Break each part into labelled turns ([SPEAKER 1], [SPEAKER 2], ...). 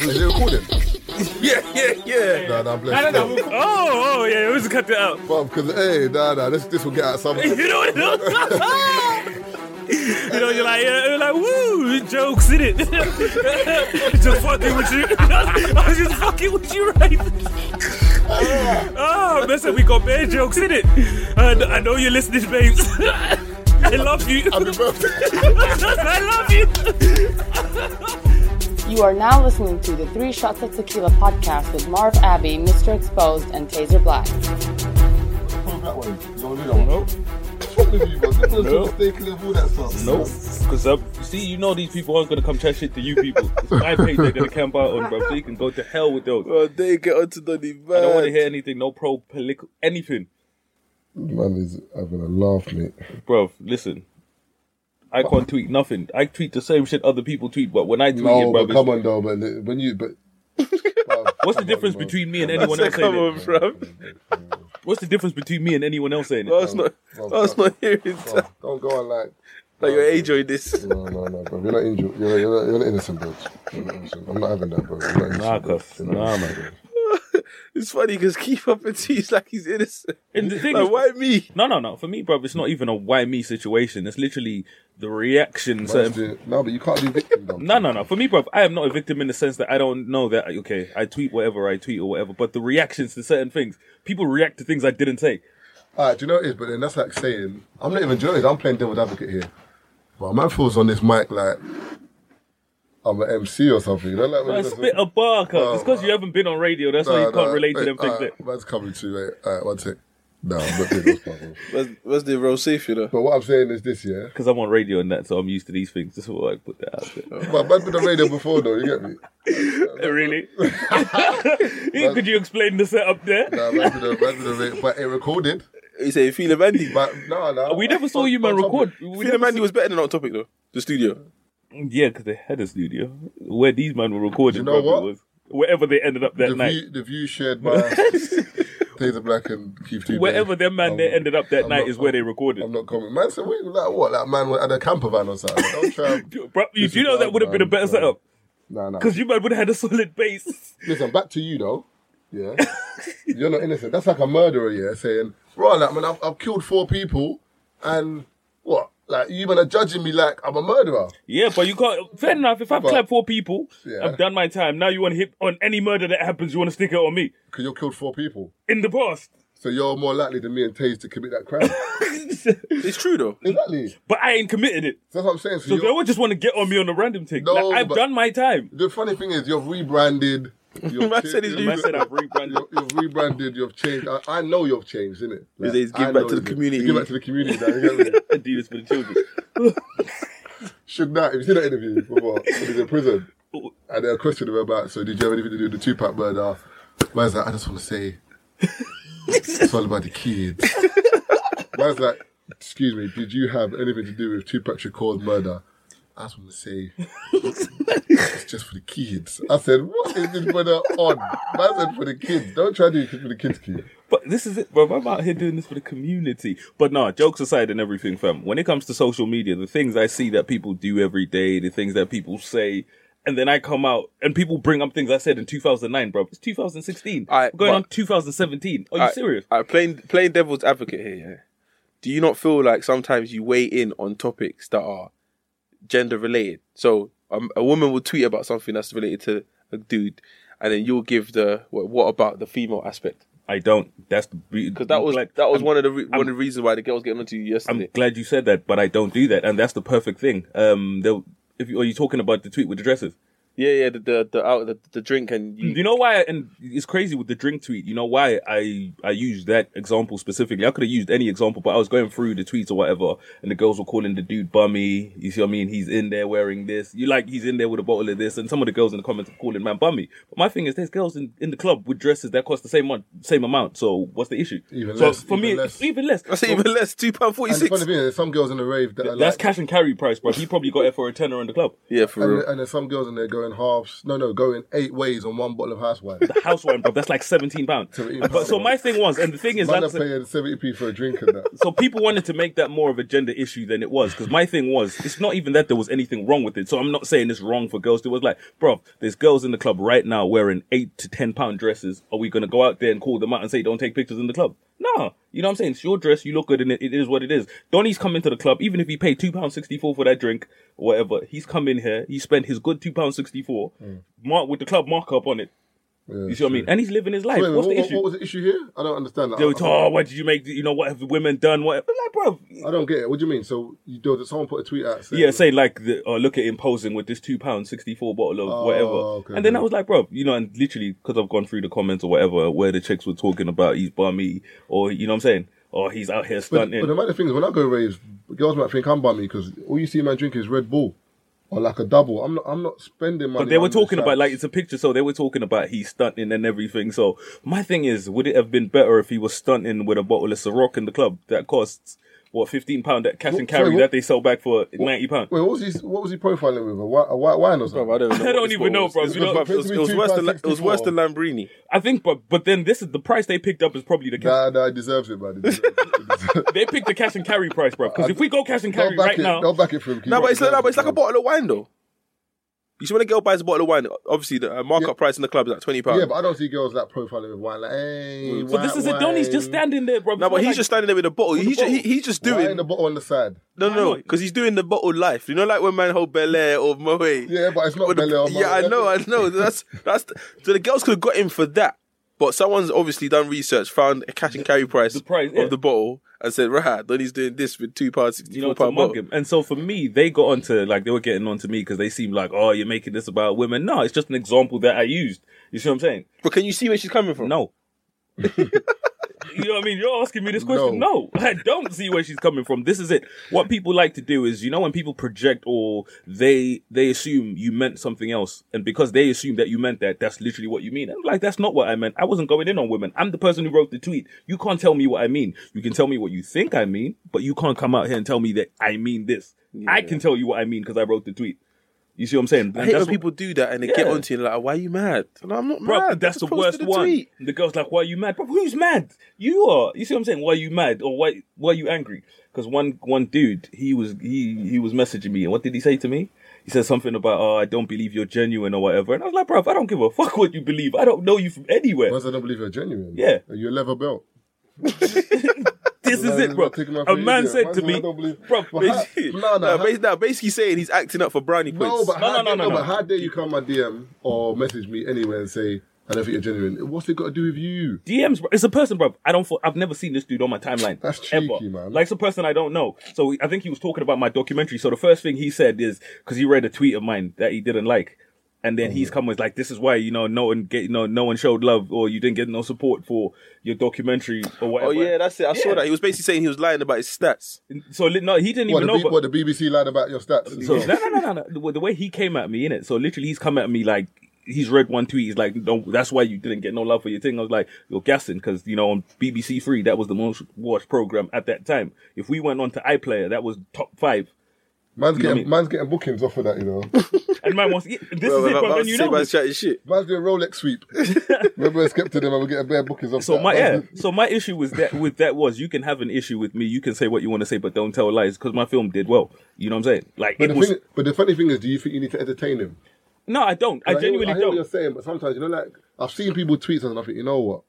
[SPEAKER 1] Is it recording?
[SPEAKER 2] Yeah, yeah, yeah.
[SPEAKER 1] Nah, nah, I'm
[SPEAKER 2] No, no,
[SPEAKER 1] blessed.
[SPEAKER 2] no. we'll- Oh, oh, yeah. We just cut that out.
[SPEAKER 1] Because, hey, nah, nah, this, this will get out some.
[SPEAKER 2] You know what? You know, you're like, yeah, you're like, woo, jokes in it. just fucking with you. I was just fucking with you, right? oh, listen, we got bad jokes in it. And I know you're listening, babes. I love you.
[SPEAKER 1] Happy birthday.
[SPEAKER 2] I love you.
[SPEAKER 3] You are now listening to the Three Shots of Tequila podcast with Marv Abbey, Mr. Exposed, and Taser Black.
[SPEAKER 1] Put it that way. You don't do that one. Nope.
[SPEAKER 4] Nope.
[SPEAKER 1] Stay clear of all that stuff.
[SPEAKER 4] Nope. Because uh, you see, you know these people aren't gonna come chat shit to you people. I pay they're gonna camp out on, bro. So you can go to hell with those.
[SPEAKER 5] Bro, they get onto Donny
[SPEAKER 4] I don't want
[SPEAKER 5] man.
[SPEAKER 4] to hear anything. No pro political anything,
[SPEAKER 1] Man is having a laugh, mate.
[SPEAKER 4] bro. Listen. I can't tweet nothing. I tweet the same shit other people tweet, but when I tweet
[SPEAKER 1] No,
[SPEAKER 4] it, bro,
[SPEAKER 1] but
[SPEAKER 4] it's-
[SPEAKER 1] come on, though, but when you. but
[SPEAKER 4] what's the difference between me and anyone
[SPEAKER 5] Say,
[SPEAKER 4] else saying
[SPEAKER 5] come
[SPEAKER 4] it?
[SPEAKER 5] on, bro.
[SPEAKER 4] What's the difference between me and anyone else saying
[SPEAKER 5] Bro,
[SPEAKER 4] it?
[SPEAKER 5] it's not,
[SPEAKER 1] Bro,
[SPEAKER 5] bro, it's
[SPEAKER 1] bro.
[SPEAKER 5] not hearing
[SPEAKER 1] Bro,
[SPEAKER 5] that.
[SPEAKER 1] Don't go on like.
[SPEAKER 5] Like, you're enjoying this.
[SPEAKER 1] No, no, no, bro. You're not injured. You're, you're, not, you're not innocent, bro. You're not innocent. I'm not having that, bro. You're not
[SPEAKER 4] Nah,
[SPEAKER 1] innocent, bro.
[SPEAKER 4] cuff.
[SPEAKER 1] You're not
[SPEAKER 4] Nah,
[SPEAKER 1] innocent,
[SPEAKER 4] man.
[SPEAKER 1] bro.
[SPEAKER 5] It's funny because keep up and tease like he's innocent.
[SPEAKER 4] And the thing
[SPEAKER 5] Like,
[SPEAKER 4] is-
[SPEAKER 5] why me?
[SPEAKER 4] No, no, no. For me, bro, it's not even a why me situation. It's literally the reaction. certain
[SPEAKER 1] Man's doing- No, but you can't be victim, though.
[SPEAKER 4] No, no, no. For me, bro, I am not a victim in the sense that I don't know that. Okay, I tweet whatever I tweet or whatever, but the reactions to certain things, people react to things I didn't say.
[SPEAKER 1] All right, do you know what it is? But then that's like saying, I'm not even joking, I'm playing devil's advocate here. But a man feels on this mic like I'm an MC or something. You know, like when
[SPEAKER 4] I
[SPEAKER 1] he does-
[SPEAKER 4] spit a bar, cuz. it's because you haven't been on radio. That's why you
[SPEAKER 1] Nah,
[SPEAKER 4] can't
[SPEAKER 1] nah, uh.
[SPEAKER 4] relate to
[SPEAKER 1] wait,
[SPEAKER 4] them things.
[SPEAKER 1] alright,
[SPEAKER 4] That,
[SPEAKER 1] Man's coming to you, wait, all right, one sec. No, I'm not doing those part, bro.
[SPEAKER 5] Was, was the real safe, you know?
[SPEAKER 1] But what I'm saying is this, yeah?
[SPEAKER 4] because I'm on radio and that, so I'm used to these things. That's why I put that out there.
[SPEAKER 1] But man's been on radio before, though, you get me?
[SPEAKER 4] really? Could you explain the setup there?
[SPEAKER 1] Nah, man's been on, man's been on radio, but it recorded.
[SPEAKER 5] You say, Feel Mandy.
[SPEAKER 1] But no, no.
[SPEAKER 4] We never saw you, man, record. We
[SPEAKER 5] Feel
[SPEAKER 4] never
[SPEAKER 5] Mandy was better than on topic, though. The studio.
[SPEAKER 4] Yeah, because they had a studio where these men were recording.
[SPEAKER 1] You know
[SPEAKER 4] bro, it
[SPEAKER 1] what?
[SPEAKER 4] was- wherever they ended up that
[SPEAKER 1] The
[SPEAKER 4] night.
[SPEAKER 1] view, the view shared by Taser Black and Keith T. Um,
[SPEAKER 4] Wherever their man they
[SPEAKER 1] I'm-
[SPEAKER 4] ended up that
[SPEAKER 1] I'm
[SPEAKER 4] night
[SPEAKER 1] not-
[SPEAKER 4] is where they
[SPEAKER 1] I'm-
[SPEAKER 4] recorded.
[SPEAKER 1] I'm not coming. Man said, wait, like what? Like, man at a camper van or something. Don't try.
[SPEAKER 4] Bro, you
[SPEAKER 1] This
[SPEAKER 4] do
[SPEAKER 1] is
[SPEAKER 4] know that
[SPEAKER 1] bad,
[SPEAKER 4] would have been a
[SPEAKER 1] man,
[SPEAKER 4] better
[SPEAKER 1] bro.
[SPEAKER 4] setup
[SPEAKER 1] nah, nah.
[SPEAKER 4] because you man would have had a solid base.
[SPEAKER 1] Listen, back to you though. Yeah. You're not innocent. That's like a murderer, yeah, saying, right, like, man, I've, I've killed four people and what? Like, you man are judging me like I'm a murderer.
[SPEAKER 4] Yeah, but you can't. Fair enough. If I've
[SPEAKER 1] But-
[SPEAKER 4] clapped four people,
[SPEAKER 1] Yeah.
[SPEAKER 4] I've done my time. Now you want to hit on any murder that happens. You want to stick it on me
[SPEAKER 1] Because you're killed four people.
[SPEAKER 4] in the past.
[SPEAKER 1] So you're more likely than me and Taze to commit that crime.
[SPEAKER 5] It's true, though.
[SPEAKER 1] exactly. So
[SPEAKER 4] But I ain't committed it,
[SPEAKER 1] that's what I'm saying. So,
[SPEAKER 4] so
[SPEAKER 1] you're-
[SPEAKER 4] they would just want to get on me on a random thing.
[SPEAKER 1] No,
[SPEAKER 4] like, I've
[SPEAKER 1] but-
[SPEAKER 4] done my time.
[SPEAKER 1] the funny thing is, you've rebranded. You've
[SPEAKER 5] Man
[SPEAKER 1] changed-
[SPEAKER 5] said he's
[SPEAKER 1] you've-
[SPEAKER 4] The man said I've rebranded.
[SPEAKER 1] You've, you've rebranded, you've changed. I, I know you've changed, innit?
[SPEAKER 5] Is he's giving
[SPEAKER 1] I
[SPEAKER 5] back
[SPEAKER 1] know
[SPEAKER 5] to the
[SPEAKER 1] you did.
[SPEAKER 5] community.
[SPEAKER 1] Give back to the community. Now, you get me?
[SPEAKER 4] I do this for the children.
[SPEAKER 1] Should not. Have you seen that interview before? when he's in prison.
[SPEAKER 5] Oh.
[SPEAKER 1] And they questioned him about, so did you have anything to do with the Tupac murder? Man's like, I just want to say, it's all about the kids. Man's like, excuse me, did you have anything to do with Tupac Shakur's murder? I just want to say, it's just for the kids. I said, what is this murder on? Man said, for the kids. Don't try to do it for the kids, kid.
[SPEAKER 4] But this is it, bro. I'm out here doing this for the community. But nah, jokes aside and everything, fam. When it comes to social media, the things I see that people do every day, the things that people say, and then I come out and people bring up things I said in 2009, bro. It's 2016.
[SPEAKER 5] Alright,
[SPEAKER 4] We're going
[SPEAKER 5] but-
[SPEAKER 4] on 2017. Are you serious?
[SPEAKER 5] I, playing, playing devil's advocate here, yeah. Do you not feel like sometimes you weigh in on topics that are gender related? So um, a woman will tweet about something that's related to a dude, and then you'll give the what, what about the female aspect?
[SPEAKER 4] I don't. That's the
[SPEAKER 5] Because that was that was one of the re- one
[SPEAKER 4] I'm-
[SPEAKER 5] of the reasons why the girls getting onto you
[SPEAKER 4] I'm
[SPEAKER 5] yesterday.
[SPEAKER 4] glad you said that, but I don't do that, and that's the perfect thing. Um, they'll- if you, are you talking about the tweet with the dresses?
[SPEAKER 5] yeah, yeah, the the the, out, the the drink and you,
[SPEAKER 4] Mm, You know why? And it's crazy with the drink tweet. You know why I I used that example specifically? I could have used any example, but I was going through the tweets or whatever, and the girls were calling the dude bummy. You see what I mean? He's in there wearing this. You like he's in there with a bottle of this, and some of the girls in the comments were calling man bummy. But my thing is, there's girls in, in the club with dresses that cost the same mon- same amount. So what's the issue?
[SPEAKER 1] Even
[SPEAKER 4] so
[SPEAKER 1] less,
[SPEAKER 4] for me,
[SPEAKER 1] even less.
[SPEAKER 4] it's even less.
[SPEAKER 5] I say even less, two pound forty
[SPEAKER 1] And the
[SPEAKER 5] six.
[SPEAKER 1] funny thing is, there's some girls in the rave that are
[SPEAKER 4] That's
[SPEAKER 1] like,
[SPEAKER 4] cash and carry price, bro. He probably got it for a tenner in the club.
[SPEAKER 5] Yeah, for
[SPEAKER 1] and, uh,
[SPEAKER 5] real.
[SPEAKER 1] and there's some girls in there going going halves. No, no, going eight ways on one bottle of house wine.
[SPEAKER 4] The house wine, bro. That's like seventeen pounds.
[SPEAKER 1] 17
[SPEAKER 4] But so
[SPEAKER 1] pounds.
[SPEAKER 4] my thing was, and the thing is,
[SPEAKER 1] Man are
[SPEAKER 4] that's
[SPEAKER 1] paying seventy p for a drink and that.
[SPEAKER 4] so people wanted to make that more of a gender issue than it was. Because my thing was, it's not even that there was anything wrong with it. So I'm not saying it's wrong for girls. It was like, bro, there's girls in the club right now wearing eight to ten pound dresses. Are we gonna go out there and call them out and say don't take pictures in the club? No, you know what I'm saying. It's your dress. You look good, and it, it is what it is. Donny's come into the club, even if he paid two pound sixty four for that drink, or whatever. He's come in here. He spent his good two pound sixty four, mark with the club markup on it. you see what I mean? And he's living his life.
[SPEAKER 1] Wait,
[SPEAKER 4] What's
[SPEAKER 1] what,
[SPEAKER 4] the
[SPEAKER 1] what,
[SPEAKER 4] issue?
[SPEAKER 1] what was the issue here? I don't understand. Like,
[SPEAKER 4] They
[SPEAKER 1] I-
[SPEAKER 4] were
[SPEAKER 1] I-
[SPEAKER 4] oh, why did you make, you know, what have the women done? What, like, bro,
[SPEAKER 1] I don't get it. What do you mean? So you do that someone put a tweet out saying,
[SPEAKER 4] yeah, say like, the, oh, look at him posing with this two pound sixty four bottle of
[SPEAKER 1] Oh,
[SPEAKER 4] whatever,
[SPEAKER 1] okay,
[SPEAKER 4] and then I
[SPEAKER 1] yeah.
[SPEAKER 4] was like, bro, you know, and literally because I've gone through the comments or whatever, where the chicks were talking about he's bummy, or you know what I'm saying, or he's out here
[SPEAKER 1] But,
[SPEAKER 4] stunting.
[SPEAKER 1] but the matter thing is, when I go raves, girls might think I'm by me because all you see man drink is Red Bull or like a double. I'm not. I'm not spending money.
[SPEAKER 4] But they were
[SPEAKER 1] on this,
[SPEAKER 4] talking about like it's a picture, so they were talking about he stunting and everything. So my thing is, would it have been better if he was stunting with a bottle of Ciroc in the club that costs what fifteen pound that cash
[SPEAKER 1] What-
[SPEAKER 4] and carry
[SPEAKER 1] sorry, what-
[SPEAKER 4] that they sell back for ninety pound?
[SPEAKER 1] Wait, what was he? What was he profiling with? A white, a white wine or something?
[SPEAKER 5] Bro, I don't, know
[SPEAKER 4] I
[SPEAKER 5] what
[SPEAKER 4] don't
[SPEAKER 5] this
[SPEAKER 4] even know,
[SPEAKER 5] bottle
[SPEAKER 4] bro.
[SPEAKER 5] is. It was,
[SPEAKER 1] You know,
[SPEAKER 5] it was- it was worse than it was worse than Lambrini.
[SPEAKER 4] I think, but but then this is the price they picked up is probably the cash.
[SPEAKER 1] Nah, nah, he deserves it, man. He deserves it.
[SPEAKER 4] They picked the cash and carry price, bro. Because if we go cash and
[SPEAKER 1] Don't
[SPEAKER 4] carry
[SPEAKER 1] back
[SPEAKER 4] right
[SPEAKER 1] it.
[SPEAKER 4] now,
[SPEAKER 1] Don't back it for him.
[SPEAKER 5] No, but it's like, no, but it's like a
[SPEAKER 1] box.
[SPEAKER 5] bottle of wine though. You see, when a girl buys a bottle of wine, obviously the uh, markup price in the club is like twenty pounds.
[SPEAKER 1] Yeah, but I don't see girls like profiling with wine. Like, hey,
[SPEAKER 4] so this is it. Donny's just standing there, bro.
[SPEAKER 5] no, but
[SPEAKER 4] It's
[SPEAKER 5] he's
[SPEAKER 4] like-
[SPEAKER 5] just standing there with a bottle. He's just, he, he's just doing
[SPEAKER 1] in the bottle on the side.
[SPEAKER 5] no, no, no, because he's doing the bottle life. You know, like when man hold Bel Air or Moe.
[SPEAKER 1] Yeah, but it's not
[SPEAKER 5] With the-
[SPEAKER 1] Bel Air, man.
[SPEAKER 5] Yeah, I know, I know. That's that's. So the girls could have got him for that, but someone's obviously done research, found a cash and carry price,
[SPEAKER 4] the price,
[SPEAKER 5] of
[SPEAKER 4] yeah.
[SPEAKER 5] the bottle, and said, "Right, then he's doing this with two pounds sixty
[SPEAKER 4] you know,
[SPEAKER 5] four
[SPEAKER 4] to
[SPEAKER 5] pound
[SPEAKER 4] mug
[SPEAKER 5] bottle."
[SPEAKER 4] him. And so for me, they got onto like they were getting onto me because they seemed like, oh, you're making this about women. No, it's just an example that I used. You see what I'm saying?
[SPEAKER 5] But can you see where she's coming from?
[SPEAKER 4] No. you know what I mean? You're asking me this question. No. I don't see where she's coming from. This is it. What people like to do is, you know, when people project or they they assume you meant something else, and because they assume that you meant that, that's literally what you mean. And like that's not what I meant. I wasn't going in on women. I'm the person who wrote the tweet. You can't tell me what I mean. You can tell me what you think I mean, but you can't come out here and tell me that I mean this. I can tell you what I mean because I wrote the tweet. You see what I'm saying?
[SPEAKER 5] I
[SPEAKER 4] And
[SPEAKER 5] hate
[SPEAKER 4] that's
[SPEAKER 5] when
[SPEAKER 4] what-
[SPEAKER 5] people do that and they get
[SPEAKER 4] Yeah.
[SPEAKER 5] onto you and like, "Why are you mad?" And I'm not
[SPEAKER 4] Bro,
[SPEAKER 5] mad. I
[SPEAKER 4] that's
[SPEAKER 5] just
[SPEAKER 4] the worst
[SPEAKER 5] posted a
[SPEAKER 4] one.
[SPEAKER 5] tweet.
[SPEAKER 4] The girl's like, "Why are you mad?" Bro, who's mad? You are. You see what I'm saying? Why are you mad or why why are you angry? Because one one dude, he was he he was messaging me, and what did he say to me? He said something about, "Oh, I don't believe you're genuine" or whatever, and I was like, "Bro, I don't give a fuck what you believe. I don't know you from anywhere.
[SPEAKER 1] Once I don't believe you're genuine.
[SPEAKER 4] Yeah.
[SPEAKER 1] Are you a leather belt?
[SPEAKER 4] this is it, bro."
[SPEAKER 1] Taking my
[SPEAKER 4] A
[SPEAKER 1] for an
[SPEAKER 4] man
[SPEAKER 1] idiot.
[SPEAKER 4] said
[SPEAKER 1] Man's
[SPEAKER 4] to
[SPEAKER 1] like, I
[SPEAKER 4] me,
[SPEAKER 1] don't believe-
[SPEAKER 4] "Bro,
[SPEAKER 1] But
[SPEAKER 4] bitch,
[SPEAKER 1] how-
[SPEAKER 5] No,
[SPEAKER 1] No, no, how-
[SPEAKER 5] bas- no, basically saying he's acting up for brownie
[SPEAKER 1] no,
[SPEAKER 5] points.
[SPEAKER 1] but
[SPEAKER 4] No,
[SPEAKER 1] how,
[SPEAKER 4] no, no,
[SPEAKER 1] dare-
[SPEAKER 4] no, no.
[SPEAKER 1] But how dare you come and DM or message me anywhere and say I don't think you're genuine? What's it got to do with you?
[SPEAKER 4] DMs, bro. It's a person, bro. I don't. fo- I've never seen this dude on my timeline.
[SPEAKER 1] That's
[SPEAKER 4] ever.
[SPEAKER 1] cheeky, man.
[SPEAKER 4] Like it's a person I don't know. So I think he was talking about my documentary. So the first thing he said is because he read a tweet of mine that he didn't like, and then
[SPEAKER 1] Mm.
[SPEAKER 4] he's come with like, "This is why you know no one get no no one showed love or you didn't get no support for your documentary or
[SPEAKER 5] Oh
[SPEAKER 4] whatever."
[SPEAKER 5] yeah, that's it. I
[SPEAKER 4] Yeah.
[SPEAKER 5] saw that. He was basically saying he was lying about his stats.
[SPEAKER 4] So li- no, he didn't
[SPEAKER 1] What
[SPEAKER 4] even
[SPEAKER 1] the,
[SPEAKER 4] know.
[SPEAKER 1] B-
[SPEAKER 4] but-
[SPEAKER 1] what the BBC lied about your stats?
[SPEAKER 4] So no, no, no, no, no. The way- The way he came at me in it. So literally, he's come at me like he's read one tweet. He's like, "No, that's why you didn't get no love for your thing." I was like, "You're gassing," because you know on BBC Three that was the most watched program at that time. If we went on to iPlayer, that was top five.
[SPEAKER 1] man's
[SPEAKER 4] know
[SPEAKER 1] getting
[SPEAKER 4] what I mean?
[SPEAKER 1] man's getting bookings off of that, you know.
[SPEAKER 4] And man wants this is it,
[SPEAKER 5] Well,
[SPEAKER 4] bro.
[SPEAKER 5] I
[SPEAKER 4] then
[SPEAKER 5] was
[SPEAKER 4] you
[SPEAKER 5] saying
[SPEAKER 4] know.
[SPEAKER 5] about
[SPEAKER 4] this.
[SPEAKER 5] chatting shit.
[SPEAKER 1] Man's doing Rolex sweep. Remember, I skipped to them and we get bare bookings off.
[SPEAKER 4] So
[SPEAKER 1] that.
[SPEAKER 4] my yeah,
[SPEAKER 1] Man's-
[SPEAKER 4] so my issue was that with that was you can have an issue with me, you can say what you want to say, but don't tell lies because my film did well. You know what I'm saying? Like
[SPEAKER 1] But
[SPEAKER 4] it
[SPEAKER 1] the,
[SPEAKER 4] was
[SPEAKER 1] thing, but the funny thing is, do you think you need to entertain him?
[SPEAKER 4] no, I don't. I
[SPEAKER 1] Like, hear-
[SPEAKER 4] genuinely
[SPEAKER 1] I hear what
[SPEAKER 4] don't.
[SPEAKER 1] you're saying, but sometimes you know, like I've seen people tweet something, and I think, you know what?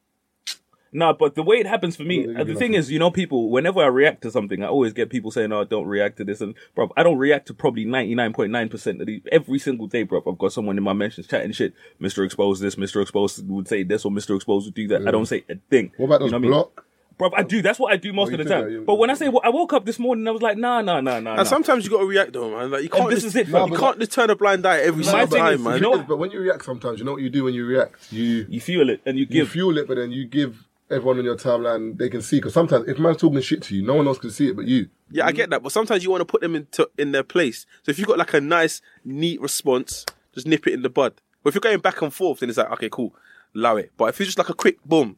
[SPEAKER 4] No, but the way it happens for me,
[SPEAKER 1] No, they
[SPEAKER 4] uh,
[SPEAKER 1] do
[SPEAKER 4] the
[SPEAKER 1] not.
[SPEAKER 4] thing is, you know, people, whenever I react to something, I always get people saying, oh, don't react to this. And, bro, I don't react to probably 99.9% of these. Every single day, bro, I've got someone in my mentions chatting shit. Mr. Expose this, Mr. Expose would say this, or Mr. Expose would do that. I don't say a thing.
[SPEAKER 1] What about those
[SPEAKER 4] what I mean?
[SPEAKER 1] block?
[SPEAKER 4] Bro, I do. That's what I do most
[SPEAKER 1] Oh, you
[SPEAKER 4] of the
[SPEAKER 1] do
[SPEAKER 4] time.
[SPEAKER 1] that, you-
[SPEAKER 4] but when I say, well, I woke up this morning, I was like, nah, nah, nah, nah. nah.
[SPEAKER 5] And sometimes you got to react though, man. Like you
[SPEAKER 4] And
[SPEAKER 5] can't.
[SPEAKER 4] this
[SPEAKER 5] just,
[SPEAKER 4] is it, fam.
[SPEAKER 5] You can't just turn a blind eye every
[SPEAKER 4] My
[SPEAKER 5] single
[SPEAKER 4] thing
[SPEAKER 5] time,
[SPEAKER 4] is,
[SPEAKER 5] man.
[SPEAKER 4] you know what?
[SPEAKER 1] But when you react, sometimes you know what you do when you react. You
[SPEAKER 4] you feel it and you
[SPEAKER 1] you
[SPEAKER 4] give.
[SPEAKER 1] fuel it, but then you give everyone on your timeline they can see. Because sometimes if man's talking shit to you, no one else can see it but you.
[SPEAKER 5] yeah, I get that, but sometimes you want to put them into in their place. So if you got like a nice, neat response, just nip it in the bud. But if you're going back and forth, then it's like, okay, cool, allow it. But if it's just like a quick boom,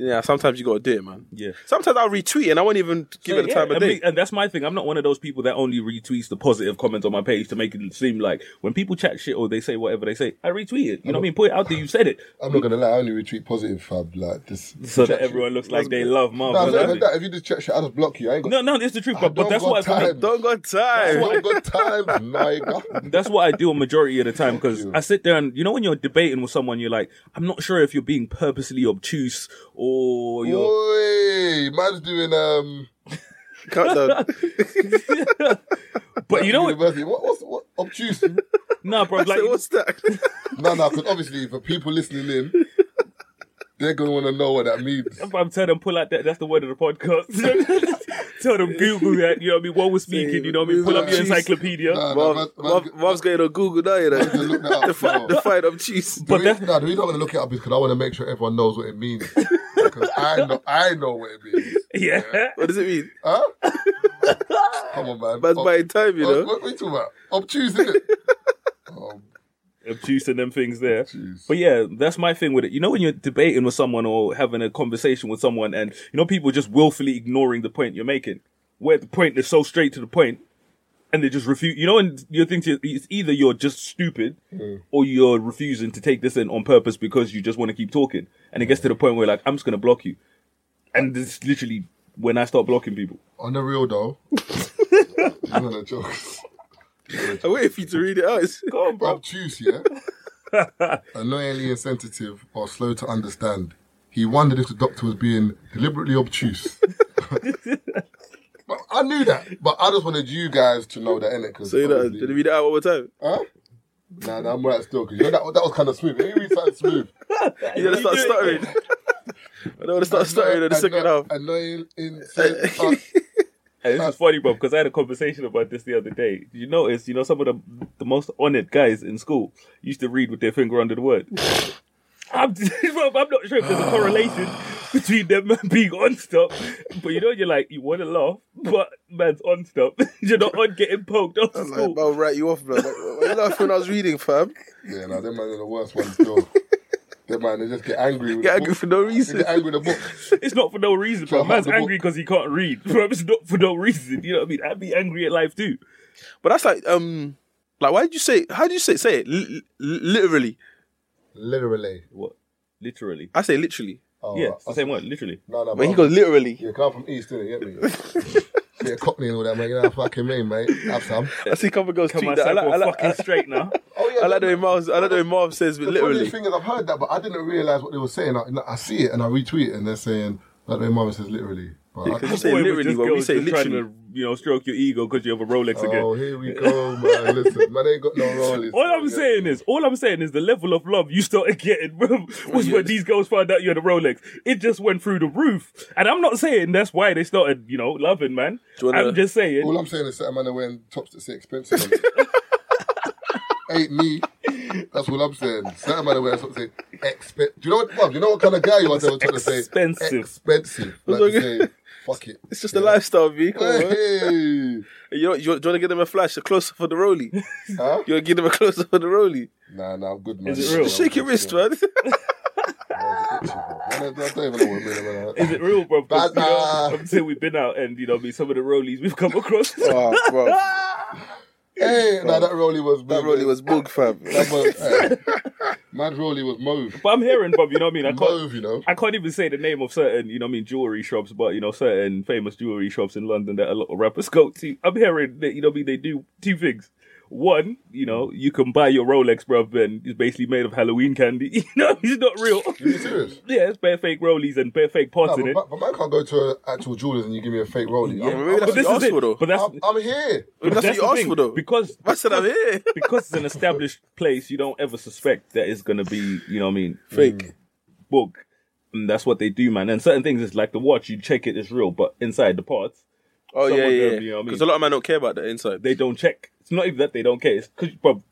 [SPEAKER 5] Yeah, sometimes you gotta do it, man.
[SPEAKER 4] Yeah.
[SPEAKER 5] Sometimes I'll retweet and I won't even give it a
[SPEAKER 4] Yeah,
[SPEAKER 5] time of
[SPEAKER 4] and,
[SPEAKER 5] day.
[SPEAKER 4] me- and that's my thing. I'm not one of those people that only retweets the positive comments on my page to make it seem like when people chat shit or they say whatever they say, I retweet it. You know what I mean? Put it out there. You said it,
[SPEAKER 1] I'm not gonna lie, I only retweet positive fab like this.
[SPEAKER 4] so that everyone looks like they love
[SPEAKER 1] Nah, I'm
[SPEAKER 4] Marvel.
[SPEAKER 1] saying like that. If you just chat shit, I just block you. I ain't got,
[SPEAKER 4] No, no, it's the truth.
[SPEAKER 1] I
[SPEAKER 4] But, but
[SPEAKER 1] don't
[SPEAKER 4] that's
[SPEAKER 1] got
[SPEAKER 4] what I
[SPEAKER 1] time.
[SPEAKER 5] Don't got time.
[SPEAKER 1] I ain't got time, nigga.
[SPEAKER 4] That's what I do a majority of the time because I sit there and you know when you're debating with someone, you're like, I'm not sure if you're being purposely obtuse or you're.
[SPEAKER 1] Oi, man's doing um.
[SPEAKER 5] Cut the-
[SPEAKER 4] But you know what?
[SPEAKER 1] university. what? What's what? Obtuse.
[SPEAKER 4] Nah, bro. Like,
[SPEAKER 5] So what's that?
[SPEAKER 1] No, no, because obviously for people listening in, they're gonna want to know what that means.
[SPEAKER 4] I'm telling them pull out that. That's the word of the podcast. Tell them Google that. You know what I mean? What was speaking? You know what I mean? Pull up your
[SPEAKER 5] Obtuse.
[SPEAKER 4] encyclopedia.
[SPEAKER 1] Nah, nah,
[SPEAKER 5] Mom,
[SPEAKER 1] man-
[SPEAKER 5] mom,
[SPEAKER 1] man-
[SPEAKER 5] mom's going on Google now, you know.
[SPEAKER 1] to look that up,
[SPEAKER 5] the,
[SPEAKER 1] no.
[SPEAKER 5] fight, the fight of cheese.
[SPEAKER 1] The
[SPEAKER 4] But
[SPEAKER 1] reason,
[SPEAKER 4] that-
[SPEAKER 1] no, the reason I'm gonna look it up is because I want to make sure everyone knows what it means. Because I know, I know what it means.
[SPEAKER 4] Yeah.
[SPEAKER 5] What does it mean?
[SPEAKER 1] Huh? Come on, man.
[SPEAKER 5] Man's
[SPEAKER 1] Ob-
[SPEAKER 5] buying time, you
[SPEAKER 1] ob-
[SPEAKER 5] know.
[SPEAKER 1] oh. What are we talking about? Obtuse, isn't it? oh,
[SPEAKER 4] Obtuse and them things there.
[SPEAKER 1] jeez.
[SPEAKER 4] But yeah, that's my thing with it. You know, when you're debating with someone or having a conversation with someone, and you know, people just willfully ignoring the point you're making, where the point is so straight to the point, and they just refuse. You know, and you think to- it's either you're just stupid or you're refusing to take this in on purpose because you just want to keep talking, and it gets to the point where like I'm just gonna block you, and this is literally when I start blocking people.
[SPEAKER 1] On the real though, I'm gonna joke.
[SPEAKER 5] I wait for you to read it out. It's-
[SPEAKER 4] Go on, bro.
[SPEAKER 1] Obtuse, yeah. Annoyingly insensitive or slow to understand. He wondered if the doctor was being deliberately obtuse. But I knew that, but I just wanted you guys to know that, innit? Cause
[SPEAKER 5] So you know,
[SPEAKER 1] obviously-
[SPEAKER 5] did you read it out one more time?
[SPEAKER 1] Huh? Nah, nah, I'm right still because you know that, that was kind of smooth. Let me read something smooth.
[SPEAKER 5] You gotta start stuttering. I don't want to start stuttering in the second half.
[SPEAKER 1] Annoying, insane. uh,
[SPEAKER 4] And
[SPEAKER 5] Uh,
[SPEAKER 4] this is funny, bro, because I had a conversation about this the other day. Did You notice, you know, some of the the most honored guys in school used to read with their finger under the word. I'm, bro, I'm not sure if there's a correlation between them being on stop, but you know, you're like, you want to laugh, but man's on stop. you're not on getting poked after
[SPEAKER 5] I'm like,
[SPEAKER 4] school.
[SPEAKER 5] bro, write you off, bro. Like, you laughed when I was reading, fam.
[SPEAKER 1] yeah, nah, them man are the worst ones still. them man, they just get angry. With
[SPEAKER 5] Get
[SPEAKER 1] the
[SPEAKER 5] angry
[SPEAKER 1] book.
[SPEAKER 5] for no
[SPEAKER 1] They
[SPEAKER 5] reason.
[SPEAKER 1] get angry with the book.
[SPEAKER 4] It's not for no reason, bro.
[SPEAKER 1] Shut up,
[SPEAKER 4] Man's
[SPEAKER 1] the book.
[SPEAKER 4] angry because he can't read. Bro, it's not for no reason. You know what I mean? I'd be angry at life too.
[SPEAKER 5] But that's like, um, like, why did you say? How do you say say it? Li- li- literally,
[SPEAKER 1] Literally.
[SPEAKER 4] What? Literally.
[SPEAKER 5] I say literally.
[SPEAKER 1] Oh,
[SPEAKER 4] yeah,
[SPEAKER 1] right.
[SPEAKER 4] it's the same word, literally.
[SPEAKER 1] No, no,
[SPEAKER 5] But he
[SPEAKER 1] but-
[SPEAKER 5] goes literally.
[SPEAKER 1] Yeah, come from East, didn't it? Yeah, me. yeah, Cockney and all that, mate. You know how fucking mean, mate. Have some.
[SPEAKER 5] I see a couple girls
[SPEAKER 4] Come
[SPEAKER 5] tweet
[SPEAKER 4] on,
[SPEAKER 5] that. I like, I
[SPEAKER 4] like,
[SPEAKER 5] like,
[SPEAKER 4] fucking straight now.
[SPEAKER 1] Oh yeah,
[SPEAKER 5] I like the way Marv. I like the way Marv says
[SPEAKER 1] The
[SPEAKER 5] literally.
[SPEAKER 1] funniest thing is I've heard that, but I didn't realize what they were saying. I, I see it and I retweet it, and they're saying like their mum says literally. But I-
[SPEAKER 5] You say
[SPEAKER 4] Boy, we're
[SPEAKER 5] literally,
[SPEAKER 4] just
[SPEAKER 5] but we
[SPEAKER 4] girls
[SPEAKER 5] say
[SPEAKER 4] just trying
[SPEAKER 5] literally.
[SPEAKER 4] to, you know, stroke your ego because you have a Rolex
[SPEAKER 1] oh,
[SPEAKER 4] again.
[SPEAKER 1] here we go, man. Listen, man, ain't got no role.
[SPEAKER 4] All I'm saying is, all I'm saying is, the level of love you started getting bro, was when these girls found out you had a Rolex. It just went through the roof, and I'm not saying that's why they started, you know, loving, man.
[SPEAKER 5] you wanna-
[SPEAKER 4] I'm just saying,
[SPEAKER 1] all I'm saying is certain man are wearing tops that say expensive. on it. ain't me. That's what I'm saying. Certain man are wearing tops that say expensive. Do you know what? Mum, do you know what kind of guy you are? They were trying to say
[SPEAKER 4] Expensive.
[SPEAKER 1] Expensive. Like to say, fuck it.
[SPEAKER 5] It's just a lifestyle, V. Come on.
[SPEAKER 1] Hey.
[SPEAKER 5] You, know, you, want, you want to give them a flash, a close up for the rollie? you
[SPEAKER 1] Huh?
[SPEAKER 5] want to give them a close up for the rollie?
[SPEAKER 1] Nah, nah, I'm good, man.
[SPEAKER 4] Is it real?
[SPEAKER 1] I'm
[SPEAKER 5] Shake your
[SPEAKER 1] good,
[SPEAKER 5] wrist,
[SPEAKER 1] man.
[SPEAKER 5] man.
[SPEAKER 1] I don't I don't even know what minute,
[SPEAKER 4] is it real, bro? 'Cause, you know,
[SPEAKER 1] Bada.
[SPEAKER 4] until we've been out, and you know, me some of the Rollies we've come across.
[SPEAKER 5] oh, bro. That
[SPEAKER 1] Hey, nah, that rolly was move,
[SPEAKER 5] rollie
[SPEAKER 1] eh.
[SPEAKER 5] was bug, fam.
[SPEAKER 1] That was, eh. mad rolly was mauve.
[SPEAKER 4] but I'm hearing, bro. You know what I mean? I can't.
[SPEAKER 1] Mauve, you know.
[SPEAKER 4] I can't even say the name of certain, you know, what I mean, jewelry shops, but you know, certain famous jewelry shops in London that a lot of rappers go to. I'm hearing that you know, what I mean, they do two things. One, you know, you can buy your Rolex, bruv, and it's basically made of Halloween candy. You know, it's not real.
[SPEAKER 1] You serious?
[SPEAKER 4] Yeah, it's bare fake Rollies and bare fake parts
[SPEAKER 1] Mm. Nah,
[SPEAKER 4] in
[SPEAKER 1] but,
[SPEAKER 4] it.
[SPEAKER 1] but man can't go to an actual jeweler's and you give me a fake rolly.
[SPEAKER 5] But
[SPEAKER 1] I'm,
[SPEAKER 5] maybe that's
[SPEAKER 4] But this
[SPEAKER 5] what you
[SPEAKER 4] is
[SPEAKER 5] asked
[SPEAKER 4] it.
[SPEAKER 5] for, though.
[SPEAKER 4] But that's
[SPEAKER 1] I'm, I'm here.
[SPEAKER 5] Maybe
[SPEAKER 4] but
[SPEAKER 5] that's what
[SPEAKER 4] the
[SPEAKER 5] you asked
[SPEAKER 4] thing,
[SPEAKER 5] for, though.
[SPEAKER 4] Because
[SPEAKER 5] I said I'm here.
[SPEAKER 4] because it's an established place, you don't ever suspect that it's gonna be, you know, what I mean,
[SPEAKER 5] Mm. Fake.
[SPEAKER 4] book. And that's what they do, man. And certain things, it's like the watch, you check it, it's real, but inside the parts,
[SPEAKER 5] Oh,
[SPEAKER 4] Some
[SPEAKER 5] yeah,
[SPEAKER 4] of
[SPEAKER 5] yeah.
[SPEAKER 4] them, you know what I mean?
[SPEAKER 5] Because a lot of men don't care about the inside.
[SPEAKER 4] they don't check. It's not even that they don't care. It's because, bro,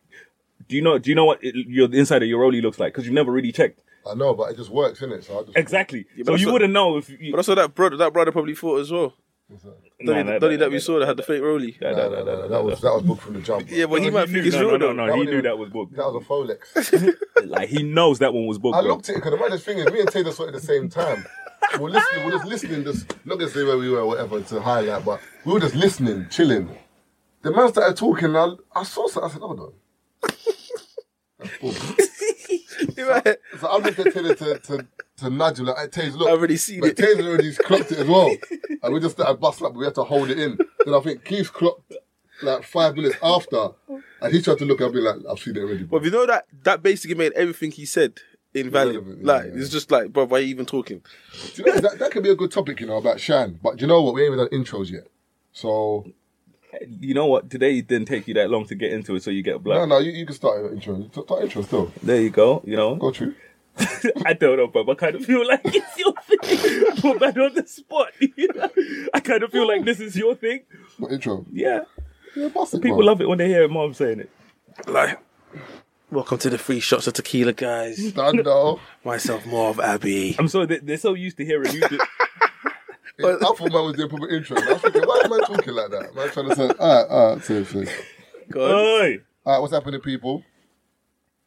[SPEAKER 4] do you know? Do you know what it, your the inside of your rollie looks like? Because you never really checked.
[SPEAKER 1] I know, but it just works, innit? So I just
[SPEAKER 4] Exactly.
[SPEAKER 5] Yeah, but
[SPEAKER 4] so
[SPEAKER 5] that's
[SPEAKER 4] you
[SPEAKER 5] what-
[SPEAKER 4] wouldn't know if. You,
[SPEAKER 5] but also, that brother, that brother probably thought as well.
[SPEAKER 4] Nah,
[SPEAKER 5] Donny
[SPEAKER 4] nah,
[SPEAKER 5] Donny
[SPEAKER 4] nah,
[SPEAKER 5] that
[SPEAKER 4] nah,
[SPEAKER 5] we
[SPEAKER 4] nah.
[SPEAKER 5] saw that had the fake rollie.
[SPEAKER 4] Nah, nah,
[SPEAKER 1] No,
[SPEAKER 4] nah,
[SPEAKER 1] no,
[SPEAKER 4] nah,
[SPEAKER 1] no,
[SPEAKER 4] nah,
[SPEAKER 1] that was that was booked from the jump.
[SPEAKER 5] Yeah, but he
[SPEAKER 4] He
[SPEAKER 5] might
[SPEAKER 4] knew-
[SPEAKER 5] think it's
[SPEAKER 4] no,
[SPEAKER 5] real,
[SPEAKER 4] no,
[SPEAKER 5] though.
[SPEAKER 4] no,
[SPEAKER 1] That
[SPEAKER 4] no, he
[SPEAKER 1] would've-
[SPEAKER 4] knew that was booked.
[SPEAKER 1] That was a Folex.
[SPEAKER 4] Like he knows that one was booked.
[SPEAKER 1] I
[SPEAKER 4] bro.
[SPEAKER 1] looked at it because the maddest thing is, me and Taylor saw it at the same time. we're listening. We're just listening. Just not gonna say where we were, or whatever, to highlight. But we were just listening, chilling. The man started talking. And I, I saw something. I said, "Hold on." That's bull. So I'm just telling to to to nudge him. Like, hey, Taze, look.
[SPEAKER 5] I've already seen
[SPEAKER 1] but
[SPEAKER 5] it.
[SPEAKER 1] Taze already clocked it as well, and we just started busting up. We had to hold it in. Then I think Keith clocked like five minutes after, and he tried to look. I'll be like, "I've seen it already." bro."
[SPEAKER 5] But you know that that basically made everything he said invalid.
[SPEAKER 1] Irrelevant, yeah,
[SPEAKER 5] Like
[SPEAKER 1] yeah.
[SPEAKER 5] it's just like, bro, why are you even talking?
[SPEAKER 1] Do you know, that, that could be a good topic, you know, about Shan. But do you know what? We ain't even done intros yet. So,
[SPEAKER 4] You know what? Today it didn't take you that long to get into it, so you get black.
[SPEAKER 1] no, no, you, you can start your intro. You Start intro still.
[SPEAKER 4] There you go. You know,
[SPEAKER 1] Go through.
[SPEAKER 4] I don't know, but I kind of feel like it's your thing. Put man on the spot. you know? I kind of feel like this is your thing.
[SPEAKER 1] What intro?
[SPEAKER 4] Yeah,
[SPEAKER 1] Yeah, bust it,
[SPEAKER 4] people
[SPEAKER 1] bro.
[SPEAKER 4] love it when they hear mom saying it.
[SPEAKER 5] Like, welcome to the free shots of tequila, guys.
[SPEAKER 1] Stand though.
[SPEAKER 5] Myself, Marv Abbey.
[SPEAKER 4] I'm sorry, they- they're so used to hearing you. Do-
[SPEAKER 1] I thought man was doing proper intro. I was thinking, why am I talking like that? Man trying to say, alright, alright, seriously.
[SPEAKER 5] God.
[SPEAKER 4] Oi.
[SPEAKER 1] Alright, what's happening, people?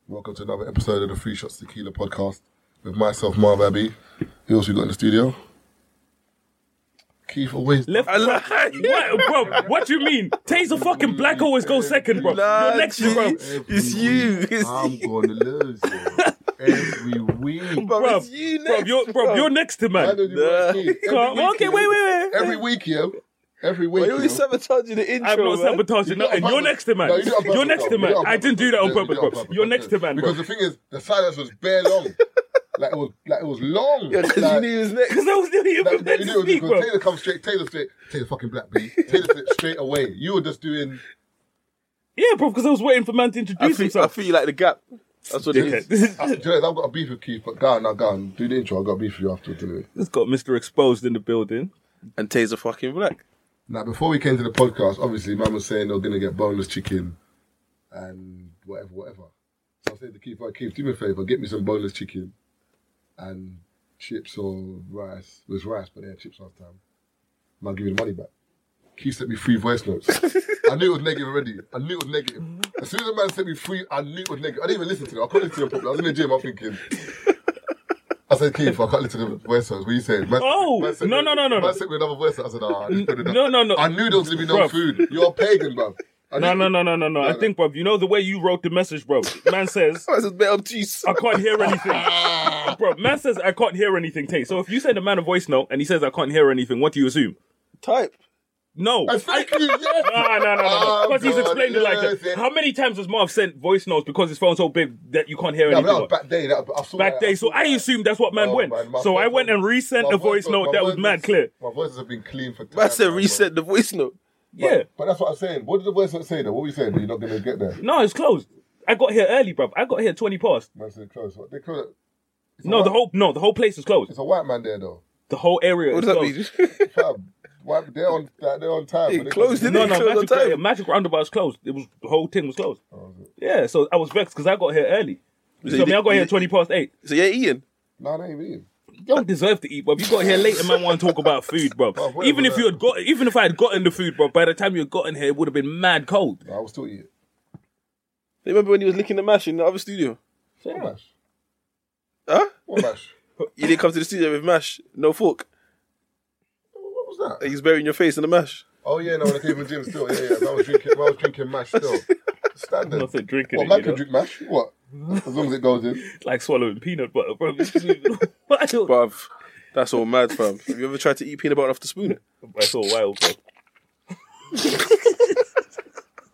[SPEAKER 1] Welcome to another episode of the Free Shots Tequila podcast with myself, Marv Abbey. Who else we got in the studio? Keith always
[SPEAKER 4] Left
[SPEAKER 5] I lied.
[SPEAKER 4] What, bro? What do you mean? Taser fucking black always goes second, bro.
[SPEAKER 5] Nah,
[SPEAKER 4] You're next, bro.
[SPEAKER 5] G. It's you. It's
[SPEAKER 1] I'm
[SPEAKER 5] you.
[SPEAKER 1] going to lose it every week.
[SPEAKER 5] Bro,
[SPEAKER 4] Bro,
[SPEAKER 5] Oh, it's you
[SPEAKER 4] bro,
[SPEAKER 5] next,
[SPEAKER 4] you're, bro, you're next to
[SPEAKER 1] I
[SPEAKER 4] man.
[SPEAKER 1] know you want me. Every
[SPEAKER 4] Come-
[SPEAKER 1] week,
[SPEAKER 4] okay,
[SPEAKER 1] yo.
[SPEAKER 4] wait, wait, wait.
[SPEAKER 1] Every week, yo. Every week.
[SPEAKER 5] Why you
[SPEAKER 1] yo.
[SPEAKER 5] always sabotaging the intro,
[SPEAKER 4] I'm not
[SPEAKER 5] man?
[SPEAKER 4] sabotaging
[SPEAKER 1] You did it
[SPEAKER 4] nothing.
[SPEAKER 1] on
[SPEAKER 4] You're
[SPEAKER 1] purpose.
[SPEAKER 4] next to man.
[SPEAKER 1] No, you did it on
[SPEAKER 4] You're
[SPEAKER 1] purpose,
[SPEAKER 4] next
[SPEAKER 1] though.
[SPEAKER 4] to
[SPEAKER 1] You
[SPEAKER 4] man.
[SPEAKER 1] did it on
[SPEAKER 4] I didn't do that on
[SPEAKER 1] Yeah, you did
[SPEAKER 4] purpose,
[SPEAKER 1] it on
[SPEAKER 4] bro.
[SPEAKER 1] purpose.
[SPEAKER 4] You're next to man, bro.
[SPEAKER 1] Because the thing is, the silence was bare long. like it was, like it was long.
[SPEAKER 5] Yeah, because you
[SPEAKER 1] Like,
[SPEAKER 5] knew he was next.
[SPEAKER 4] Because I was doing
[SPEAKER 1] like,
[SPEAKER 4] it
[SPEAKER 1] like,
[SPEAKER 4] meant
[SPEAKER 1] you knew
[SPEAKER 4] to
[SPEAKER 1] it was
[SPEAKER 4] speak, bro.
[SPEAKER 1] because Taylor comes straight, Taylor straight, Taylor fucking black B, Taylor straight, straight away. You were just doing.
[SPEAKER 4] Yeah, bro, because I was waiting for man to
[SPEAKER 5] I
[SPEAKER 4] introduce
[SPEAKER 5] feel, I
[SPEAKER 4] himself.
[SPEAKER 5] feel you like the gap. That's what it is.
[SPEAKER 4] Dickhead.
[SPEAKER 1] Uh, Jones, I've got a beef with Keith, but go on, now go on, do the intro. I've got a beef with you afterwards anyway.
[SPEAKER 4] It's got Mr. Exposed in the building.
[SPEAKER 5] And Taser fucking black.
[SPEAKER 1] Now, before we came to the podcast, obviously, man was saying they're going to get boneless chicken and whatever, whatever. So I said to Keith, right, Keith, do me a favor, get me some boneless chicken and chips or rice. It was rice, but they had chips last time. And I'll give you the money back. Keith sent me three voice notes. I knew it was negative already. I knew it was negative. As soon as the man sent me three, I knew it was negative. I didn't even listen to them. I couldn't listen to them properly. I was in the gym, I'm thinking. I said, Keith, I can't listen to the voice notes. What are you saying? Man-
[SPEAKER 4] Oh,
[SPEAKER 1] man sent
[SPEAKER 4] no,
[SPEAKER 1] me-
[SPEAKER 4] no, no, no,
[SPEAKER 1] man
[SPEAKER 4] no.
[SPEAKER 1] sent me another voice note. I said, oh, I just put it down.
[SPEAKER 4] No, no, no.
[SPEAKER 1] I knew there was gonna be no
[SPEAKER 4] Bruv.
[SPEAKER 1] food. You're a pagan, bruv. I
[SPEAKER 4] No,
[SPEAKER 1] knew-
[SPEAKER 4] no, no, no, no, no. I think, bro, you know the way you wrote the message, bro. Man says,
[SPEAKER 5] That's a bit obtuse.
[SPEAKER 4] I can't hear anything. bro, man says, I can't hear anything, Tay. So if you send a man a voice note and he says, I can't hear anything, what do you assume?
[SPEAKER 5] Type.
[SPEAKER 4] No.
[SPEAKER 1] I thank you. Yes.
[SPEAKER 4] Ah, no, no, no,
[SPEAKER 1] Oh,
[SPEAKER 4] no. Because he's
[SPEAKER 1] God,
[SPEAKER 4] explained it like
[SPEAKER 1] yes, yeah.
[SPEAKER 4] that. How many times has Marv sent voice notes because his phone's so big that you can't hear
[SPEAKER 1] No, but that was
[SPEAKER 4] anything? back,
[SPEAKER 1] back day. That was, I saw that-
[SPEAKER 4] day, so I assumed that's what man
[SPEAKER 1] Oh,
[SPEAKER 4] went.
[SPEAKER 1] man, my
[SPEAKER 4] so I
[SPEAKER 1] voice
[SPEAKER 4] went
[SPEAKER 1] note-
[SPEAKER 4] and
[SPEAKER 1] my
[SPEAKER 4] resent a voice note
[SPEAKER 1] my
[SPEAKER 4] that was
[SPEAKER 1] voice
[SPEAKER 4] mad
[SPEAKER 1] notes-
[SPEAKER 4] clear.
[SPEAKER 1] My voices have been clean for.
[SPEAKER 5] Man said
[SPEAKER 1] time, bruv.
[SPEAKER 5] reset the voice note.
[SPEAKER 1] But-
[SPEAKER 4] Yeah.
[SPEAKER 1] but that's what I'm saying. What did the voice note say? Though, what were you saying? You're not gonna get there.
[SPEAKER 4] No, it's closed. I got here early, bruv. I got here twenty past.
[SPEAKER 1] Man said close. What they call it?
[SPEAKER 4] No, the whole no, the whole place is closed.
[SPEAKER 1] It's a white man there though.
[SPEAKER 4] The whole area
[SPEAKER 5] What
[SPEAKER 4] is
[SPEAKER 5] does that
[SPEAKER 4] closed.
[SPEAKER 5] mean?
[SPEAKER 1] Fam, white, they're on. They're on time.
[SPEAKER 5] It
[SPEAKER 1] but they-
[SPEAKER 5] closed, didn't
[SPEAKER 4] No,
[SPEAKER 5] It's
[SPEAKER 4] no,
[SPEAKER 5] closed on
[SPEAKER 4] magic,
[SPEAKER 5] time.
[SPEAKER 4] magic roundabout is closed. It was the whole thing was closed.
[SPEAKER 1] Oh, is it?
[SPEAKER 4] Yeah, so I was vexed because I got here early.
[SPEAKER 5] So
[SPEAKER 4] So, I
[SPEAKER 5] you
[SPEAKER 4] mean, I
[SPEAKER 5] did-
[SPEAKER 4] got
[SPEAKER 5] you
[SPEAKER 4] here
[SPEAKER 5] did-
[SPEAKER 4] twenty past eight.
[SPEAKER 5] So yeah, Ian.
[SPEAKER 1] No, they ain't eating.
[SPEAKER 4] You don't deserve to eat, bro. You got here late and man want to talk about food, bro.
[SPEAKER 1] whatever,
[SPEAKER 4] Even if
[SPEAKER 1] man.
[SPEAKER 4] you had got, even if I had gotten the food, bro, by the time you had gotten here, it would have been mad cold.
[SPEAKER 1] No, I was still eating.
[SPEAKER 5] Remember when he was licking the mash in the other studio?
[SPEAKER 4] So,
[SPEAKER 1] What
[SPEAKER 4] yeah.
[SPEAKER 1] mash?
[SPEAKER 5] Huh?
[SPEAKER 1] What mash?
[SPEAKER 5] You didn't come to the studio with mash, no fork.
[SPEAKER 1] What was that?
[SPEAKER 5] He's burying your face in the mash.
[SPEAKER 1] Oh yeah, no, when I came from the gym still, yeah, yeah. I was drinking, I was drinking mash still. Standard.
[SPEAKER 4] Not a drinking
[SPEAKER 1] What
[SPEAKER 4] it,
[SPEAKER 1] man
[SPEAKER 4] you
[SPEAKER 1] can
[SPEAKER 4] know?
[SPEAKER 1] drink mash? What? As long as it goes in.
[SPEAKER 4] It's like swallowing peanut butter, bro. It's even wild.
[SPEAKER 5] Bruv, that's all mad, fam. Have you ever tried to eat peanut butter off the spoon?
[SPEAKER 4] That's all wild, bro.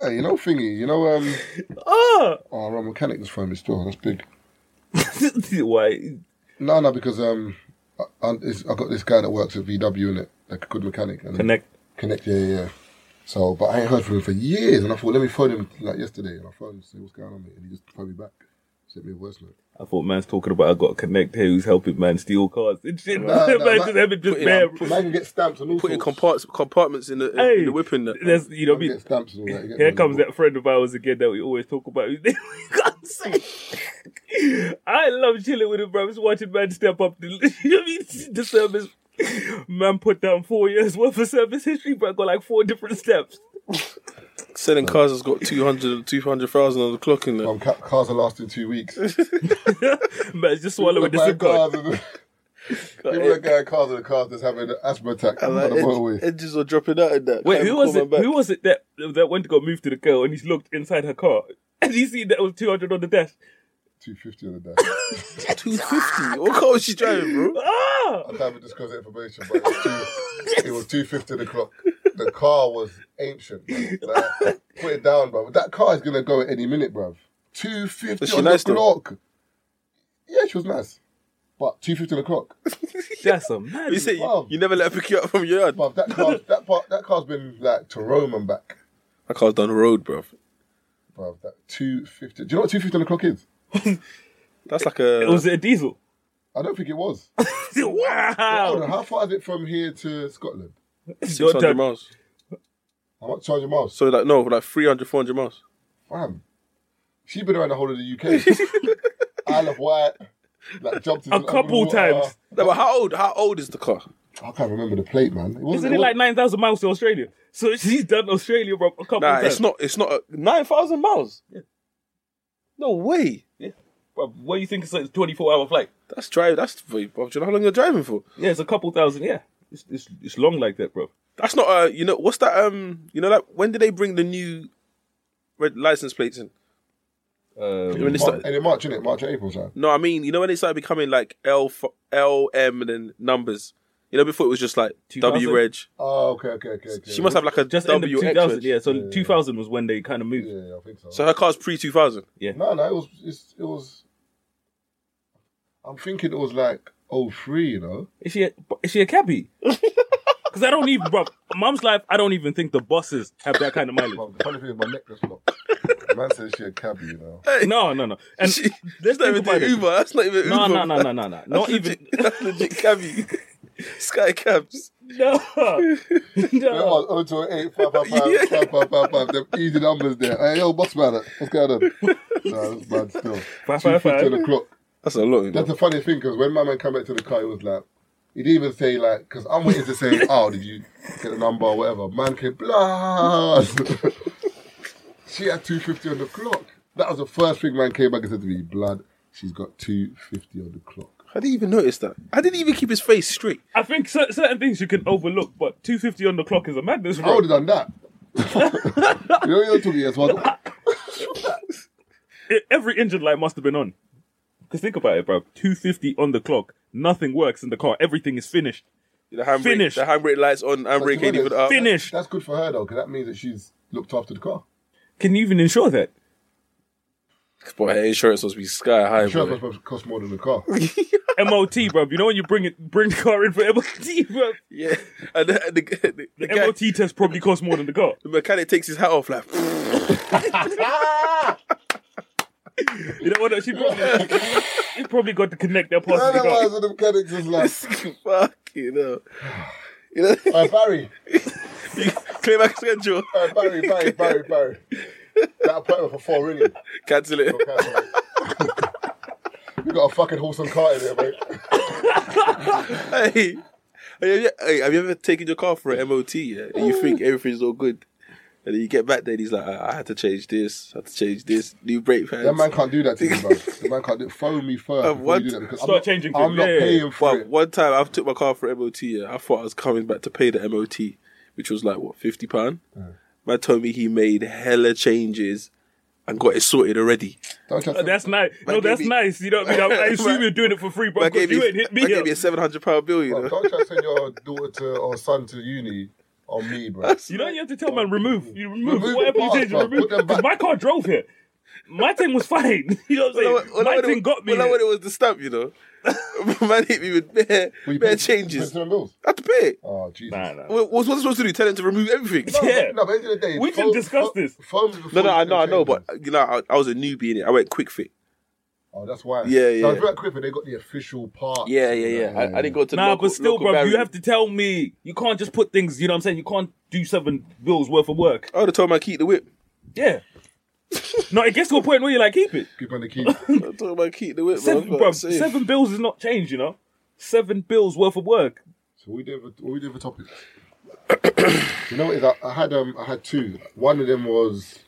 [SPEAKER 1] Hey, you know thingy, you know um.
[SPEAKER 4] Ah,
[SPEAKER 1] Oh, our mechanic just phoned me still. That's big.
[SPEAKER 4] why?
[SPEAKER 1] No, no, because um, I, I, it's- I got this guy that works at VW in it, like a good mechanic. And
[SPEAKER 4] Connect.
[SPEAKER 1] Connect, yeah, yeah. yeah. So, but I ain't heard from him for years, and I thought, let me phone him like yesterday, and I phoned him, say what's going on, mate, and he just phoned me back, sent me a voice note.
[SPEAKER 4] I thought man's talking about I got to connect here who's helping man steal cars and shit.
[SPEAKER 1] Nah,
[SPEAKER 4] man
[SPEAKER 1] nah,
[SPEAKER 4] just
[SPEAKER 1] that-
[SPEAKER 4] having just
[SPEAKER 5] put it
[SPEAKER 4] bare.
[SPEAKER 5] on-
[SPEAKER 1] Man can get stamps and all
[SPEAKER 5] Putting
[SPEAKER 1] sorts.
[SPEAKER 5] compart- compartments in the, in
[SPEAKER 4] Hey,
[SPEAKER 5] the whip in the.
[SPEAKER 4] there's you know what I
[SPEAKER 1] Man
[SPEAKER 4] mean?
[SPEAKER 1] get stamps and all that. you get
[SPEAKER 4] Here
[SPEAKER 1] me?
[SPEAKER 4] comes that friend of ours again that we always talk about. whose name we can't say. I love chilling with him, bro. Just watching man step up the, you know what I mean? the service. Man put down four years worth of service history, bro. Got like four different steps.
[SPEAKER 5] Selling cars has got 200 200,000 on the clock in there.
[SPEAKER 1] Um, ca- cars are lasting two weeks.
[SPEAKER 4] Man, just swallowing the
[SPEAKER 1] Buying
[SPEAKER 4] SIM card.
[SPEAKER 1] cars and- Even that guy in cars in the car that's having an asthma attack on the motorway.
[SPEAKER 5] edge, edges are dropping out of that.
[SPEAKER 4] Wait,
[SPEAKER 5] Can't
[SPEAKER 4] who was
[SPEAKER 5] call
[SPEAKER 4] it?
[SPEAKER 5] my back.
[SPEAKER 4] Who was it that that went to go move to the girl and he's looked inside her car and he seen that it was two hundred on the dash?
[SPEAKER 1] 250 on the dash.
[SPEAKER 5] 250? What car was she driving, bro?
[SPEAKER 4] Ah,
[SPEAKER 1] I can't even disclose that information, but it was, two, it was 250 on the clock. The car was ancient. bruv. Like, put it down, bro. That car is going to go at any minute, bro. 250
[SPEAKER 5] Was she
[SPEAKER 1] on
[SPEAKER 5] nice
[SPEAKER 1] the
[SPEAKER 5] though?
[SPEAKER 1] clock. Yeah, she was nice. But 250 on the clock.
[SPEAKER 4] that's a mad.
[SPEAKER 5] You say you,
[SPEAKER 1] Wow.
[SPEAKER 5] you never let her pick you up from your yard.
[SPEAKER 1] Bruv, that, car, that, part, that car's been like to Rome and back.
[SPEAKER 5] My car's down the road, bro.
[SPEAKER 1] Bro, that 250. Do you know what 250 on the clock is?
[SPEAKER 5] That's like a.
[SPEAKER 4] was it a diesel?
[SPEAKER 1] I don't think it was. Hold
[SPEAKER 4] wow,
[SPEAKER 1] on, how far is it from here to Scotland?
[SPEAKER 5] 600
[SPEAKER 4] Don't-
[SPEAKER 5] miles.
[SPEAKER 1] How much charging miles?
[SPEAKER 5] So, like, no, like 300, 400 miles.
[SPEAKER 1] Fam, she been around the whole of the UK. Isle of Wight, like jumped in
[SPEAKER 4] A couple times.
[SPEAKER 5] No, but how old? How old is the car?
[SPEAKER 1] I can't remember the plate, man. It wasn't,
[SPEAKER 4] isn't it like nine thousand miles to Australia? So she's done Australia bro, a couple
[SPEAKER 5] Nah,
[SPEAKER 4] times.
[SPEAKER 5] it's not. It's not a, nine thousand miles. No way.
[SPEAKER 4] Bro, what do you think it's like? Twenty four hour flight.
[SPEAKER 5] That's drive. That's wait, bro. Do you know how long you're driving for?
[SPEAKER 4] Yeah, it's a couple thousand. Yeah, it's it's, it's long like that, bro.
[SPEAKER 5] That's not. Uh, you know what's that? Um, you know, like when did they bring the new red license plates in?
[SPEAKER 4] Um,
[SPEAKER 5] When they
[SPEAKER 1] Mar-
[SPEAKER 5] started,
[SPEAKER 1] and in March, innit? March, April time.
[SPEAKER 5] no, I mean, you know when they started becoming like L, f- L, M, and then numbers. You know, before it was just like
[SPEAKER 4] 2000?
[SPEAKER 5] W Reg.
[SPEAKER 1] Oh, okay, okay, okay. okay.
[SPEAKER 5] She must have like a
[SPEAKER 4] just end of
[SPEAKER 5] W
[SPEAKER 4] two
[SPEAKER 5] X
[SPEAKER 4] thousand.
[SPEAKER 5] Reg.
[SPEAKER 4] Yeah, so two thousand was when they kind of moved.
[SPEAKER 1] Yeah, I think so.
[SPEAKER 5] So her car's pre two thousand.
[SPEAKER 1] no, no, it was. It's, it was. I'm thinking it was like 03, you know?
[SPEAKER 4] Is she a, is she a cabbie? Because I don't even, bro. Mom's life. I don't even think the buses have that kind of mileage.
[SPEAKER 1] Well, the funny thing is, my neck was locked. man says she a cabbie, you know?
[SPEAKER 4] No, no, no. And
[SPEAKER 5] She,
[SPEAKER 4] let's
[SPEAKER 5] that's not even
[SPEAKER 4] think about
[SPEAKER 5] the
[SPEAKER 4] it.
[SPEAKER 5] Uber. That's not even
[SPEAKER 4] No,
[SPEAKER 5] Uber.
[SPEAKER 4] no, no, no, no, no. Not
[SPEAKER 5] That's
[SPEAKER 4] even.
[SPEAKER 5] legit, that's legit cabby. Sky cabs.
[SPEAKER 4] No.
[SPEAKER 1] That
[SPEAKER 4] no.
[SPEAKER 1] was 028, 555, 5555, them easy numbers there. Hey, yo, box man, what's going on? no, that's bad still.
[SPEAKER 4] Five, five,
[SPEAKER 1] 250 on
[SPEAKER 4] five.
[SPEAKER 1] the clock.
[SPEAKER 5] That's a lot. You know?
[SPEAKER 1] That's the funny thing because when my man came back to the car, he was like, he didn't even say like, because I'm waiting to say, oh, did you get the number or whatever? Man came, blah. she had 250 on the clock. That was the first thing man came back and said to me, blood, she's got 250 on the clock.
[SPEAKER 5] I didn't even notice that. I didn't even keep his face straight.
[SPEAKER 4] I think cer- certain things you can overlook, but 250 on the clock is a madness,
[SPEAKER 1] I
[SPEAKER 4] bro.
[SPEAKER 1] would have done that. you know, you took it as well.
[SPEAKER 4] E- Every engine light must have been on. Because think about it, bro. 250 on the clock. Nothing works in the car. Everything is finished.
[SPEAKER 5] The handbrake,
[SPEAKER 4] Finished.
[SPEAKER 5] the handbrake lights on. Handbrake ain't even up.
[SPEAKER 4] Finished.
[SPEAKER 1] That's good for her though, because that means that she's looked after the car.
[SPEAKER 4] Can you even ensure that?
[SPEAKER 5] Boy, her insurance must be sky high.
[SPEAKER 1] Sure,
[SPEAKER 5] boy.
[SPEAKER 1] it must cost more than the car.
[SPEAKER 4] MOT, bro. You know when you bring it, bring the car in for MOT, bro.
[SPEAKER 5] Yeah, and the, and the, the, the,
[SPEAKER 4] The
[SPEAKER 5] guy,
[SPEAKER 4] MOT test probably costs more than the car.
[SPEAKER 5] the mechanic takes his hat off like.
[SPEAKER 4] You know what? She probably, she probably got to connect their parts to the car.
[SPEAKER 1] Otherwise, the mechanics is like,
[SPEAKER 5] Fuck you know. You know,
[SPEAKER 1] "Alright, Barry,
[SPEAKER 5] you clear back schedule,
[SPEAKER 1] Hey, Barry, Barry, Barry, Barry. That appointment for four really.
[SPEAKER 5] cancel it.
[SPEAKER 1] You got a fucking horse and cart in there, mate.
[SPEAKER 5] Hey, have you, hey, have you ever taken your car for an MOT? Yeah, and you think everything's all good, and then you get back there, and he's like, "Ah, I, I had to change this, I had to change this, new brake pads.
[SPEAKER 1] That man can't do that to me, bro. The man can't do it. Phone me first.
[SPEAKER 5] Uh,
[SPEAKER 1] before
[SPEAKER 5] what?
[SPEAKER 1] you do that, because I'm
[SPEAKER 4] Start
[SPEAKER 1] not-
[SPEAKER 4] changing
[SPEAKER 1] I'm
[SPEAKER 4] things,
[SPEAKER 1] not
[SPEAKER 4] yeah, yeah,
[SPEAKER 1] paying for
[SPEAKER 5] Well,
[SPEAKER 1] it.
[SPEAKER 5] one time I took my car for MOT. Yeah, I thought I was coming back to pay the MOT, which was like what fifty pound. Man told me he made hella changes and got it sorted already.
[SPEAKER 1] Don't try to-
[SPEAKER 4] That's nice. No,
[SPEAKER 5] Man
[SPEAKER 4] that's
[SPEAKER 5] gave me-
[SPEAKER 4] nice. You know what I mean? I, I assume
[SPEAKER 5] Man-
[SPEAKER 4] you're doing it for free, bro.
[SPEAKER 5] Man
[SPEAKER 4] Because Oh, you
[SPEAKER 5] gave me,
[SPEAKER 4] ain't hit
[SPEAKER 5] man
[SPEAKER 4] me
[SPEAKER 5] gave
[SPEAKER 4] up.
[SPEAKER 5] me a seven hundred pound bill. You
[SPEAKER 1] bro,
[SPEAKER 5] know,
[SPEAKER 1] don't try to send your daughter to or son to uni on me, bro.
[SPEAKER 4] You know you have to tell man remove. You remove,
[SPEAKER 1] Remove
[SPEAKER 4] whatever
[SPEAKER 1] the
[SPEAKER 4] you
[SPEAKER 1] parts,
[SPEAKER 4] change. you
[SPEAKER 1] bro.
[SPEAKER 4] Remove.
[SPEAKER 1] Put them
[SPEAKER 4] Because
[SPEAKER 1] back.
[SPEAKER 4] my car drove here. My thing was fine. You know what I'm saying? my
[SPEAKER 5] when
[SPEAKER 4] thing
[SPEAKER 5] it,
[SPEAKER 4] got me.
[SPEAKER 5] Well, I
[SPEAKER 4] here.
[SPEAKER 5] when it was the stamp, you know, man hit me with bare,
[SPEAKER 1] We
[SPEAKER 5] bare
[SPEAKER 1] pay-
[SPEAKER 5] changes.
[SPEAKER 1] pay some bills.
[SPEAKER 5] I had to pay it.
[SPEAKER 1] Oh, Jesus.
[SPEAKER 4] Nah, nah.
[SPEAKER 5] What was I supposed to do? Tell him to remove everything?
[SPEAKER 1] No,
[SPEAKER 4] Yeah.
[SPEAKER 1] No, but at the end of the day,
[SPEAKER 4] We can
[SPEAKER 1] phone-
[SPEAKER 4] discuss
[SPEAKER 1] pho-
[SPEAKER 4] this.
[SPEAKER 1] phones
[SPEAKER 5] No,
[SPEAKER 1] before
[SPEAKER 5] no,
[SPEAKER 1] you
[SPEAKER 5] I
[SPEAKER 1] can
[SPEAKER 5] know, I
[SPEAKER 1] change
[SPEAKER 5] know,
[SPEAKER 1] them.
[SPEAKER 5] but you know, I, I was a newbie in it. I went quick fit.
[SPEAKER 1] Oh, that's why.
[SPEAKER 5] Yeah, yeah.
[SPEAKER 1] No, if you're at Quippen, they got the official part.
[SPEAKER 5] Yeah, yeah, yeah. I, I didn't go to the
[SPEAKER 4] Nah,
[SPEAKER 5] local,
[SPEAKER 4] but still,
[SPEAKER 5] local
[SPEAKER 4] bro, you
[SPEAKER 5] barrier.
[SPEAKER 4] have to tell me. You can't just put things, you know what I'm saying? You can't do seven bills worth of work.
[SPEAKER 5] I would have told him I keep the whip.
[SPEAKER 4] Yeah. no, it gets to a point where you're like, keep it.
[SPEAKER 1] Keep on the key.
[SPEAKER 5] I'm talking about keep the whip,
[SPEAKER 4] Seven,
[SPEAKER 5] bro.
[SPEAKER 4] bro,
[SPEAKER 5] That's safe.
[SPEAKER 4] seven bills is not change, you know? Seven bills worth of work.
[SPEAKER 1] So we did. What we did for topics. you know, what it is I, I had um, I had two. One of them was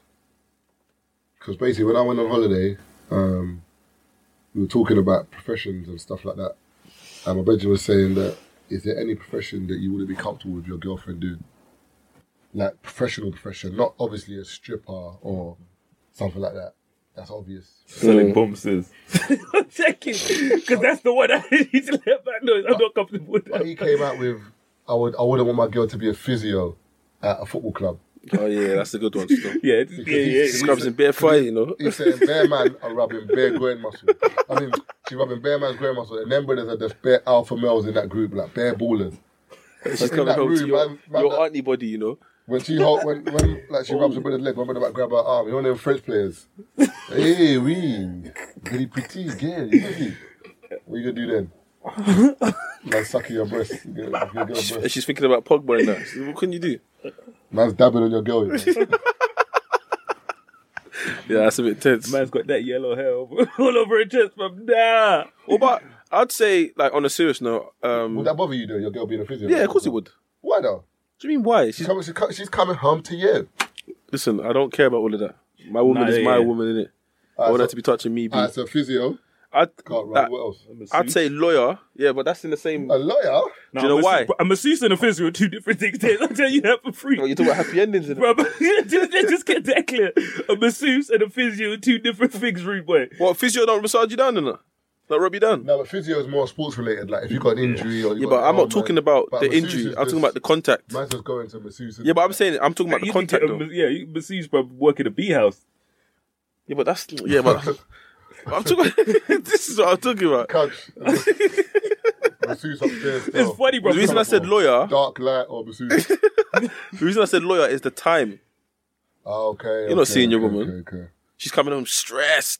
[SPEAKER 1] because basically when I went on holiday, um, we were talking about professions and stuff like that, Um, Benji was saying that is there any profession that you wouldn't be comfortable with your girlfriend doing? Like professional profession, not obviously a stripper or something like that. That's obvious.
[SPEAKER 5] Mm.
[SPEAKER 4] Selling bombs.
[SPEAKER 2] Checking. Because that's the one I need to let back know. I'm not comfortable with
[SPEAKER 1] But
[SPEAKER 2] that.
[SPEAKER 1] he came out with, I would, I wouldn't want my girl to be a physio at a football club.
[SPEAKER 5] Oh yeah, that's a good one. Still.
[SPEAKER 4] Yeah, yeah, yeah. yeah.
[SPEAKER 5] Scrubs in bare fire, you know.
[SPEAKER 1] He's saying bare man are rubbing bare groin muscle. I mean, she's rubbing bare man's groin muscle, and then brothers are just bare alpha males in that group, like bare ballers.
[SPEAKER 5] She's
[SPEAKER 1] in
[SPEAKER 5] coming
[SPEAKER 1] that
[SPEAKER 5] home to
[SPEAKER 1] room,
[SPEAKER 5] your,
[SPEAKER 1] man- man,
[SPEAKER 5] your
[SPEAKER 1] that-
[SPEAKER 5] auntie body, you know.
[SPEAKER 1] When she hold, when, when like she rubs her brother's leg, my brother might grab her arm. You know them French players. hey, we very pretty girl. really. What you gonna do then? Man, sucking your breast. Your, your girl
[SPEAKER 5] And
[SPEAKER 1] breast.
[SPEAKER 5] she's thinking about Pogba and that. She's like, What can you do?
[SPEAKER 1] Man's dabbing on your girl. You know?
[SPEAKER 5] Yeah, that's a bit tense.
[SPEAKER 4] Man's got that yellow hair over- all over her chest, from Nah.
[SPEAKER 5] Well, but I'd say, like, on a serious note, um,
[SPEAKER 1] Would that bother you though? Your girl being a physio?
[SPEAKER 5] yeah, of course it would.
[SPEAKER 1] Why
[SPEAKER 5] What
[SPEAKER 1] though?
[SPEAKER 5] do you mean why?
[SPEAKER 1] She's
[SPEAKER 5] She's,
[SPEAKER 1] coming. She's co- she's coming home to you.
[SPEAKER 5] listen, I don't care about all of that. My woman
[SPEAKER 4] Nah,
[SPEAKER 5] is
[SPEAKER 4] yeah,
[SPEAKER 5] my
[SPEAKER 4] yeah.
[SPEAKER 5] woman, innit? I
[SPEAKER 1] Alright,
[SPEAKER 5] want her
[SPEAKER 1] so-
[SPEAKER 5] to be touching me. B.
[SPEAKER 1] Alright, so physio.
[SPEAKER 5] I'd,
[SPEAKER 1] Can't run.
[SPEAKER 5] that-
[SPEAKER 1] what else?
[SPEAKER 5] I'd say lawyer, yeah, but that's in the same.
[SPEAKER 1] A lawyer.
[SPEAKER 4] Nah,
[SPEAKER 5] Do you know
[SPEAKER 4] a masseuse-
[SPEAKER 5] why?
[SPEAKER 4] bro, A masseuse and a physio are two different things. I'll tell you that for free.
[SPEAKER 5] Oh, you talk about happy endings, innit?
[SPEAKER 4] Bro, just, just get that clear. A masseuse and a physio, are two different things, rude boy.
[SPEAKER 5] What physio don't massage you down, innit? Like rub you down.
[SPEAKER 1] No, but physio is more sports related. Like if you got an injury or you
[SPEAKER 5] yeah,
[SPEAKER 1] got
[SPEAKER 5] but I'm
[SPEAKER 1] an
[SPEAKER 5] not talking
[SPEAKER 1] ailment.
[SPEAKER 5] about
[SPEAKER 1] But
[SPEAKER 5] the
[SPEAKER 1] masseuse
[SPEAKER 5] injury.
[SPEAKER 1] is
[SPEAKER 5] I'm talking
[SPEAKER 1] just-
[SPEAKER 5] about the contact.
[SPEAKER 1] Man's just going to masseuse.
[SPEAKER 5] Yeah, but I'm saying I'm talking about the
[SPEAKER 4] You could
[SPEAKER 5] contact
[SPEAKER 4] get a
[SPEAKER 5] though.
[SPEAKER 4] mas- yeah, you masseuse, bro, work at a bee house.
[SPEAKER 5] Yeah, but that's yeah, but I'm talking. this is what I'm talking about.
[SPEAKER 1] couch. masseuse upstairs.
[SPEAKER 4] It's funny, bro.
[SPEAKER 5] The reason I said lawyer,
[SPEAKER 1] Dark light or masseuse.
[SPEAKER 5] the reason I said lawyer is the time.
[SPEAKER 1] Oh, okay. You're
[SPEAKER 5] not seeing your woman.
[SPEAKER 1] Okay, okay.
[SPEAKER 5] She's coming home stressed.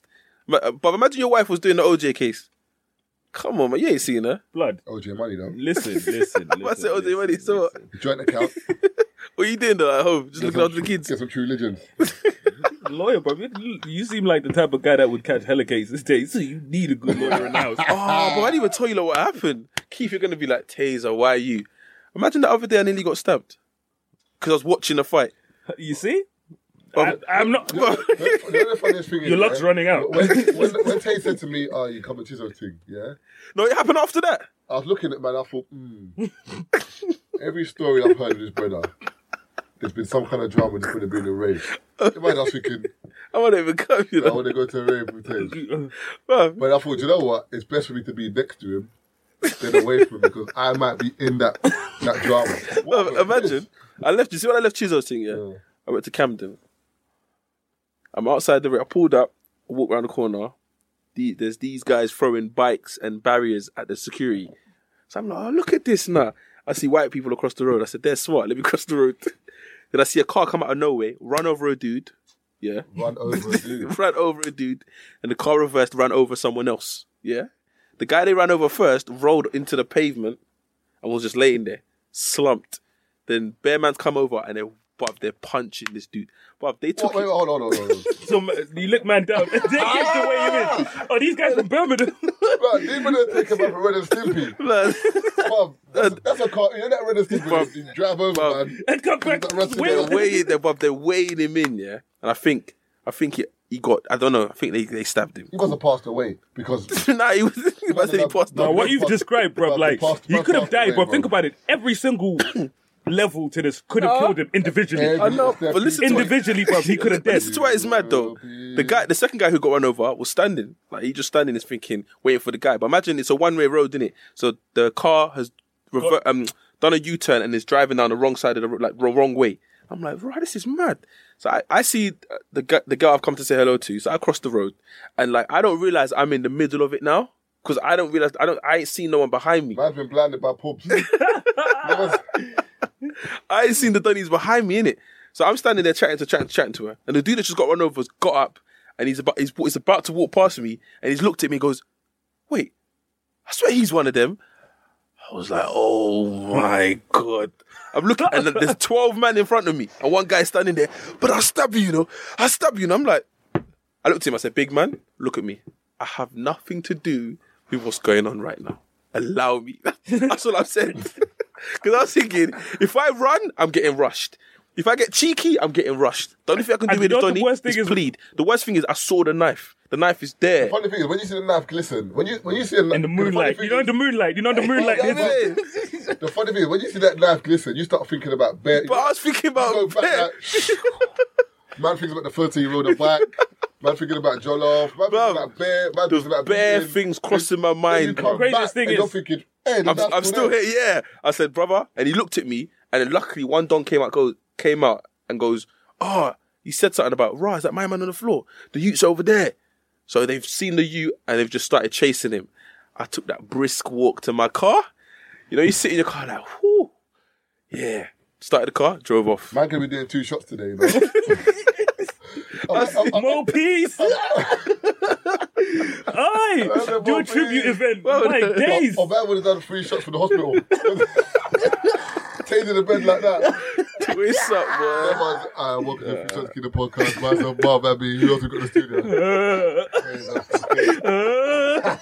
[SPEAKER 5] Ma- uh, But imagine your wife was doing the OJ case. Come on, man, you ain't seen her.
[SPEAKER 4] blood.
[SPEAKER 1] OJ Oh, money though.
[SPEAKER 4] Listen, listen.
[SPEAKER 5] I
[SPEAKER 4] listen,
[SPEAKER 5] said OJ,
[SPEAKER 4] listen,
[SPEAKER 5] money. So what?
[SPEAKER 4] listen.
[SPEAKER 1] Joint account.
[SPEAKER 5] what are you doing though at home? Just looking after the kids.
[SPEAKER 1] Get some true religion.
[SPEAKER 4] Lawyer, bro. You, you seem like the type of guy that would catch hella cases, Tay. So you need a good lawyer in the house.
[SPEAKER 5] Oh, but I didn't even tell you like, what happened. Keith, you're gonna be like, Taser, why are you? Imagine the other day I nearly got stabbed because I was watching a fight.
[SPEAKER 4] You see? I,
[SPEAKER 5] But-
[SPEAKER 4] I'm not.
[SPEAKER 1] The- the other funniest thing is,
[SPEAKER 4] Your luck's
[SPEAKER 1] yeah,
[SPEAKER 4] running out.
[SPEAKER 1] When, when, when Tay said to me, "Oh, you come and Chizo's thing," yeah,
[SPEAKER 5] no, it happened after that.
[SPEAKER 1] I was looking at man. I thought, mm. every story I've heard of this brother, there's been some kind of drama. There's been a rave. Imagine I was thinking,
[SPEAKER 5] I won't even come, you
[SPEAKER 1] I
[SPEAKER 5] know.
[SPEAKER 1] want to go to a rave with Tay.
[SPEAKER 4] Uh,
[SPEAKER 5] Bruv.
[SPEAKER 1] But I thought, you know what? It's best for me to be next to him than away from him because I might be in that that drama. What
[SPEAKER 5] Bruv,
[SPEAKER 1] the-
[SPEAKER 5] imagine. I left you see when I left Chizo's thing, yeah?
[SPEAKER 1] Yeah.
[SPEAKER 5] I went to Camden. I'm outside the ra- I pulled up, I walked around the corner. The, there's these guys throwing bikes and barriers at the security. So I'm like, oh, look at this now. I see white people across the road. I said, they're smart. Let me cross the road. then I see a car come out of nowhere, run over a dude. Yeah.
[SPEAKER 1] Run over a dude.
[SPEAKER 5] ran over a dude, and the car reversed, ran over someone else. Yeah, the guy they ran over first rolled into the pavement and was just laying there, slumped. Then bear man's come over and they, but they're punching this dude. But they
[SPEAKER 1] What,
[SPEAKER 5] took
[SPEAKER 1] wait,
[SPEAKER 5] it-
[SPEAKER 1] hold on, hold on, hold on.
[SPEAKER 4] So you look man down. They give the way
[SPEAKER 5] Ah!
[SPEAKER 4] you in. Oh, these guys from Birmingham.
[SPEAKER 1] Bruh, these brothers take him up for Red and Stimpy.
[SPEAKER 5] Man,
[SPEAKER 1] Bruh, that's, that's a car. You know that Red and Stimpy
[SPEAKER 5] Bruh.
[SPEAKER 1] you drive over,
[SPEAKER 5] Bruh.
[SPEAKER 1] man.
[SPEAKER 4] and come back.
[SPEAKER 1] Got rusted
[SPEAKER 4] Wait,
[SPEAKER 1] out.
[SPEAKER 5] they're weighing, they're, but they're weighing him in, yeah. And I think, I think he, he got, I don't know, I think they, they stabbed him.
[SPEAKER 1] You guys have passed away because
[SPEAKER 5] nah, he was, he must have passed
[SPEAKER 1] No,
[SPEAKER 5] on.
[SPEAKER 4] Now, what you've
[SPEAKER 1] Past-
[SPEAKER 4] described, bro,
[SPEAKER 1] past-
[SPEAKER 4] like
[SPEAKER 1] past-
[SPEAKER 4] he
[SPEAKER 1] past-
[SPEAKER 4] could have
[SPEAKER 1] past
[SPEAKER 4] died,
[SPEAKER 1] away,
[SPEAKER 4] bro.
[SPEAKER 1] bro.
[SPEAKER 4] Think about it. Every single level to this could have killed him individually.
[SPEAKER 1] every
[SPEAKER 5] know,
[SPEAKER 1] step
[SPEAKER 5] but listen
[SPEAKER 1] you
[SPEAKER 5] to it.
[SPEAKER 1] take-
[SPEAKER 4] Individually, bro, he could have
[SPEAKER 5] But
[SPEAKER 4] dead.
[SPEAKER 5] This is why it's mad though. The guy, the second guy who got run over was standing. Like he just standing, is thinking, waiting for the guy. But imagine it's a one way road, isn't it? So the car has rever- um, done a U turn and is driving down the wrong side of the road, like the wrong way. I'm like, right, this is mad. So I, I see uh, the guy, the girl I've come to say hello to. So I cross the road, and like I don't realize I'm in the middle of it now because I don't realize I don't I ain't seen no one behind me.
[SPEAKER 1] Man's been blinded by pubs.
[SPEAKER 5] I ain't seen the dunnies behind me in it. So I'm standing there chatting to chatting, chatting to her, and the dude that just got run over has got up and he's about he's, he's about to walk past me, and he's looked at me and goes, "Wait, I swear he's one of them." I was like, "Oh my god!" I'm looking, and there's 12 men in front of me, and one guy standing there. But I stab you, you know. I stab you, and I'm like, I looked at him. I said, "Big man, look at me. I have nothing to do with what's going on right now. Allow me." That's all I'm saying. Because I was thinking, if I run, I'm getting rushed. If I get cheeky, I'm getting rushed. The only thing I can do
[SPEAKER 4] And
[SPEAKER 5] with
[SPEAKER 4] you
[SPEAKER 5] this
[SPEAKER 4] know what the
[SPEAKER 5] Donny
[SPEAKER 4] worst thing
[SPEAKER 5] is,
[SPEAKER 4] is-
[SPEAKER 5] plead. The worst thing is I saw the knife. The knife is there.
[SPEAKER 1] Funny thing is, when you see the knife glisten, when you when you see a knife
[SPEAKER 4] In the moonlight, you know the moonlight, you know the moonlight.
[SPEAKER 5] You know what I
[SPEAKER 4] hits-
[SPEAKER 5] mean?
[SPEAKER 1] The funny thing is, when you see that knife glisten, you start thinking about bear.
[SPEAKER 5] But I was thinking
[SPEAKER 1] go
[SPEAKER 5] about
[SPEAKER 1] back,
[SPEAKER 5] bear.
[SPEAKER 1] like, man thinks about the thirteen year old back. Man thinking about Jollof. Man
[SPEAKER 5] Bruv,
[SPEAKER 1] thinking about bear. Man
[SPEAKER 5] There's
[SPEAKER 1] thinking about
[SPEAKER 5] bare
[SPEAKER 1] Brooklyn.
[SPEAKER 5] things crossing my
[SPEAKER 1] Then you
[SPEAKER 5] mind.
[SPEAKER 1] come
[SPEAKER 5] bro.
[SPEAKER 4] The craziest
[SPEAKER 1] back
[SPEAKER 4] thing
[SPEAKER 1] and you're
[SPEAKER 4] is-
[SPEAKER 1] thinking, hey, eh?" the
[SPEAKER 5] I'm,
[SPEAKER 1] knife
[SPEAKER 5] I'm
[SPEAKER 1] still
[SPEAKER 5] still
[SPEAKER 1] there.
[SPEAKER 5] here, yeah. I said, brother, and he looked at me, and then luckily one don came out, goes, came out and goes, oh, he said something about, rah, is that my man on the floor? The youth's over there. So they've seen the youth and they've just started chasing him. I took that brisk walk to my car. You know, you sit in your car like, whoo, yeah. Started the car, drove off.
[SPEAKER 1] Man could be doing two shots today, man. I'm- I'm- I'm-
[SPEAKER 4] Mo Peace! Aye!
[SPEAKER 1] Mo
[SPEAKER 4] Do a
[SPEAKER 1] Peace.
[SPEAKER 4] tribute event.
[SPEAKER 5] Well,
[SPEAKER 4] My
[SPEAKER 5] no.
[SPEAKER 4] days!
[SPEAKER 1] Oh, man would have done three shots for the hospital. Taking the bed like that.
[SPEAKER 5] What's up, boy?
[SPEAKER 1] That man's, uh, welcome to the Future Kid podcast. Myself, Bob Abbey. Who else we got in the studio?
[SPEAKER 4] Uh,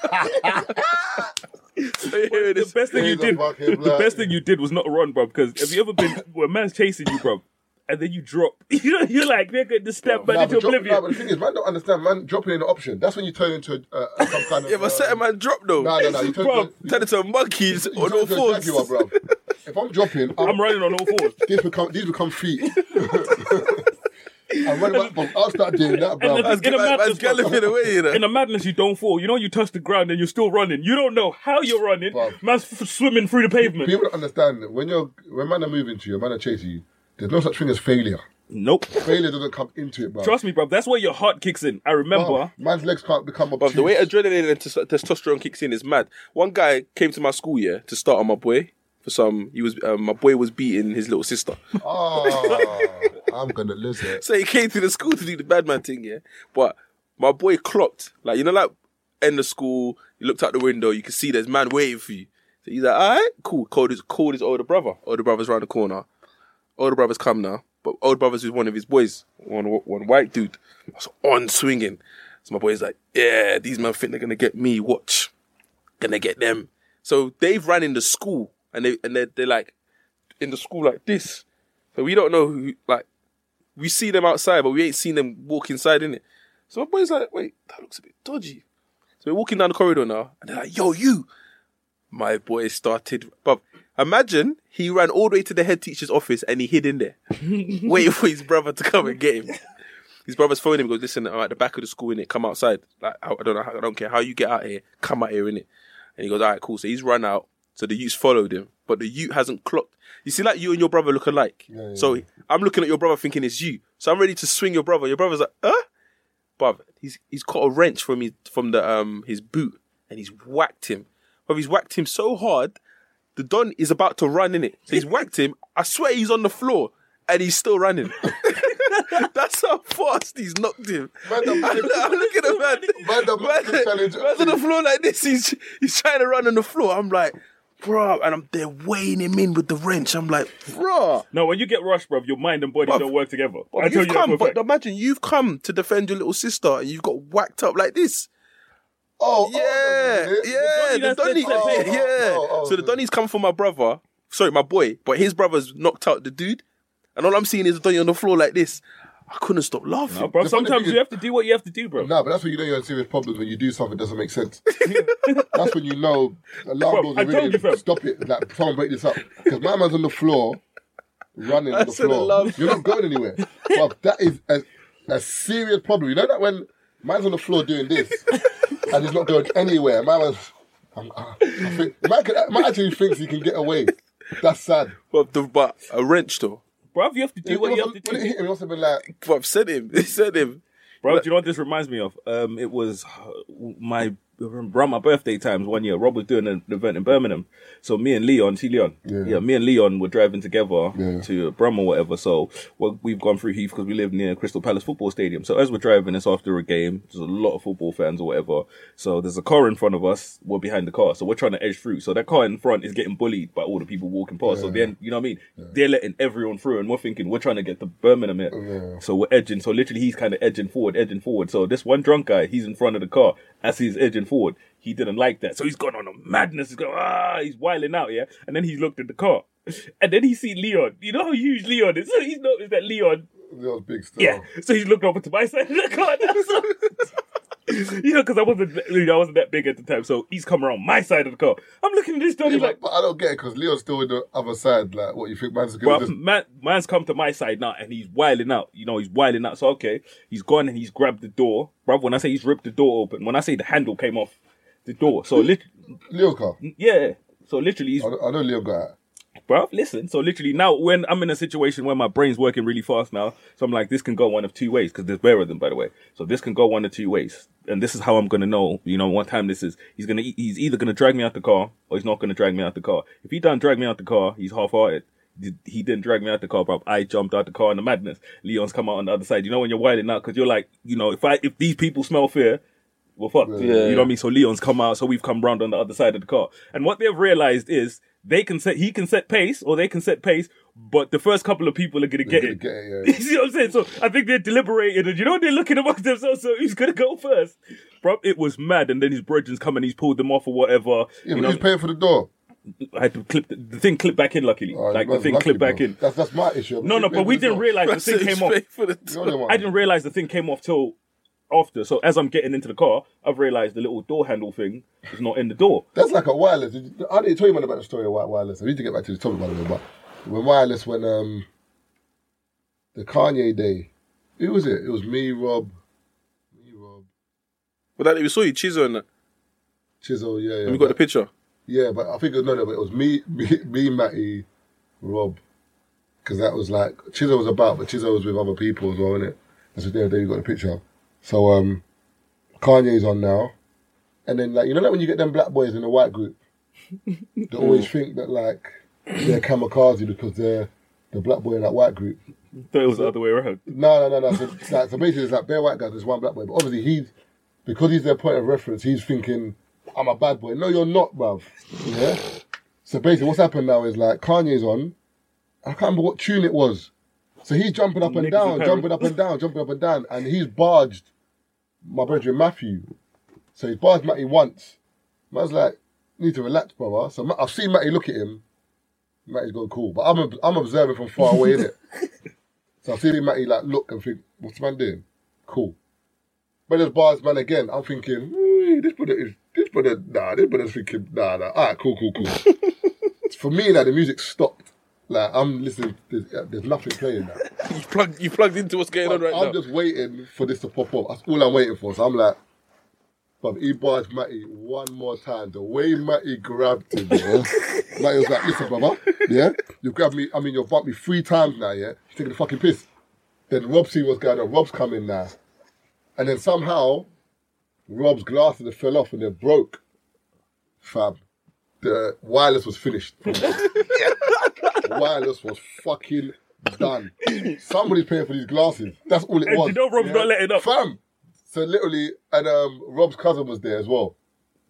[SPEAKER 5] You
[SPEAKER 4] the
[SPEAKER 5] hear this?
[SPEAKER 4] best thing you
[SPEAKER 1] He's a
[SPEAKER 4] did,
[SPEAKER 1] fucking
[SPEAKER 4] the
[SPEAKER 1] black.
[SPEAKER 4] best thing you did was not run, bro. Because have you ever been where a man's chasing you, bro, and then you drop? You know, you're like, nigga, the step back
[SPEAKER 1] Nah,
[SPEAKER 4] into
[SPEAKER 1] but, drop, nah, but
[SPEAKER 4] oblivion.
[SPEAKER 1] the thing is, man, don't understand. Man, dropping in an option. That's when you turn into uh, some kind of.
[SPEAKER 5] Yeah, but
[SPEAKER 1] uh,
[SPEAKER 5] certain man dropped though.
[SPEAKER 1] Nah, nah, nah. You turn
[SPEAKER 4] Bro,
[SPEAKER 1] into, you
[SPEAKER 5] Turned into a monkey just
[SPEAKER 1] turn
[SPEAKER 5] on all
[SPEAKER 1] into a
[SPEAKER 5] fours.
[SPEAKER 1] jaguar, bro. If I'm dropping, I'm,
[SPEAKER 4] I'm running on all fours.
[SPEAKER 1] These become these become feet. I'm running back, bro. I'll start doing that, bro.
[SPEAKER 4] And the-
[SPEAKER 5] Man's
[SPEAKER 4] In a
[SPEAKER 5] man's
[SPEAKER 4] mattress, bro.
[SPEAKER 5] galloping away, you know.
[SPEAKER 4] In the madness, you don't fall. You know, you touch the ground and you're still running. You don't know how you're running.
[SPEAKER 1] Bro.
[SPEAKER 4] Man's f- swimming through the pavement.
[SPEAKER 1] People don't understand that when you're when man are moving to you, man are chasing you. There's no such thing as failure.
[SPEAKER 4] Nope.
[SPEAKER 1] Failure doesn't come into it, bro.
[SPEAKER 4] Trust me, bro. That's where your heart kicks in. I remember.
[SPEAKER 1] Bro, man's legs can't become a.
[SPEAKER 5] But the way adrenaline and tes- testosterone kicks in is mad. One guy came to my school yeah to start on my boy for some. He was um, my boy was beating his little sister,
[SPEAKER 1] Oh, I'm gonna lose it.
[SPEAKER 5] so he came to the school to do the bad man thing yeah. But my boy clocked like you know like end of school. You looked out the window, you could see there's man waiting for you. So he's like, all right, cool. Called his called his older brother. Older brother's round the corner. Older brother's come now, but older brother's with one of his boys, one one white dude. I was on swinging. So my boy's like, yeah, these men think they're gonna get me. Watch. gonna get them. So they've ran in the school and they and they're, they're like in the school like this. So we don't know who like we see them outside, but we ain't seen them walk inside in it. So my boy's like, wait, that looks a bit dodgy. So we're walking down the corridor now, and they're like, yo, you. My boy started, but imagine he ran all the way to the head teacher's office and he hid in there, waiting for his brother to come and get him. His brother's phoning him, he goes, listen, I'm at the back of the school, innit? Come outside. Like, I I don't know, how- I don't care how you get out here, come out here, innit? And he goes, all right, cool. So he's run out. So the youth followed him, but the youth hasn't clocked. You see, like you and your brother look alike. So I'm looking at your brother thinking it's you. So I'm ready to swing your brother. Your brother's like, huh? But he's he's caught a wrench from his from the um his boot and he's whacked him. But he's whacked him so hard, the Don is about to run in it. So he's whacked him. I swear he's on the floor and he's still running. That's how fast he's knocked him.
[SPEAKER 1] Man, the-
[SPEAKER 5] I'm looking at man.
[SPEAKER 1] Man, the boxing challenge.
[SPEAKER 5] man's on the floor like this. He's he's trying to run on the floor. I'm like, bro, and I'm there weighing him in with the wrench. I'm like, bro,
[SPEAKER 4] No, when you get rushed, bruv, your mind and body
[SPEAKER 5] Bruv.
[SPEAKER 4] don't work together. I
[SPEAKER 5] but
[SPEAKER 4] tell
[SPEAKER 5] you've
[SPEAKER 4] you that for
[SPEAKER 5] come.
[SPEAKER 4] a
[SPEAKER 5] But
[SPEAKER 4] fact.
[SPEAKER 5] imagine you've come to defend your little sister, and you've got whacked up like this.
[SPEAKER 1] Oh,
[SPEAKER 5] Yeah,
[SPEAKER 1] oh,
[SPEAKER 5] yeah,
[SPEAKER 4] The
[SPEAKER 5] the
[SPEAKER 4] Donny
[SPEAKER 5] Donny,
[SPEAKER 4] that's dead
[SPEAKER 1] set.
[SPEAKER 5] yeah.
[SPEAKER 1] Oh, oh, oh,
[SPEAKER 5] so the
[SPEAKER 1] oh.
[SPEAKER 5] Donny's come for my brother, sorry, my boy, but his brother's knocked out the dude, and all I'm seeing is the Donny on the floor like this. I couldn't stop laughing.
[SPEAKER 4] Nah, bruv,
[SPEAKER 1] The funny
[SPEAKER 4] sometimes
[SPEAKER 1] thing
[SPEAKER 4] you
[SPEAKER 1] is-
[SPEAKER 4] have to do what you have to do, bro.
[SPEAKER 1] No, but that's when you know you're in serious problems when you do something that doesn't make sense. that's when you know
[SPEAKER 4] Bro,
[SPEAKER 1] alarm bells
[SPEAKER 4] I
[SPEAKER 1] are
[SPEAKER 4] told
[SPEAKER 1] ringing.
[SPEAKER 4] you, fam.
[SPEAKER 1] Stop it! Like someone break this up because my man's on the floor, running on the
[SPEAKER 5] That's an alarm.
[SPEAKER 1] floor. You're not going anywhere. Bro, that is a, a serious problem. You know that when man's on the floor doing this and he's not going anywhere. My man's, I'm, uh, I think, man, can, man actually thinks he can get away. That's sad.
[SPEAKER 5] But, the, but a wrench though.
[SPEAKER 4] Bruv, you have to do what
[SPEAKER 1] When
[SPEAKER 4] you have to
[SPEAKER 1] it
[SPEAKER 4] do.
[SPEAKER 1] hit him, he must have been like,
[SPEAKER 5] But I've sent him. They sent him.
[SPEAKER 4] Bro, do you know what this reminds me of? Um, it was uh, my around my birthday times one year. Rob was doing an event in Birmingham, so me and Leon, see Leon, yeah, me and Leon were driving together
[SPEAKER 1] Yeah.
[SPEAKER 4] to uh, Brum or whatever. So well, we've gone through Heath because we live near Crystal Palace football stadium. So as we're driving, it's after a game. There's a lot of football fans or whatever. So there's a car in front of us. We're behind the car, so we're trying to edge through. So that car in front is getting bullied by all the people walking past. So then you know what I mean? They're letting everyone through, and we're thinking we're trying to get to Birmingham here. So we're edging. So literally, he's kind of edging forward, edging forward. So this one drunk guy, he's in front of the car as he's edging forward. He didn't like that, so he's gone on a madness. He's going, ah, he's wiling out, yeah. And then he's looked at the car, and then he see Leon. You know how huge Leon is. So he's noticed that Leon, Oh.
[SPEAKER 1] that was big stuff.
[SPEAKER 4] yeah. So he's looked over to my side of the car. Now, so. you know, because I wasn't, you know, I wasn't that big at the time. So he's come around my side of the car. I'm looking at this dude,
[SPEAKER 1] Yeah,
[SPEAKER 4] he's
[SPEAKER 1] but,
[SPEAKER 4] like,
[SPEAKER 1] but I don't get it because Leo's still on the other side. Like, what you think, man's
[SPEAKER 4] Bro,
[SPEAKER 1] gonna just
[SPEAKER 4] man, man's come to my side now and he's wiling out. You know, he's wiling out. So, okay, he's gone and he's grabbed the door. Bruv, when I say he's ripped the door open, when I say the handle came off the door. So, lit-
[SPEAKER 1] Leo car?
[SPEAKER 4] yeah. So, literally, he's
[SPEAKER 1] I know, I know Leo got it.
[SPEAKER 4] bruv, listen. So literally now when I'm in a situation where my brain's working really fast now, so I'm like, this can go one of two ways, because there's bare of them, by the way. So this can go one of two ways. And this is how I'm gonna know, you know, what time this is. He's gonna e, he's either gonna drag me out the car or he's not gonna drag me out the car. If he don't drag me out the car, he's half hearted. He didn't drag me out the car, bruv. I jumped out the car in the madness. Leon's come out on the other side. You know when you're wilding out because you're like, you know, if I if these people smell fear, well, fuck.
[SPEAKER 1] Yeah.
[SPEAKER 4] You know what I mean? So Leon's come out, so we've come round on the other side of the car. And what they've realized is they can set, he can set pace, or they can set pace, but the first couple of people are gonna
[SPEAKER 1] He's
[SPEAKER 4] get
[SPEAKER 1] gonna
[SPEAKER 4] it.
[SPEAKER 1] Get it,
[SPEAKER 4] you
[SPEAKER 1] yeah.
[SPEAKER 4] see what I'm saying? So I think they're deliberating, and you know they're looking amongst themselves. So who's gonna go first, bro? It was mad, and then his brethren's come and he's pulled them off or whatever.
[SPEAKER 1] Yeah,
[SPEAKER 4] you
[SPEAKER 1] but
[SPEAKER 4] know,
[SPEAKER 1] who's paying for the door?
[SPEAKER 4] I had to clip the, the thing, clipped back in. Luckily,
[SPEAKER 1] Oh,
[SPEAKER 4] like the
[SPEAKER 1] man's
[SPEAKER 4] thing
[SPEAKER 1] lucky,
[SPEAKER 4] clipped back
[SPEAKER 1] bro.
[SPEAKER 4] in.
[SPEAKER 1] That's that's my issue.
[SPEAKER 4] No, no, but we didn't realize the thing came off. I didn't realize the thing came off till after. So as I'm getting into the car, I've realized the little door handle thing is not in the door.
[SPEAKER 1] That's like a wireless. Did you- I didn't tell you man about the story of wi- wireless. I need to get back to the topic by the way, but when wireless, when um the Kanye day, who was it? It was me, Rob, me, Rob,
[SPEAKER 5] Well, that we saw you chisel and that.
[SPEAKER 1] Chisel. Yeah, yeah.
[SPEAKER 5] and we got the picture.
[SPEAKER 1] Yeah, but I think it was, no, no, but it was me, me, me Matty, Rob, because that was like Chizzo was about, but Chizzo was with other people as well, innit? That's the day day you got the picture. So um, Kanye's on now, and then like you know like when you get them black boys in a white group, they always think that like they're kamikaze because they're the black boy in that white group.
[SPEAKER 4] Thought it was the other way around.
[SPEAKER 1] No, no, no, no. So, like, so basically, it's like bare white guys, there's one black boy. But obviously, he's because he's their point of reference. He's thinking, "I'm a bad boy." No, you're not, bruv. Yeah. So basically, what's happened now is like Kanye's on. I can't remember what tune it was. So he's jumping up and
[SPEAKER 4] Niggas
[SPEAKER 1] down,
[SPEAKER 4] apparel.
[SPEAKER 1] jumping up and down, jumping up and down, and he's barged my brethren Matthew. So he's barged Matty once. Man's like, need to relax, brother. So Ma- I've seen Matty look at him. Matty's going cool, but I'm ob- I'm observing from far away, innit? So I see Matty like look and think, what's the man doing? Cool. But there's bars man again. I'm thinking, "Ooh, this brother is this brother nah, this brother's thinking nah nah. Alright, cool, cool, cool. For me, like the music stopped. Like I'm listening, there's, uh, there's nothing playing now.
[SPEAKER 5] You plugged, you plugged into what's going on right
[SPEAKER 1] I'm
[SPEAKER 5] now.
[SPEAKER 1] just waiting for this to pop up. That's all I'm waiting for. So I'm like, but he barged Matty one more time. The way Matty grabbed him, yeah. Matty was like, listen, brother, yeah, you grabbed me, I mean, you've bumped me three times now, yeah? You're taking the fucking piss. Then Rob see what's going on. Rob's coming now. And then somehow, Rob's glasses fell off and they broke. Fab. The wireless was finished. wireless was fucking done. Somebody's paying for these glasses. That's all it
[SPEAKER 4] And
[SPEAKER 1] was.
[SPEAKER 4] you know Rob's not letting up.
[SPEAKER 1] Fam. So literally, and um, Rob's cousin was there as well.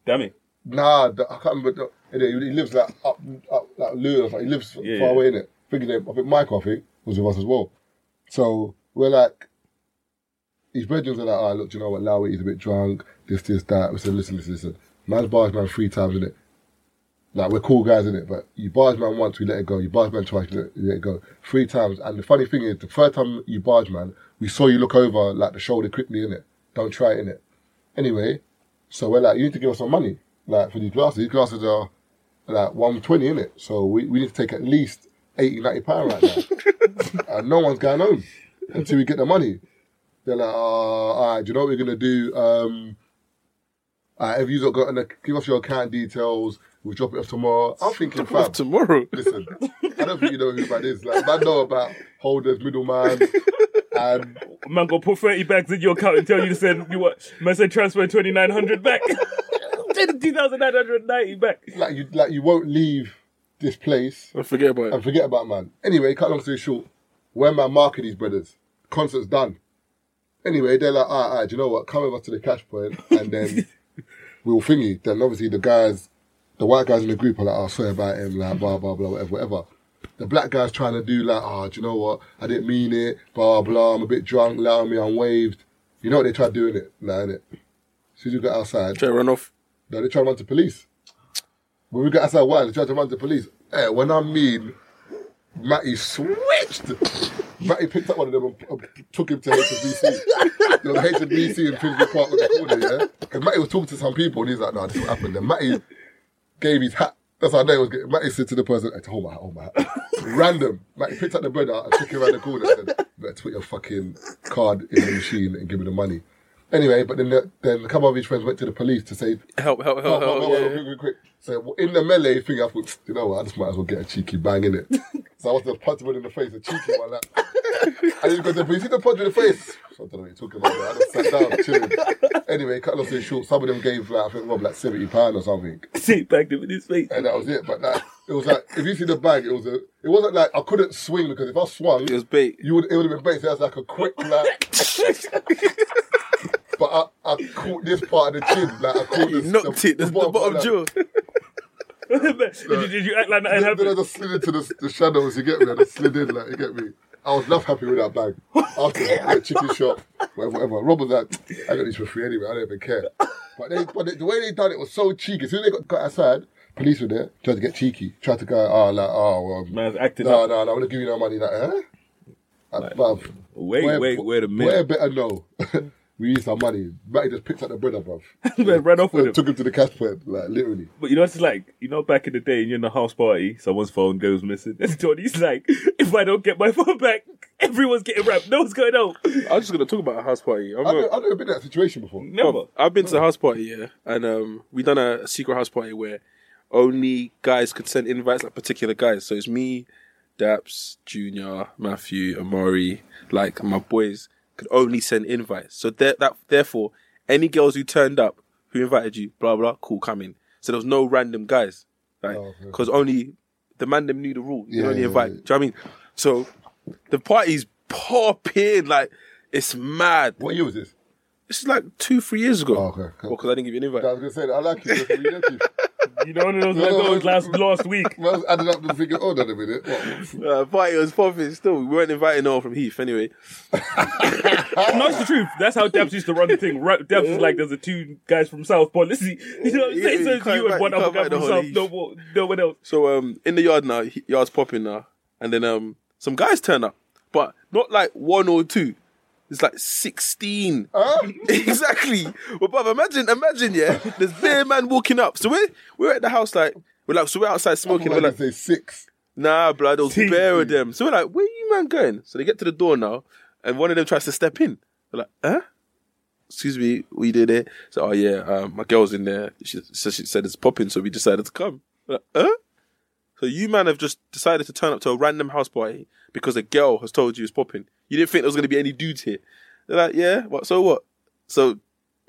[SPEAKER 4] Damn it.
[SPEAKER 1] Nah, the, I can't remember. The, anyway, he lives like up, up like Lewis. Like, he lives
[SPEAKER 4] Yeah,
[SPEAKER 1] far
[SPEAKER 4] yeah.
[SPEAKER 1] away in it. Thinking that, I think Mike, I think, was with us as well. So we're like, his bedrooms are like, all right, look, do you know what, Lowy, he's a bit drunk, this, this, that. We said, listen, listen, listen. Man's barged man three times in it. Like, we're cool guys in it, but you barge man once, we let it go. You barge man twice, we let, we let it go. Three times. And the funny thing is, the third time you barge man, we saw you look over like the shoulder quickly in it. Don't try it in it. Anyway, so we're like, you need to give us some money, like for these glasses. These glasses are like one twenty in it, so we, we need to take at least 80, 90 pound right now, and no one's going home until we get the money. They're like, uh, all right, do you know what we're gonna do? Um, all right, if you've got an, give us your account details, we'll drop it off tomorrow. I'm thinking, fam,
[SPEAKER 5] Tomorrow.
[SPEAKER 1] listen, I don't think you know who that is. Like, I know about holders, middleman, and
[SPEAKER 4] Man, go put 30 bags in your account and tell you to send, you what? Man said transfer 2,900 back. 2,990 back.
[SPEAKER 1] like you, like you won't leave this place
[SPEAKER 5] I forget about
[SPEAKER 1] and
[SPEAKER 5] it.
[SPEAKER 1] forget about man. Anyway, cut long story short, when man market these brothers, concert's done. Anyway, they're like, all right, all right, do you know what? Come over to the cash point and then we'll thingy. Then obviously the guys, the white guys in the group are like, oh, sorry about him, like, blah, blah, blah, whatever, whatever. The black guy's trying to do like, oh, do you know what? I didn't mean it, blah, blah, I'm a bit drunk, allow me, I'm waved. You know what they tried doing it, nah, innit? As soon as you got outside,
[SPEAKER 5] Try to run off.
[SPEAKER 1] no, they try to run to police. When we got outside wild, they tried to run to police. Eh, when I mean Matty switched. Matty picked up one of them and, and took him to HSBC. they were HSBC in Finsbury Park on the corner, yeah? And Matty was talking to some people and he's like, nah, this is what happened. And Matty gave his hat. That's how I know it was getting. Matty said to the person, hey, hold my hat, hold my hat. Random. Matty picked up the bread out and took him around the corner and said, better put your fucking card in the machine and give me the money. Anyway, but then the, then a couple of his friends went to the police to say,
[SPEAKER 5] Help, help, help,
[SPEAKER 1] Oh,
[SPEAKER 5] help.
[SPEAKER 1] oh, oh,
[SPEAKER 5] yeah,
[SPEAKER 1] oh,
[SPEAKER 5] yeah.
[SPEAKER 1] quick, quick, quick. So well, in the melee thing, I thought, you know what, I just might as well get a cheeky bang in it. so I was just punching him in the face, a cheeky one. Like, I just got the police, you can punch him in the face. I don't know what you're talking about. man. I just sat down, chilling. Anyway, cut long story short, some of them gave, like, I think, Rob, like £70 or something.
[SPEAKER 2] Take back him in his face.
[SPEAKER 1] And that was it. But like, it was like, if you see the bag, it was a, it wasn't like I couldn't swing because if I swung,
[SPEAKER 5] It was bait.
[SPEAKER 1] you would it would have been based. That's like a quick like. but I, I caught this part of the chin, like I caught this,
[SPEAKER 5] Knocked it. The, the bottom
[SPEAKER 1] like,
[SPEAKER 5] jaw.
[SPEAKER 2] did, did you act like
[SPEAKER 1] Then,
[SPEAKER 2] nothing
[SPEAKER 1] then I
[SPEAKER 2] happened?
[SPEAKER 1] just slid into the, the shadows, you get me? I just slid in, like, you get me? I was not happy with that bag. After that chicken shop, whatever, whatever. Rob was like, I got this for free anyway, I don't even care. But, they, but the way they done it was so cheeky. As soon as they got, got outside, police were there, tried to get cheeky, tried to go, oh, like, oh, well,
[SPEAKER 2] Man's acting
[SPEAKER 1] no,
[SPEAKER 2] up.
[SPEAKER 1] no, no, I'm going to give you no money. Like, huh? Like, bruv,
[SPEAKER 2] Wait, wait, wait
[SPEAKER 1] Where
[SPEAKER 2] a minute.
[SPEAKER 1] better no. we used our money. Matty just picked up the bread, bruv.
[SPEAKER 2] Man ran off with him.
[SPEAKER 1] Took him to the cash point, like, literally.
[SPEAKER 2] But you know, it's like, you know, back in the day, you're in the house party, someone's phone goes missing. And Tony's like, if I don't get my phone back, everyone's getting wrapped. No one's going out.
[SPEAKER 5] I was just gonna talk about a house party. I'm
[SPEAKER 1] I've
[SPEAKER 5] not-
[SPEAKER 1] never- I've never been in that situation before.
[SPEAKER 2] Never.
[SPEAKER 5] I've been
[SPEAKER 1] Oh.
[SPEAKER 5] to a house party, yeah, and um, we done a, a secret house party where only guys could send invites, like particular guys. So it's me, Daps, Junior, Matthew, Amari, like my boys could only send invites. So there, that therefore, any girls who turned up, who invited you, blah blah, cool, come in. So there was no random guys, like
[SPEAKER 1] Oh, okay.
[SPEAKER 5] because only the man them knew the rule. You
[SPEAKER 1] Yeah,
[SPEAKER 5] only
[SPEAKER 1] yeah,
[SPEAKER 5] invite.
[SPEAKER 1] yeah.
[SPEAKER 5] Do you know what I mean? So the party's popping like. It's mad.
[SPEAKER 1] What year was this?
[SPEAKER 5] This is like two, three years ago.
[SPEAKER 1] Oh, okay, cool.
[SPEAKER 5] Well, because I didn't give you an invite.
[SPEAKER 1] I was gonna say that. I like you. That's really lucky.
[SPEAKER 2] You know, one of those Legos last, last week.
[SPEAKER 1] Man, I was adding up and thinking, hold on a minute. What?
[SPEAKER 5] Uh, party was popping still. We weren't inviting no one from Heath anyway.
[SPEAKER 2] No, it's the truth. That's how Debs used to run the thing. Ra- Debs is like, there's the two guys from South policy. You know what I'm
[SPEAKER 5] Yeah,
[SPEAKER 2] saying?
[SPEAKER 5] yeah,
[SPEAKER 2] So
[SPEAKER 5] you
[SPEAKER 2] it's
[SPEAKER 5] can't
[SPEAKER 2] you
[SPEAKER 5] invite-
[SPEAKER 2] and one
[SPEAKER 5] you
[SPEAKER 2] other
[SPEAKER 5] can't
[SPEAKER 2] guy
[SPEAKER 5] invite the
[SPEAKER 2] from
[SPEAKER 5] whole
[SPEAKER 2] South.
[SPEAKER 5] league.
[SPEAKER 2] No, more, no one else.
[SPEAKER 5] So um, in the yard now, he- yard's popping now, and then um, some guys turn up, but not like one or two. It's like sixteen.
[SPEAKER 1] Huh?
[SPEAKER 5] exactly. Well, brother, imagine, imagine, yeah. There's bare man walking up. So we're we're at the house like we're like so we're outside smoking.
[SPEAKER 1] I
[SPEAKER 5] We're
[SPEAKER 1] was
[SPEAKER 5] like
[SPEAKER 1] gonna say six.
[SPEAKER 5] Nah, blood, there was
[SPEAKER 2] Team.
[SPEAKER 5] bare of them. So we're like, where you man going? So they get to the door now, and one of them tries to step in. We're like, huh? Excuse me, what you did there? So, oh yeah, um, my girl's in there. She, so she said it's popping, so we decided to come. We're like, huh? So you man have just decided to turn up to a random house party because a girl has told you it's popping. You didn't think there was going to be any dudes here. They're like, yeah, what? So what? So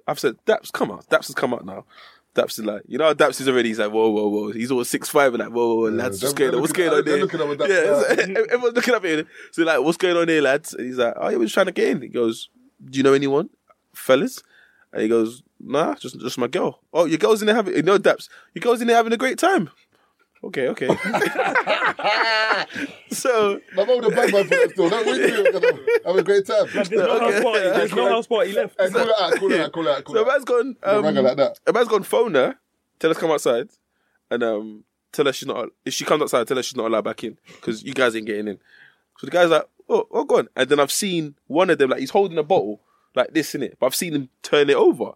[SPEAKER 5] I've said, Daps, come out. Daps has come out now. Daps is like, you know, how Daps is already. He's like, whoa, whoa, whoa. He's all six five and like, whoa, whoa, whoa lads,
[SPEAKER 1] they're-
[SPEAKER 5] what's going
[SPEAKER 1] they're
[SPEAKER 5] on? What's
[SPEAKER 1] looking
[SPEAKER 5] going
[SPEAKER 1] at-
[SPEAKER 5] on
[SPEAKER 1] they're
[SPEAKER 5] there?
[SPEAKER 1] looking at what Daps
[SPEAKER 5] yeah,
[SPEAKER 1] is
[SPEAKER 5] so everyone's looking up at him. So like, what's going on here, lads? And he's like, oh yeah, we're just trying to get in. He goes, do you know anyone, fellas? And he goes, nah, just just my girl. Oh, your girl's in there having, you know, Daps, your girl's in there having a great time. Okay, okay. so
[SPEAKER 1] My mum would have banged my foot still. Don't wait till you have a great time.
[SPEAKER 2] There's no
[SPEAKER 5] Okay.
[SPEAKER 2] house party. There's no house party left.
[SPEAKER 1] Hey, call it out. Call it out. Call it out. Call it
[SPEAKER 5] So a
[SPEAKER 1] out.
[SPEAKER 5] man's gone.
[SPEAKER 1] Don't
[SPEAKER 5] Um,
[SPEAKER 1] rag her like that.
[SPEAKER 5] a man's gone. Phone her. Tell her to come outside, and um, tell her she's not. If she comes outside, tell her she's not allowed back in because you guys ain't getting in. So the guy's like, oh, oh, go on. And then I've seen one of them like he's holding a bottle like this in it, but I've seen him turn it over.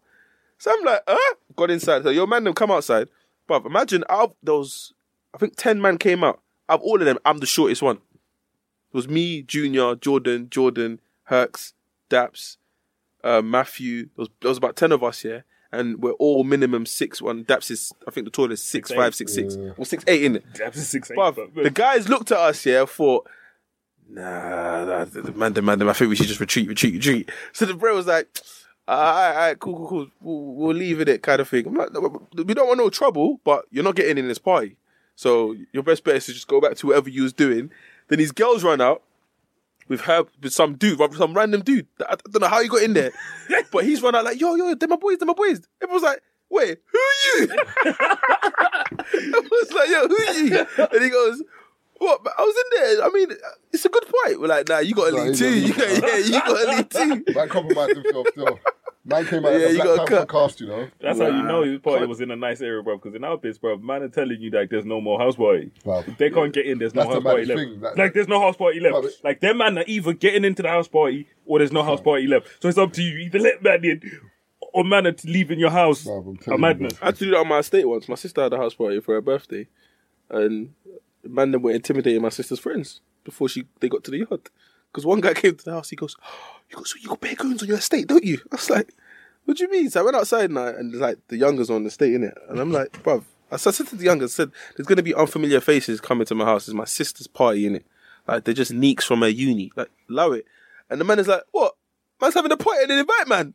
[SPEAKER 5] So I'm like, huh? Got inside. So your man, them come outside. But imagine out of those, I think ten man came out. Out of all of them, I'm the shortest one. It was me, Junior, Jordan, Jordan, Herx, Daps, uh, Matthew. There was, there was about ten of us, yeah, and we're all minimum six one. Daps is, I think, the tallest six five, six six, or six eight in it.
[SPEAKER 2] Debs is six eight.
[SPEAKER 5] Bruv, the guys looked at us, yeah, thought, nah, nah the- the man, the man, the man, I think we should just retreat, retreat, retreat. So the bro was like, alright, alright, cool, cool, cool, we'll, we'll leave it, at kind of thing. I'm like, "No, we don't want no trouble, but you're not getting in this party. So your best bet is to just go back to whatever you was doing. Then these girls run out with her, with some dude, with some random dude. I I don't know how he got in there, but he's run out like, yo, yo, they're my boys, they're my boys. Everyone's like, wait, who are you? I was like, yo, who you? And he goes, what? But I was in there. I mean, it's a good point. We're like, nah, you got to
[SPEAKER 1] Nah,
[SPEAKER 5] lead
[SPEAKER 1] you
[SPEAKER 5] too. You
[SPEAKER 1] gotta
[SPEAKER 5] got, yeah, you got to lead too.
[SPEAKER 1] Man compromised himself still. Man came out
[SPEAKER 5] Yeah,
[SPEAKER 1] as
[SPEAKER 5] you
[SPEAKER 1] a
[SPEAKER 5] got
[SPEAKER 1] Black Panther
[SPEAKER 5] cut.
[SPEAKER 1] cast, you know.
[SPEAKER 4] That's how you know his party was in a nice area, bro. Because in our bits, bro, man are telling you like there's no more house party.
[SPEAKER 1] Wow.
[SPEAKER 4] They can't get in. There's
[SPEAKER 1] That's
[SPEAKER 4] no
[SPEAKER 1] the
[SPEAKER 4] house party
[SPEAKER 1] maddest
[SPEAKER 4] left.
[SPEAKER 1] thing,
[SPEAKER 4] Like,
[SPEAKER 1] like-
[SPEAKER 4] there's no house party left.
[SPEAKER 1] Well, but-
[SPEAKER 4] like them man are either getting into the house party or there's no house party left. So it's up to you. Either let man in or man are leaving your house.
[SPEAKER 1] Bruv, I'm telling
[SPEAKER 4] a
[SPEAKER 1] you,
[SPEAKER 4] madness.
[SPEAKER 5] I had to do that on my estate once. My sister had a house party for her birthday, and the man then were intimidating my sister's friends before she they got to the yard. Because one guy came to the house, he goes, "Oh, "You got so you got bear goons on your estate, don't you?" I was like, "What do you mean?" So I went outside and I, and like the youngers on the estate in it, and I'm like, "Bruv," I said I said to the youngers, I "said There's gonna be unfamiliar faces coming to my house. It's my sister's party in it. Like they're just neeks from her uni. Like allow it." And the man is like, "What?" Man's having a party and they invite man.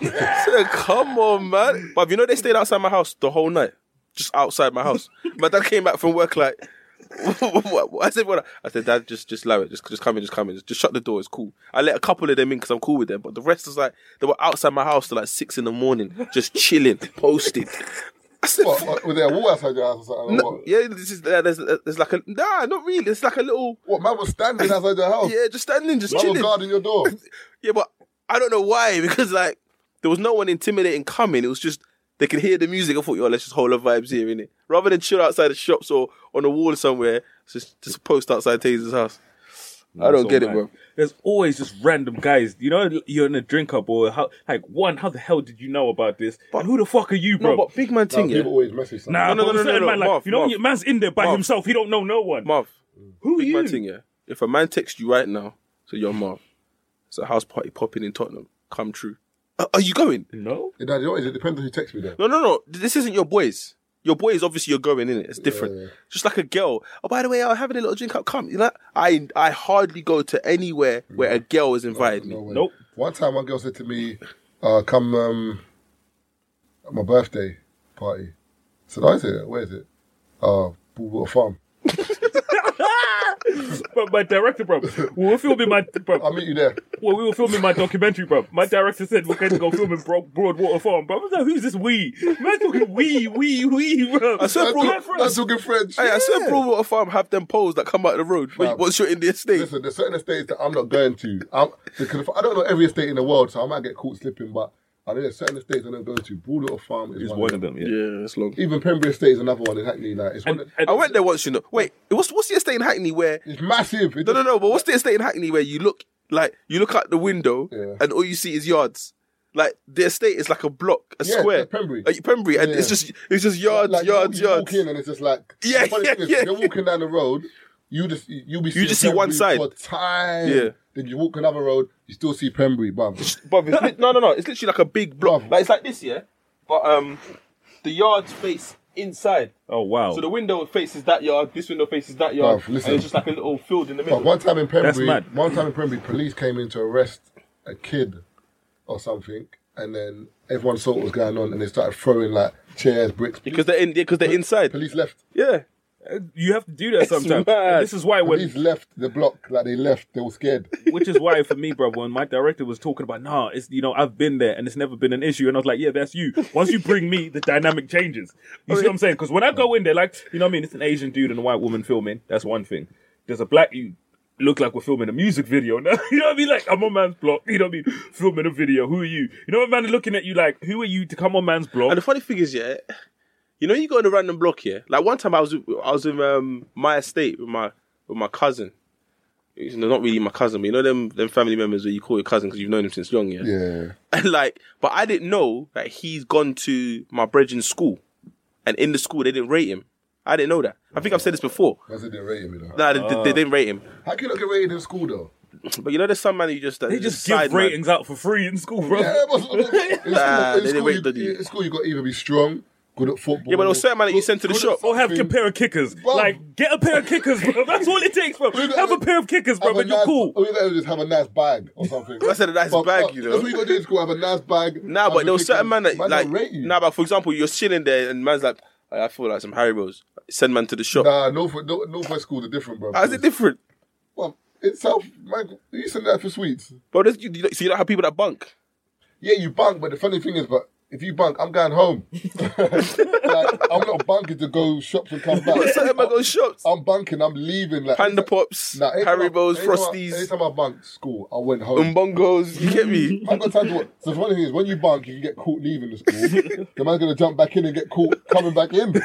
[SPEAKER 5] I said, come on, man. But you know they stayed outside my house the whole night, just outside my house. my dad came back from work like, what, what, what? I said, what? I said, Dad, just just allow it, just just come in, just come in, just, just shut the door. It's cool. I let a couple of them in because I'm cool with them, but the rest was like they were outside my house till like six in the morning, just chilling, posted. I said,
[SPEAKER 1] What, what, was there a wall outside your house or something?
[SPEAKER 5] no,
[SPEAKER 1] what?
[SPEAKER 5] yeah, this is there's there's like a nah, not really. It's like a little
[SPEAKER 1] what, man was standing outside your house?
[SPEAKER 5] yeah, just standing, just
[SPEAKER 1] man was
[SPEAKER 5] chilling.
[SPEAKER 1] guarding your door.
[SPEAKER 5] Yeah, but I don't know why because like there was no one intimidating coming. It was just they could hear the music. I thought, yo, let's just hold the vibes here, innit? Rather than chill outside the shops or on a wall somewhere, it's just just a post outside Taser's house. I don't
[SPEAKER 4] So
[SPEAKER 5] get it,
[SPEAKER 4] mad.
[SPEAKER 5] bro.
[SPEAKER 4] There's always just random guys. You know, you're in a drink up or how, like one. How the hell did you know about this? and who the fuck are you, bro?
[SPEAKER 5] No, but big man
[SPEAKER 1] Now,
[SPEAKER 5] thing,
[SPEAKER 1] people
[SPEAKER 5] yeah.
[SPEAKER 1] always message something.
[SPEAKER 4] nah, but
[SPEAKER 5] No, no, no,
[SPEAKER 4] with
[SPEAKER 5] no,
[SPEAKER 4] certain
[SPEAKER 5] no,
[SPEAKER 4] man,
[SPEAKER 5] no,
[SPEAKER 4] like,
[SPEAKER 5] Marv,
[SPEAKER 4] you know,
[SPEAKER 5] Marv.
[SPEAKER 4] your man's in there by
[SPEAKER 5] Marv.
[SPEAKER 4] himself. He don't know no one.
[SPEAKER 5] Marv,
[SPEAKER 4] who are
[SPEAKER 5] big
[SPEAKER 4] you?
[SPEAKER 5] man thing, yeah. If a man texts you right now, so you're Marv. It's a house party popping in Tottenham. Come true. Are- are you going?
[SPEAKER 4] No,
[SPEAKER 1] Nah, you know what it is? It depends on who texts me then.
[SPEAKER 5] No, no, no. This isn't your boys. Your boys, obviously, you're going in it. It's different.
[SPEAKER 1] Yeah.
[SPEAKER 5] Just like a girl. Oh, by the way, I'm having a little drink up. Come, you know. I I hardly go to anywhere where a girl has invited
[SPEAKER 1] No
[SPEAKER 5] me.
[SPEAKER 1] way.
[SPEAKER 4] Nope.
[SPEAKER 1] One time, one girl said to me, uh, "Come um, at my birthday party." I said, "Oh, is it? Where is it? Uh, Bullwater Farm.
[SPEAKER 4] but my director, bro. We were filming my, bro.
[SPEAKER 1] I'll meet you there."
[SPEAKER 4] Well, we were filming my documentary, bro. My director said we're going to go film in Bro- Broadwater Farm, bro. I was like, who's this we? Man talking we, we, we, bro. I
[SPEAKER 5] said Bro-
[SPEAKER 1] That's, that's talking French.
[SPEAKER 5] Hey, I said Broadwater Farm have them poles that come out of the road when-
[SPEAKER 1] Fam.
[SPEAKER 5] once you're in the estate.
[SPEAKER 1] Listen, there's certain estates that I'm not going to. I'm, because if, I don't know every estate in the world, so I might get caught slipping. But I know there's certain estates I don't go to. Broadwater Farm is
[SPEAKER 4] He's
[SPEAKER 1] one,
[SPEAKER 4] one of them, yeah.
[SPEAKER 5] Yeah, it's long.
[SPEAKER 1] Even Pembrey Estate is another one in Hackney. Like it's one.
[SPEAKER 4] And,
[SPEAKER 1] Of,
[SPEAKER 4] and
[SPEAKER 5] I went there once, you know. Wait, what's what's the estate in Hackney where?
[SPEAKER 1] it's massive. It
[SPEAKER 5] No, no,
[SPEAKER 1] just-
[SPEAKER 5] no. But what's the estate in Hackney where you look like you look out the window
[SPEAKER 1] Yeah.
[SPEAKER 5] and all you see is yards. Like the estate is like a block, a
[SPEAKER 1] Yeah,
[SPEAKER 5] square,
[SPEAKER 1] like Pembury.
[SPEAKER 5] Uh, Pembury, and
[SPEAKER 1] Yeah.
[SPEAKER 5] it's just it's just yards,
[SPEAKER 1] Like, you-
[SPEAKER 5] yards,
[SPEAKER 1] you
[SPEAKER 5] yards.
[SPEAKER 1] Walk in and it's just like
[SPEAKER 5] Yeah,
[SPEAKER 1] the funny
[SPEAKER 5] yeah,
[SPEAKER 1] thing is,
[SPEAKER 5] yeah.
[SPEAKER 1] You're walking down the road. You just you'll be seeing
[SPEAKER 5] just see one
[SPEAKER 1] Pembury
[SPEAKER 5] side.
[SPEAKER 1] for time.
[SPEAKER 5] Yeah.
[SPEAKER 1] Then you walk another road. You still see Pembury, bum.
[SPEAKER 5] Bruv, it's lit- no, no, no. It's literally like a big block.
[SPEAKER 1] Bruv.
[SPEAKER 5] Like it's like this, yeah. But um, the yard face inside.
[SPEAKER 4] oh wow,
[SPEAKER 5] So the window faces that yard. This window faces that yard.
[SPEAKER 1] Bruv, listen.
[SPEAKER 5] And it's just like a little field in the middle.
[SPEAKER 1] But one time in
[SPEAKER 4] That's
[SPEAKER 1] Pembury,
[SPEAKER 4] mad.
[SPEAKER 1] one time in Pembury, police came in to arrest a kid or something, and then everyone saw what was going on, and they started throwing like chairs, bricks.
[SPEAKER 5] Because they're in. Because they're inside.
[SPEAKER 1] Police left.
[SPEAKER 5] Yeah.
[SPEAKER 4] you have to do that sometimes.
[SPEAKER 5] mad.
[SPEAKER 4] And this is why when
[SPEAKER 1] Police left the block. Like they left. They were scared.
[SPEAKER 4] which is why for me, bro, when my director was talking about, nah, it's you know, I've been there and it's never been an issue, and I was like, yeah, that's you. Once you bring me, the dynamic changes. You see what I'm saying? Because when I go in there, like, you know what I mean? It's an Asian dude and a white woman filming. That's one thing. There's a black you look like we're filming a music video now. You know what I mean? Like I'm on man's block. You know what I mean? Filming a video. Who are you? You know what man looking at you like? Who are you to come on man's block?
[SPEAKER 5] And the funny thing is, yeah, you know, you go in a random block here. Like one time, I was I was in um, my estate with my with my cousin. It's not really my cousin, but you know them them family members where you call your cousin because you've known him since young,
[SPEAKER 1] Yeah.
[SPEAKER 5] And like, but I didn't know that he's gone to my brethren's school, and in the school they didn't rate him. I didn't know that. I think I've said this before.
[SPEAKER 1] That's it. They rated me though.
[SPEAKER 5] Nah, they,
[SPEAKER 1] Oh.
[SPEAKER 5] they didn't rate him.
[SPEAKER 1] How can you not get rated in school though?
[SPEAKER 5] But you know, there's some man who just
[SPEAKER 4] they just give
[SPEAKER 5] side man.
[SPEAKER 4] ratings out for free in school, bro.
[SPEAKER 1] Yeah, but in school,
[SPEAKER 5] Nah,
[SPEAKER 1] in
[SPEAKER 5] they didn't
[SPEAKER 1] school,
[SPEAKER 5] rate
[SPEAKER 1] you,
[SPEAKER 5] you.
[SPEAKER 1] in school you got to either be strong, good at football.
[SPEAKER 5] Yeah, but there was certain man that you sent to the
[SPEAKER 1] good at
[SPEAKER 5] shop.
[SPEAKER 4] Or have a
[SPEAKER 1] something,
[SPEAKER 4] pair of kickers.
[SPEAKER 1] Bro.
[SPEAKER 4] Like, get a pair of kickers, bro. That's all it takes, bro.
[SPEAKER 1] We've got-
[SPEAKER 4] Have a pair of kickers, bro,
[SPEAKER 1] have a
[SPEAKER 4] and you're
[SPEAKER 1] nice-
[SPEAKER 4] cool.
[SPEAKER 1] Or you gotta just have a nice bag or something.
[SPEAKER 5] I said a nice bag, you know.
[SPEAKER 1] That's what you got to do in school. Have a nice bag.
[SPEAKER 5] Nah,
[SPEAKER 1] have
[SPEAKER 5] but
[SPEAKER 1] a
[SPEAKER 5] there was
[SPEAKER 1] kicker.
[SPEAKER 5] certain man that
[SPEAKER 1] don't
[SPEAKER 5] like
[SPEAKER 1] rate you.
[SPEAKER 5] nah, but for example, you're chilling there and man's like, I I feel like some Harry Rolls. Send man to the shop.
[SPEAKER 1] Nah, North, North, Northwest schools are different, bro.
[SPEAKER 5] How's it different?
[SPEAKER 1] Well, it's South. Man, you send that for sweets.
[SPEAKER 5] Bro, there's- you, you, don't- so you don't have people that bunk.
[SPEAKER 1] Yeah, you bunk, but the funny thing is, but if you bunk, I'm going home. like, I'm not bunking to go shops and come back.
[SPEAKER 5] Certain bag of shops.
[SPEAKER 1] I'm bunking. I'm leaving. Like
[SPEAKER 5] Panda
[SPEAKER 1] anytime-
[SPEAKER 5] Pops,
[SPEAKER 1] nah, anytime I-
[SPEAKER 5] Haribo's,
[SPEAKER 1] anytime I-
[SPEAKER 5] Frosties, Um,
[SPEAKER 1] Anytime I bunked school, I went home.
[SPEAKER 5] Umbongos. You get me?
[SPEAKER 1] I've got time to work. So the funny thing is, when you bunk, you can get caught leaving the school. the man's gonna jump back in and get caught coming back in.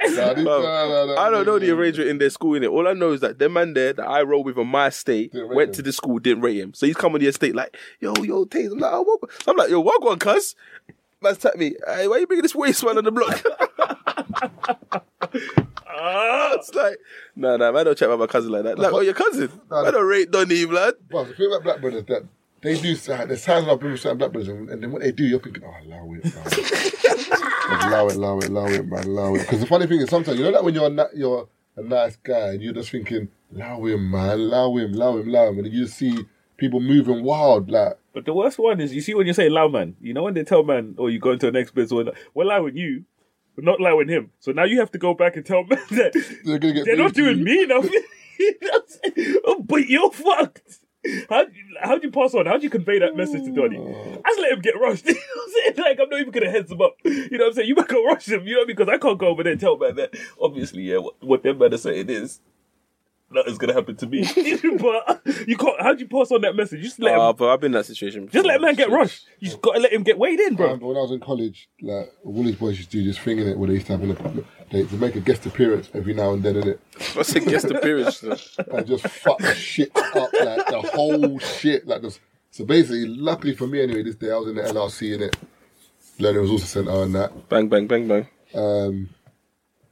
[SPEAKER 1] Nah, this-
[SPEAKER 5] Bro,
[SPEAKER 1] nah, nah, nah,
[SPEAKER 5] I don't know the
[SPEAKER 1] nah.
[SPEAKER 5] arrangement in their school, innit? All I know is that them man there that I roll with on my estate
[SPEAKER 1] Didn't rate
[SPEAKER 5] went
[SPEAKER 1] him.
[SPEAKER 5] to the school, didn't rate him. So he's come on the estate like, yo, yo, Taze. I'm like, oh, what? I'm like, yo, what going, cuz? Man's tapped me. Hey, why you bringing this waste man on the block?
[SPEAKER 4] Ah.
[SPEAKER 5] it's like, nah, nah, man, don't chat about my cousin like that. Like, oh, your cousin?
[SPEAKER 1] Nah,
[SPEAKER 5] I don't rate Donny, blood.
[SPEAKER 1] Well, the thing about Black Brothers that they do sound, there's sounds like people sound Black Brothers, and, and then what they do, you're thinking, oh, allow it, allow it, allow it, allow it, allow it, man, allow it. Because the funny thing is, sometimes you know that when you're a, na- you're a nice guy and you're just thinking, allow him, man, allow him, allow him, allow him, and then you see people moving wild, like.
[SPEAKER 4] But the worst one is you see when you say loud man, you know when they tell man, or you go into an next biz or we're allowing you, we're not allowing him. So now you have to go back and tell man that
[SPEAKER 1] They're gonna get
[SPEAKER 4] they're
[SPEAKER 1] paid
[SPEAKER 4] not
[SPEAKER 1] to-
[SPEAKER 4] doing me nothing. but you're fucked. How how do you pass on? How do you convey that message to Donny? I just let him get rushed. You know what I'm saying? Like I'm not even gonna heads him up. You know what I'm saying? You better go rush him. You know because I can't go over there and tell man that. Obviously, yeah, what, what them man are saying is. Nothing's gonna happen to me, but you can't. How do you pass on that message? You just let him
[SPEAKER 5] Ah, but I've been in that situation.
[SPEAKER 4] just
[SPEAKER 5] before.
[SPEAKER 4] let a man get rushed. You just gotta let him get weighed in,
[SPEAKER 1] I
[SPEAKER 4] bro.
[SPEAKER 1] remember when I was in college, like all these boys used to do this thing in it where they used to have an apartment. They to make a guest appearance every now and then in it,
[SPEAKER 5] I said guest appearance. though.
[SPEAKER 1] and just fuck shit up, like the whole shit, like this. So basically, luckily for me anyway, this day I was in the LRC in it, learning was also centre and that.
[SPEAKER 5] bang, bang, bang, bang.
[SPEAKER 1] Um,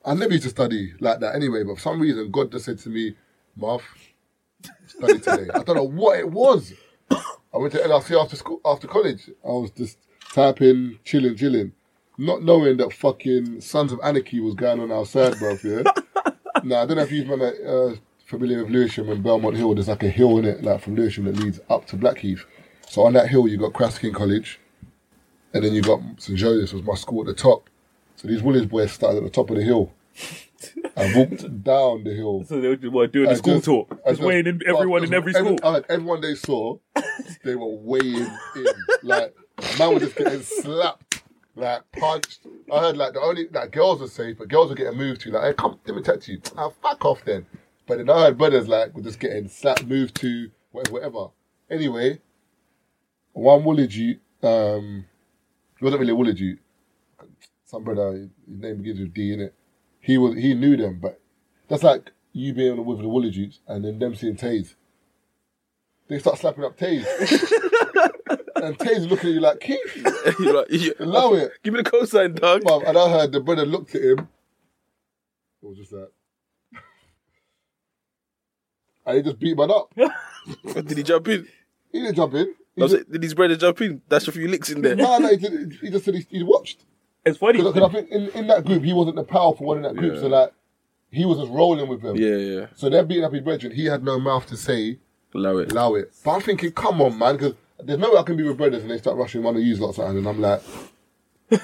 [SPEAKER 1] I never used to study like that anyway, but for some reason God just said to me, Marv, study today. I don't know what it was. I went to LRC after school, after college. I was just typing, chilling, chilling, not knowing that fucking Sons of Anarchy was going on outside, bruv, yeah? nah, I don't know if you've been uh, familiar with Lewisham and Belmont Hill. There's like a hill in it, like from Lewisham that leads up to Blackheath. So on that hill, you got Craskin College, and then you got St Joseph's, was my school at the top. So these Woolies boys started at the top of the hill and walked down the hill.
[SPEAKER 4] So they were doing
[SPEAKER 1] I
[SPEAKER 4] the school
[SPEAKER 1] just-
[SPEAKER 4] tour.
[SPEAKER 1] I
[SPEAKER 4] Just weighing in everyone in every
[SPEAKER 1] every-
[SPEAKER 4] school.
[SPEAKER 1] uh, everyone they saw, they were weighing in. Like, man was just getting slapped, like, punched. I heard, like, the only, like, girls were safe, but girls were getting moved to. Like, hey, come, let me touch you. Ah, fuck off then. But then I heard brothers, like, were just getting slapped, moved to, whatever, whatever. Anyway, one woolly Jeep, um, it wasn't really a woolly Jeep. Some brother, uh, his name begins with D in it. He was, he knew them, but that's like you being with the Woolly Jutes and then them seeing Taze. They start slapping up Taze. and Taze is looking at you like, keep,
[SPEAKER 5] You're like, you-
[SPEAKER 1] allow it.
[SPEAKER 5] give me the cosign, dog.
[SPEAKER 1] Mum, and I heard the brother looked at him. It was just that. And he just beat man up.
[SPEAKER 5] Did he jump in?
[SPEAKER 1] He didn't jump in. He
[SPEAKER 5] I
[SPEAKER 1] just,
[SPEAKER 5] said, did his brother jump in? Dash a few licks in there.
[SPEAKER 1] no, no, he, didn't. he just said he, he watched.
[SPEAKER 4] It's funny.
[SPEAKER 1] Because I think in, in that group, he wasn't the powerful one in that group. So, like, he was just rolling with them.
[SPEAKER 5] Yeah, yeah.
[SPEAKER 1] So they're beating up his brethren. He had no mouth to say,
[SPEAKER 5] Allow it.
[SPEAKER 1] allow it. But I'm thinking, come on, man, because there's no way I can be with brothers and they start rushing one of you lots of and I'm like,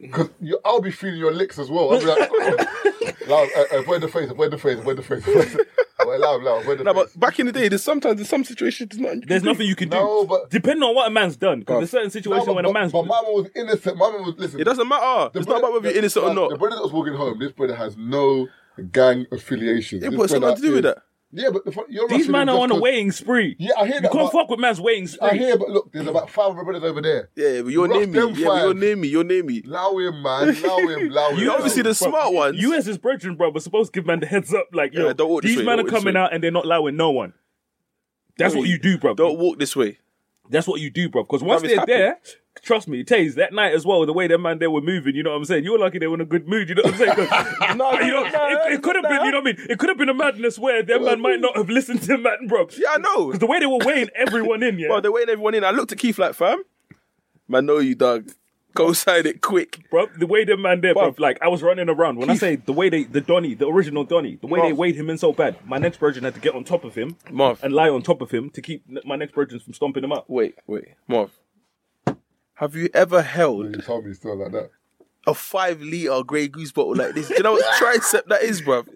[SPEAKER 1] because I'll be feeling your licks as well. I'll be like, loud, uh, avoid the face, avoid the face, avoid the face, avoid the Well, loud, loud, avoid the
[SPEAKER 5] No,
[SPEAKER 1] face.
[SPEAKER 5] but back in the day, there's sometimes there's some situations there's nothing. you can
[SPEAKER 4] There's
[SPEAKER 5] do.
[SPEAKER 4] nothing you can do.
[SPEAKER 1] No, but-
[SPEAKER 4] Depending on what a man's done, because there's certain situations
[SPEAKER 1] No,
[SPEAKER 4] when
[SPEAKER 1] but,
[SPEAKER 4] a man's
[SPEAKER 1] but my mum was innocent. My mum was listen.
[SPEAKER 5] It doesn't matter.
[SPEAKER 1] the
[SPEAKER 5] it's
[SPEAKER 1] brother-
[SPEAKER 5] not about whether
[SPEAKER 1] the-
[SPEAKER 5] you're innocent or
[SPEAKER 1] man, The
[SPEAKER 5] not.
[SPEAKER 1] brother that was walking home, this brother has no gang affiliation.
[SPEAKER 5] Yeah,
[SPEAKER 1] This
[SPEAKER 5] but it's got
[SPEAKER 1] brother
[SPEAKER 5] nothing to do with
[SPEAKER 1] is-
[SPEAKER 5] that.
[SPEAKER 1] Yeah, but the, fu- you're
[SPEAKER 4] these
[SPEAKER 1] rushing
[SPEAKER 4] men
[SPEAKER 1] him
[SPEAKER 4] are
[SPEAKER 1] just
[SPEAKER 4] on a
[SPEAKER 1] 'cause-
[SPEAKER 4] weighing spree.
[SPEAKER 1] Yeah, I hear
[SPEAKER 4] You
[SPEAKER 1] that.
[SPEAKER 4] can't
[SPEAKER 1] but-
[SPEAKER 4] fuck with man's weighing spree.
[SPEAKER 1] I hear, but look, there's about five other brothers over there.
[SPEAKER 5] Yeah, but you're
[SPEAKER 1] Rough
[SPEAKER 5] near me.
[SPEAKER 1] them
[SPEAKER 5] Yeah, but you're
[SPEAKER 1] five.
[SPEAKER 5] near me. You're near me.
[SPEAKER 1] Allow him, man. Allow him. Allow him.
[SPEAKER 5] You obviously the
[SPEAKER 4] Bro,
[SPEAKER 5] smart ones.
[SPEAKER 4] You as his brethren, bro, were supposed to give man the heads up. Like, yo,
[SPEAKER 5] Yeah, don't walk this
[SPEAKER 4] these
[SPEAKER 5] way,
[SPEAKER 4] men
[SPEAKER 5] don't
[SPEAKER 4] are
[SPEAKER 5] walk this
[SPEAKER 4] coming
[SPEAKER 5] way.
[SPEAKER 4] out and they're not allowing no one. That's what you do, bro.
[SPEAKER 5] don't walk this way.
[SPEAKER 4] That's what you do, bro. Because once
[SPEAKER 5] Bruv,
[SPEAKER 4] they're
[SPEAKER 5] it's
[SPEAKER 4] there, trust me, Taze, that night as well, the way that man they were moving, you know what I'm saying? You were lucky they were in a good mood, you know what I'm saying? 'Cause-
[SPEAKER 5] No,
[SPEAKER 4] you know, it, it could have been, you know what I mean? It could have been a madness where that man might not have listened to man, bro.
[SPEAKER 5] Yeah, I know.
[SPEAKER 4] The way they were weighing everyone in, yeah.
[SPEAKER 5] Well, they're waiting everyone in. I looked at Keith like, fam, man, know you, dog. Go sign it quick.
[SPEAKER 4] bro. The way the man there, bro.
[SPEAKER 5] Bruv.
[SPEAKER 4] Like I was running around when I say the way they, the Donny, the original Donny, the way they
[SPEAKER 5] Bruv.
[SPEAKER 4] weighed him in so bad. My next virgin had to get on top of him
[SPEAKER 5] Marv.
[SPEAKER 4] and lie on top of him to keep n- my next virgins from stomping him up.
[SPEAKER 5] Wait, wait, Marv. Have you ever
[SPEAKER 1] You
[SPEAKER 5] held
[SPEAKER 1] told me still like that.
[SPEAKER 5] a five liter Grey Goose bottle like this? Do you know what tricep that is, bruv?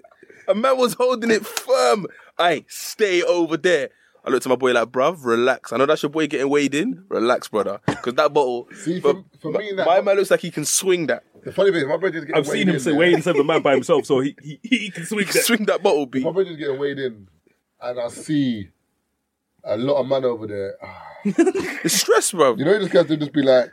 [SPEAKER 5] A man was holding it firm. I stay over there. I looked at my boy like, bruv, relax. I know that's your boy getting weighed in. Relax, brother. Because that bottle,
[SPEAKER 1] See,
[SPEAKER 5] but-
[SPEAKER 1] for- for
[SPEAKER 5] but
[SPEAKER 1] me, that-
[SPEAKER 5] my man looks like he can swing that.
[SPEAKER 1] The funny thing is, my brother's getting
[SPEAKER 4] I've
[SPEAKER 1] weighed
[SPEAKER 4] seen him
[SPEAKER 1] in
[SPEAKER 4] say
[SPEAKER 1] there.
[SPEAKER 4] weigh in seven man by himself, so he he, he can swing
[SPEAKER 5] He can
[SPEAKER 4] that.
[SPEAKER 5] swing that bottle, B.
[SPEAKER 1] My brother's getting weighed in, and I see a lot of man over there. Ah.
[SPEAKER 5] It's stress, bruv.
[SPEAKER 1] You know, you just got to just be like,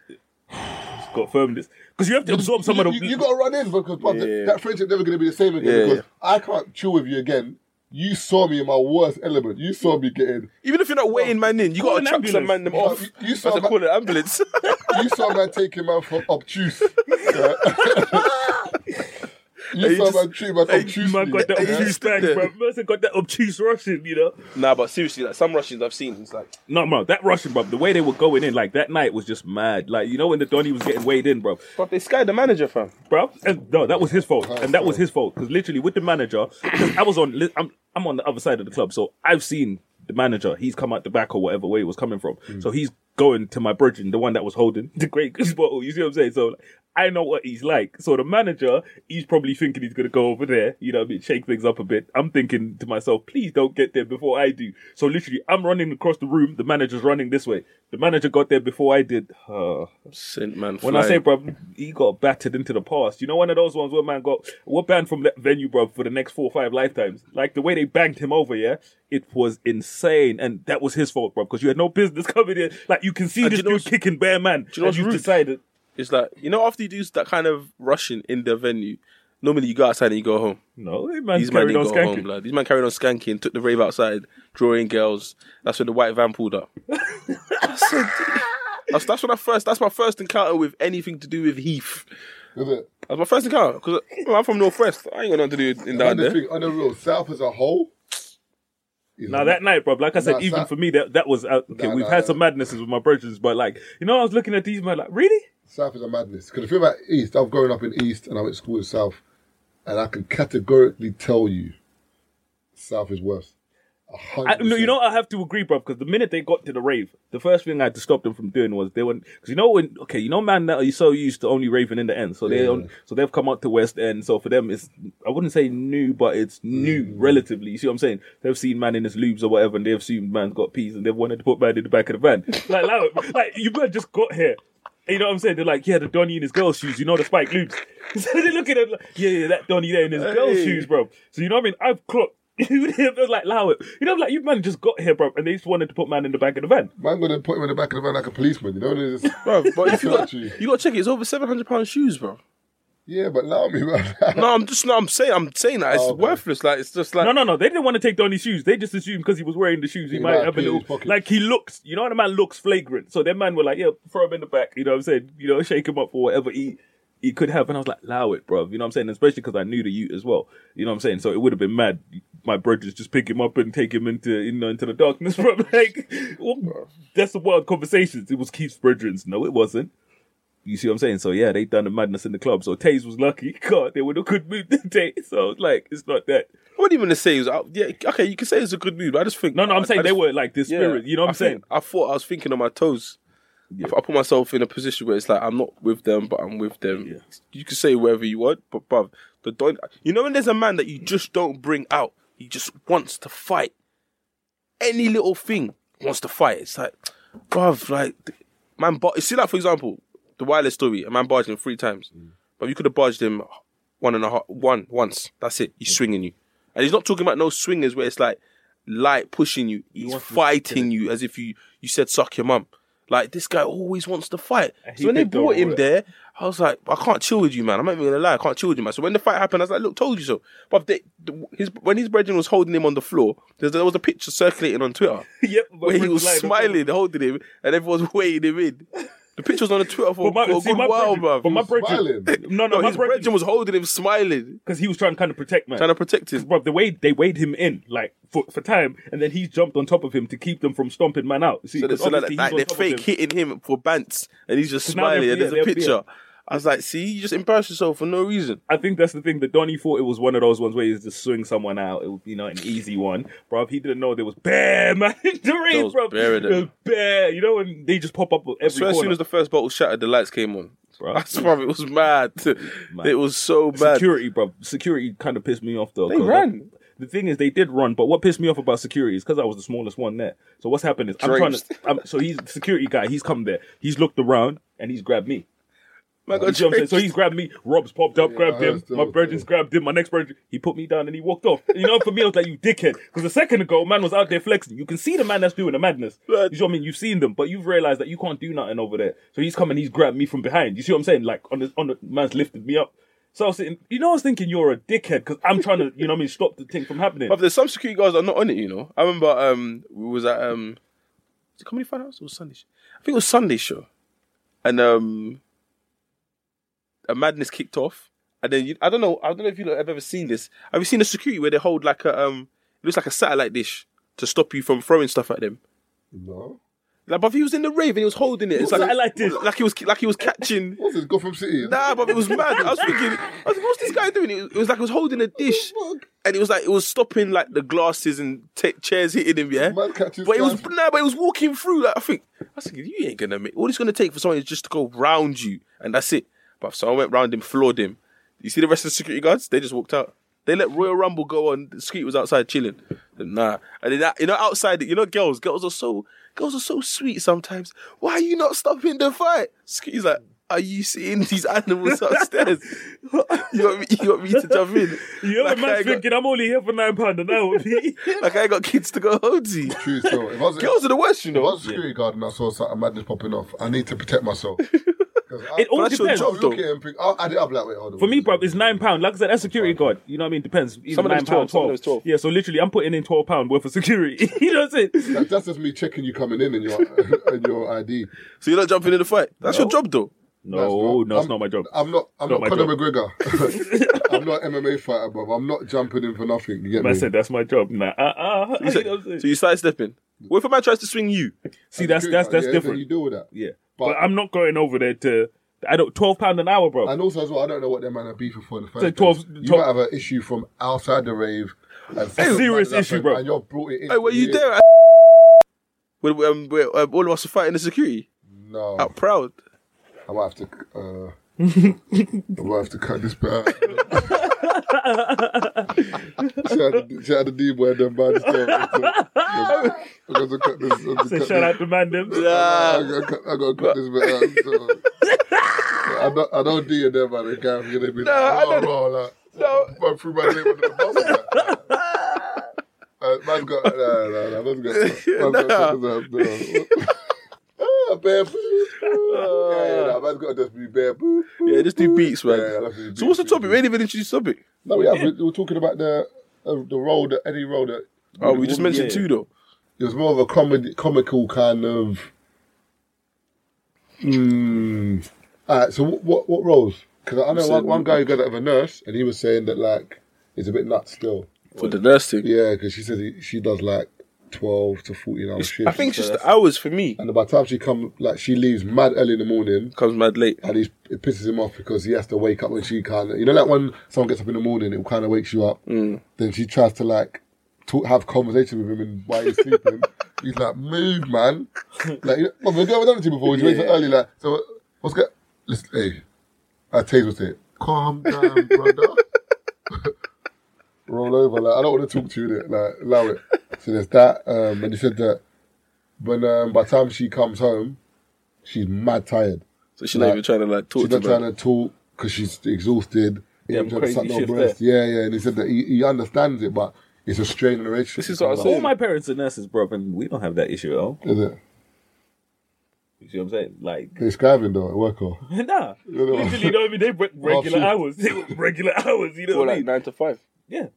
[SPEAKER 4] Got firmness because you have to absorb some of
[SPEAKER 1] you,
[SPEAKER 4] the.
[SPEAKER 1] you, got to run in because bruv, that-
[SPEAKER 5] Yeah.
[SPEAKER 1] that friendship never going to be the same again.
[SPEAKER 5] Yeah,
[SPEAKER 1] because
[SPEAKER 5] yeah.
[SPEAKER 1] I can't chill with you again. You saw me in my worst element. You saw me getting.
[SPEAKER 5] Even if you're not weighing man in, you
[SPEAKER 4] Call
[SPEAKER 5] gotta
[SPEAKER 4] an
[SPEAKER 5] chuck
[SPEAKER 4] ambulance.
[SPEAKER 5] some man them off.
[SPEAKER 1] Oh. You- you
[SPEAKER 5] You
[SPEAKER 1] saw
[SPEAKER 5] saw
[SPEAKER 1] my-
[SPEAKER 5] call an ambulance.
[SPEAKER 1] You saw man taking man from obtuse. Yeah. you
[SPEAKER 5] you
[SPEAKER 1] saw
[SPEAKER 5] just-
[SPEAKER 1] man treat man
[SPEAKER 5] hey,
[SPEAKER 1] obtusely.
[SPEAKER 4] Man got that
[SPEAKER 1] yeah.
[SPEAKER 4] obtuse
[SPEAKER 5] Yeah.
[SPEAKER 4] bag, bro. Mercer got that obtuse Russian, you know.
[SPEAKER 5] nah, but seriously, like some Russians I've seen, it's like
[SPEAKER 4] No, bro, that Russian, bro. The way they were going in, like that night was just mad. Like you know when the Donny was getting weighed in, bro.
[SPEAKER 5] But they sky the manager, fam.
[SPEAKER 4] bro. And no, that was his fault, and that was his fault because literally with the manager, 'cause I was on. li- I'm I'm on the other side of the club, so I've seen the manager. He's come out the back or whatever way he was coming from. So he's going to my bridge the one that was holding the great goose bottle. You see what I'm saying? So like, I know what he's like. So the manager, he's probably thinking he's gonna go over there. You know, what I mean, shake things up a bit. I'm thinking to myself, please don't get there before I do. So literally, I'm running across the room. The manager's running this way. The manager got there before I did. Uh,
[SPEAKER 5] Sent man.
[SPEAKER 4] when I say, bruv, he got battered into the past. You know, one of those ones where man got what banned from that venue, bruv, for the next four or five lifetimes. Like the way they banged him over, yeah, it was insane, and that was his fault, bruv, because you had no business coming in. Like you can see
[SPEAKER 5] And
[SPEAKER 4] this
[SPEAKER 5] do you know
[SPEAKER 4] dude kicking bare man,
[SPEAKER 5] you
[SPEAKER 4] and
[SPEAKER 5] know what's
[SPEAKER 4] you
[SPEAKER 5] rude?
[SPEAKER 4] decided
[SPEAKER 5] it's like you know after you do that kind of rushing in the venue, normally you go outside and you go home.
[SPEAKER 4] no, that man
[SPEAKER 5] These man
[SPEAKER 4] carried
[SPEAKER 5] didn't
[SPEAKER 4] on
[SPEAKER 5] go home,
[SPEAKER 4] skanking.
[SPEAKER 5] blood. These man carried on skanking, took the rave outside, drawing girls. That's when the white van pulled up. I said, that's, that's when I first. That's my first encounter with anything to do with Heath.
[SPEAKER 1] Is it?
[SPEAKER 5] That's my first encounter because I'm from Northwest. I ain't got nothing to do in down
[SPEAKER 1] And the
[SPEAKER 5] there.
[SPEAKER 1] thing, on the real, South as a whole. is
[SPEAKER 4] Now that night, bruv, like I said,
[SPEAKER 1] Nah,
[SPEAKER 4] even
[SPEAKER 1] that-
[SPEAKER 4] for me, that that was uh, okay.
[SPEAKER 1] Nah,
[SPEAKER 4] we've
[SPEAKER 1] nah,
[SPEAKER 4] had
[SPEAKER 1] nah.
[SPEAKER 4] some madnesses with my brothers, but like you know, I was looking at these man like, really?
[SPEAKER 1] South is a madness. Because the thing about East, I've grown up in East and I went to school in South, and I can categorically tell you, South is worse. A
[SPEAKER 4] I,
[SPEAKER 1] hundred
[SPEAKER 4] no, you
[SPEAKER 1] percent.
[SPEAKER 4] know I have to agree, bruv, because the minute they got to the rave, the first thing I had to stop them from doing was they went because you know when okay, you know man that are so used to only raving in the end, so they
[SPEAKER 1] Yeah.
[SPEAKER 4] on, so they've come up to West End, so for them it's I wouldn't say new, but it's new relatively. You see what I'm saying? They've seen man in his lubes or whatever, and they've seen man's got peas, and they've wanted to put man in the back of the van. like, like, like you man just got here. You know what I'm saying? They're like, yeah, the Donny in his girl shoes. You know the spike loops. so they're looking at, like, yeah, yeah, that Donny there in his girl
[SPEAKER 5] Hey.
[SPEAKER 4] shoes, bro. So you know what I mean? I've clocked. it was like, allow it. You know, like you man just got here, bro, and they just wanted to put man in the back of the van.
[SPEAKER 1] Man, gonna put him in the back of the van like a policeman. You know, there's just,
[SPEAKER 5] Bro, but if you got,
[SPEAKER 1] Actually.
[SPEAKER 5] you got to check it. It's over seven hundred pound shoes, bro.
[SPEAKER 1] yeah, but allow me, man.
[SPEAKER 5] No, I'm just no. I'm saying. I'm saying that it's
[SPEAKER 1] Oh, okay.
[SPEAKER 5] worthless. Like it's just like
[SPEAKER 4] No, no, no. They didn't want to take Donny's shoes. They just assumed because he was wearing the shoes, he,
[SPEAKER 1] He
[SPEAKER 4] might
[SPEAKER 1] might
[SPEAKER 4] have a
[SPEAKER 1] pee in
[SPEAKER 4] little.
[SPEAKER 1] his pocket.
[SPEAKER 4] Like he looks, you know, what the man looks flagrant. So their man were like, yeah, throw him in the back. You know what I'm saying? You know, shake him up for whatever he he could have. And I was like, allow it, bro. You know what I'm saying? Especially because I knew the Ute as well. You know what I'm saying? So it would have been mad. My brothers just pick him up and take him into you know into the darkness, bro. Like well, that's the wild conversations. It was Keith's brethren. No, it wasn't. You see what I'm saying? So yeah, they done the madness in the club. So Taze was lucky. God, they would have good move today. So it's like it's not that.
[SPEAKER 5] I wouldn't even say it was. out- Yeah, okay, you can say it's a good move. But I just think
[SPEAKER 4] No, no, I'm
[SPEAKER 5] I-
[SPEAKER 4] saying
[SPEAKER 5] I
[SPEAKER 4] they
[SPEAKER 5] just-
[SPEAKER 4] were like this
[SPEAKER 5] yeah,
[SPEAKER 4] spirit. You know what
[SPEAKER 5] I
[SPEAKER 4] I'm saying?
[SPEAKER 5] think- I thought I was thinking on my toes. I I put myself in a position where it's like I'm not with them, but I'm with them. You can say whatever you want, but bruv, the don't. You know when there's a man that you just don't bring out, he just wants to fight. Any little thing wants to fight. It's like, bruv, like th- man, but see, like for example, the wireless story. A man barged him three times,
[SPEAKER 4] Mm.
[SPEAKER 5] but you could have barged him one and a half, one once. That's it.
[SPEAKER 4] Mm.
[SPEAKER 5] He's swinging you, and he's not talking about no swingers where it's like light pushing you. He's
[SPEAKER 4] wants to
[SPEAKER 5] fighting you as if you you said suck your mum. Like this guy always wants to fight.
[SPEAKER 4] he
[SPEAKER 5] So when they
[SPEAKER 4] did go
[SPEAKER 5] brought him
[SPEAKER 4] all
[SPEAKER 5] there, I was like, I can't chill with you, man. I'm not even gonna lie, I can't chill with you, man. So when the fight happened, I was like, look, told you so. But they, the, his when his brethren was holding him on the floor, there's, there was a picture circulating on Twitter
[SPEAKER 4] Yep, my
[SPEAKER 5] where he
[SPEAKER 4] friend
[SPEAKER 5] was
[SPEAKER 4] lied on
[SPEAKER 5] smiling, holding him, and everyone's weighing him in. The picture was on the Twitter for,
[SPEAKER 4] But my,
[SPEAKER 5] for a
[SPEAKER 4] see,
[SPEAKER 5] good
[SPEAKER 4] my
[SPEAKER 5] while,
[SPEAKER 4] brethren-
[SPEAKER 5] bruv.
[SPEAKER 4] but my
[SPEAKER 5] He was-
[SPEAKER 4] brethren,
[SPEAKER 1] smiling.
[SPEAKER 4] no, no,
[SPEAKER 5] no,
[SPEAKER 4] my
[SPEAKER 5] his brethren was holding him, smiling,
[SPEAKER 4] because he was trying to kind of protect man.
[SPEAKER 5] trying to protect him.
[SPEAKER 4] Bro, the way they weighed him in, like for, for time, and then he jumped on top of him to keep them from stomping man out. See,
[SPEAKER 5] So, they,
[SPEAKER 4] 'cause
[SPEAKER 5] so like,
[SPEAKER 4] obviously he's
[SPEAKER 5] like,
[SPEAKER 4] on
[SPEAKER 5] they're
[SPEAKER 4] top of
[SPEAKER 5] fake
[SPEAKER 4] him.
[SPEAKER 5] hitting him for bants, and he's just
[SPEAKER 4] So now they're
[SPEAKER 5] smiling. And
[SPEAKER 4] fear-
[SPEAKER 5] there's a
[SPEAKER 4] they're fear.
[SPEAKER 5] picture. I was like, see, you just embarrass yourself for no reason.
[SPEAKER 4] I think that's the thing. That Donnie thought it was one of those ones where he's just swing someone out, it, would- you know, an easy one, bro. He didn't know there was bear man in the ring,
[SPEAKER 5] was
[SPEAKER 4] bro.
[SPEAKER 5] bare of them.
[SPEAKER 4] There was bear, you know, when they just pop up every
[SPEAKER 5] So as soon
[SPEAKER 4] corner.
[SPEAKER 5] as the first bottle shattered, the lights came on.
[SPEAKER 4] Bruh.
[SPEAKER 5] That's why it was mad. It was so bad.
[SPEAKER 4] Security, bro. Security kind of pissed me off though.
[SPEAKER 5] They
[SPEAKER 4] 'cause I-
[SPEAKER 5] ran.
[SPEAKER 4] The thing is, they did run, but what pissed me off about security is because I was the smallest one there. So what's happened is I'm trying to. I'm, so he's the security guy. He's come there. He's looked around and he's grabbed me.
[SPEAKER 5] My
[SPEAKER 4] You
[SPEAKER 5] God,
[SPEAKER 4] see what I'm saying? So he's grabbed me. Rob's popped up, grabbed
[SPEAKER 1] I
[SPEAKER 4] him.
[SPEAKER 1] understand
[SPEAKER 4] my
[SPEAKER 1] what
[SPEAKER 4] brethren's
[SPEAKER 1] you're
[SPEAKER 4] grabbed him. My next brethren, he put me down and he walked off. You know, for me, I was like, you dickhead. Because a second ago, man was out there flexing. You can see the man that's doing the madness.
[SPEAKER 5] Right.
[SPEAKER 4] You see what I mean? You've seen them, but you've realized that you can't do nothing over there. So he's come and he's grabbed me from behind. You see what I'm saying? Like, on the, on the man's lifted me up. So I was sitting, you know, I was thinking you're a dickhead because I'm trying to, you know what I mean, stop the thing from happening.
[SPEAKER 5] But there's some security guards that are not on it, you know. I remember um we was at um was it Comedy Fun House or Sunday show? I think it was Sunday show. And um a madness kicked off. And then you, I don't know, I don't know if you lot have ever seen this. Have you seen a security where they hold like a um it looks like a satellite dish to stop you from throwing stuff at them?
[SPEAKER 1] No.
[SPEAKER 5] Like but if he was in the rave and he was holding it, it's like
[SPEAKER 4] satellite dish?
[SPEAKER 5] like he was like he was catching
[SPEAKER 1] What's this? Gotham City?
[SPEAKER 5] Nah, but it was mad. I was thinking, I was like, what's this guy doing? It was, it was like he was holding a dish, and it was like it was stopping like the glasses and t- chairs hitting him. Yeah,
[SPEAKER 1] Man catches
[SPEAKER 5] but it was
[SPEAKER 1] scabs.
[SPEAKER 5] nah, but it was walking through. Like I think I was thinking, you ain't gonna make. All it's gonna take for someone is just to go round you, and that's it. But so I went round him, floored him. You see the rest of the security guards? They just walked out. They let Royal Rumble go on. The security was outside chilling. Nah, and then that, you know outside, you know girls, girls are so girls are so sweet sometimes. Why are you not stopping the fight? Security's like. Are you seeing these animals upstairs? you, want me, you want me to jump in?
[SPEAKER 4] you know, the
[SPEAKER 5] like, I
[SPEAKER 4] man's
[SPEAKER 5] ain't got,
[SPEAKER 4] thinking, I'm only here for nine pounds an hour.
[SPEAKER 5] like I ain't got kids to go home to.
[SPEAKER 1] True, so if I was,
[SPEAKER 5] Girls are the worst, you
[SPEAKER 1] if I
[SPEAKER 5] know.
[SPEAKER 1] was a security guard and I saw something madness popping off, I need to protect myself. 'Cause I-
[SPEAKER 4] It all
[SPEAKER 5] that's your
[SPEAKER 4] depends.
[SPEAKER 5] job.
[SPEAKER 1] I'll look at it and think, I'll add it up like, wait, hold on.
[SPEAKER 4] For me, bro,
[SPEAKER 1] what is
[SPEAKER 4] it's nine pound. Like I said, that's security guard. You know what I mean? Depends. Either
[SPEAKER 5] Some of them
[SPEAKER 4] nine
[SPEAKER 5] is 12,
[SPEAKER 4] pound,
[SPEAKER 5] some of them is 12.
[SPEAKER 4] Yeah, so literally, I'm putting in twelve pound worth of security. you know what I'm saying?
[SPEAKER 1] That, that's just me checking you coming in and your and your ID.
[SPEAKER 5] So you're not jumping in the fight. That's your job, though.
[SPEAKER 4] No,
[SPEAKER 1] That's
[SPEAKER 4] no, it's
[SPEAKER 1] I'm-
[SPEAKER 4] not my job.
[SPEAKER 1] I'm not. I'm
[SPEAKER 4] Not
[SPEAKER 1] not,
[SPEAKER 4] my
[SPEAKER 1] Conor
[SPEAKER 4] job.
[SPEAKER 1] McGregor. I'm not an MMA fighter, bro. I'm not jumping in for nothing. You get me?
[SPEAKER 4] I said that's my job. Nah, uh, uh,
[SPEAKER 5] You said- so you side stepping. What if a man tries to swing you?
[SPEAKER 4] See, that's that's that's
[SPEAKER 1] Yeah, then You
[SPEAKER 4] different.
[SPEAKER 1] deal with that.
[SPEAKER 4] Yeah,
[SPEAKER 1] But-
[SPEAKER 4] but, I'm not going over there to. I don't twelve pound an hour, bro.
[SPEAKER 1] And also as well, I don't know what their man are beefing for in the first
[SPEAKER 4] So 12
[SPEAKER 1] place. You
[SPEAKER 4] 12
[SPEAKER 1] might have an issue from outside the rave. And
[SPEAKER 4] serious issue, bro.
[SPEAKER 1] And you're brought it in.
[SPEAKER 5] Hey, were you
[SPEAKER 1] Yeah.
[SPEAKER 5] there? When, um, where, um, all of us are fighting the security.
[SPEAKER 1] No,
[SPEAKER 5] Out proud.
[SPEAKER 1] I might have to. Uh, I might have to cut this bit out. shout out to- shout out to D boy them bad stuff. I'm gonna cut this. I'm gonna
[SPEAKER 4] So
[SPEAKER 1] cut
[SPEAKER 4] shout
[SPEAKER 1] this.
[SPEAKER 4] out to Mandem.
[SPEAKER 5] Nah.
[SPEAKER 1] I gotta cut- I gotta cut this bit out. So. I know, I know D and them man, the guy gonna be like,
[SPEAKER 5] I
[SPEAKER 1] oh,
[SPEAKER 5] don't-
[SPEAKER 1] bro, like,
[SPEAKER 5] No.
[SPEAKER 1] man threw my name under the bus. like, nah. Uh, man's got, nah, nah, nah, man's got, man's got, man's got, Ah, bare boop. Yeah, yeah, nah, man's got to just be bare boop.
[SPEAKER 5] Yeah, just do beats, man.
[SPEAKER 1] Yeah, yeah, that's the
[SPEAKER 5] so what's the
[SPEAKER 1] beats,
[SPEAKER 5] topic? We ain't even introduced the topic.
[SPEAKER 1] No, we have, we, we were talking about the uh, the role that Eddie role that
[SPEAKER 5] Oh, we just
[SPEAKER 4] Yeah.
[SPEAKER 5] mentioned two, though.
[SPEAKER 1] it was more of a comedy, comical kind of. Mm. All right, so what what, what roles? Because I know one, one guy who got out of a nurse, and he was saying that like it's a bit nuts still.
[SPEAKER 5] For the nurse thing.
[SPEAKER 1] Yeah, because she says he, she does like twelve to fourteen hour shifts.
[SPEAKER 5] I think it's just the hours for me.
[SPEAKER 1] and by the time she come, like she leaves mad early in the morning,
[SPEAKER 5] Comes mad late.
[SPEAKER 1] and he's, it pisses him off because he has to wake up when she kind of, you know, like when someone gets up in the morning, it kind of wakes you up. Mm. Then she tries to like talk, have conversation with him and while he's sleeping, he's like, "Move, man!" Like, you know, well, we've never done it to you before. You wake up early, like, so what's good? Listen, hey, I taser was it. Calm down, brother. Roll over, like I don't want to talk to you, innit? like allow it. So there's that, um, and he said that. But um, by the time she comes home, she's mad tired.
[SPEAKER 5] So she's not
[SPEAKER 1] Nah.
[SPEAKER 5] even trying to like talk
[SPEAKER 1] She's
[SPEAKER 5] to
[SPEAKER 1] not
[SPEAKER 5] me.
[SPEAKER 1] trying to talk because she's exhausted. You
[SPEAKER 4] Them
[SPEAKER 1] know, trying to suck
[SPEAKER 4] crazy
[SPEAKER 1] no
[SPEAKER 4] shifts
[SPEAKER 1] breath. Yeah, yeah. And he said that he, he understands it, but it's a strain on the relationship.
[SPEAKER 5] This is what I was
[SPEAKER 1] Like,
[SPEAKER 5] saying.
[SPEAKER 4] All my parents are nurses, bro, and we don't have that issue at all.
[SPEAKER 1] Is it?
[SPEAKER 4] You see what I'm saying? Like,
[SPEAKER 1] They're skiving though at work or?
[SPEAKER 4] nah.
[SPEAKER 1] You know.
[SPEAKER 4] Literally, you know what I mean? They work regular
[SPEAKER 1] shoot.
[SPEAKER 4] hours. They work regular hours. You know
[SPEAKER 5] Or
[SPEAKER 4] what I
[SPEAKER 5] like
[SPEAKER 4] mean?
[SPEAKER 5] nine to five.
[SPEAKER 4] Yeah.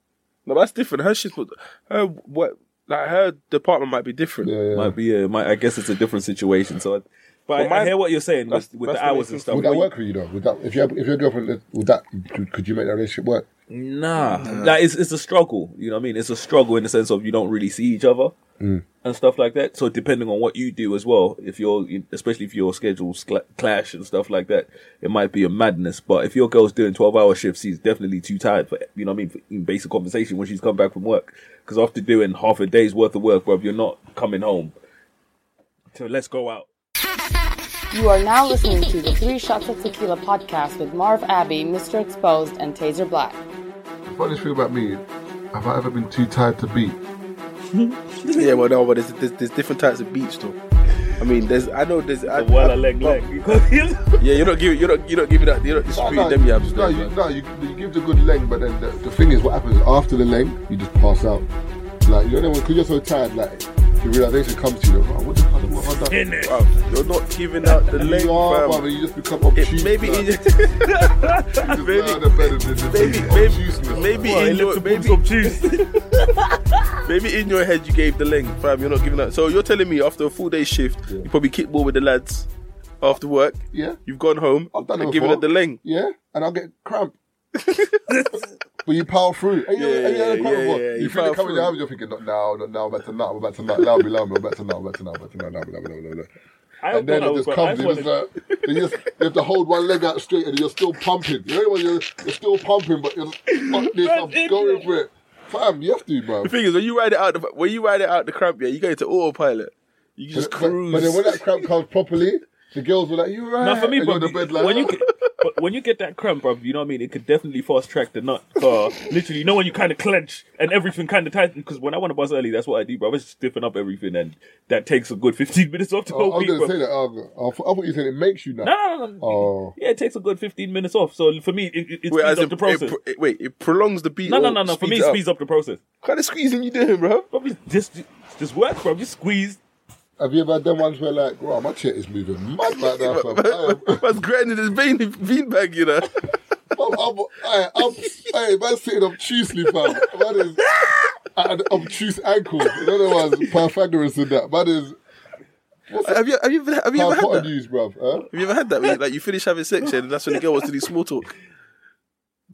[SPEAKER 5] No, that's different. Her shift, was- her what, like her department might be different.
[SPEAKER 1] Yeah, yeah.
[SPEAKER 4] Might be. Yeah, might, I guess it's a different situation. So, I, but I,
[SPEAKER 5] Well, my-
[SPEAKER 4] I hear what you're saying with,
[SPEAKER 5] that's-
[SPEAKER 4] with
[SPEAKER 5] that's
[SPEAKER 4] the
[SPEAKER 5] the way
[SPEAKER 4] hours
[SPEAKER 5] it
[SPEAKER 4] and
[SPEAKER 5] is.
[SPEAKER 4] stuff.
[SPEAKER 1] Would that
[SPEAKER 4] What you-
[SPEAKER 1] work for you though? Would that if your if your girlfriend would that could, could you make that relationship work?
[SPEAKER 4] Nah, like it's it's a struggle. You know what I mean? It's a struggle in the sense of you don't really see each other and stuff like that. So depending on what you do as well, if you're especially if your schedules cla clash and stuff like that, it might be a madness. But if your girl's doing twelve hour shifts, she's definitely too tired for you know what I mean for even basic conversation when she's come back from work. Because after doing half a day's worth of work, bruv, you're not coming home. So let's go out.
[SPEAKER 3] You are now listening to the Three Shots of Tequila podcast with Marv Abbey, Mr. Exposed, and Taser Black.
[SPEAKER 1] The funniest thing about me, Have I ever been too tired to beat?
[SPEAKER 5] yeah, well, no, but there's, there's, there's different types of beats, though. I mean, there's I know there's I,
[SPEAKER 4] Well,
[SPEAKER 5] I-
[SPEAKER 4] I leg
[SPEAKER 5] but-
[SPEAKER 4] leg. That's
[SPEAKER 5] Yeah, you're not giving you're not you're not giving that you're not
[SPEAKER 1] No,
[SPEAKER 5] disputing
[SPEAKER 1] no,
[SPEAKER 5] them
[SPEAKER 1] no,
[SPEAKER 5] yabs. though,
[SPEAKER 1] you,
[SPEAKER 5] man.
[SPEAKER 1] no you, you give the good length, but then the, the thing is, what happens after the length, you just pass out. Like, you know, because you're so tired, like, the realization comes to you, like, "Oh, what the fuck, what have I done?
[SPEAKER 5] Wow, you're not giving out the length,
[SPEAKER 1] You are, brother,
[SPEAKER 5] fam.
[SPEAKER 1] you just become obtuse.
[SPEAKER 5] It, maybe
[SPEAKER 1] like,
[SPEAKER 5] it,
[SPEAKER 1] you just
[SPEAKER 5] maybe-
[SPEAKER 1] lie on the bed and then just
[SPEAKER 5] maybe-
[SPEAKER 1] be
[SPEAKER 5] maybe-
[SPEAKER 1] obtuseness.
[SPEAKER 5] maybe in your maybe, maybe in your head you gave the length, fam. You're not giving out. So you're telling me after a full day shift, you probably kickball with the lads after work.
[SPEAKER 1] Yeah.
[SPEAKER 5] You've gone home
[SPEAKER 1] I've done it
[SPEAKER 5] and given
[SPEAKER 1] before.
[SPEAKER 5] it the length.
[SPEAKER 1] Yeah, and I'll get cramp. but you power through. And you,
[SPEAKER 5] Yeah,
[SPEAKER 1] and you, had a
[SPEAKER 5] yeah,
[SPEAKER 1] cramp
[SPEAKER 5] yeah,
[SPEAKER 1] before.
[SPEAKER 5] yeah,
[SPEAKER 1] you,
[SPEAKER 5] you
[SPEAKER 1] feel
[SPEAKER 5] power
[SPEAKER 1] it coming
[SPEAKER 5] through.
[SPEAKER 1] down, you're thinking, not now, not now, I'm about to nut, I'm about to nut, now, be loud, I'm about to nut, I'm about to nut, I'm about to nut, now, now, now, now, now.
[SPEAKER 4] I
[SPEAKER 1] And then
[SPEAKER 4] thought I
[SPEAKER 1] it
[SPEAKER 4] was
[SPEAKER 1] just
[SPEAKER 4] quite-
[SPEAKER 1] comes,
[SPEAKER 4] I
[SPEAKER 1] you just
[SPEAKER 4] thought-
[SPEAKER 1] like, you just you have to hold one leg out straight and you're still pumping. You know when you're, you're still pumping, but you're just, fuck this,
[SPEAKER 4] That's
[SPEAKER 1] I'm
[SPEAKER 4] it,
[SPEAKER 1] going
[SPEAKER 4] bro.
[SPEAKER 1] for it. Fam, you have to, man.
[SPEAKER 5] The thing is, when you ride it out, the, when you ride it out the cramp, yeah, you go into autopilot. You
[SPEAKER 1] But,
[SPEAKER 5] just
[SPEAKER 1] but,
[SPEAKER 5] cruise.
[SPEAKER 1] but then when that cramp comes properly, the girls were like, you right.
[SPEAKER 4] Not for me,
[SPEAKER 1] and
[SPEAKER 4] but
[SPEAKER 1] you're in the bed like, ah.
[SPEAKER 4] when you get, but when you get that cramp, bruv, you know what I mean. It could definitely fast track the nut car. Literally, you know when you kind of clench and everything kind of tightens. Because when I want to buzz early, that's what I do, bruv. I just stiffen up everything, and that takes a good fifteen minutes off the
[SPEAKER 1] oh, I
[SPEAKER 4] whole
[SPEAKER 1] was
[SPEAKER 4] week,
[SPEAKER 1] going to
[SPEAKER 4] bruv.
[SPEAKER 1] say that. Oh, I thought I thought you said it makes you nut.
[SPEAKER 4] No, no, no, no.
[SPEAKER 1] Oh.
[SPEAKER 4] Yeah, it takes a good fifteen minutes off. So for me, it, it, it
[SPEAKER 5] wait,
[SPEAKER 4] speeds
[SPEAKER 5] as
[SPEAKER 4] up
[SPEAKER 5] in,
[SPEAKER 4] the
[SPEAKER 5] it,
[SPEAKER 4] process.
[SPEAKER 5] pro- it- wait, it prolongs the beat.
[SPEAKER 4] no, no,
[SPEAKER 5] or
[SPEAKER 4] no, no. For me, it
[SPEAKER 5] up?
[SPEAKER 4] speeds up the process.
[SPEAKER 5] What kind of squeezing you doing, bro?
[SPEAKER 4] Probably just just work, bruv. Just squeeze.
[SPEAKER 1] Have you ever had them ones where like, wow, my shit is moving mad like that? fam. I am-
[SPEAKER 5] Man's grinding his vein, vein bag, you know.
[SPEAKER 1] I'm, I'm, I, I'm, hey, man's sitting obtusely, fam. Man is at an obtuse ankle. In other words, Pythagoras in that. Man is
[SPEAKER 5] have you have you have you ever had that?
[SPEAKER 1] hypotenuse, bruv. Huh?
[SPEAKER 5] Have you ever had that? Where you, like you finish having sex, yeah, and that's when the girl wants to do small talk.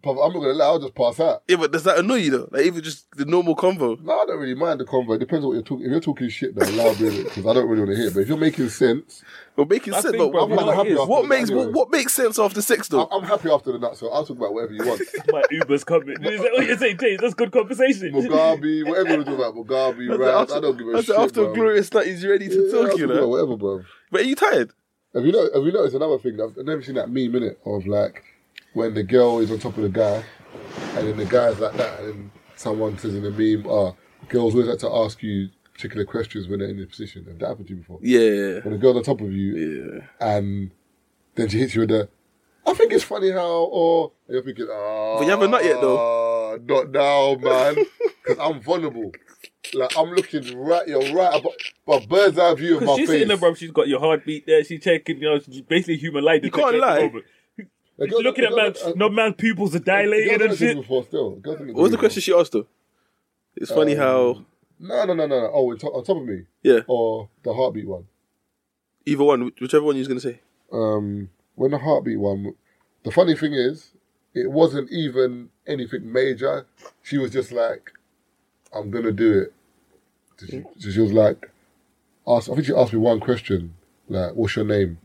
[SPEAKER 1] Bruv, I'm not gonna lie, I'll just pass out.
[SPEAKER 5] Yeah, but does that annoy you though? Like even just the normal convo.
[SPEAKER 1] No, I don't really mind the convo. It depends on what you're talking. If you're talking shit, then loud music, because I don't really want to hear. it. But if you're making sense,
[SPEAKER 5] Well, making
[SPEAKER 4] I
[SPEAKER 5] sense.
[SPEAKER 4] think,
[SPEAKER 5] But
[SPEAKER 4] bro,
[SPEAKER 1] I'm
[SPEAKER 5] what,
[SPEAKER 4] you
[SPEAKER 1] kind
[SPEAKER 4] know
[SPEAKER 1] of happy.
[SPEAKER 4] it is.
[SPEAKER 1] after
[SPEAKER 5] what
[SPEAKER 1] that
[SPEAKER 5] makes
[SPEAKER 1] anyway.
[SPEAKER 5] what, what makes sense after sex
[SPEAKER 1] I'm,
[SPEAKER 5] though?
[SPEAKER 1] I'm happy after the nut, so I'll talk about whatever you want.
[SPEAKER 4] My Uber's coming. Is that what you're saying, James? That's good conversation.
[SPEAKER 1] Mugabe, whatever you want to talk about, Mugabe,
[SPEAKER 5] That's
[SPEAKER 1] rap.
[SPEAKER 5] after-
[SPEAKER 1] I don't give a
[SPEAKER 5] that's
[SPEAKER 1] shit.
[SPEAKER 5] after
[SPEAKER 1] bruv.
[SPEAKER 5] glorious night, he's ready to
[SPEAKER 1] Yeah, I'll
[SPEAKER 5] talk, you
[SPEAKER 1] talk about
[SPEAKER 5] know.
[SPEAKER 1] whatever, bruv.
[SPEAKER 5] But are you tired?
[SPEAKER 1] Have you know? Have you noticed another thing? I've never seen that meme in it of like when the girl is on top of the guy, and then the guy's like that, and then someone says in the meme, "Ah, girls always like to ask you particular questions when they're in the position." Have that happened to you before?
[SPEAKER 5] Yeah.
[SPEAKER 1] When a girl's on top of you, and then she hits you with the, "I think it's funny how," or and you're thinking, "Ah,
[SPEAKER 5] But you haven't nut yet,
[SPEAKER 1] though." Not now, man, because I'm vulnerable. Like I'm looking right, you're right, about, but bird's eye view of my
[SPEAKER 4] Because she's
[SPEAKER 1] face.
[SPEAKER 4] sitting there, bro. She's got your heartbeat there. She's checking, you know, she's basically human light. You
[SPEAKER 5] can't lie.
[SPEAKER 1] The
[SPEAKER 4] She's
[SPEAKER 1] girl-
[SPEAKER 4] looking
[SPEAKER 1] the
[SPEAKER 4] at
[SPEAKER 1] girl-
[SPEAKER 4] man,
[SPEAKER 1] uh,
[SPEAKER 4] no man's pupils are
[SPEAKER 1] Girls
[SPEAKER 4] dilated
[SPEAKER 1] haven't
[SPEAKER 4] and
[SPEAKER 1] seen it
[SPEAKER 4] shit.
[SPEAKER 1] Before, still. Girls haven't
[SPEAKER 5] What was
[SPEAKER 1] seen
[SPEAKER 5] the
[SPEAKER 1] it
[SPEAKER 5] question she asked though? It's
[SPEAKER 1] Um,
[SPEAKER 5] funny how
[SPEAKER 1] before. No, no, no, no. no. Oh, on top, on top of me.
[SPEAKER 5] yeah,
[SPEAKER 1] Or the heartbeat one.
[SPEAKER 5] either one, which- whichever one you was gonna say.
[SPEAKER 1] Um, when the heartbeat one, the funny thing is, it wasn't even anything major. She was just like, "I'm gonna do it." So She, so she was like, "Ask." I think she asked me one question, like, "What's your name?"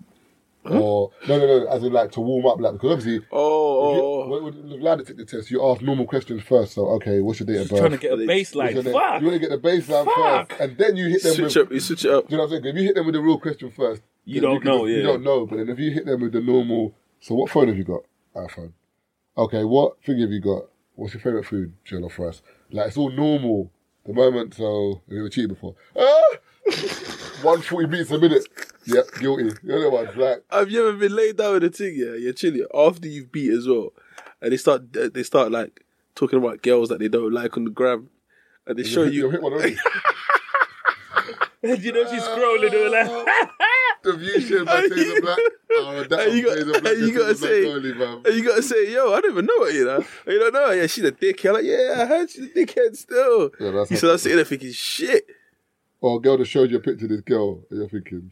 [SPEAKER 1] Or no, no, no. As in, like, to warm up, like, because obviously.
[SPEAKER 5] Oh, oh,
[SPEAKER 1] When when the ladder took the test, you asked normal questions first. So, okay, what's your date of birth?
[SPEAKER 4] Trying to get a
[SPEAKER 1] What's
[SPEAKER 4] baseline.
[SPEAKER 1] your name? You
[SPEAKER 4] Fuck.
[SPEAKER 1] want to get the baseline
[SPEAKER 4] Fuck.
[SPEAKER 1] first, and then you hit
[SPEAKER 5] oh.
[SPEAKER 1] them
[SPEAKER 5] switch
[SPEAKER 1] with.
[SPEAKER 5] up, you switch it up.
[SPEAKER 1] Do you know what I'm saying? If you hit them with the real question first,
[SPEAKER 4] You
[SPEAKER 1] then
[SPEAKER 4] don't
[SPEAKER 1] can
[SPEAKER 4] know,
[SPEAKER 1] just- You
[SPEAKER 4] yeah.
[SPEAKER 1] don't know, but then if you hit them with the normal, so what phone have you got? iPhone. Okay, what thing have you got? What's your favorite food? Jello fries. Like it's all normal. The moment, so have you ever cheated before? Ah! One forty beats a minute. Yep, guilty. The other one's like,
[SPEAKER 5] Have you ever been laid down with a thing? Yeah, you're chilling after you've beat as well, and they start they start like talking about girls that they don't like on the gram, and they show
[SPEAKER 1] you
[SPEAKER 5] you.
[SPEAKER 1] hit one already.
[SPEAKER 4] And you know she's scrolling and like,
[SPEAKER 1] the view shit by
[SPEAKER 5] And
[SPEAKER 1] Taser
[SPEAKER 5] you-
[SPEAKER 1] Black. Oh, that
[SPEAKER 5] and you
[SPEAKER 1] was
[SPEAKER 5] got-
[SPEAKER 1] Taser Black.
[SPEAKER 5] and you
[SPEAKER 1] Taser
[SPEAKER 5] gotta
[SPEAKER 1] Black
[SPEAKER 5] say-
[SPEAKER 1] only, man.
[SPEAKER 5] And you gotta say, yo, I don't even know her, you know. And you don't know her. Yeah, she's a dickhead. Like, yeah, I heard she's a dickhead still.
[SPEAKER 1] Yeah, that's
[SPEAKER 5] you
[SPEAKER 1] how-
[SPEAKER 5] start sitting there thinking, shit.
[SPEAKER 1] Or Oh, a girl that showed you a picture of this girl, and you're thinking,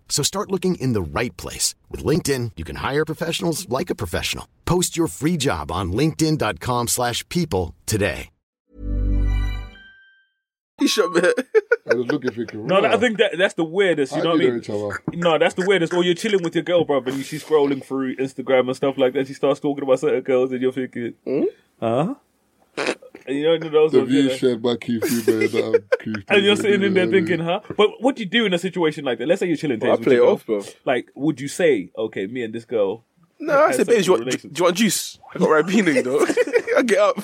[SPEAKER 6] So start looking in the right place. With LinkedIn, you can hire professionals like a professional. Post your free job on linkedin.com/people slash people today.
[SPEAKER 5] He shot me.
[SPEAKER 1] I was looking, thinking,
[SPEAKER 4] No, that-
[SPEAKER 1] "Rah,
[SPEAKER 4] I think that that's the weirdest. You
[SPEAKER 1] how do
[SPEAKER 4] know what I
[SPEAKER 1] you know
[SPEAKER 4] mean?
[SPEAKER 1] each other?
[SPEAKER 4] No, that's the weirdest. Or you're chilling with your girl, bruv, and she's scrolling through Instagram and stuff like that. She starts talking about certain girls, and you're thinking, huh? And you know those
[SPEAKER 1] The
[SPEAKER 4] ones,
[SPEAKER 1] view
[SPEAKER 4] yeah.
[SPEAKER 1] shared by Keith Newman and um, Keith
[SPEAKER 4] And you're
[SPEAKER 1] Newman,
[SPEAKER 4] sitting in there
[SPEAKER 1] you know,
[SPEAKER 4] thinking, huh? But what do you do in a situation like that? Let's say you're chilling.
[SPEAKER 5] I
[SPEAKER 4] Taze, with
[SPEAKER 5] play it
[SPEAKER 4] your girl.
[SPEAKER 5] off, bro.
[SPEAKER 4] Like, would you say, okay, me and this girl?
[SPEAKER 5] No, I said, babe, do you, want,
[SPEAKER 4] Relations.
[SPEAKER 5] do you want juice? I got Ribena, you know. I get up. I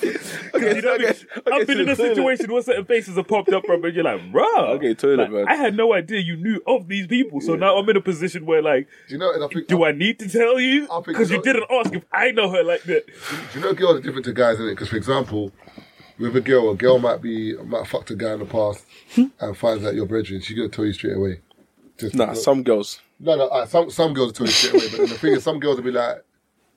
[SPEAKER 5] get,
[SPEAKER 4] You know
[SPEAKER 5] I
[SPEAKER 4] what I mean?
[SPEAKER 5] get, I
[SPEAKER 4] I've
[SPEAKER 5] get
[SPEAKER 4] been
[SPEAKER 5] to
[SPEAKER 4] in
[SPEAKER 5] the
[SPEAKER 4] a
[SPEAKER 5] toilet.
[SPEAKER 4] situation where certain faces have popped up, bro, and you're like, bruh.
[SPEAKER 5] Okay, toilet,
[SPEAKER 4] like,
[SPEAKER 5] man.
[SPEAKER 4] I had no idea you knew of these people, so now I'm in a position where, like,
[SPEAKER 1] Do you know? And I think,
[SPEAKER 4] do I need to tell you?
[SPEAKER 1] I think
[SPEAKER 4] Because you
[SPEAKER 1] so.
[SPEAKER 4] didn't ask if I know her like that.
[SPEAKER 1] Do you know girls are different to guys, isn't it? Because, for example, with a girl, a girl might be might have fucked a guy in the past
[SPEAKER 4] Hmm?
[SPEAKER 1] and finds out your brethren. She's gonna tell you straight away. Just
[SPEAKER 5] Nah,
[SPEAKER 1] because-
[SPEAKER 5] some girls.
[SPEAKER 1] no, no. uh, some some girls will tell you straight away, but then the thing is, some girls will be like,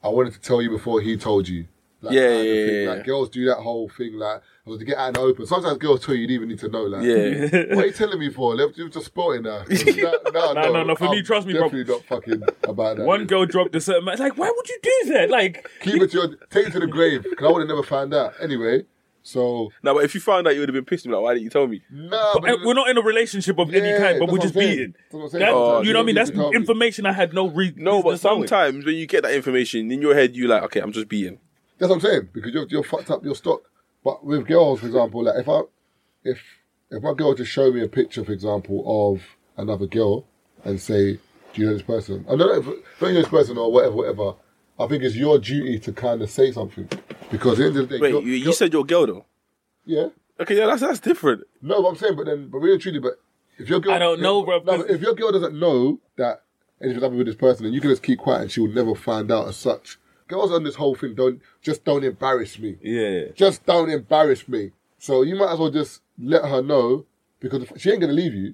[SPEAKER 1] "I wanted to tell you before he told you." Like,
[SPEAKER 5] Yeah,
[SPEAKER 1] kind of
[SPEAKER 5] yeah,
[SPEAKER 1] thing.
[SPEAKER 5] yeah,
[SPEAKER 1] Like
[SPEAKER 5] yeah.
[SPEAKER 1] girls do that whole thing, like I was to get out in the open. Sometimes girls tell you you didn't even need to know, like,
[SPEAKER 5] Yeah.
[SPEAKER 1] What are you telling me for? Let me just sporting now. No,
[SPEAKER 4] Nah, no, no, for me, trust me, bro.
[SPEAKER 1] definitely not fucking about that.
[SPEAKER 4] One girl dropped a certain. ma- Like, why would you do that? Like,
[SPEAKER 1] keep it to your take it to the grave because I would have never found out anyway. So
[SPEAKER 5] Now, but if you found out, you would have been pissed. You'd be Like, why didn't you tell me?
[SPEAKER 1] nah,
[SPEAKER 4] But we're not in a relationship of any
[SPEAKER 1] Yeah,
[SPEAKER 4] kind, but
[SPEAKER 1] that's
[SPEAKER 4] we're
[SPEAKER 1] what
[SPEAKER 4] just
[SPEAKER 1] I'm saying.
[SPEAKER 4] beating.
[SPEAKER 1] That's what I'm saying.
[SPEAKER 4] That-
[SPEAKER 5] Oh,
[SPEAKER 4] you know what I mean?
[SPEAKER 1] yeah,
[SPEAKER 4] That's
[SPEAKER 1] you told me.
[SPEAKER 4] information I had no re-
[SPEAKER 5] No, but
[SPEAKER 4] business knowing.
[SPEAKER 5] sometimes when you get that information in your head, you like, okay, I'm just beating.
[SPEAKER 1] That's what I'm saying because you're you're fucked up your stock. But with girls, for example, like if I if if my girl were to show me a picture, for example, of another girl and say, "Do you know this person?" I don't know, if, don't you know this person or whatever, whatever. I think it's your duty to kind of say something because at the end of the day,
[SPEAKER 5] Wait,
[SPEAKER 1] girl-
[SPEAKER 5] you, you
[SPEAKER 1] girl-
[SPEAKER 5] said your girl though.
[SPEAKER 1] yeah.
[SPEAKER 5] Okay, yeah, that's that's different.
[SPEAKER 1] No, but I'm saying, but then, but really and truly, but if your girl,
[SPEAKER 4] I don't know, bro,
[SPEAKER 1] no, but if your girl doesn't know that anything's happened with this person, then you can just keep quiet, and she will never find out as such. Girls on this whole thing don't just don't embarrass me.
[SPEAKER 4] Yeah.
[SPEAKER 1] Just don't embarrass me. So you might as well just let her know because if- she ain't gonna leave you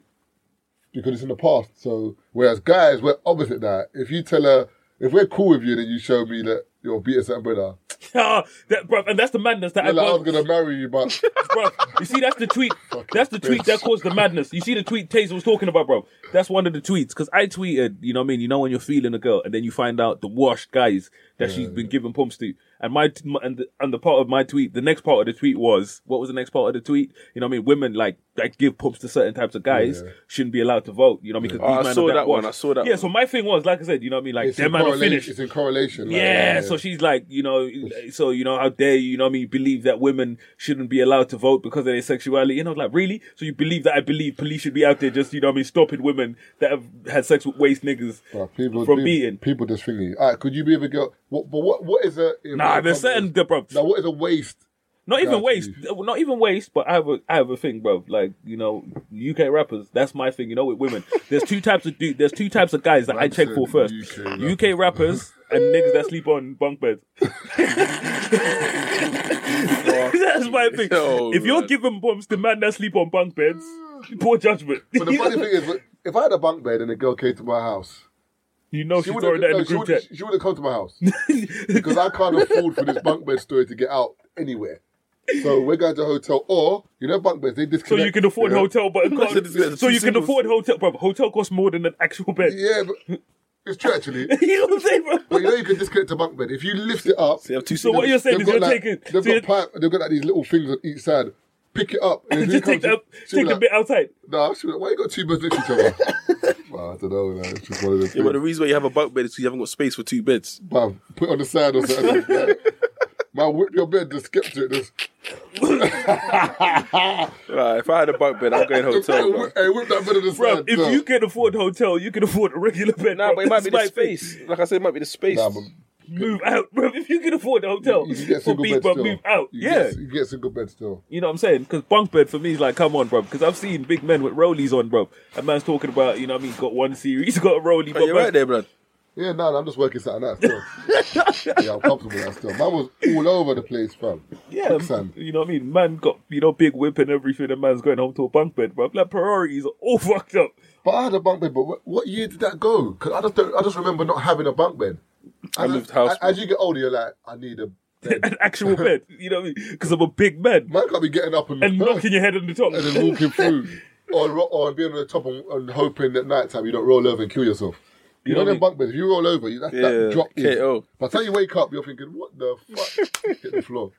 [SPEAKER 1] because it's in the past. So whereas guys, we're opposite that. If you tell her, if we're cool with you, then you show me that you're beating certain brother.
[SPEAKER 4] Ah, that, bruv, and that's the madness that I
[SPEAKER 1] You're like, oh, I
[SPEAKER 4] got.
[SPEAKER 1] was gonna marry you, but
[SPEAKER 4] bro. You see, that's the tweet. That's the tweet that caused the madness. You see the tweet Taser was talking about, bro. That's one of the tweets because I tweeted. You know what I mean? You know when you're feeling a girl and then you find out the washed guys that she's been giving pumps to. And my, t- my- and the, and the part of my tweet, the next part of the tweet was what was the next part of the tweet? You know what I mean? Women like that give pumps to certain types of guys shouldn't be allowed to vote. You know what I mean? 'Cause
[SPEAKER 5] Oh, I
[SPEAKER 4] these men are
[SPEAKER 5] saw that one,
[SPEAKER 4] washed.
[SPEAKER 5] I saw that
[SPEAKER 4] Yeah.
[SPEAKER 5] one.
[SPEAKER 4] So my thing was, like I said, you know what I mean? Like
[SPEAKER 1] it's in,
[SPEAKER 4] them man are
[SPEAKER 1] correlation,
[SPEAKER 4] finished.
[SPEAKER 1] it's in correlation. like,
[SPEAKER 4] Yeah, so she's like, you know, so you know, how dare you, you know, what I mean, believe that women shouldn't be allowed to vote because of their sexuality, and I was like, really? So you believe that? I believe police should be out there just, you know, what I mean, stopping women that have had sex with waste niggas
[SPEAKER 1] Bruh, people,
[SPEAKER 4] from
[SPEAKER 1] people,
[SPEAKER 4] being.
[SPEAKER 1] people just thinking. All right, could you be with a girl? What, but what what is a
[SPEAKER 4] Nah, there's certain, bro.
[SPEAKER 1] Now what is a waste?
[SPEAKER 4] Not even
[SPEAKER 1] Nah,
[SPEAKER 4] waste, not even waste. But I have a, I have a thing, bro. Like you know, UK rappers. That's my thing. You know, with women, there's two types of dude. There's two types of guys that I
[SPEAKER 1] Man
[SPEAKER 4] check for
[SPEAKER 1] said
[SPEAKER 4] first.
[SPEAKER 1] UK
[SPEAKER 4] UK rappers and niggas that sleep on bunk beds. That's my thing.
[SPEAKER 5] Yo,
[SPEAKER 4] if you're
[SPEAKER 5] man.
[SPEAKER 4] giving bombs to man that sleep on bunk beds, poor judgment.
[SPEAKER 1] But the funny thing is, if I had a bunk bed and a girl came to my house,
[SPEAKER 4] you know she's
[SPEAKER 1] wouldn't-
[SPEAKER 4] already that in
[SPEAKER 1] no,
[SPEAKER 4] the
[SPEAKER 1] she
[SPEAKER 4] group
[SPEAKER 1] wouldn't-
[SPEAKER 4] chat.
[SPEAKER 1] she wouldn't come to my house because I can't afford for this bunk bed story to get out anywhere. So we're going to a hotel, or you know, bunk beds they
[SPEAKER 4] So
[SPEAKER 1] disconnect.
[SPEAKER 4] you can afford
[SPEAKER 1] know?
[SPEAKER 4] hotel, but
[SPEAKER 5] That's it, it's- it's
[SPEAKER 4] so
[SPEAKER 5] two
[SPEAKER 4] you can
[SPEAKER 5] singles.
[SPEAKER 4] afford hotel, bro. Hotel costs more than an actual bed.
[SPEAKER 1] Yeah, but it's true actually.
[SPEAKER 4] you know what I'm saying, bro?
[SPEAKER 1] But you know, you can disconnect a bunk bed if you lift it up.
[SPEAKER 5] They have two
[SPEAKER 4] So what
[SPEAKER 5] singles.
[SPEAKER 4] you're saying
[SPEAKER 1] They've got
[SPEAKER 4] is you're
[SPEAKER 1] like,
[SPEAKER 4] taking
[SPEAKER 1] They've
[SPEAKER 4] so you're-
[SPEAKER 1] got pi- They've got like these little things on each side. Pick it up. And if it
[SPEAKER 4] just take
[SPEAKER 1] comes
[SPEAKER 4] the
[SPEAKER 1] to- she'll be
[SPEAKER 4] take the
[SPEAKER 1] like,
[SPEAKER 4] bit outside.
[SPEAKER 1] Nah, she was like, why you got two beds next to each other? well, I don't know. Like, it's just one of the
[SPEAKER 5] Yeah,
[SPEAKER 1] things.
[SPEAKER 5] but the reason why you have a bunk bed is 'cause you haven't got space for two beds.
[SPEAKER 1] Bruv, put it on the side or something. like, man, whip your bed, just skip to it. Just,
[SPEAKER 5] Right, if I had a bunk bed, I'm going hotel. bro.
[SPEAKER 1] whip, hey, whip that bed on the
[SPEAKER 4] Bro,
[SPEAKER 1] side.
[SPEAKER 4] if
[SPEAKER 1] so-
[SPEAKER 4] you can afford hotel, you can afford a regular bed.
[SPEAKER 5] Nah,
[SPEAKER 4] bro.
[SPEAKER 5] but it might be
[SPEAKER 4] That's
[SPEAKER 5] the
[SPEAKER 4] my thing.
[SPEAKER 5] space. Like I said, it might be the space.
[SPEAKER 1] Nah, but
[SPEAKER 4] Move out, bro. If you can afford a hotel
[SPEAKER 1] you can get
[SPEAKER 4] for
[SPEAKER 1] single
[SPEAKER 4] beef,
[SPEAKER 1] bed
[SPEAKER 4] bro,
[SPEAKER 1] still.
[SPEAKER 4] move out.
[SPEAKER 1] You
[SPEAKER 4] yeah,
[SPEAKER 1] Get, you get single bed still.
[SPEAKER 4] you know what I'm saying? Because bunk bed for me is like, come on, bro. Because I've seen big men with rollies on, bro. A man's talking about, you know what I mean? Got one series, got a
[SPEAKER 1] Oh,
[SPEAKER 4] rollie,
[SPEAKER 5] But
[SPEAKER 4] but
[SPEAKER 5] you're right there, blood.
[SPEAKER 1] Yeah, no, no, I'm just working something out still. yeah, I'm comfortable with that still. Mine was all over the place, fam.
[SPEAKER 4] yeah,
[SPEAKER 1] Quicksand.
[SPEAKER 4] you know what I mean? Man got you know big whip and everything. A man's going home to a bunk bed, bro. Like priorities are all fucked up.
[SPEAKER 1] But I had a bunk bed. But wh- what year did that go? Because I just don't. I just remember not having a bunk bed.
[SPEAKER 5] I
[SPEAKER 1] As-
[SPEAKER 5] moved house,
[SPEAKER 1] a- As, you get older, you're like, I need a bed.
[SPEAKER 4] An actual bed, you know what I mean? Because I'm a big man
[SPEAKER 1] Man can't be getting up and,
[SPEAKER 4] and knocking your head on the top.
[SPEAKER 1] and then walking through, or ro- or being on the top and, and hoping at night time you don't roll over and kill yourself. You know them bunk beds. If you roll over, you, that, that
[SPEAKER 5] Yeah,
[SPEAKER 1] drop is.
[SPEAKER 5] KO.
[SPEAKER 1] By the time you wake up, you're thinking, "What the fuck?" Hit the floor.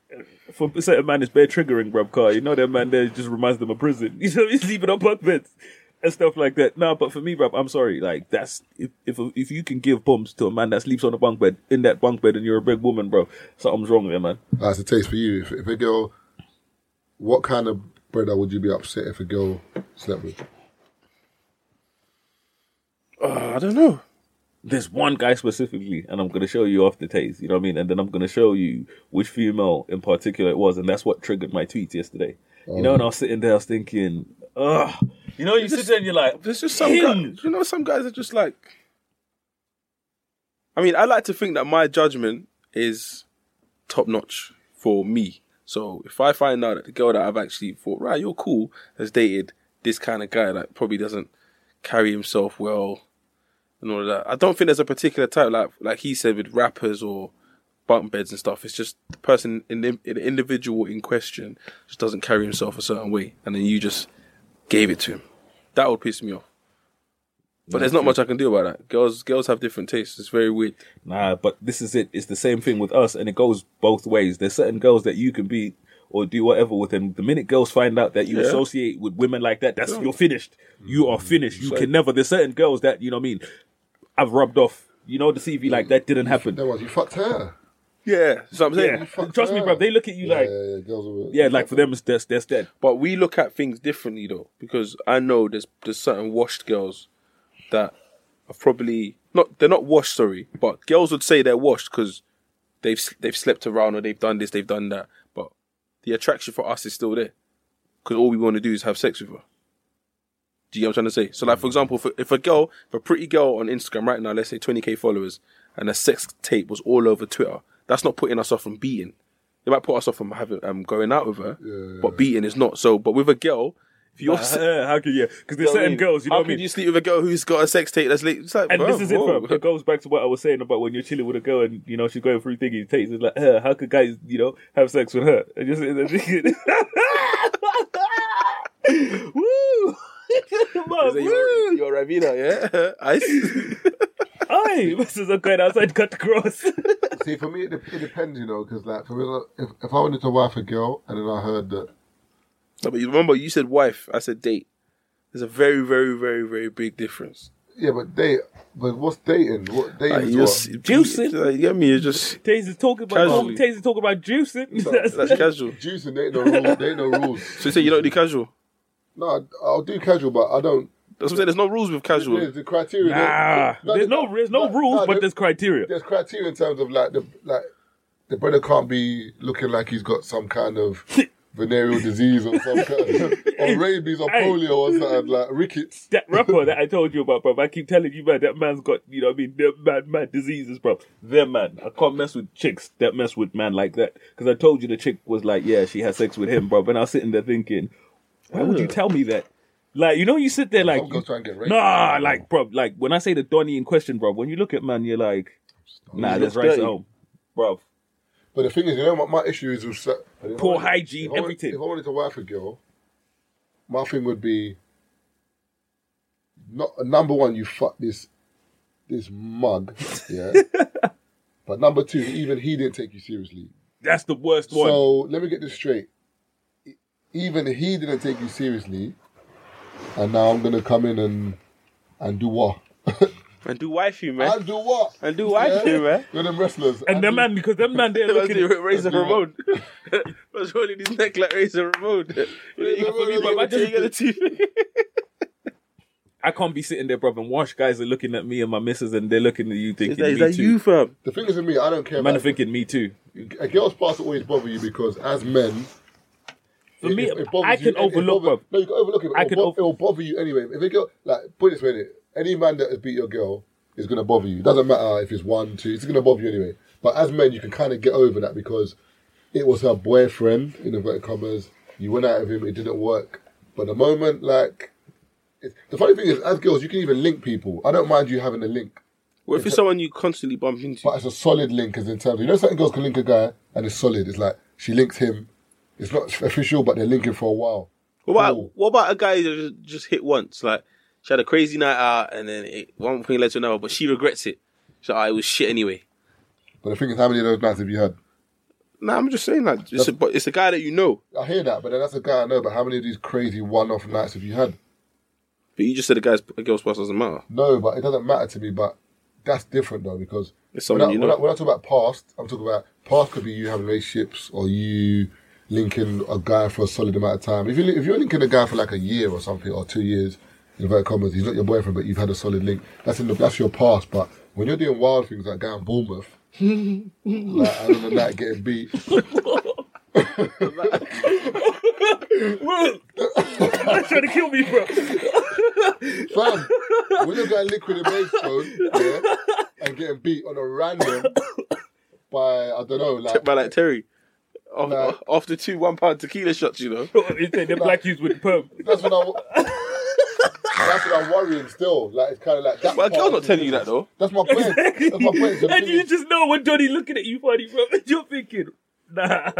[SPEAKER 4] For a certain man, it's bare triggering, bruv, car. You know that man there just reminds them of prison. You know, he's sleeping on bunk beds and stuff like that. No, but for me, bruv, I'm sorry. Like, that's, if, if, if you can give bumps to a man that sleeps on a bunk bed, in that bunk bed, and you're a big woman, bro, something's wrong there, man.
[SPEAKER 1] That's a taste for you. If, if a girl, what kind of brother would you be upset if a girl slept with?
[SPEAKER 5] Uh, I don't know.
[SPEAKER 4] There's one guy specifically, and I'm going to show you after taste, you know what I mean? And then I'm going to show you which female in particular it was, and that's what triggered my tweets yesterday. You know, and I was sitting there, I was thinking, ugh. You know, you sit there and you're like,
[SPEAKER 5] There's just some
[SPEAKER 4] Him.
[SPEAKER 5] guys. You know, some guys are just like. I mean, I like to think that my judgment is top notch for me. So if I find out that the girl that I've actually thought, right, you're cool, has dated this kind of guy that probably doesn't carry himself well and all of that. I don't think there's a particular type like like he said with rappers or bunk beds and stuff. It's just the person in the, in the individual in question just doesn't carry himself a certain way, and then you just gave it to him. That would piss me off. But there's not much I can do about that. Girls, girls have different tastes. It's very weird.
[SPEAKER 4] Nah, but this is it. It's the same thing with us, and it goes both ways. There's certain girls that you can beat or do whatever with, and the minute girls find out that you
[SPEAKER 5] Yeah.
[SPEAKER 4] associate with women like that, that's you're finished. You are finished. You can never. There's certain girls that you know. what I mean, I've rubbed off. You know, the CV like that didn't happen.
[SPEAKER 1] That was you fucked her.
[SPEAKER 5] Yeah, so I'm saying.
[SPEAKER 4] Yeah, trust me, bro. They look at you like,
[SPEAKER 1] yeah, yeah, yeah, girls are-
[SPEAKER 4] yeah, like for them, it's that's that's dead.
[SPEAKER 5] But we look at things differently though, because I know there's there's certain washed girls that are probably not they're not washed, sorry, but girls would say they're washed because they've s- they've slept around or they've done this, they've done that. But the attraction for us is still there because all we want to do is have sex with her. Do you get what I'm trying to say? So, like for example, if, if a girl, if a pretty girl on Instagram right now, let's say 20k followers, and a sex tape was all over Twitter, that's not putting us off from beating. It might put us off from having um, going out with her, but beating is not. So, but with a girl, if you're se-
[SPEAKER 4] Uh, how can yeah? Because there's certain girls, you know
[SPEAKER 5] how
[SPEAKER 4] what I
[SPEAKER 5] can
[SPEAKER 4] mean.
[SPEAKER 5] you sleep with a girl who's got a sex tape that's late? It's like,
[SPEAKER 4] And
[SPEAKER 5] bro,
[SPEAKER 4] this is it,
[SPEAKER 5] whoa.
[SPEAKER 4] bro. It goes back to what I was saying about when you're chilling with a girl and you know she's going through thingy takes. It's like, uh, how could guys, you know, have sex with her? And just woo,
[SPEAKER 5] Is it your,
[SPEAKER 4] woo,
[SPEAKER 5] your Ravina, yeah? Ice.
[SPEAKER 4] aye. This is a going outside cut across.
[SPEAKER 1] See, for me, it, dep- it depends, you know, because like for me, like, if, if I wanted to wife a girl and then I heard that,
[SPEAKER 5] No, but you remember you said wife, I said date. There's a very, very, very, very big difference.
[SPEAKER 1] yeah, but date, but what's dating? What dating
[SPEAKER 5] Like,
[SPEAKER 1] is
[SPEAKER 5] you're
[SPEAKER 1] what?
[SPEAKER 5] s-
[SPEAKER 4] Juicing.
[SPEAKER 5] Like, you get me? You're just
[SPEAKER 4] Taze is talking about oh,
[SPEAKER 5] Casually.
[SPEAKER 4] Taze is talking about juicing. That's-
[SPEAKER 5] that's casual.
[SPEAKER 1] Juicing, they ain't no rules. They ain't no rules.
[SPEAKER 5] So you say you don't do casual.
[SPEAKER 1] No, I- I'll do casual, but I don't.
[SPEAKER 5] That's what I'm saying. There's no rules with
[SPEAKER 1] There's
[SPEAKER 5] casual.
[SPEAKER 1] the criteria.
[SPEAKER 4] nah,
[SPEAKER 1] there-
[SPEAKER 4] there's no there's no
[SPEAKER 1] nah,
[SPEAKER 4] rules,
[SPEAKER 1] nah,
[SPEAKER 4] but
[SPEAKER 1] there-
[SPEAKER 4] there's criteria.
[SPEAKER 1] there's criteria in terms of like the like the brother can't be looking like he's got some kind of venereal disease or some kind of, or rabies or
[SPEAKER 4] Hey.
[SPEAKER 1] polio or something like rickets.
[SPEAKER 4] That rapper that I told you about, bro, I keep telling you, man, that man's got, you know what I mean, them mad, mad diseases, bro. Them man. I can't mess with chicks that mess with man like that. Because I told you the chick was like, yeah, she had sex with him, bro. And I was sitting there thinking, why would you tell me that? Like, you know, you sit there like,
[SPEAKER 1] I'm gonna try and get raped.
[SPEAKER 4] nah, like, bro, like, when I say the Donnie in question, bro, when you look at man, you're like, nah,
[SPEAKER 5] He
[SPEAKER 4] that's
[SPEAKER 5] looks
[SPEAKER 4] right at
[SPEAKER 5] dirty.
[SPEAKER 4] home, bro.
[SPEAKER 1] But the thing is, you know, my, my issue is with that- if I
[SPEAKER 4] Poor
[SPEAKER 1] wanted-
[SPEAKER 4] hygiene,
[SPEAKER 1] if I wanted-
[SPEAKER 4] everything.
[SPEAKER 1] If I wanted to wife a girl, my thing would be not number one. You fuck this this mug, yeah. but number two, even he didn't take you seriously.
[SPEAKER 4] That's the worst one.
[SPEAKER 1] So let me get this straight. E- Even he didn't take you seriously, and now I'm gonna come in and and do what?
[SPEAKER 5] And do wifey, man.
[SPEAKER 1] and do what?
[SPEAKER 5] And do wifey, man.
[SPEAKER 1] You're them wrestlers.
[SPEAKER 4] and the
[SPEAKER 1] do-
[SPEAKER 4] man, because them man, they're
[SPEAKER 5] Let's
[SPEAKER 4] looking.
[SPEAKER 5] do Razor Ramon. What's rolling his neck like Razor Ramon? You got
[SPEAKER 1] Ramon,
[SPEAKER 5] me, but I just- you got the teeth.
[SPEAKER 4] I can't be sitting there, bro, and watch guys are looking at me and my missus, and they're looking at you
[SPEAKER 5] Is
[SPEAKER 4] thinking,
[SPEAKER 5] that- is
[SPEAKER 4] me
[SPEAKER 5] that
[SPEAKER 4] too.
[SPEAKER 5] you, fam?
[SPEAKER 1] The thing is with me, I don't care.
[SPEAKER 4] Man are
[SPEAKER 1] about
[SPEAKER 4] thinking me too.
[SPEAKER 1] a girl's past always bother you because as men,
[SPEAKER 4] For me,
[SPEAKER 1] bothers
[SPEAKER 4] I can
[SPEAKER 1] you. It- it
[SPEAKER 4] overlook,
[SPEAKER 1] bother-
[SPEAKER 4] bruv.
[SPEAKER 1] No, you can overlook it. But
[SPEAKER 4] I
[SPEAKER 1] it'll,
[SPEAKER 4] can
[SPEAKER 1] bo-
[SPEAKER 4] over-
[SPEAKER 1] it'll bother you anyway. If a girl, like, put it this way, innit? any man that has beat your girl is gonna bother you. Doesn't matter if it's one, two. It's gonna bother you anyway. But as men, you can kind of get over that because it was her boyfriend in inverted commas. You went out of him. It didn't work. But the moment, like, it's, the funny thing is, as girls, you can even link people. I don't mind you having a link.
[SPEAKER 5] What if it's someone you constantly bump into?
[SPEAKER 1] But it's a solid link, as in terms of, you know, certain girls can link a guy and it's solid. It's like she links him. It's not official, but they're linking for a while.
[SPEAKER 5] What about
[SPEAKER 1] Cool.
[SPEAKER 5] what about a guy that just, just hit once? Like She had a crazy night out, and then it, one thing led to another. But she regrets it. So like, "Ah, it was shit anyway.
[SPEAKER 1] But the thing is, how many of those nights have you had?
[SPEAKER 5] Nah, I'm just saying that. It's a, but it's a guy that you know.
[SPEAKER 1] I hear that, but then that's a guy I know. But how many of these crazy one-off nights have you had?
[SPEAKER 5] But you just said a guy's a girl's past doesn't matter.
[SPEAKER 1] No, but it doesn't matter to me. But that's different though because
[SPEAKER 5] It's
[SPEAKER 1] when
[SPEAKER 5] someone
[SPEAKER 1] I,
[SPEAKER 5] you
[SPEAKER 1] when,
[SPEAKER 5] know.
[SPEAKER 1] I, when I talk about past, I'm talking about past could be you having relationships or you linking a guy for a solid amount of time. If you if you're linking a guy for like a year or something or two years, in inverted commas, he's not your boyfriend, but you've had a solid link. That's in the, that's your past. But when you're doing wild things like going Bournemouth, like out on the night getting beat,
[SPEAKER 4] You're trying to kill me, bro.
[SPEAKER 1] Fam, when you got liquid in Maidstone, yeah, and getting beat on a random by I don't know, like
[SPEAKER 5] By like Terry, after,
[SPEAKER 1] Nah.
[SPEAKER 5] after two one pound tequila shots, you know.
[SPEAKER 4] It's the black youths with the perm.
[SPEAKER 1] that's what I. wa- That's what I'm worrying still. Like it's kind of like that.
[SPEAKER 5] But a
[SPEAKER 1] part
[SPEAKER 5] girl's not
[SPEAKER 1] is-
[SPEAKER 5] telling you that though.
[SPEAKER 1] That's my point. That's my point. The
[SPEAKER 4] and
[SPEAKER 1] thing
[SPEAKER 4] you
[SPEAKER 1] is,
[SPEAKER 4] just know when Johnny looking at you funny, bro. You're thinking, nah.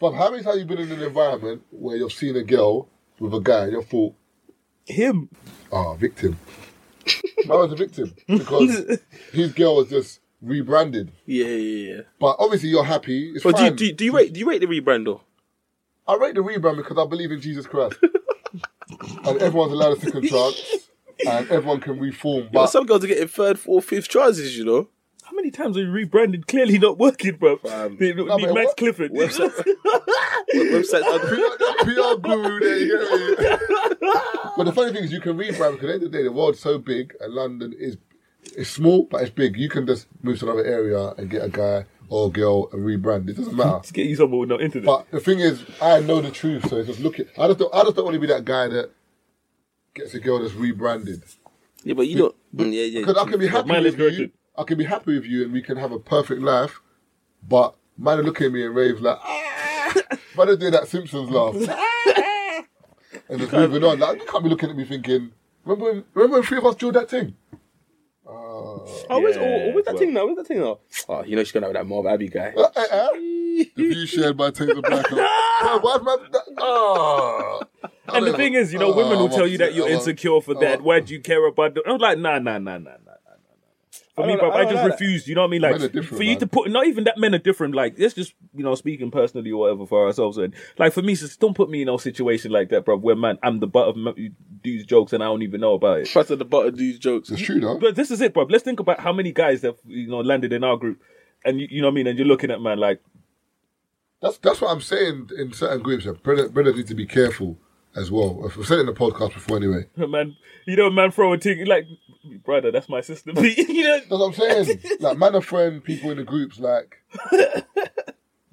[SPEAKER 1] fam, how many times you been in an environment where you've seen a girl with a guy and you thought,
[SPEAKER 4] Him.
[SPEAKER 1] ah, victim. I was a victim because his girl was just rebranded.
[SPEAKER 5] Yeah, yeah, yeah.
[SPEAKER 1] But obviously you're happy. It's
[SPEAKER 5] But do you,
[SPEAKER 1] fine.
[SPEAKER 5] do, you, do you rate do you rate the rebrand though?
[SPEAKER 1] I rate the rebrand because I believe in Jesus Christ. and everyone's allowed a second chance and everyone can reform.
[SPEAKER 5] But
[SPEAKER 1] But
[SPEAKER 5] some girls are getting third, fourth, fifth chances, you know.
[SPEAKER 4] How many times have you rebranded? Clearly not working, bro. They- they-
[SPEAKER 1] No,
[SPEAKER 4] Max
[SPEAKER 1] but what-
[SPEAKER 4] Clifford.
[SPEAKER 5] Websites
[SPEAKER 1] PR,
[SPEAKER 5] are
[SPEAKER 1] that PR guru there, you get me? but the funny thing is, you can rebrand because at the end of the day, the world's so big, and London is it's small, but it's big. You can just move to another area and get a guy or a girl and rebrand. It doesn't matter.
[SPEAKER 4] Just get you someone with no internet.
[SPEAKER 1] But the thing is, I know the truth, so it's just look. At, I just don't. I just don't want to be that guy that gets a girl that's rebranded.
[SPEAKER 5] yeah, but you don't. Mm, yeah, yeah.
[SPEAKER 1] Because I can be happy
[SPEAKER 4] Mine is
[SPEAKER 1] with you.
[SPEAKER 4] corrected.
[SPEAKER 1] I can be happy with you, and we can have a perfect life. But man, look at me and raves like, "Ah." man, do that Simpsons laugh, and just moving on. Like you can't be looking at me thinking, remember when, remember when three of us drilled that thing?
[SPEAKER 5] Oh, where's,
[SPEAKER 4] Yeah,
[SPEAKER 5] oh, where's that
[SPEAKER 4] well.
[SPEAKER 5] thing now? Where's that thing now? Oh, you know she's gonna have that Marv Abbey guy.
[SPEAKER 1] Uh, eh, eh? the view shared by Taylor Black. Why is my that- ah.
[SPEAKER 4] and the thing is, you know,
[SPEAKER 1] Oh,
[SPEAKER 4] women will
[SPEAKER 1] I'm
[SPEAKER 4] tell you that
[SPEAKER 1] upset.
[SPEAKER 4] you're
[SPEAKER 1] Oh,
[SPEAKER 4] insecure for that.
[SPEAKER 1] oh.
[SPEAKER 4] Why do you care about the I'm like, nah, nah, nah, nah, nah, nah, nah. nah. For
[SPEAKER 5] I
[SPEAKER 4] me,
[SPEAKER 5] don't-
[SPEAKER 4] bro,
[SPEAKER 5] I
[SPEAKER 4] I,
[SPEAKER 5] don't
[SPEAKER 4] just
[SPEAKER 5] like that.
[SPEAKER 4] refuse. You know what I mean?
[SPEAKER 1] Men are
[SPEAKER 4] Like,
[SPEAKER 1] different,
[SPEAKER 4] for you
[SPEAKER 1] man.
[SPEAKER 4] to put, not even that men are different. Like, it's just, you know, speaking personally or whatever for ourselves. And like, for me, just don't put me in no situation like that, bro, where man, I'm the butt of m- dudes' jokes and I don't even know about it.
[SPEAKER 5] Trust at the butter dude's jokes.
[SPEAKER 1] It's true though.
[SPEAKER 4] But this is it, bro. Let's think about how many guys that you know landed in our group, and you, you know what I mean. And you're looking at man like,
[SPEAKER 1] That's that's what I'm saying in certain groups. That brothers, brothers need to be careful as well. I've said it in the podcast before, anyway.
[SPEAKER 4] man, you know, man throw a thing like, brother, that's my sister. you know,
[SPEAKER 1] That's what I'm saying. like man and friend, people in the groups, like.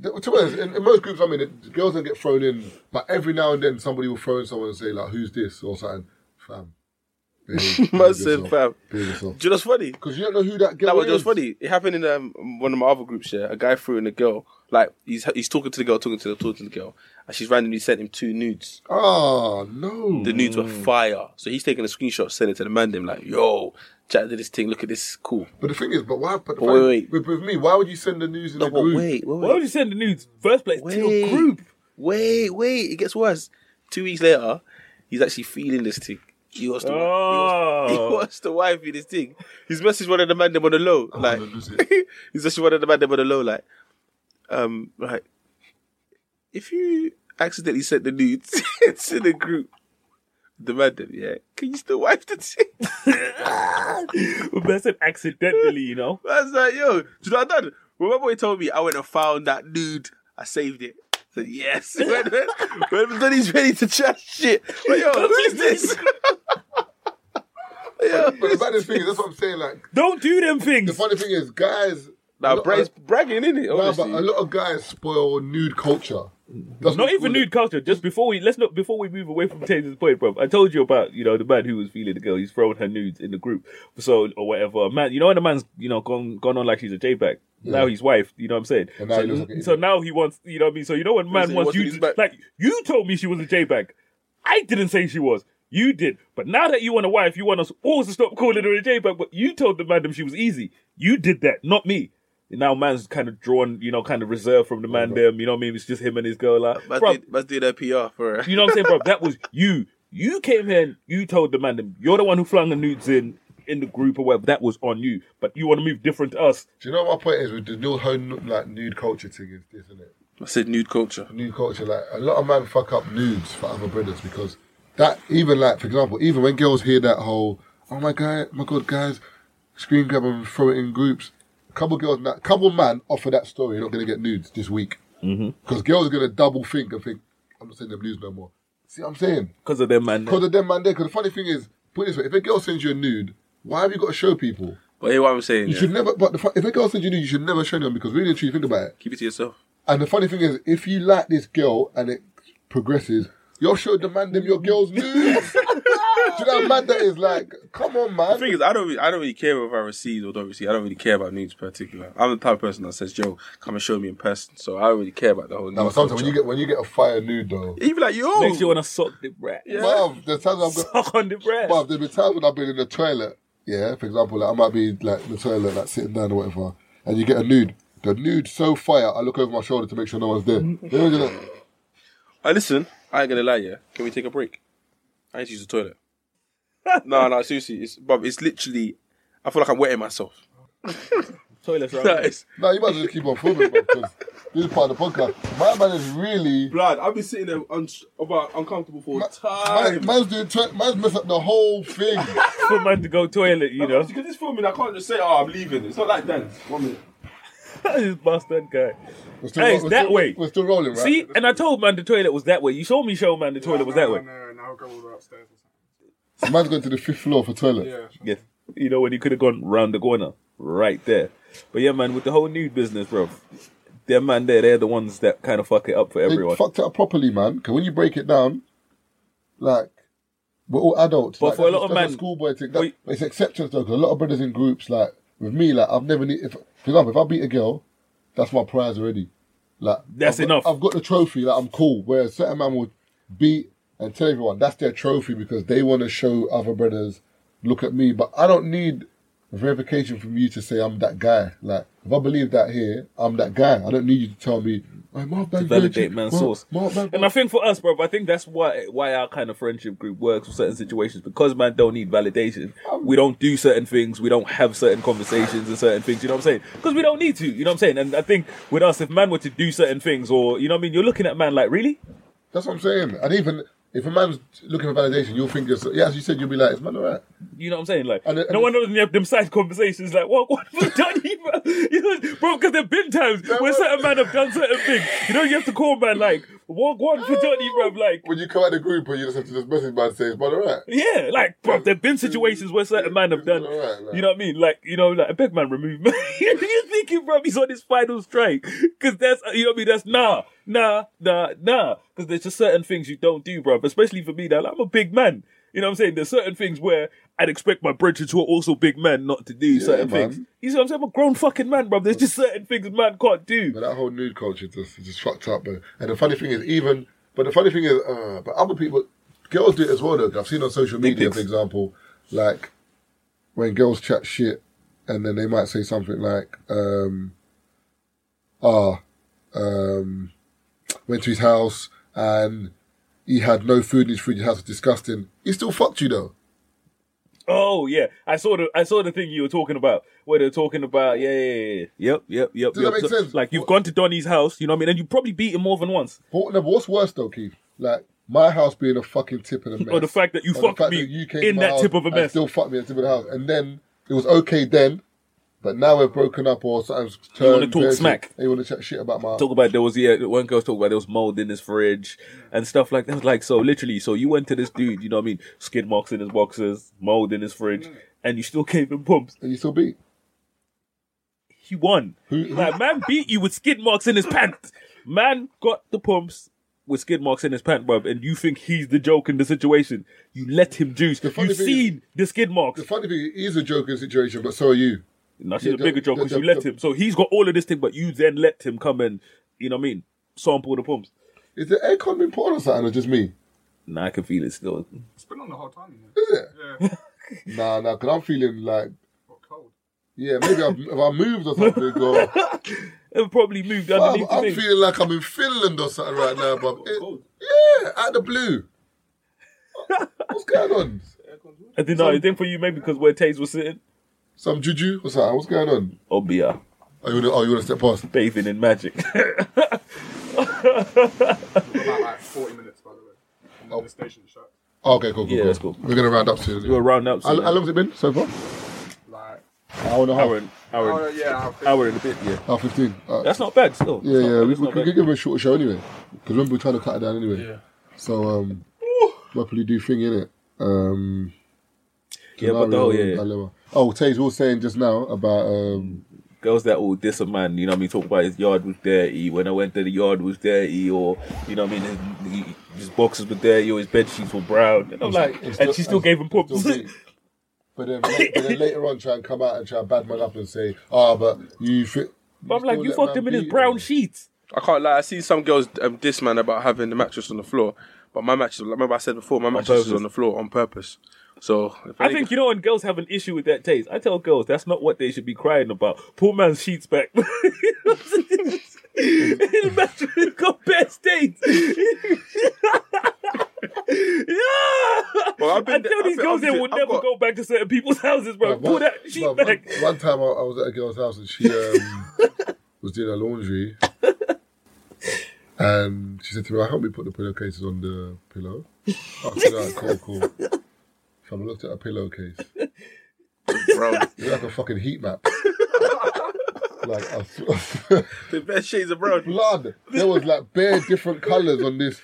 [SPEAKER 1] To be honest, in, in most groups, I mean, the girls don't get thrown in, but every now and then somebody will throw in someone and say like, "Who's this?" or something. Fam. behave-
[SPEAKER 5] Man
[SPEAKER 1] behave
[SPEAKER 5] said,
[SPEAKER 1] yourself.
[SPEAKER 5] fam.
[SPEAKER 1] Behave yourself.
[SPEAKER 5] Do you know what's funny?
[SPEAKER 1] Because you don't know who that girl
[SPEAKER 5] That was,
[SPEAKER 1] is.
[SPEAKER 5] that was funny. It happened in um, one of my other groups. Yeah, a guy threw in a girl. Like he's he's talking to the girl, talking to the talking to the girl, and she's randomly sent him two nudes.
[SPEAKER 1] Oh no.
[SPEAKER 5] The nudes were fire. So he's taking a screenshot, sending it to the man. Them like, yo, Jack did this thing. Look at this, cool.
[SPEAKER 1] but the thing is, but why? But the
[SPEAKER 5] But
[SPEAKER 1] fact-
[SPEAKER 5] wait, wait.
[SPEAKER 1] With, with me, why would you send the news in
[SPEAKER 5] No,
[SPEAKER 1] the
[SPEAKER 5] but
[SPEAKER 1] group?
[SPEAKER 5] wait, wait, wait.
[SPEAKER 4] why would you send the nudes first place to your
[SPEAKER 5] Wait.
[SPEAKER 4] group?
[SPEAKER 5] Wait, wait, it gets worse. Two weeks later, he's actually feeling this thing. He wants to, he wants- he
[SPEAKER 4] Oh.
[SPEAKER 5] wants to wife in this thing. He's messaged one of the man them on the low. Like
[SPEAKER 1] gonna lose
[SPEAKER 5] he's messaged one of the man them on the low. Like, um, like if you accidentally sent the nudes to the group, the man them, yeah, can you still wife the thing?
[SPEAKER 4] That's an accidentally, you know.
[SPEAKER 5] I was like, yo, do you know what I done? When my boy told me, I went and found that nude. I saved it. I said, yes. when, when, when Donny's ready to chat shit. Like, yo, who is this? yo,
[SPEAKER 1] But the baddest thing is, that's what I'm saying. Like
[SPEAKER 4] Don't do them
[SPEAKER 1] the
[SPEAKER 4] things.
[SPEAKER 1] funny thing is, guys.
[SPEAKER 5] nah,
[SPEAKER 1] Look,
[SPEAKER 5] Bray's
[SPEAKER 1] uh,
[SPEAKER 5] bragging, innit? it?
[SPEAKER 1] Nah, but a lot of guys spoil nude culture. That's
[SPEAKER 4] Not
[SPEAKER 1] what-
[SPEAKER 4] even nude culture. Just before we let's not before we move away from Taser's point, bro. I told you about you know the man who was feeling the girl. He's throwing her nudes in the group, so or whatever. Man, you know when the man's you know gone gone on like she's a J back. Now he's wife. You know what I'm saying.
[SPEAKER 1] And now
[SPEAKER 4] so,
[SPEAKER 1] he looks like an
[SPEAKER 4] so
[SPEAKER 1] idiot.
[SPEAKER 4] now he wants. You know what I mean. So you know when man
[SPEAKER 5] he
[SPEAKER 4] wants
[SPEAKER 5] wants
[SPEAKER 4] you
[SPEAKER 5] to
[SPEAKER 4] to,
[SPEAKER 5] be back.
[SPEAKER 4] like you told me she was a J back. I didn't say she was. You did. But now that you want a wife, you want us all to stop calling her a J back. But you told the madam she was easy. You did that, not me. Now man's kind of drawn, you know, kind of reserved from the man. Them, you know what I mean? It's just him and his girl. Like,
[SPEAKER 5] Must
[SPEAKER 4] bruv,
[SPEAKER 5] do, must do their PR for her.
[SPEAKER 4] you know what I'm saying, bro? That was you. You came here and you told the man, them, you're the one who flung the nudes in in the group or whatever. That was on you. But you want to move different to us.
[SPEAKER 1] Do you know what my point is with the new whole nu- like nude culture thing is this, isn't it?
[SPEAKER 5] I said nude culture.
[SPEAKER 1] Nude culture, like a lot of man fuck up nudes for other brothers because that even like for example, even when girls hear that whole oh my god, my god, guys, screen grab and throw it in groups. Couple girls, na- couple man offer that story. You're not gonna get nudes this week because girls are gonna double think and think I'm not sending them nudes no more. See what I'm saying?
[SPEAKER 4] Because of them, man.
[SPEAKER 1] Because of them man there. Because the funny thing is, put it this way: if a girl sends you a nude, why have you got to show people?
[SPEAKER 5] But hear what I'm saying.
[SPEAKER 1] You
[SPEAKER 5] yeah?
[SPEAKER 1] should never. But the, fu- if a girl sends you a nude, you should never show them because really, and truly, think about it.
[SPEAKER 5] Keep it to yourself.
[SPEAKER 1] And the funny thing is, if you like this girl and it progresses, you'll show the man them your girl's nudes. Do you know how mad that is? Like, come on,
[SPEAKER 5] The
[SPEAKER 1] man.
[SPEAKER 5] thing is, I don't, really, I don't really care if I receive or don't receive. I don't really care about nudes in particular. I'm the type of person that says, "Yo, come and show me in person." So I don't really care about the whole.
[SPEAKER 1] No,
[SPEAKER 5] nude
[SPEAKER 1] sometimes when
[SPEAKER 5] culture.
[SPEAKER 1] you get when you get a fire nude though,
[SPEAKER 5] He'd be like, yo.
[SPEAKER 4] Makes you want to suck the breath.
[SPEAKER 1] bruv, the times I've got,
[SPEAKER 4] Suck on the breath.
[SPEAKER 1] bruv, there's been times when I've been in the toilet. Yeah, for example, like I might be like in the toilet, like sitting down or whatever, and you get a nude. The nude so fire, I look over my shoulder to make sure no one's there. You know, you know,
[SPEAKER 5] Hey, listen, I ain't gonna lie, yeah. Can we take a break? I need to use the toilet. no, no, seriously, it's but it's literally. I feel like I'm wetting myself.
[SPEAKER 4] Toilets around
[SPEAKER 5] That
[SPEAKER 4] here.
[SPEAKER 5] is
[SPEAKER 1] Nah, you might as well just keep on filming, because this is part of the podcast. My man is really
[SPEAKER 5] blood. I've been sitting there un- about uncomfortable for
[SPEAKER 1] Man, man's doing tw- man's messed up the whole thing.
[SPEAKER 4] For man to go toilet, you know.
[SPEAKER 5] it's filming, I can't just say, "Oh, I'm leaving." It's not like that. One minute.
[SPEAKER 4] this bastard guy.
[SPEAKER 1] We're still,
[SPEAKER 4] Hey, it's
[SPEAKER 1] we're
[SPEAKER 4] that
[SPEAKER 1] still-
[SPEAKER 4] way.
[SPEAKER 1] We're still rolling, right?
[SPEAKER 4] See, and I told man the toilet was that way. You saw me show man the toilet was that way.
[SPEAKER 7] No, no, I'll go all the way upstairs or
[SPEAKER 1] So man's going to the fifth floor for toilet.
[SPEAKER 7] something. Yeah.
[SPEAKER 4] Yes. You know, when he could have gone round the corner, right there. But yeah, man, with the whole nude business, bro, them man there, they're the ones that kind of fuck it up for
[SPEAKER 1] They
[SPEAKER 4] everyone.
[SPEAKER 1] fucked it up properly, man. Because when you break it down, like we're all adults.
[SPEAKER 4] But
[SPEAKER 1] like,
[SPEAKER 4] for a
[SPEAKER 1] that's-
[SPEAKER 4] lot of
[SPEAKER 1] that's
[SPEAKER 4] man-
[SPEAKER 1] schoolboy thing. That,
[SPEAKER 4] Wait.
[SPEAKER 1] but it's exceptions though. Because a lot of brothers in groups, like with me, like I've never need. If, for example, if I beat a girl, that's my prize already. Like
[SPEAKER 4] That's
[SPEAKER 1] I've got-
[SPEAKER 4] enough.
[SPEAKER 1] I've got the trophy. Like I'm cool. Whereas certain man would beat and tell everyone that's their trophy because they want to show other brothers, look at me. But I don't need verification from you to say I'm that guy. Like if I believe that here, I'm that guy. I don't need you to tell me. Hey, Mark Van
[SPEAKER 4] Validate
[SPEAKER 1] Virgin,
[SPEAKER 4] man's
[SPEAKER 1] Mark-
[SPEAKER 4] source.
[SPEAKER 1] Mark Van
[SPEAKER 4] And I think for us, bro, I think that's why why our kind of friendship group works for certain situations because man don't need validation.
[SPEAKER 1] Um,
[SPEAKER 4] We don't do certain things. We don't have certain conversations and certain things. You know what I'm saying? Because we don't need to. You know what I'm saying? And I think with us, if man were to do certain things, or you know what I mean, you're looking at man like, really?
[SPEAKER 1] That's what I'm saying. And even if a man's looking for validation, you'll think, yourself, yeah, as you said, you'll be like, is man alright?
[SPEAKER 4] You know what I'm saying? Like,
[SPEAKER 1] And the- and
[SPEAKER 4] no
[SPEAKER 1] the-
[SPEAKER 4] one knows when you have them side conversations. Like, what, what have you done, you bro? You know, bro, because there've been times where
[SPEAKER 1] was-
[SPEAKER 4] certain man have done certain things. You know, you have to call man like, what, what have you done, you bro? Like,
[SPEAKER 1] When you come out of the group and you just have to just message man and say, is man alright?
[SPEAKER 4] yeah, like, bro, there've been situations where certain man have done.
[SPEAKER 1] Alright, like-
[SPEAKER 4] You know what I mean? Like, you know, like a big man remove man. you thinking, bro, he's on his final strike because that's you know what I mean. That's nah, nah, nah, nah. Because there's just certain things you don't do, bro. Especially for me, that like, I'm a big man. You know what I'm saying? There's certain things where I'd expect my brethren who are also big men not to do certain
[SPEAKER 1] man.
[SPEAKER 4] things. You see what I'm saying? I'm a grown fucking man, bro. There's just certain things man can't do.
[SPEAKER 1] But that whole nude culture just just fucked up. And, and the funny thing is, even but the funny thing is, uh, but other people, girls do it as well. Though I've seen on social media, for example, like when girls chat shit, and then they might say something like, um, "Ah, um, went to his house and he had no food in his fridge. His house was disgusting. He still fucked you though."
[SPEAKER 4] Oh yeah, I saw the I saw the thing you were talking about where they're talking about yeah, yeah, yeah, yeah. yep yep yep.
[SPEAKER 1] Does that
[SPEAKER 4] yep.
[SPEAKER 1] make sense?
[SPEAKER 4] Like you've
[SPEAKER 1] What-
[SPEAKER 4] gone to Donny's house, you know what I mean, and you probably beat him more than once.
[SPEAKER 1] But no, but what's worse though, Keith? Like my house being a fucking tip of the mess.
[SPEAKER 4] Or the fact that you
[SPEAKER 1] Or the
[SPEAKER 4] fucked
[SPEAKER 1] fact
[SPEAKER 4] me
[SPEAKER 1] that you came to
[SPEAKER 4] in
[SPEAKER 1] my
[SPEAKER 4] that
[SPEAKER 1] house
[SPEAKER 4] tip of a
[SPEAKER 1] and
[SPEAKER 4] mess.
[SPEAKER 1] Still fucked me at the tip of the house, and then it was okay then, but now we're broken up or sometimes turned.
[SPEAKER 4] wanna talk
[SPEAKER 1] version-
[SPEAKER 4] smack.
[SPEAKER 1] And you want to chat shit about my.
[SPEAKER 4] Talk about there was yeah one girl talked about there was mold in his fridge and stuff like that. Like so, literally, so you went to this dude, you know what I mean? Skid marks in his boxes, mold in his fridge,
[SPEAKER 1] Mm.
[SPEAKER 4] and you still gave him pumps.
[SPEAKER 1] and you still beat.
[SPEAKER 4] He won.
[SPEAKER 1] Who- who-
[SPEAKER 4] Like man beat you with skid marks in his pants. Man got the pumps with skid marks in his pants, bro. And you think he's the joke in the situation? You let him juice.
[SPEAKER 1] funny
[SPEAKER 4] You've
[SPEAKER 1] thing
[SPEAKER 4] seen the skid marks.
[SPEAKER 1] The funny thing is, a joking situation, but so are you.
[SPEAKER 4] No, she's
[SPEAKER 1] Yeah,
[SPEAKER 4] a bigger
[SPEAKER 1] the-
[SPEAKER 4] joke
[SPEAKER 1] the-
[SPEAKER 4] because
[SPEAKER 1] the-
[SPEAKER 4] you let
[SPEAKER 1] the-
[SPEAKER 4] him. So he's got all of this thing, but you then let him come and you know what I mean? Sample the pumps.
[SPEAKER 1] Is the aircon been put on or something, or just me?
[SPEAKER 4] Nah, I can feel it still.
[SPEAKER 7] It's been on the whole time, you know.
[SPEAKER 1] Is it?
[SPEAKER 7] Yeah,
[SPEAKER 1] Nah, nah, because I'm feeling like,
[SPEAKER 7] got cold.
[SPEAKER 1] yeah, maybe I've, if I moved or something, or
[SPEAKER 4] It probably moved
[SPEAKER 1] I'm,
[SPEAKER 4] underneath the
[SPEAKER 1] I'm
[SPEAKER 4] thing.
[SPEAKER 1] feeling like I'm in Finland or something right now, but yeah, out the blue. What's going on?
[SPEAKER 4] I didn't know. I think for you maybe because where Taze was sitting.
[SPEAKER 1] Some juju? What's that? What's going on?
[SPEAKER 4] Obia
[SPEAKER 1] Oh, you want to, oh, you want to step past?
[SPEAKER 4] bathing in magic.
[SPEAKER 7] We're about like 40 minutes, by the way. And then the station shut.
[SPEAKER 1] Oh, okay, cool, cool,
[SPEAKER 4] Yeah,
[SPEAKER 1] cool.
[SPEAKER 4] that's cool.
[SPEAKER 1] We're going to round up soon.
[SPEAKER 4] We'll round up.
[SPEAKER 1] How,
[SPEAKER 4] soon.
[SPEAKER 1] how long has it been so far?
[SPEAKER 7] Like,
[SPEAKER 1] Hour and a half.
[SPEAKER 4] hour, and, hour,
[SPEAKER 7] oh,
[SPEAKER 4] and,
[SPEAKER 7] yeah, I
[SPEAKER 4] hour and a bit. Yeah,
[SPEAKER 1] Hour 15. All right.
[SPEAKER 4] that's not bad. Still.
[SPEAKER 1] Yeah,
[SPEAKER 4] That's
[SPEAKER 1] yeah,
[SPEAKER 4] not-
[SPEAKER 1] we,
[SPEAKER 4] that's
[SPEAKER 1] we
[SPEAKER 4] not
[SPEAKER 1] could
[SPEAKER 4] bad.
[SPEAKER 1] give him a shorter show anyway. Because remember, we're trying to cut it down anyway. Yeah. So, um, rapidly do thing, innit? Um,
[SPEAKER 4] Yeah, but the
[SPEAKER 1] scenario
[SPEAKER 4] whole- yeah, yeah.
[SPEAKER 1] dilemma. Oh, Taze was saying just now about, um,
[SPEAKER 4] girls that all diss a man, you know what I mean, talk about his yard was dirty, when I went to the yard was dirty, or, you know what I mean, his, his boxes were dirty, or his bed sheets were brown. And I'm like,
[SPEAKER 1] it's
[SPEAKER 4] and
[SPEAKER 1] just-
[SPEAKER 4] she still gave him props.
[SPEAKER 1] still big. But then, but then later on, try and come out and try and badman up and say, ah, but you fit.
[SPEAKER 4] But I'm like,
[SPEAKER 1] still
[SPEAKER 4] you
[SPEAKER 1] let
[SPEAKER 4] fucked
[SPEAKER 1] man
[SPEAKER 4] him in his
[SPEAKER 1] beat
[SPEAKER 4] brown sheets.
[SPEAKER 5] I can't lie. I seen some girls um, diss man about having the mattress on the floor, but my mattress, like, remember I said before, my mattress is
[SPEAKER 4] purpose.
[SPEAKER 5] on the floor on purpose. So if
[SPEAKER 4] I
[SPEAKER 5] any-
[SPEAKER 4] think, you know, when girls have an issue with that taste, I tell girls that's not what they should be crying about. Poor man's sheets back. In mattress got best dates. yeah.
[SPEAKER 5] Well, I've
[SPEAKER 4] I
[SPEAKER 5] been-
[SPEAKER 4] tell
[SPEAKER 5] I've
[SPEAKER 4] these
[SPEAKER 5] been-
[SPEAKER 4] girls
[SPEAKER 5] I've
[SPEAKER 4] they will
[SPEAKER 5] been- I've
[SPEAKER 4] never
[SPEAKER 5] got- Oh,
[SPEAKER 4] go back to certain people's houses, bro.
[SPEAKER 1] Like,
[SPEAKER 4] Pull
[SPEAKER 1] one-
[SPEAKER 4] that sheet
[SPEAKER 1] like, one-
[SPEAKER 4] back.
[SPEAKER 1] One time I, I was at a girl's house and she um, was doing her laundry, and she said to me, "I help me put the pillowcases on the pillow." I said, "Alright, "Cool, cool." So I looked at her pillowcase. It
[SPEAKER 5] bro,
[SPEAKER 1] was like a fucking heat map. like I s-
[SPEAKER 5] the best shades of brown.
[SPEAKER 1] blood. There was like bare different colours on this.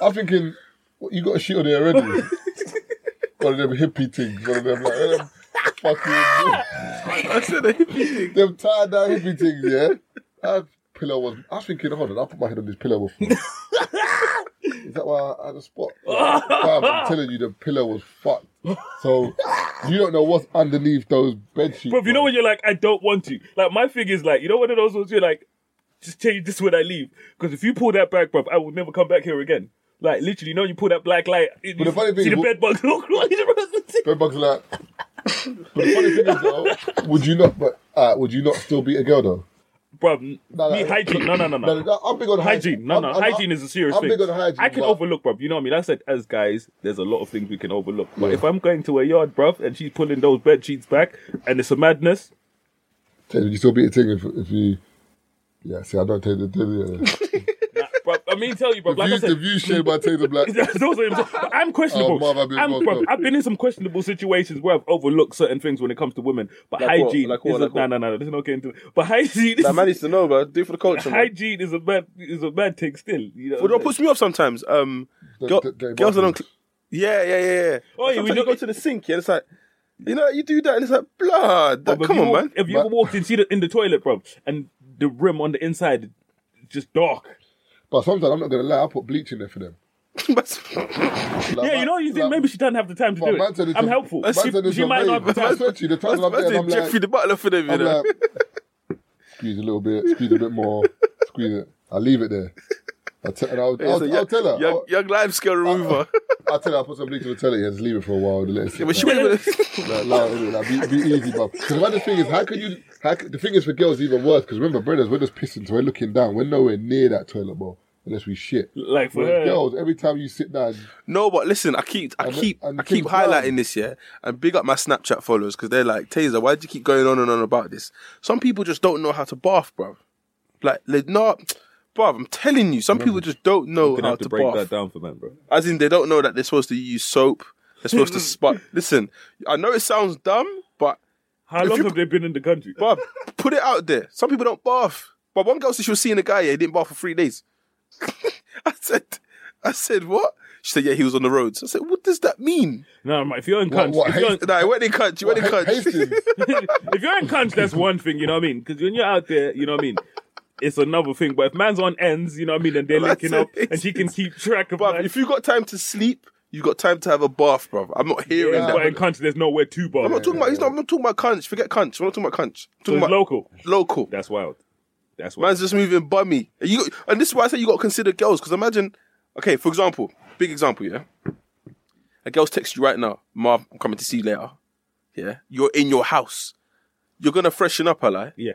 [SPEAKER 1] I'm thinking, what, you got a shit on there already. one of them hippie things. One of them like one of them fucking.
[SPEAKER 5] I said a hippie thing.
[SPEAKER 1] them tie down hippie things, yeah. That pillow was. I was thinking, hold on, I put my head on this pillow before. Is that why I had a spot? Fam, I'm telling you, the pillow was fucked. So you don't know what's underneath those bed sheets.
[SPEAKER 4] Bro, you know when you're like, I don't want to. Like my thing is like, you know one of those ones you're like, just change this when I leave. Because if you pull that back, bro, I will never come back here again. Like literally, you know when you pull that black light. But
[SPEAKER 1] the funny thing is
[SPEAKER 4] see the
[SPEAKER 1] what-
[SPEAKER 4] bed bugs all crawling around the thing.
[SPEAKER 1] bed bugs are like. But the funny thing is though, would you not? But uh, would you not still be a girl though?
[SPEAKER 4] Bro, me
[SPEAKER 1] No, no,
[SPEAKER 4] hygiene. No, no, no,
[SPEAKER 1] No,
[SPEAKER 4] no.
[SPEAKER 1] no, I'm big on
[SPEAKER 4] Hygiene,
[SPEAKER 1] hygiene.
[SPEAKER 4] no,
[SPEAKER 1] I'm-
[SPEAKER 4] no.
[SPEAKER 1] I'm-
[SPEAKER 4] hygiene is a serious
[SPEAKER 1] I'm
[SPEAKER 4] thing.
[SPEAKER 1] big on hygiene,
[SPEAKER 4] I can
[SPEAKER 1] but-
[SPEAKER 4] overlook, bruv. You know what I mean? I said, as guys, there's a lot of things we can overlook. But if I'm going to a yard, bruv, and she's pulling those bed sheets back, and it's a madness,
[SPEAKER 1] Would you still be a thing if, if you? Yeah, see, I don't take the. the,
[SPEAKER 4] bruv, I mean, tell you, bruv.
[SPEAKER 1] the
[SPEAKER 4] Like I
[SPEAKER 1] views,
[SPEAKER 4] said,
[SPEAKER 1] the views shared by Taylor Black.
[SPEAKER 4] That's also him. But I'm questionable.
[SPEAKER 1] Oh, Marv, I've been
[SPEAKER 4] I'm,
[SPEAKER 1] locked
[SPEAKER 4] bruv,
[SPEAKER 1] up.
[SPEAKER 4] I've been in some questionable situations where I've overlooked certain things when it comes to women. But
[SPEAKER 5] Like what?
[SPEAKER 4] hygiene
[SPEAKER 5] Like what?
[SPEAKER 4] is a,
[SPEAKER 5] Like what?
[SPEAKER 4] no, no, no. Let's not get into it. But hygiene,
[SPEAKER 5] That
[SPEAKER 4] is,
[SPEAKER 5] man needs to know, bro. Do it for the culture, man.
[SPEAKER 4] hygiene is a bad is a bad thing still. You know what
[SPEAKER 5] But what
[SPEAKER 4] I'm saying?
[SPEAKER 5] puts me off sometimes, um,
[SPEAKER 1] The-
[SPEAKER 5] girl-
[SPEAKER 1] the gay
[SPEAKER 5] girls that don't.
[SPEAKER 1] bathrooms.
[SPEAKER 5] yeah, yeah, yeah. yeah.
[SPEAKER 4] Oh, yeah, we
[SPEAKER 5] Sometimes
[SPEAKER 4] do-
[SPEAKER 5] you go to the sink, yeah. It's like, you know, you do that, and it's like, blood.
[SPEAKER 2] Oh,
[SPEAKER 4] Bruv,
[SPEAKER 5] Like,
[SPEAKER 4] if
[SPEAKER 5] come
[SPEAKER 4] you
[SPEAKER 5] on,
[SPEAKER 4] walk-
[SPEAKER 5] man.
[SPEAKER 4] Have you ever walked in, see the, in the toilet, bro, and the rim on the inside is just dark?
[SPEAKER 1] But sometimes I'm not gonna lie, I put bleach in there for them. Like,
[SPEAKER 4] yeah, you know, you think
[SPEAKER 1] like,
[SPEAKER 4] maybe she doesn't have the time to
[SPEAKER 1] Well,
[SPEAKER 4] do
[SPEAKER 1] man
[SPEAKER 4] it.
[SPEAKER 1] said it's
[SPEAKER 4] I'm
[SPEAKER 1] a-
[SPEAKER 4] helpful.
[SPEAKER 1] man
[SPEAKER 4] She,
[SPEAKER 1] said it's
[SPEAKER 4] she
[SPEAKER 1] a mate.
[SPEAKER 4] might not have the
[SPEAKER 1] Man
[SPEAKER 4] time.
[SPEAKER 1] said to you, the times I'm
[SPEAKER 5] That's
[SPEAKER 1] there,
[SPEAKER 5] the
[SPEAKER 1] I'm like,
[SPEAKER 5] Jeffrey the Butler for them, you
[SPEAKER 1] I'm
[SPEAKER 5] know.
[SPEAKER 1] like, squeeze a little bit, squeeze a bit more, squeeze it. I leave it there. I te- and I'll,
[SPEAKER 5] Yeah,
[SPEAKER 1] I'll,
[SPEAKER 5] so
[SPEAKER 1] I'll tell her.
[SPEAKER 5] Young,
[SPEAKER 1] I'll,
[SPEAKER 5] young lime scale remover.
[SPEAKER 1] I'll tell her. I'll put some bleach in the telly and just leave it for a while. And let it sit
[SPEAKER 5] Yeah, but she
[SPEAKER 1] back.
[SPEAKER 5] went with
[SPEAKER 1] like, like, really, like, be, be easy, bro. Because the thing is, how can you? How can, the thing is for girls even worse. Because remember, brothers, we're just pissing, so we're looking down. We're nowhere near that toilet bowl unless we shit.
[SPEAKER 4] Like for
[SPEAKER 1] Whereas
[SPEAKER 4] her,
[SPEAKER 1] girls, every time you sit down,
[SPEAKER 5] No, but listen, I keep, I
[SPEAKER 1] And the-
[SPEAKER 5] keep,
[SPEAKER 1] and the
[SPEAKER 5] I keep
[SPEAKER 1] thing's
[SPEAKER 5] highlighting
[SPEAKER 1] round.
[SPEAKER 5] this, yeah, and big up my Snapchat followers because they're like, Taser, why do you keep going on and on about this? Some people just don't know how to bath, bruv. Like, they not, bruv. I'm telling you, some people just don't know
[SPEAKER 2] You're gonna
[SPEAKER 5] how
[SPEAKER 2] have
[SPEAKER 5] to,
[SPEAKER 2] to break
[SPEAKER 5] bath.
[SPEAKER 2] that down for man, bro.
[SPEAKER 5] As in, they don't know that they're supposed to use soap. They're supposed to spot. Listen, I know it sounds dumb, but
[SPEAKER 4] how
[SPEAKER 5] if
[SPEAKER 4] long
[SPEAKER 5] you-
[SPEAKER 4] have they been in the country?
[SPEAKER 5] bruv, put it out there. Some people don't bath. But one girl said she was seeing a guy, yeah, he didn't bath for three days. I said, I said, what? She said, yeah, he was on the roads. I said, what does that mean?
[SPEAKER 4] No, man, if you're in
[SPEAKER 1] What-
[SPEAKER 4] country,
[SPEAKER 1] what,
[SPEAKER 4] if you're in-
[SPEAKER 5] Nah, when they cut you, when they
[SPEAKER 1] Ha-
[SPEAKER 5] cut you.
[SPEAKER 1] Hastings,
[SPEAKER 4] if you're in cunts, that's one thing, you know what I mean? Because when you're out there, you know what I mean? It's another thing. But if man's on ends, you know what I mean, and they're
[SPEAKER 5] That's
[SPEAKER 4] linking up
[SPEAKER 5] it.
[SPEAKER 4] and she can keep track of
[SPEAKER 5] Bruv,
[SPEAKER 4] man.
[SPEAKER 5] if you got time to sleep, you got time to have a bath, bruv. I'm not hearing
[SPEAKER 1] Yeah.
[SPEAKER 5] that.
[SPEAKER 4] but in cunts, there's nowhere to bar.
[SPEAKER 5] I'm not talking about. He's not, I'm not talking about cunch. Forget cunch. I'm not talking about cunch. I'm
[SPEAKER 4] so
[SPEAKER 5] talking
[SPEAKER 4] it's
[SPEAKER 5] about
[SPEAKER 4] local.
[SPEAKER 5] local.
[SPEAKER 4] That's wild. That's wild.
[SPEAKER 5] Man's just moving bummy. And, you, and this is why I say you got to consider girls. Because imagine, okay, for example, big example, yeah? A girl's text you right now, Marv, I'm coming to see you later. Yeah? You're in your house. You're going to freshen up, her, like.
[SPEAKER 4] Yeah.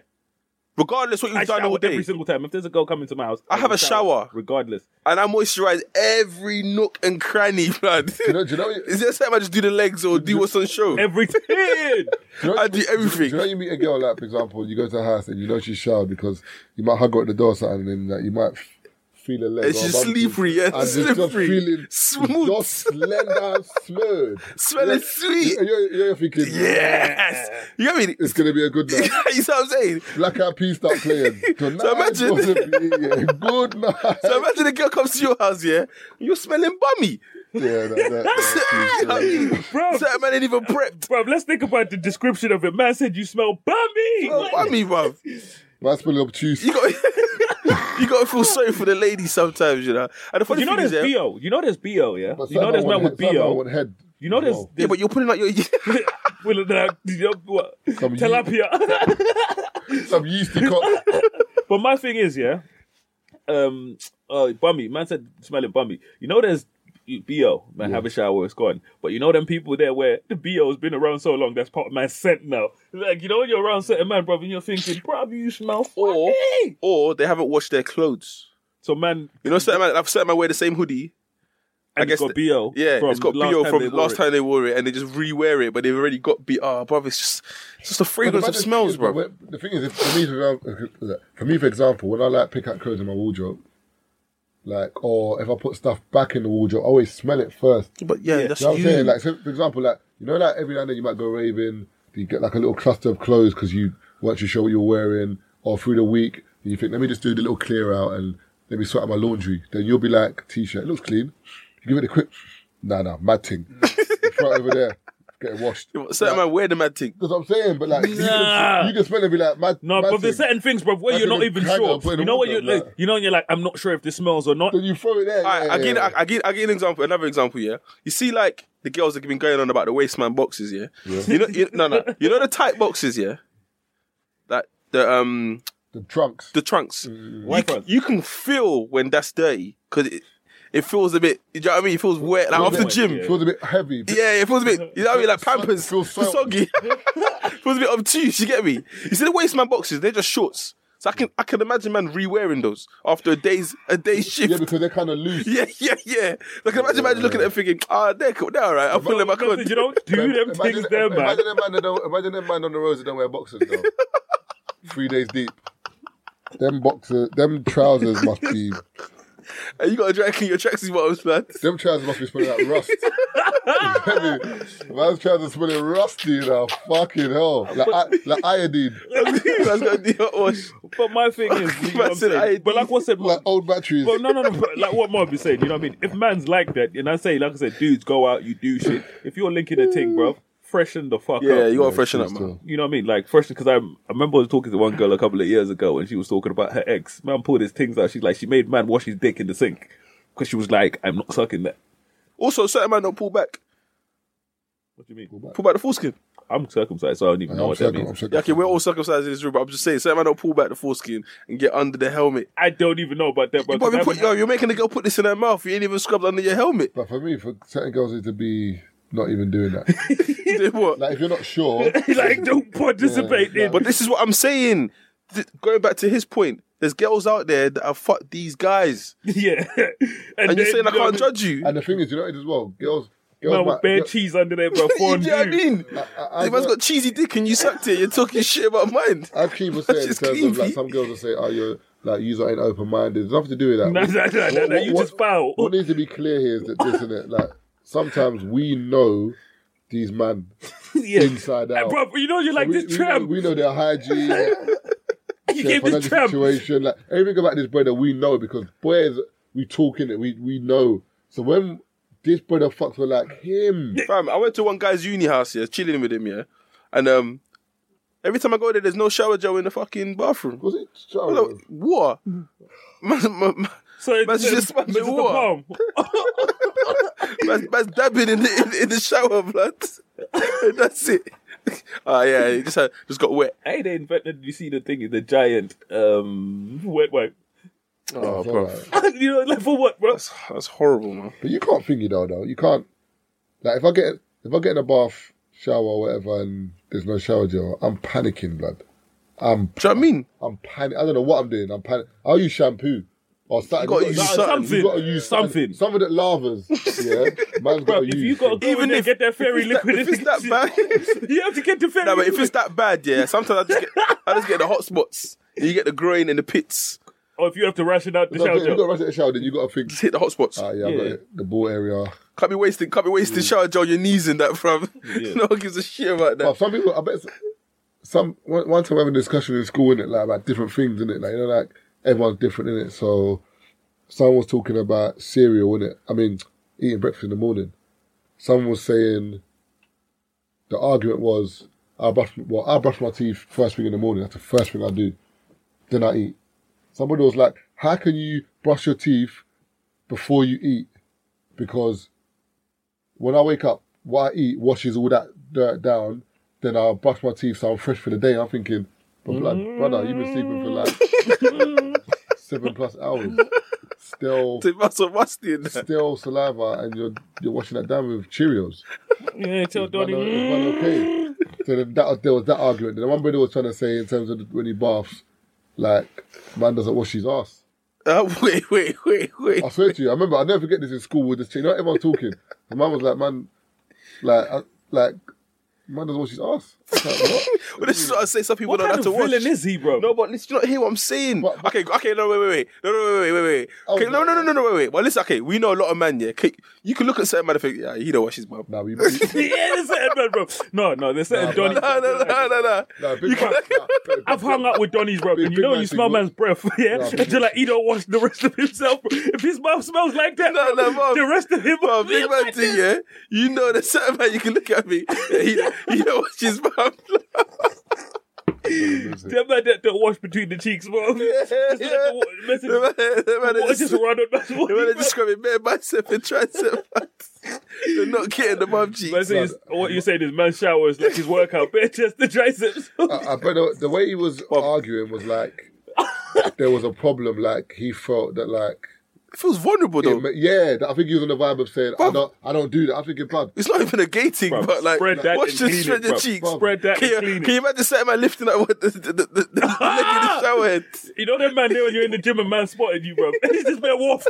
[SPEAKER 5] regardless what you've
[SPEAKER 2] I
[SPEAKER 5] done all
[SPEAKER 2] shower
[SPEAKER 5] day.
[SPEAKER 2] every single time. If there's a girl coming to my house,
[SPEAKER 5] I have
[SPEAKER 2] will
[SPEAKER 5] a shower.
[SPEAKER 2] regardless.
[SPEAKER 5] and I moisturize every nook and cranny, blood.
[SPEAKER 1] you know- do you know-
[SPEAKER 5] Is there time I just do the legs or do what's on show?
[SPEAKER 2] Everything.
[SPEAKER 1] you know-
[SPEAKER 5] I do everything.
[SPEAKER 1] Do you know you meet a girl like, for example, you go to her house and you know she's showered because you might hug her at the door or something and like, you might f- feel her leg.
[SPEAKER 5] And
[SPEAKER 1] or
[SPEAKER 5] she's
[SPEAKER 1] bumpy,
[SPEAKER 5] slippery, yeah,
[SPEAKER 1] and it's just
[SPEAKER 5] slippery,
[SPEAKER 1] feeling
[SPEAKER 5] smooth.
[SPEAKER 1] just slender, and smooth,
[SPEAKER 5] Smelling
[SPEAKER 1] You're-
[SPEAKER 5] sweet.
[SPEAKER 1] You're, you're thinking,
[SPEAKER 5] yes, you know what I mean.
[SPEAKER 1] it's gonna be a good night.
[SPEAKER 5] you see what I'm saying?
[SPEAKER 1] Black Eyed Peas start playing. Tonight
[SPEAKER 5] imagine-
[SPEAKER 1] was a good night.
[SPEAKER 5] So imagine a girl comes to your house, yeah, you're smelling bummy.
[SPEAKER 1] yeah, that, that,
[SPEAKER 5] You know what I
[SPEAKER 1] that,
[SPEAKER 5] mean?
[SPEAKER 2] Bro.
[SPEAKER 5] Certain man ain't even prepped.
[SPEAKER 2] Bro, let's think about the description of it. Man said you smell bummy.
[SPEAKER 5] You're Bummy, bruv.
[SPEAKER 1] that's really obtuse.
[SPEAKER 5] You got you got to feel sorry for the lady sometimes, you know. And the funny
[SPEAKER 2] You know
[SPEAKER 5] thing is,
[SPEAKER 2] there's
[SPEAKER 5] yeah,
[SPEAKER 2] BO. You know there's BO, yeah?
[SPEAKER 1] But
[SPEAKER 2] You know
[SPEAKER 1] some
[SPEAKER 2] there's
[SPEAKER 1] man
[SPEAKER 2] man
[SPEAKER 1] want head-
[SPEAKER 2] with
[SPEAKER 1] some man
[SPEAKER 2] BO.
[SPEAKER 1] want head.
[SPEAKER 2] You know there's.
[SPEAKER 1] Well,
[SPEAKER 5] yeah, but you're pulling out your.
[SPEAKER 2] Well, the- uh, you know what?
[SPEAKER 1] Some yeast-
[SPEAKER 2] Tilapia.
[SPEAKER 1] some yeasty cock.
[SPEAKER 2] But my thing is, yeah, um, uh, bummy. Man said smelling bummy. You know, there's bo. Man, have a shower. It's gone. But you know them people there where the bo's been around so long that's part of my scent now. Like you know, when you're around certain man, brother, and you're thinking, bruv, you smell
[SPEAKER 5] Or-
[SPEAKER 2] funny.
[SPEAKER 5] Or they haven't washed their clothes.
[SPEAKER 2] So man,
[SPEAKER 5] You know, certain man, I've certain man wear the same hoodie.
[SPEAKER 2] and it's
[SPEAKER 5] guess
[SPEAKER 2] got
[SPEAKER 5] the-
[SPEAKER 2] bo.
[SPEAKER 5] Yeah, it's got
[SPEAKER 2] last
[SPEAKER 5] BO
[SPEAKER 2] time
[SPEAKER 5] from
[SPEAKER 2] they wore
[SPEAKER 5] last
[SPEAKER 2] it.
[SPEAKER 5] time they wore it, and they just rewear it, but they've already got BO. Oh, bruv, it's just, it's just the
[SPEAKER 1] But the
[SPEAKER 5] fragrance of
[SPEAKER 1] bad
[SPEAKER 5] smells,
[SPEAKER 1] thing is,
[SPEAKER 5] bro.
[SPEAKER 1] but The thing is, if- for me, for example, for me, for example, when I like pick out clothes in my wardrobe, like, or if I put stuff back in the wardrobe, I always smell it first.
[SPEAKER 5] But yeah, that's
[SPEAKER 1] You know what I'm
[SPEAKER 5] you.
[SPEAKER 1] saying? Like, so, for example, like, you know, like every now and then you might go raving, you get like a little cluster of clothes because you weren't too sure what you're wearing, or through the week, you think, let me just do the little clear out and let me sort out my laundry. Then you'll be like, t shirt, it looks clean. You give it a quick, nah, nah, mad thing. Throw it over there, getting washed.
[SPEAKER 5] certain man wear the mad thing.
[SPEAKER 1] That's what I'm saying, but like, you,
[SPEAKER 2] Nah.
[SPEAKER 1] can, you can smell it and be like, mad.
[SPEAKER 2] No,
[SPEAKER 1] mad
[SPEAKER 2] but there's
[SPEAKER 1] thing.
[SPEAKER 2] certain things, bro, where
[SPEAKER 1] That's
[SPEAKER 2] you're not
[SPEAKER 1] even
[SPEAKER 2] even
[SPEAKER 1] kinda
[SPEAKER 2] sure.
[SPEAKER 1] put in
[SPEAKER 2] You
[SPEAKER 1] the
[SPEAKER 2] know when you're
[SPEAKER 1] wardrobe, like-
[SPEAKER 2] like, you know, when you're like, I'm not sure if this smells or not.
[SPEAKER 1] Then you throw it there.
[SPEAKER 5] All right,
[SPEAKER 1] yeah,
[SPEAKER 5] I give,
[SPEAKER 1] yeah,
[SPEAKER 5] I, I give, I give an example. Another example, yeah. You see, like the girls that have been going on about the waistman boxes, yeah. You know, you, no, no. You know the tight boxes, yeah. That the um
[SPEAKER 1] the trunks.
[SPEAKER 5] the trunks.
[SPEAKER 1] Mm.
[SPEAKER 2] Why
[SPEAKER 5] you,
[SPEAKER 2] front?
[SPEAKER 5] you can feel when that's dirty because it, it feels a bit. You know what I mean? It feels wet. Like after
[SPEAKER 1] wet,
[SPEAKER 5] gym,
[SPEAKER 1] It feels a bit heavy. but
[SPEAKER 5] Yeah, it feels a bit. You know what I mean? Like
[SPEAKER 1] Feels
[SPEAKER 5] Pampers,
[SPEAKER 1] so- feels so-
[SPEAKER 5] soggy. feels a bit obtuse. You get me? You see the waistman boxes? They're just shorts. So I can I can imagine man re-wearing those after a day's a day's
[SPEAKER 1] Yeah,
[SPEAKER 5] shift.
[SPEAKER 1] because they're kind of loose.
[SPEAKER 5] Yeah, yeah, yeah. Like I can imagine man looking at them thinking, ah, they're cool, they're all right. I'll pull them back on.
[SPEAKER 2] You don't do them things there, man.
[SPEAKER 1] Imagine that man, that don't, imagine that man on the roads that don't wear boxers, though. Three days deep. Them boxers, them trousers must be,
[SPEAKER 5] And you got to dry clean your tracksuit bottoms, man.
[SPEAKER 1] them trousers must be smelling like rust. Man's trousers smelling rusty now. Fucking hell. Like, i- like iodine.
[SPEAKER 5] Man's got to do hot wash.
[SPEAKER 2] But my thing is, you know what I'm
[SPEAKER 5] Massive
[SPEAKER 2] saying?
[SPEAKER 5] ID.
[SPEAKER 2] But like what said,
[SPEAKER 1] Like old batteries.
[SPEAKER 2] But no, no, no. But like what Mob is saying, you know what I mean? If man's like that, and I say, like I said, dudes go out, you do shit. If you're linking a thing, bro, freshen the fuck
[SPEAKER 5] Yeah,
[SPEAKER 2] up.
[SPEAKER 5] you got to freshen up, man.
[SPEAKER 1] Still.
[SPEAKER 2] You know what I mean? Like freshen, because I, I remember I was talking to one girl a couple of years ago, and she was talking about her ex. Man pulled his things out. She's like, she made man wash his dick in the sink because she was like, I'm not sucking that.
[SPEAKER 5] Also, certain man don't pull back.
[SPEAKER 2] What do you mean?
[SPEAKER 5] Pull back the foreskin.
[SPEAKER 2] I'm circumcised, so I don't even know
[SPEAKER 1] I'm
[SPEAKER 2] what that
[SPEAKER 1] circum- I'm
[SPEAKER 2] means.
[SPEAKER 1] circum-
[SPEAKER 5] Yeah, okay, we're all circumcised in this room, but I'm just saying, certain man don't pull back the foreskin and get under the helmet.
[SPEAKER 2] I don't even know about that, bro.
[SPEAKER 5] You probably
[SPEAKER 2] 'cause
[SPEAKER 5] put,
[SPEAKER 2] I
[SPEAKER 5] yo,
[SPEAKER 2] haven't-
[SPEAKER 5] you're making the girl put this in her mouth. You ain't even scrubbed under your helmet.
[SPEAKER 1] But for me, for certain girls, it's to be not even doing that.
[SPEAKER 5] You did what?
[SPEAKER 1] Like, if you're not sure,
[SPEAKER 2] like, don't participate in.
[SPEAKER 5] But this is what I'm saying. Th- Going back to his point, there's girls out there that have fucked these guys,
[SPEAKER 2] yeah.
[SPEAKER 5] and you're
[SPEAKER 2] then,
[SPEAKER 5] saying I
[SPEAKER 2] you know what
[SPEAKER 5] can't
[SPEAKER 2] mean?
[SPEAKER 5] judge you.
[SPEAKER 1] and the thing is, you know it as well. Girls, girls
[SPEAKER 2] Man with
[SPEAKER 1] might-
[SPEAKER 2] bare
[SPEAKER 1] girl-
[SPEAKER 2] cheese under there, bro.
[SPEAKER 5] you know what I
[SPEAKER 2] Fondue.
[SPEAKER 5] mean?
[SPEAKER 1] I- I-
[SPEAKER 5] If man's
[SPEAKER 1] I've-
[SPEAKER 5] got cheesy dick and you sucked it, you're talking shit about mine.
[SPEAKER 1] As Keith was saying, in
[SPEAKER 5] Just
[SPEAKER 1] terms of like
[SPEAKER 5] creepy.
[SPEAKER 1] some girls will say, "Oh, you're like you ain't open minded." There's nothing to do with that.
[SPEAKER 2] No, no, no, no, no, you just foul.
[SPEAKER 1] What needs to be clear here is that this and it. Like sometimes we know these men
[SPEAKER 2] Yeah.
[SPEAKER 1] inside out.
[SPEAKER 2] Bro, you know you're like
[SPEAKER 1] we,
[SPEAKER 2] this
[SPEAKER 1] we know,
[SPEAKER 2] tramp.
[SPEAKER 1] we know their hygiene, their
[SPEAKER 2] He gave this
[SPEAKER 1] financial
[SPEAKER 2] tramp.
[SPEAKER 1] situation. Like everything about this brother, we know because boys, we talking it. We we know. So when this brother fucks with like him,
[SPEAKER 5] Fam, I went to one guy's uni house here, chilling with him, yeah, and um, every time I go there, there's no shower gel in the fucking bathroom.
[SPEAKER 1] was it?
[SPEAKER 5] I'm like, What? Man, man, man,
[SPEAKER 2] So
[SPEAKER 5] Man's
[SPEAKER 2] it's-
[SPEAKER 5] just smashing
[SPEAKER 2] it's the
[SPEAKER 5] water.
[SPEAKER 2] palm.
[SPEAKER 5] man's, man's dabbing in the in, in the shower, blood. That's it. Oh yeah, he just had, just got wet.
[SPEAKER 2] Hey, they invented. You see the thing is the giant um wet wipe.
[SPEAKER 1] It's
[SPEAKER 5] Oh,
[SPEAKER 1] all
[SPEAKER 5] bro.
[SPEAKER 1] right.
[SPEAKER 2] you know, like for what, bro?
[SPEAKER 5] That's, that's horrible, man.
[SPEAKER 1] But you can't think it out though. You can't. Like if I get if I get in a bath, shower, or whatever, and there's no shower gel, I'm panicking, blood. I'm,
[SPEAKER 5] Do you know what I mean?
[SPEAKER 1] I'm panic. I don't know what I'm doing. I'm panic. I'll use shampoo. Or something.
[SPEAKER 5] gotta
[SPEAKER 1] You've
[SPEAKER 5] use
[SPEAKER 1] gotta-
[SPEAKER 5] something.
[SPEAKER 1] you've gotta use
[SPEAKER 4] Something.
[SPEAKER 1] Something that lavers. Yeah. Man's got to
[SPEAKER 4] If
[SPEAKER 1] use.
[SPEAKER 4] you got to go
[SPEAKER 5] Even
[SPEAKER 4] in there,
[SPEAKER 5] if-
[SPEAKER 4] get that fairy
[SPEAKER 5] If
[SPEAKER 4] liquid.
[SPEAKER 5] it's that
[SPEAKER 4] in-
[SPEAKER 5] bad,
[SPEAKER 4] you have to get the fairy
[SPEAKER 5] nah, but
[SPEAKER 4] liquid.
[SPEAKER 5] if it's that bad, yeah. Sometimes I just get, I just get the hot spots. You get the groin and the pits.
[SPEAKER 2] Oh,
[SPEAKER 4] or if you have to ration out the
[SPEAKER 1] No,
[SPEAKER 4] shower
[SPEAKER 1] if you got
[SPEAKER 4] gel.
[SPEAKER 1] to rush at the shower, then you got to think.
[SPEAKER 5] Just hit the hot spots.
[SPEAKER 1] Ah, yeah, I've got it. the ball area.
[SPEAKER 5] Can't be wasting, can't be wasting shower gel. Your knees in that, fam. no one gives a shit about that.
[SPEAKER 1] But some people, I bet s- some one, one time we having a discussion in school in it, like about different things in it, like you know, like everyone's different in it. So someone was talking about cereal in it. I mean, eating breakfast in the morning. Someone was saying the argument was I brush well, I brush my teeth first thing in the morning. That's the first thing I do. Then I eat. Somebody was like, "How can you brush your teeth before you eat?" Because when I wake up, what I eat washes all that dirt down. Then I'll brush my teeth so I'm fresh for the day. I'm thinking, but blood, brother, you've been sleeping for like seven plus hours. Still,
[SPEAKER 5] They must have musty in that.
[SPEAKER 1] still saliva, and you're you're washing that down with Cheerios.
[SPEAKER 4] Yeah, tell
[SPEAKER 1] Is man-
[SPEAKER 2] mm.
[SPEAKER 4] Donnie.
[SPEAKER 1] is man okay? So then that there was that argument. Then one brother was trying to say in terms of when he baths, like man doesn't wash his ass.
[SPEAKER 5] Uh, wait, wait, wait, wait.
[SPEAKER 1] I swear to you, I remember I never forget this in school with this. You know, everyone talking. My man was like, man, like, I, like, man doesn't wash his ass. It's like, what?
[SPEAKER 5] Well, this is what I say. Some people
[SPEAKER 4] What
[SPEAKER 5] don't
[SPEAKER 4] kind
[SPEAKER 5] have
[SPEAKER 4] of
[SPEAKER 5] to watch.
[SPEAKER 4] villain is he, bro?
[SPEAKER 5] No, but listen, you not hear what I'm saying.
[SPEAKER 1] But-
[SPEAKER 5] okay, okay, no, wait, wait, wait, no, no, wait, wait, wait, wait.
[SPEAKER 1] Oh,
[SPEAKER 5] Okay,
[SPEAKER 1] no.
[SPEAKER 5] no, no, no, no, no, wait, wait. Well, listen, okay, we know a lot of men, yeah. Okay, you can look at certain man and think, yeah, he don't wash his mouth.
[SPEAKER 1] Nah, we, we,
[SPEAKER 4] yeah, there's certain man, bro. No, no, there's certain Donny.
[SPEAKER 5] No, no, no, no, no.
[SPEAKER 1] nah, big man, nah, big-
[SPEAKER 4] I've hung out with Donny's, bro,
[SPEAKER 1] Big-
[SPEAKER 4] and you
[SPEAKER 1] big
[SPEAKER 4] know
[SPEAKER 1] man
[SPEAKER 4] you
[SPEAKER 1] thing,
[SPEAKER 4] smell
[SPEAKER 1] what?
[SPEAKER 4] man's breath, yeah?
[SPEAKER 1] Nah, big-
[SPEAKER 4] And you're like, he don't wash the rest of himself. bro. If his mouth smells like that,
[SPEAKER 5] No,
[SPEAKER 4] bro,
[SPEAKER 5] no, mum.
[SPEAKER 4] the rest of him
[SPEAKER 5] Bro,
[SPEAKER 4] will be
[SPEAKER 5] big man
[SPEAKER 4] like
[SPEAKER 5] thing,
[SPEAKER 4] this.
[SPEAKER 5] yeah. You know there's certain man you can look at me. Yeah, he, he don't wash his mouth.
[SPEAKER 4] That man that don't wash between the cheeks, bro. It's like
[SPEAKER 5] yeah.
[SPEAKER 4] the wa- message-
[SPEAKER 5] the man, the man
[SPEAKER 4] water
[SPEAKER 5] that
[SPEAKER 4] just
[SPEAKER 5] just,
[SPEAKER 4] run on man's
[SPEAKER 5] the man
[SPEAKER 4] body,
[SPEAKER 5] that
[SPEAKER 4] bro.
[SPEAKER 5] just grabbing bare bicep and tricep. They're not getting the mum
[SPEAKER 4] Man,
[SPEAKER 5] cheeks.
[SPEAKER 4] so you- What you're saying is man showers like his workout, bare chest, the triceps.
[SPEAKER 1] I, I bet the, the way he was arguing was like there was a problem. Like he felt that like
[SPEAKER 5] It feels vulnerable though.
[SPEAKER 1] yeah, that I think he was on the vibe of saying I
[SPEAKER 5] Bruv.
[SPEAKER 1] don't I don't do that. I think it's blood.
[SPEAKER 5] It's not even a gay thing,
[SPEAKER 4] Bruv,
[SPEAKER 5] but like,
[SPEAKER 4] spread that
[SPEAKER 5] watch
[SPEAKER 4] and
[SPEAKER 5] the
[SPEAKER 4] clean
[SPEAKER 5] spread
[SPEAKER 4] it,
[SPEAKER 5] your
[SPEAKER 4] bruv.
[SPEAKER 5] cheeks.
[SPEAKER 4] Spread that and
[SPEAKER 5] Can you,
[SPEAKER 4] clean
[SPEAKER 5] can
[SPEAKER 4] it.
[SPEAKER 5] you imagine setting my lifting up with the, the, the, the, the leg in the shower head?
[SPEAKER 4] You know that man there when you're in the gym and man spotted you, bro. He's just been waft.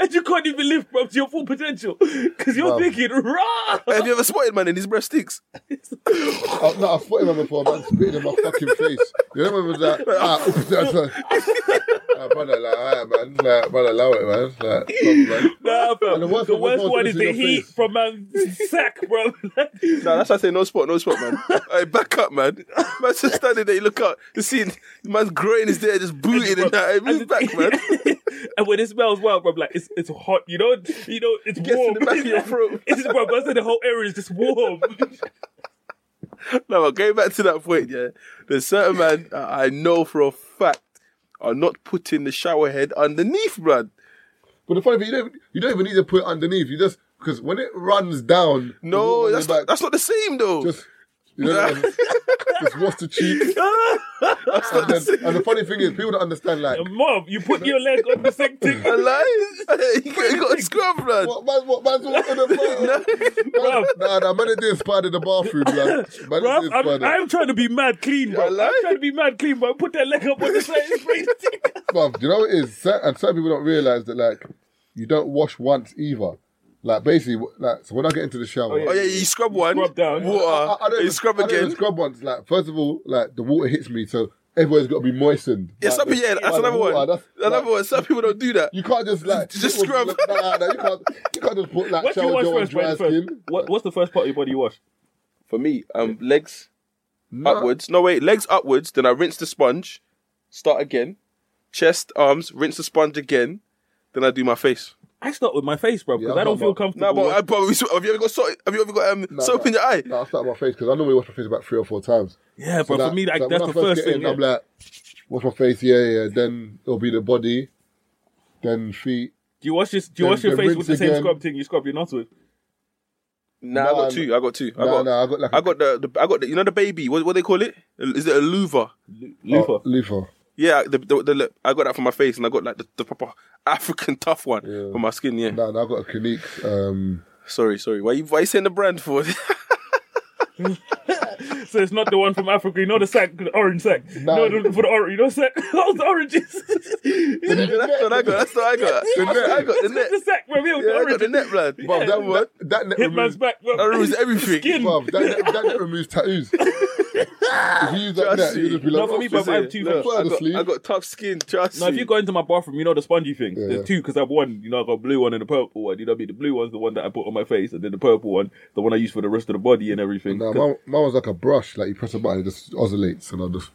[SPEAKER 4] and you can't even live, bro, to your full potential. Because you're
[SPEAKER 1] Bruv.
[SPEAKER 4] thinking, rah!
[SPEAKER 5] Have you ever spotted man in his breast sticks?
[SPEAKER 1] I, no, I fought him before. Man spitting in my fucking face. You remember that? Ah, oops, that's a, ah, brother, like, alright, man, like, brother, allow it, man. Like, stop, man.
[SPEAKER 4] Nah, bro.
[SPEAKER 1] And
[SPEAKER 4] The
[SPEAKER 1] the
[SPEAKER 4] worst,
[SPEAKER 1] worst one- the worst
[SPEAKER 4] one is
[SPEAKER 1] one
[SPEAKER 4] the
[SPEAKER 1] is in your
[SPEAKER 4] heat
[SPEAKER 1] face.
[SPEAKER 4] from man's sack, bro.
[SPEAKER 5] Nah, that's why I say no spot, no spot, man. All right, back up, man. Man's just standing there, you look up, you see, man's groin is there, just booting and that. Hey, Move back, man.
[SPEAKER 4] and when it smells well, bro, like it's it's hot, you know, you know, it's
[SPEAKER 5] in
[SPEAKER 4] warm.
[SPEAKER 5] the back of your throat.
[SPEAKER 4] it's bro, but the whole area is just warm.
[SPEAKER 5] No, but going back to that point, yeah, there's certain man that I know for a fact are not putting the shower head underneath, blood.
[SPEAKER 1] But the funny thing, you don't you don't even need to put it underneath. You just because when it runs down, the
[SPEAKER 5] No,
[SPEAKER 1] water
[SPEAKER 5] that's
[SPEAKER 1] runs
[SPEAKER 5] not, that's not the same though.
[SPEAKER 1] just you know, what I mean? just wash the cheek.
[SPEAKER 5] that's not the
[SPEAKER 1] And,
[SPEAKER 5] same.
[SPEAKER 1] and the funny thing is, people don't understand like.
[SPEAKER 4] Mom, you put your leg on the sink thing.
[SPEAKER 5] A lie? you got, you got a scrub, blood.
[SPEAKER 1] What man's what man's what in the man, Nah, nah, man, it did spied in the bathroom, bruv. Man,
[SPEAKER 4] Bro,
[SPEAKER 1] it did
[SPEAKER 4] I'm,
[SPEAKER 1] spied in-
[SPEAKER 4] I'm trying to be mad clean, bro.
[SPEAKER 5] I
[SPEAKER 4] I'm
[SPEAKER 5] like
[SPEAKER 4] trying to be mad clean, but put that leg up on the side and spray the thing.
[SPEAKER 1] Bruv, do you know what it is? Cer- And certain people don't realize that, like, you don't wash once either. Like, basically, wh- like, so when I get into the shower,
[SPEAKER 5] Oh yeah, you scrub one.
[SPEAKER 4] scrub down.
[SPEAKER 5] Water.
[SPEAKER 1] I, I don't
[SPEAKER 5] you
[SPEAKER 1] even,
[SPEAKER 5] scrub
[SPEAKER 1] I don't even
[SPEAKER 5] again.
[SPEAKER 1] scrub once. Like, first of all, like, the water hits me, so everywhere's got to be moistened.
[SPEAKER 5] Yeah,
[SPEAKER 1] Like,
[SPEAKER 5] some
[SPEAKER 1] the-
[SPEAKER 5] people, yeah, that's
[SPEAKER 1] by the
[SPEAKER 5] another
[SPEAKER 1] water,
[SPEAKER 5] one.
[SPEAKER 1] that's-
[SPEAKER 5] another
[SPEAKER 1] like,
[SPEAKER 5] one. Some people don't do that.
[SPEAKER 1] You can't just, like,
[SPEAKER 5] Just
[SPEAKER 1] put-
[SPEAKER 5] scrub.
[SPEAKER 1] Nah, nah, nah, you can't, you can't just put, like,
[SPEAKER 4] What do you
[SPEAKER 1] shower
[SPEAKER 4] wash
[SPEAKER 1] gel on
[SPEAKER 4] first,
[SPEAKER 1] dry
[SPEAKER 4] man? First?
[SPEAKER 1] skin.
[SPEAKER 4] What, what's the first part of your body you wash?
[SPEAKER 5] For me, um, legs
[SPEAKER 1] Nah.
[SPEAKER 5] upwards. No wait, legs upwards. Then I rinse the sponge. Start again. Chest, arms. Rinse the sponge again. Then I do my face.
[SPEAKER 4] I start with my face, bro,
[SPEAKER 1] Yeah,
[SPEAKER 4] because
[SPEAKER 1] I'm
[SPEAKER 4] I don't
[SPEAKER 1] not
[SPEAKER 4] feel
[SPEAKER 1] about-
[SPEAKER 4] comfortable.
[SPEAKER 5] Nah, but, I, but we sw- have you ever got soap? Have you ever got um, soap in your eye?
[SPEAKER 1] Nah, I start my face because I normally wash my face about three or four times.
[SPEAKER 4] yeah, bro,
[SPEAKER 1] that-
[SPEAKER 4] for me, like,
[SPEAKER 1] that
[SPEAKER 4] that's
[SPEAKER 1] when
[SPEAKER 4] the
[SPEAKER 1] I get
[SPEAKER 4] first thing.
[SPEAKER 1] in,
[SPEAKER 4] yeah.
[SPEAKER 1] I'm like, wash my face, yeah, yeah. Then it'll be the body, then feet.
[SPEAKER 4] do you wash your, do you
[SPEAKER 1] then-
[SPEAKER 4] wash your
[SPEAKER 1] then
[SPEAKER 4] face with the
[SPEAKER 1] rinse
[SPEAKER 4] same
[SPEAKER 1] again. Oh.
[SPEAKER 4] scrub thing you scrub your nuts with?
[SPEAKER 5] Nah, I
[SPEAKER 1] Nah,
[SPEAKER 5] got two. I got two.
[SPEAKER 1] Nah,
[SPEAKER 5] I got.
[SPEAKER 1] nah, I got like
[SPEAKER 5] I got the, the. I got the. You know the baby. What what they call it? Is it a louver?
[SPEAKER 4] Looper.
[SPEAKER 1] oh, loofah.
[SPEAKER 5] Yeah, the, the, the, look, I got that for my face, and I got like the, the proper African tough one for my skin. Yeah,
[SPEAKER 1] Nah, nah, I got a Clinique. Um,
[SPEAKER 5] sorry, sorry. Why you why you saying the brand for?
[SPEAKER 4] So So it's not the one from Africa. You know the sack, the orange sack.
[SPEAKER 1] Nah.
[SPEAKER 4] No, the, for the orange. You know sack. All the oranges.
[SPEAKER 5] That's what I got. That's what I got. That's what I got. The net.
[SPEAKER 4] the sack, bro. Yeah, with
[SPEAKER 5] Yeah,
[SPEAKER 4] the
[SPEAKER 5] I got the
[SPEAKER 4] oranges.
[SPEAKER 5] net, blood.
[SPEAKER 1] Bruv, that, that, that net
[SPEAKER 4] Hitman's
[SPEAKER 1] removes,
[SPEAKER 4] back. Bro.
[SPEAKER 5] That removes everything.
[SPEAKER 4] Skin.
[SPEAKER 1] bruv, that, net- that net removes tattoos. if you use that net,
[SPEAKER 5] Trust me.
[SPEAKER 1] you'll just be
[SPEAKER 4] No,
[SPEAKER 1] like,
[SPEAKER 4] for me,
[SPEAKER 1] "Oh,
[SPEAKER 4] bruv, I have two
[SPEAKER 1] look,
[SPEAKER 4] things.
[SPEAKER 1] further
[SPEAKER 5] I got,
[SPEAKER 1] sleeve."
[SPEAKER 5] I got tough skin. Trust
[SPEAKER 4] Now, if
[SPEAKER 5] me.
[SPEAKER 4] you go into my bathroom, you know the spongy thing.
[SPEAKER 1] Yeah,
[SPEAKER 4] There's
[SPEAKER 1] yeah.
[SPEAKER 4] two because I've one. You know, I've got blue one and a purple one. You know what I mean? The blue one's the one that I put on my face, and then the purple one, the one I use for the rest of the body and everything.
[SPEAKER 1] Nah,
[SPEAKER 4] 'Cause-
[SPEAKER 1] mine, mine was like a brush. Like you press a button, it just oscillates, and I just,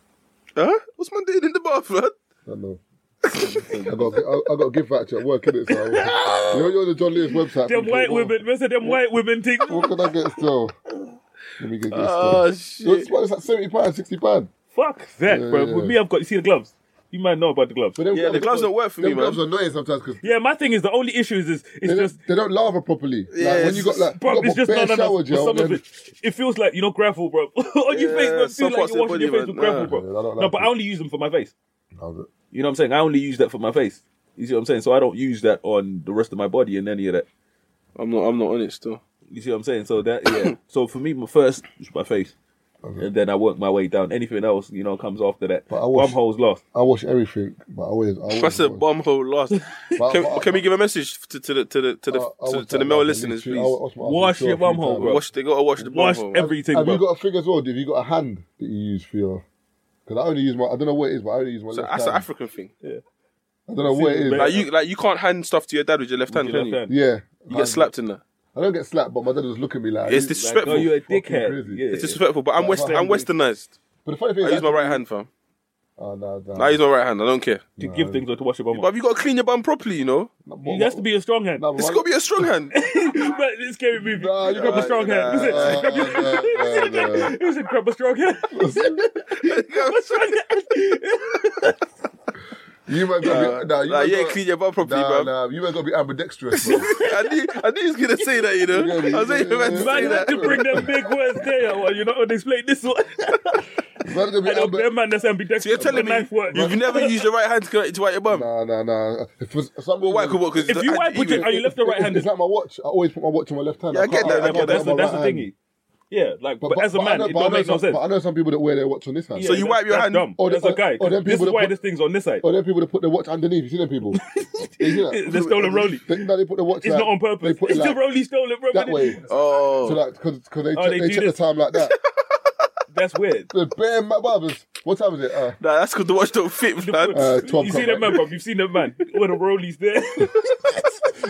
[SPEAKER 5] huh? What's my dude in the bath, blood?
[SPEAKER 1] I don't know. I got, I, I got a gift voucher at work, innit? So I was, you know, you're on the John Lewis website.
[SPEAKER 4] them
[SPEAKER 1] thinking,
[SPEAKER 4] white
[SPEAKER 1] "Oh,
[SPEAKER 4] women, man, said them white women thing.
[SPEAKER 1] What can I get still? Let me get, get still.
[SPEAKER 5] Oh
[SPEAKER 1] It's,
[SPEAKER 5] shit!
[SPEAKER 1] what, it's like seventy pounds, sixty pounds.
[SPEAKER 4] Fuck that,
[SPEAKER 1] Yeah,
[SPEAKER 4] bro.
[SPEAKER 1] yeah.
[SPEAKER 4] With me, I've got. You see the gloves? You might know about the gloves.
[SPEAKER 1] But them
[SPEAKER 5] Yeah, the gloves don't work for
[SPEAKER 1] them
[SPEAKER 5] me,
[SPEAKER 1] gloves are
[SPEAKER 5] man.
[SPEAKER 1] annoying sometimes because
[SPEAKER 4] Yeah, my thing is the only issue is, is it's
[SPEAKER 1] they,
[SPEAKER 4] just
[SPEAKER 1] don't- they don't lather properly.
[SPEAKER 5] Yeah,
[SPEAKER 1] like when you got like
[SPEAKER 4] Bro,
[SPEAKER 1] you got
[SPEAKER 4] it's just
[SPEAKER 1] bare
[SPEAKER 4] not enough.
[SPEAKER 1] shower
[SPEAKER 4] for
[SPEAKER 1] gel,
[SPEAKER 4] some of
[SPEAKER 1] then-
[SPEAKER 4] it, it feels like you know gravel, bro. On your
[SPEAKER 5] Yeah,
[SPEAKER 4] face, bro, it
[SPEAKER 5] some
[SPEAKER 4] feels like
[SPEAKER 5] parts
[SPEAKER 4] you're
[SPEAKER 5] of the
[SPEAKER 4] washing your
[SPEAKER 5] body,
[SPEAKER 4] face with
[SPEAKER 5] man.
[SPEAKER 4] gravel, bro.
[SPEAKER 1] Yeah, I don't
[SPEAKER 4] no,
[SPEAKER 1] like
[SPEAKER 4] but
[SPEAKER 1] it.
[SPEAKER 4] I only use them for my face.
[SPEAKER 1] I was like,
[SPEAKER 4] You know what I'm saying? I only use that for my face. You see what I'm saying? So I don't use that on the rest of my body and any of that.
[SPEAKER 5] I'm not. I'm not on it still.
[SPEAKER 4] You see what I'm saying? So that yeah. so for me, my first is my face, and then I work my way down. Anything else, you know, comes after that.
[SPEAKER 1] But I wash-
[SPEAKER 4] Bum holes lost.
[SPEAKER 1] I wash everything, but I always. I always
[SPEAKER 5] That's a
[SPEAKER 1] wash-
[SPEAKER 5] bum hole last.
[SPEAKER 1] But-
[SPEAKER 5] can,
[SPEAKER 1] but-
[SPEAKER 5] can we give a message to, to the to the
[SPEAKER 1] I-
[SPEAKER 5] to the
[SPEAKER 1] I
[SPEAKER 5] to,
[SPEAKER 1] wash
[SPEAKER 5] to the
[SPEAKER 1] that
[SPEAKER 5] male
[SPEAKER 1] bum,
[SPEAKER 5] listeners,
[SPEAKER 1] literally, I
[SPEAKER 5] please?
[SPEAKER 1] wash my
[SPEAKER 4] Wash
[SPEAKER 1] bum
[SPEAKER 4] your
[SPEAKER 1] three
[SPEAKER 4] bum hole,
[SPEAKER 1] times.
[SPEAKER 4] bro.
[SPEAKER 5] Wash. They gotta wash the bum
[SPEAKER 4] Wash
[SPEAKER 5] hole.
[SPEAKER 4] everything,
[SPEAKER 1] Have
[SPEAKER 4] bro.
[SPEAKER 1] you got a thing as well, dude? You got a hand that you use for your. Because I only use my. I don't know what it is, but I only use my
[SPEAKER 5] So
[SPEAKER 1] left
[SPEAKER 5] that's an
[SPEAKER 1] hand.
[SPEAKER 5] African thing.
[SPEAKER 1] I don't know what it is.
[SPEAKER 5] Like you, like you can't hand stuff to your dad with your left hand,
[SPEAKER 4] Your
[SPEAKER 5] can
[SPEAKER 4] left
[SPEAKER 5] you?
[SPEAKER 1] yeah.
[SPEAKER 4] hand.
[SPEAKER 5] You get slapped in that.
[SPEAKER 1] I don't get slapped, but my dad was looking at me like.
[SPEAKER 5] It's
[SPEAKER 1] you-
[SPEAKER 4] Like,
[SPEAKER 5] disrespectful.
[SPEAKER 4] no, you're a
[SPEAKER 1] Fucking
[SPEAKER 4] dickhead.
[SPEAKER 1] crazy.
[SPEAKER 4] Yeah.
[SPEAKER 5] It's disrespectful, but I'm west. I'm westernized.
[SPEAKER 1] But the funny thing
[SPEAKER 5] I
[SPEAKER 1] is,
[SPEAKER 5] use my right hand, fam.
[SPEAKER 1] Oh, no, no.
[SPEAKER 5] I use my right hand. I don't care.
[SPEAKER 4] to give things or to wash your bum
[SPEAKER 5] But
[SPEAKER 4] hole.
[SPEAKER 5] you got to clean your bum properly, you know.
[SPEAKER 4] It has to be a strong hand.
[SPEAKER 1] No,
[SPEAKER 5] It's got to be a strong hand.
[SPEAKER 4] but it's scary movie.
[SPEAKER 1] Nah, you
[SPEAKER 4] grab a
[SPEAKER 1] can't-
[SPEAKER 4] strong hand. Listen,
[SPEAKER 1] nah,
[SPEAKER 4] grab your-
[SPEAKER 1] nah, nah, nah.
[SPEAKER 4] It was a grab a strong hand. Grab a strong hand.
[SPEAKER 1] You might gotta be. Nah, you
[SPEAKER 5] Like,
[SPEAKER 1] might
[SPEAKER 5] yeah,
[SPEAKER 1] gotta-
[SPEAKER 5] clean your bum properly,
[SPEAKER 1] Nah,
[SPEAKER 5] bro.
[SPEAKER 1] nah, you might gotta be ambidextrous. bro.
[SPEAKER 5] I knew, I knew he was gonna say that, you know. I was waiting for him to say
[SPEAKER 4] Man, you had to
[SPEAKER 5] that.
[SPEAKER 4] bring them big words there. Well, you know, when they explain this one.
[SPEAKER 1] You might gotta be
[SPEAKER 4] I know,
[SPEAKER 1] ambi-
[SPEAKER 4] bear man, that's ambidextrous.
[SPEAKER 5] So you're telling
[SPEAKER 4] The
[SPEAKER 5] me
[SPEAKER 4] knife word.
[SPEAKER 5] you've never used your right hand to connect to wipe your bum?
[SPEAKER 1] Nah, nah, nah. If it's- if some
[SPEAKER 5] Well, why?
[SPEAKER 1] reason-
[SPEAKER 5] Cause, what, 'cause
[SPEAKER 4] If you
[SPEAKER 5] I-
[SPEAKER 4] wipe with
[SPEAKER 5] even-
[SPEAKER 4] your, are Oh, you left or right
[SPEAKER 1] It's-
[SPEAKER 4] handed?
[SPEAKER 1] It's like my watch. I always put my watch on my left hand.
[SPEAKER 5] Yeah, I get
[SPEAKER 1] can't-
[SPEAKER 5] that, I
[SPEAKER 1] can't
[SPEAKER 5] get
[SPEAKER 1] put it
[SPEAKER 4] that's
[SPEAKER 1] on
[SPEAKER 4] the,
[SPEAKER 1] my
[SPEAKER 4] that's the
[SPEAKER 1] right hand.
[SPEAKER 4] thingy. Yeah, like, but, as a
[SPEAKER 1] I
[SPEAKER 4] man,
[SPEAKER 1] know-
[SPEAKER 4] it
[SPEAKER 1] but I
[SPEAKER 4] don't
[SPEAKER 1] know
[SPEAKER 4] make no
[SPEAKER 1] some-
[SPEAKER 4] sense.
[SPEAKER 1] But I know some people that wear their watch on this hand.
[SPEAKER 4] Yeah,
[SPEAKER 5] So you
[SPEAKER 4] that-
[SPEAKER 5] wipe your
[SPEAKER 4] that's
[SPEAKER 5] hand-
[SPEAKER 4] dumb.
[SPEAKER 1] Or the-
[SPEAKER 4] That's a guy.
[SPEAKER 1] or them
[SPEAKER 4] This
[SPEAKER 1] people
[SPEAKER 4] is
[SPEAKER 1] that
[SPEAKER 4] why
[SPEAKER 1] put-
[SPEAKER 4] this thing's on this side.
[SPEAKER 1] Or then Oh, people that put their watch underneath. You see them people?
[SPEAKER 4] They stole a rollie.
[SPEAKER 1] They, no, they put their watch.
[SPEAKER 4] It's not on purpose.
[SPEAKER 1] They put it
[SPEAKER 4] It's
[SPEAKER 1] like,
[SPEAKER 4] the rollie stolen, bro.
[SPEAKER 1] that way.
[SPEAKER 5] Oh,
[SPEAKER 1] So like, because they,
[SPEAKER 4] Oh,
[SPEAKER 1] check-
[SPEAKER 4] they
[SPEAKER 1] they,
[SPEAKER 4] do
[SPEAKER 1] check
[SPEAKER 4] this.
[SPEAKER 1] the time like that.
[SPEAKER 4] That's weird.
[SPEAKER 1] the bare ma- barbers. What time is it? Uh,
[SPEAKER 5] nah, that's because the watch don't fit, man.
[SPEAKER 1] Uh, 12
[SPEAKER 4] you see
[SPEAKER 1] o'clock,
[SPEAKER 4] that man,
[SPEAKER 1] right?
[SPEAKER 4] bro. You've seen that man. What a rollies there.
[SPEAKER 1] up here.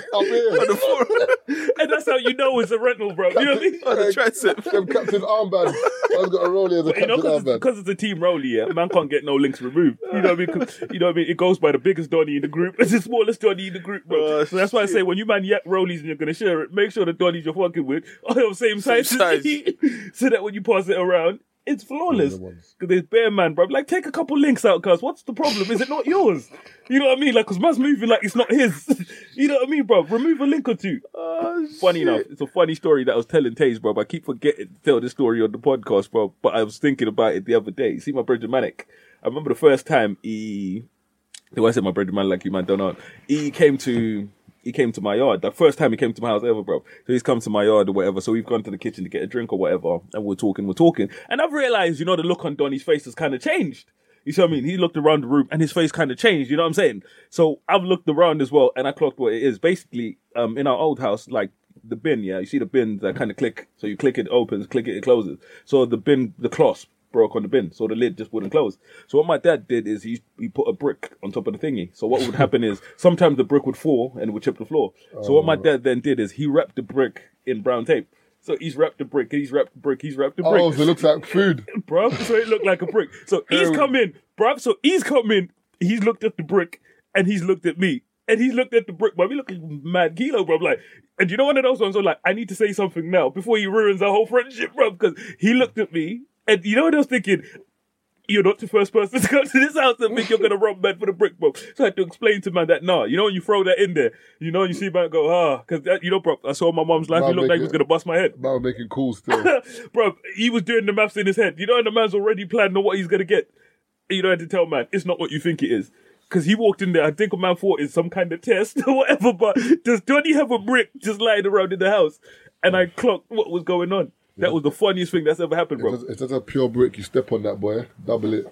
[SPEAKER 5] the floor,
[SPEAKER 4] and that's how you know it's a rental, bro. You know what I mean?
[SPEAKER 5] on the tricep.
[SPEAKER 1] them captain armbands. I've got a rollie as a
[SPEAKER 4] You
[SPEAKER 1] captain
[SPEAKER 4] know, because it's,
[SPEAKER 1] armband.
[SPEAKER 4] 'cause it's a team role here, man can't get no links removed. You know what I mean? 'Cause- You know what I mean? It goes by the biggest Donny in the group. It's the smallest Donny in the group, bro.
[SPEAKER 5] Oh,
[SPEAKER 4] so that's why I say when you man yap rollies and you're gonna share it, make sure the Donnies you're fucking with are of same size,
[SPEAKER 5] Same
[SPEAKER 4] as
[SPEAKER 5] size.
[SPEAKER 4] you. so that when you pass it around, it's flawless.
[SPEAKER 1] Other ones.
[SPEAKER 4] Because there's bear man, bro. Like, take a couple links out, cuz. What's the problem? Is it not yours? You know what I mean? Like, cause man's moving like it's not his. you know what I mean, bro? Remove a link or two funny enough, it's a funny story that I was telling Taze, bro. But I keep forgetting to tell this story on the podcast, bro. But I was thinking about it the other day. See, my brother Manic. I remember the first time he, the way I said my brother Manic, like you man don't know. He came to, he came to my yard. The first time he came to my house ever, bro. So he's come to my yard or whatever. So we've gone to the kitchen to get a drink or whatever, and we're talking, we're talking, and I've realized, you know, the look on Donny's face has kind of changed. You see what I mean? He looked around the room and his face kind of changed. You know what I'm saying? So I've looked around as well and I clocked what it is. Basically, um, in our old house, like the bin, yeah, you see the bin that kind of click. So you click it, it opens, click it, it closes. So the bin, the clasp broke on the bin, so the lid just wouldn't close. So what my dad did is he he put a brick on top of the thingy. So what would happen is sometimes the brick would fall and it would chip the floor. So what my dad then did is he wrapped the brick in brown tape. So he's wrapped the brick, he's wrapped the brick, he's wrapped the brick
[SPEAKER 1] Oh, so it looks like food.
[SPEAKER 4] bruv. So it looked like a brick. So he's
[SPEAKER 2] Oh.
[SPEAKER 4] come in, bruv. So he's come in. He's looked at the brick and he's looked at me. And he's looked at the brick, bruv. He looked like mad kilo, bruv. Like, and you know one of those ones where like, I need to say something now before he ruins our whole friendship, bruv. Because he looked at me and you know what I was thinking? You're not the first person to come to this house and think you're gonna rob man for the brick, bro. So I had to explain to man that nah, you know when you throw that in there, you know you see man go ah, because you know, bro, I saw my mom's life. He
[SPEAKER 1] Man,
[SPEAKER 4] looked like he
[SPEAKER 1] nigga.
[SPEAKER 4] was gonna bust my head
[SPEAKER 1] Man, I'm making calls still.
[SPEAKER 4] bro, he was doing the maths in his head. You know, and the man's already planning on what he's gonna get. You don't have to tell man, it's not what you think it is. Cause he walked in there, I think a man thought it's some kind of test or whatever, but does Johnny have a brick just lying around in the house? And I clocked what was going on. That was the funniest thing that's ever happened,
[SPEAKER 1] If
[SPEAKER 4] bro.
[SPEAKER 1] it's- if it's a pure brick, you step on that boy, double it.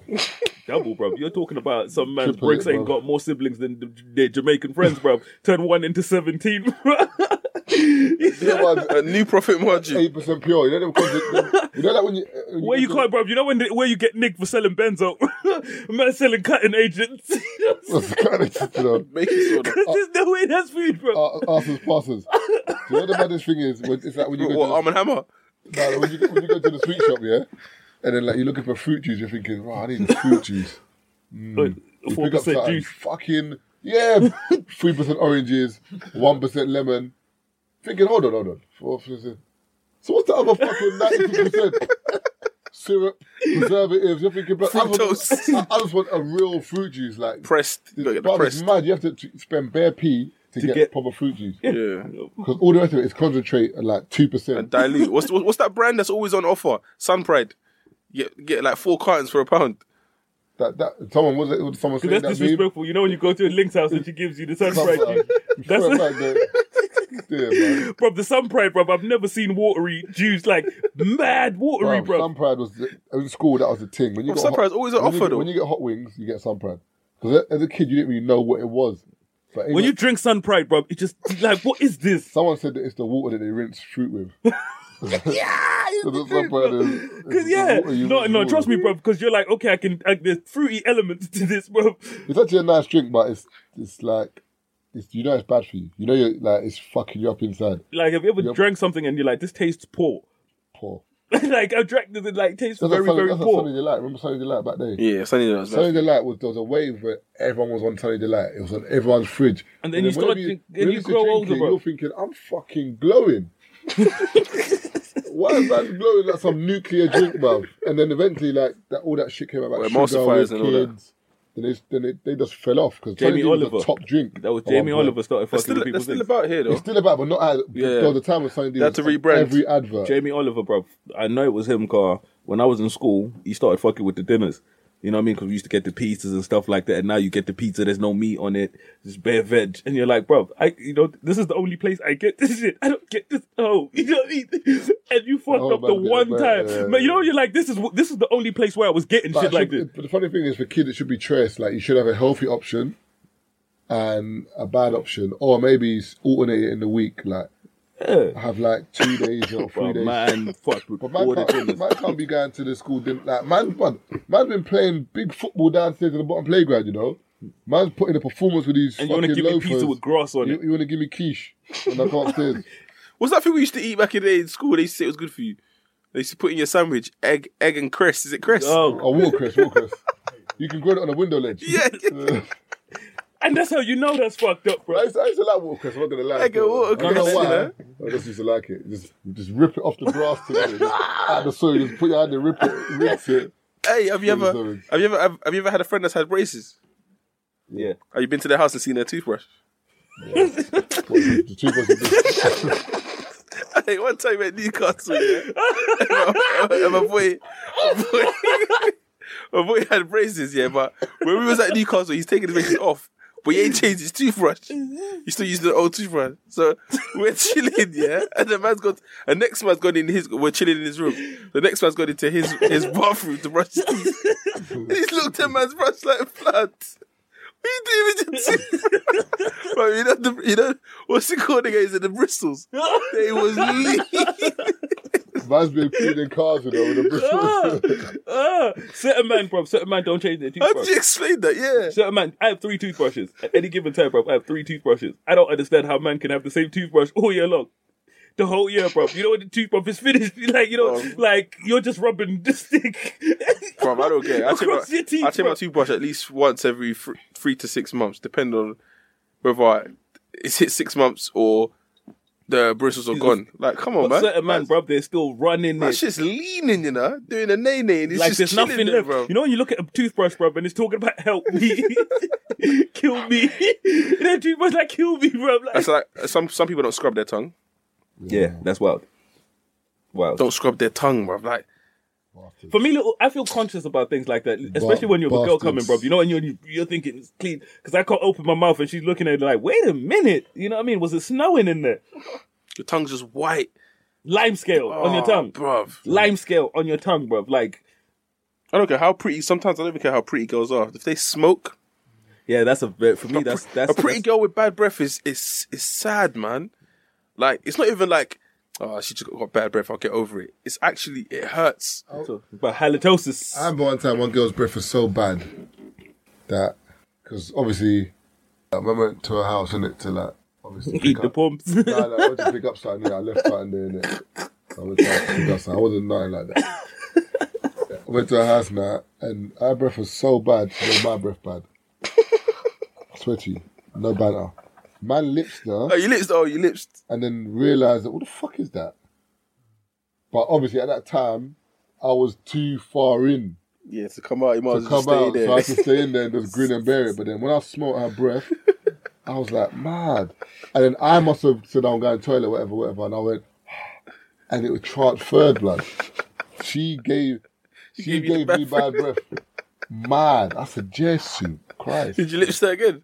[SPEAKER 4] Double, bro. You're talking about some man's
[SPEAKER 1] Triple
[SPEAKER 4] bricks
[SPEAKER 1] it,
[SPEAKER 4] ain't
[SPEAKER 1] bro.
[SPEAKER 4] got more siblings than th- their Jamaican friends, bro. Turn one into 17, bro.
[SPEAKER 5] A new profit margin.
[SPEAKER 1] Eight percent pure. You know them. Cons- you know that when you uh, when
[SPEAKER 4] Where you
[SPEAKER 1] go
[SPEAKER 4] caught, bro? You know when the, where you get nicked for selling benzo? man selling cutting agents.
[SPEAKER 1] to- you know,
[SPEAKER 5] Baking
[SPEAKER 1] Uh,
[SPEAKER 5] soda.
[SPEAKER 4] Because there's no way that's food, bro.
[SPEAKER 1] ar- arses passes. Do you know what the baddest thing is? When, it's like when you go
[SPEAKER 5] What, um,
[SPEAKER 1] to
[SPEAKER 5] Arm and Hammer?
[SPEAKER 1] Nah, like, when, you, when you go to the sweet shop, yeah, and then like you're looking for fruit juice, you're thinking, "Wow, I need a fruit juice." Mm. You
[SPEAKER 4] Four
[SPEAKER 1] pick up
[SPEAKER 4] percent
[SPEAKER 1] something,
[SPEAKER 4] juice.
[SPEAKER 1] fucking yeah, three percent oranges, one percent lemon. Thinking, hold on, hold on, four percent. So what's the other fucking ninety percent? Syrup, preservatives. You're thinking, but I, just,
[SPEAKER 5] Fructose.
[SPEAKER 1] I, I just want a real fruit juice, like
[SPEAKER 5] Pressed. Look
[SPEAKER 1] It's
[SPEAKER 5] at the
[SPEAKER 1] but it's
[SPEAKER 5] pressed.
[SPEAKER 1] mad. You have to t- spend bare p to, get,
[SPEAKER 4] get-
[SPEAKER 1] proper fruit juice because
[SPEAKER 5] Yeah.
[SPEAKER 1] all the rest of it is concentrate at like two percent.
[SPEAKER 5] Dilute. What's what's that brand that's always on offer? Sun Pride. Get get like four cartons for a pound.
[SPEAKER 1] That that someone was it? Someone said
[SPEAKER 4] That's
[SPEAKER 1] that meme?
[SPEAKER 4] disrespectful. You know when you go to a Link's house and she gives you the sun fried
[SPEAKER 1] Sometimes.
[SPEAKER 4] juice. That's
[SPEAKER 1] Throw it back there. Yeah, man.
[SPEAKER 4] bro, the sun pride, bro. I've never seen watery juice like mad watery,
[SPEAKER 1] Bro,
[SPEAKER 4] bro.
[SPEAKER 1] Sun Pride was the- in school. That was the thing. When you
[SPEAKER 5] Well,
[SPEAKER 1] got
[SPEAKER 5] Sun
[SPEAKER 1] hot-
[SPEAKER 5] Pride's always an
[SPEAKER 1] when you
[SPEAKER 5] offer,
[SPEAKER 1] get- When
[SPEAKER 5] though.
[SPEAKER 1] you get hot wings, you get Sun Pride because as a kid you didn't really know what it was. But
[SPEAKER 4] When
[SPEAKER 1] England-
[SPEAKER 4] you drink sun pride, bro, it just like what is this?
[SPEAKER 1] someone said that it's the water that they rinse fruit with. yeah, the Sun Pride is.
[SPEAKER 4] Cause yeah, no, no, trust me, bro. Because you're like, okay, I can. Like, there's fruity elements to this, bro.
[SPEAKER 1] It's actually a nice drink, but it's it's like it's you know it's bad for you. You know you're like it's fucking you up inside.
[SPEAKER 4] Like, have you ever
[SPEAKER 1] Yep.
[SPEAKER 4] drank something and you're like, this tastes poor?
[SPEAKER 1] Poor.
[SPEAKER 4] like, I drank this, it like tastes
[SPEAKER 1] That's
[SPEAKER 4] very,
[SPEAKER 1] a Sunday,
[SPEAKER 4] very
[SPEAKER 1] that's A
[SPEAKER 4] poor.
[SPEAKER 1] Sunday Delight. Remember Sunday Delight back there?
[SPEAKER 5] Yeah, Sunny Delight.
[SPEAKER 1] Sunny Delight was there was a wave where everyone was on Sunny Delight. It was on everyone's fridge.
[SPEAKER 4] And then you start
[SPEAKER 1] whenever
[SPEAKER 4] think- then
[SPEAKER 1] whenever
[SPEAKER 4] you
[SPEAKER 1] start
[SPEAKER 4] grow older,
[SPEAKER 1] drinking,
[SPEAKER 4] bro.
[SPEAKER 1] You're thinking, I'm fucking glowing. Why is that glowing like some nuclear drink, bruv? And then eventually, like that, all that shit came out. Like
[SPEAKER 5] Well,
[SPEAKER 1] sugar with
[SPEAKER 5] emulsifiers and all that.
[SPEAKER 1] kids. Then, it's, then it, they just fell off because
[SPEAKER 4] Jamie
[SPEAKER 1] was
[SPEAKER 4] Oliver.
[SPEAKER 1] a top drink. Oh
[SPEAKER 4] That was
[SPEAKER 1] at one
[SPEAKER 4] Jamie
[SPEAKER 1] point.
[SPEAKER 4] Oliver started fucking
[SPEAKER 5] That's still,
[SPEAKER 4] with people.
[SPEAKER 5] that's still
[SPEAKER 4] things.
[SPEAKER 5] about here, though.
[SPEAKER 1] It's still about, but not as.
[SPEAKER 5] Yeah.
[SPEAKER 1] There was a time when Sunny
[SPEAKER 5] They
[SPEAKER 1] Delight
[SPEAKER 5] had to
[SPEAKER 1] was on
[SPEAKER 5] rebrand.
[SPEAKER 1] every advert.
[SPEAKER 4] Jamie Oliver, bro. I know it was him, car. When I was in school, he started fucking with the dinners. You know what I mean? Because we used to get the pizzas and stuff like that, and now you get the pizza. There's no meat on it, just bare veg, and you're like, bro, I, you know, this is the only place I get this shit. I don't get this. Oh, you know what I mean? And you fucked
[SPEAKER 1] Oh,
[SPEAKER 4] up
[SPEAKER 1] man,
[SPEAKER 4] the
[SPEAKER 1] yeah,
[SPEAKER 4] one
[SPEAKER 1] man,
[SPEAKER 4] time,
[SPEAKER 1] yeah,
[SPEAKER 4] but you
[SPEAKER 1] yeah.
[SPEAKER 4] know, you're like, this is wh- this is the only place where I was getting
[SPEAKER 1] But
[SPEAKER 4] shit
[SPEAKER 1] it
[SPEAKER 4] like this.
[SPEAKER 1] should- But the funny thing is, for kids, it should be traced. Like you should have a healthy option and a bad option, or maybe s- alternate it in the week. Like have like two days or three
[SPEAKER 4] Bro,
[SPEAKER 1] days.
[SPEAKER 4] Oh, man, fucked with
[SPEAKER 1] But
[SPEAKER 4] all the
[SPEAKER 1] man
[SPEAKER 4] dinners.
[SPEAKER 1] can't, man can't be going to the school dinner. Like man, man, man's been playing big football downstairs in the bottom playground. You know, man's putting a performance with these.
[SPEAKER 4] And you
[SPEAKER 1] fucking
[SPEAKER 4] want to give me
[SPEAKER 1] loafers.
[SPEAKER 4] pizza with grass on
[SPEAKER 1] You,
[SPEAKER 4] it?
[SPEAKER 1] you want to give me quiche when I go upstairs?
[SPEAKER 5] What's that thing we used to eat back in the day in school? They used to say it was good for you. They used to put in your sandwich egg, egg and cress. Is it cress?
[SPEAKER 4] Oh,
[SPEAKER 1] oh, wall crest, wall crest. You can grow it on a window ledge.
[SPEAKER 5] Yeah,
[SPEAKER 4] and that's how you know that's fucked up, bro.
[SPEAKER 1] I used, to, I used to like watercress. I'm not gonna lie.
[SPEAKER 5] Like
[SPEAKER 1] I
[SPEAKER 5] a
[SPEAKER 1] don't know
[SPEAKER 5] watercress,
[SPEAKER 1] why.
[SPEAKER 5] you know?
[SPEAKER 1] I just used to like it. Just, just rip it off the grass today. Just out of the soil, just put your hand and rip it, rinse it.
[SPEAKER 5] Hey, have you ever,
[SPEAKER 1] Sorry.
[SPEAKER 5] have you ever, have, have you ever had a friend that's had braces?
[SPEAKER 4] Yeah.
[SPEAKER 5] Have you been to their house and seen their toothbrush?
[SPEAKER 1] The two boys would just-
[SPEAKER 5] Hey, one time at Newcastle, yeah. eh? and my boy, my boy, my boy had braces, yeah. But when we was at Newcastle, he's taking his braces off, but he ain't changed his toothbrush. He still using the old toothbrush. So we're chilling, yeah. And the man's got, and next man's gone in his. We're chilling in his room. The next man's gone into his his bathroom to brush his teeth. And he's looked at man's brush like blood. What you doing with your teeth? Bro, you know, the, you know what's it called again? Is it the bristles? They was leaking.
[SPEAKER 1] Man's been feeding cars, you know, with a
[SPEAKER 4] Ah,
[SPEAKER 1] bristle.
[SPEAKER 4] ah. Certain man, bro. Certain man don't change their
[SPEAKER 5] How
[SPEAKER 4] toothbrush.
[SPEAKER 5] did you explain that? Yeah.
[SPEAKER 4] Certain man, I have three toothbrushes at any given time, bro. I have three toothbrushes. I don't understand how man can have the same toothbrush all year long. The whole year, bro. You know when the toothbrush is finished, like you know,
[SPEAKER 5] Um,
[SPEAKER 4] like you're just rubbing the stick.
[SPEAKER 5] Bro, I don't care. I
[SPEAKER 4] Across your
[SPEAKER 5] change
[SPEAKER 4] teeth,
[SPEAKER 5] my, I change
[SPEAKER 4] bro.
[SPEAKER 5] my toothbrush at least once every thr- three to six months, depending on whether I, it's hit six months or the bristles are gone. Like, come on,
[SPEAKER 4] But
[SPEAKER 5] man.
[SPEAKER 4] certain man,
[SPEAKER 5] That's-
[SPEAKER 4] bro, they're still running
[SPEAKER 5] That
[SPEAKER 4] it.
[SPEAKER 5] shit's leaning, you know, doing a nay nay, and it's
[SPEAKER 4] Like
[SPEAKER 5] just
[SPEAKER 4] there's
[SPEAKER 5] chilling
[SPEAKER 4] nothing
[SPEAKER 5] there,
[SPEAKER 4] left.
[SPEAKER 5] bro.
[SPEAKER 4] You know when you look at a toothbrush, bro, and it's talking about help me, kill me. and then toothbrush like kill me, bro. I'm Like,
[SPEAKER 5] That's like some some people don't scrub their tongue.
[SPEAKER 2] Yeah, that's wild. Wild.
[SPEAKER 5] Don't scrub their tongue, bro. Like,
[SPEAKER 4] For me, little, I feel conscious about things like that, especially when you have a girl
[SPEAKER 1] bastards.
[SPEAKER 4] coming, bro. You know, and you're, you're thinking it's clean because I can't open my mouth and she's looking at it like, wait a minute. You know what I mean? Was it snowing in there?
[SPEAKER 5] your tongue's just white.
[SPEAKER 4] Lime scale on your tongue.
[SPEAKER 5] Oh, bruv.
[SPEAKER 4] Lime scale on your tongue, bruv. Like,
[SPEAKER 5] I don't care how pretty. Sometimes I don't even care how pretty girls are. If they smoke,
[SPEAKER 4] yeah, that's a bit for me. That's that's
[SPEAKER 5] a pretty
[SPEAKER 4] that's-
[SPEAKER 5] girl with bad breath is is is sad, man. Like it's not even like, oh, she just got, got bad breath. I'll get over it. It's actually it hurts. Oh,
[SPEAKER 4] But halitosis.
[SPEAKER 5] Um,
[SPEAKER 1] I remember one time one girl's breath was so bad that because obviously like, when I went to her house and it to like obviously pick
[SPEAKER 4] eat
[SPEAKER 1] up-
[SPEAKER 4] the pumps.
[SPEAKER 1] No, no, I went to pick up something. innit? I left something there. Innit? I went to pick up something. I wasn't nothing like that. I went to her house now, and her breath was so bad. She made my breath bad. I swear to you, no banter. My lips though,
[SPEAKER 5] Oh, your lips. Oh, your lips.
[SPEAKER 1] and then realised that what the fuck is that? But obviously at that time, I was too far in
[SPEAKER 5] Yeah, to come out, you might as
[SPEAKER 1] to
[SPEAKER 5] well
[SPEAKER 1] come
[SPEAKER 5] stay
[SPEAKER 1] out,
[SPEAKER 5] there.
[SPEAKER 1] so I could stay in there and just grin and bear it. But then when I smelled her breath, I was like, mad. And then I must have said I'm going to the toilet, whatever, whatever. And I went, and it was transferred blood. She gave, she
[SPEAKER 5] gave you the
[SPEAKER 1] gave me bad breath. Mad. I said, Jesus Christ.
[SPEAKER 5] Did your lips stay again?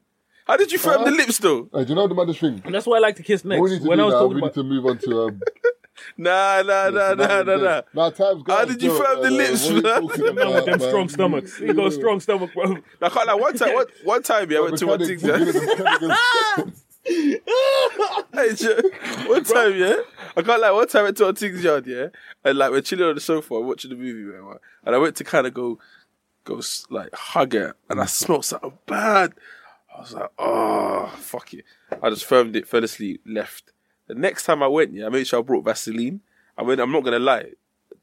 [SPEAKER 5] How did you firm the lips though?
[SPEAKER 1] Like, do you know the maddest thing?
[SPEAKER 4] And that's why I like to kiss
[SPEAKER 1] What we
[SPEAKER 4] next.
[SPEAKER 1] need to
[SPEAKER 4] When
[SPEAKER 1] do
[SPEAKER 4] I was
[SPEAKER 1] now,
[SPEAKER 4] talking
[SPEAKER 1] we
[SPEAKER 4] about
[SPEAKER 1] need to move on to um,
[SPEAKER 5] Nah, nah, nah, nah, nah, nah.
[SPEAKER 1] Now time's gone. uh,
[SPEAKER 5] How did you firm the lips, man?
[SPEAKER 4] man with them strong stomachs, you got a strong stomach, bro.
[SPEAKER 5] I can't like one time. One, one time, yeah, I went to one thing. Yeah. Hey, Joe, one time, yeah, I can't like one time I went to a things yard, yeah, and like we're chilling on the sofa watching the movie, man, right? and I went to kind of go, go s- like hug her, and I smelled something bad. I was like, oh fuck it, I just firmed it, fell asleep, left. The next time I went, yeah, I made sure I brought Vaseline. I mean, I'm not gonna lie,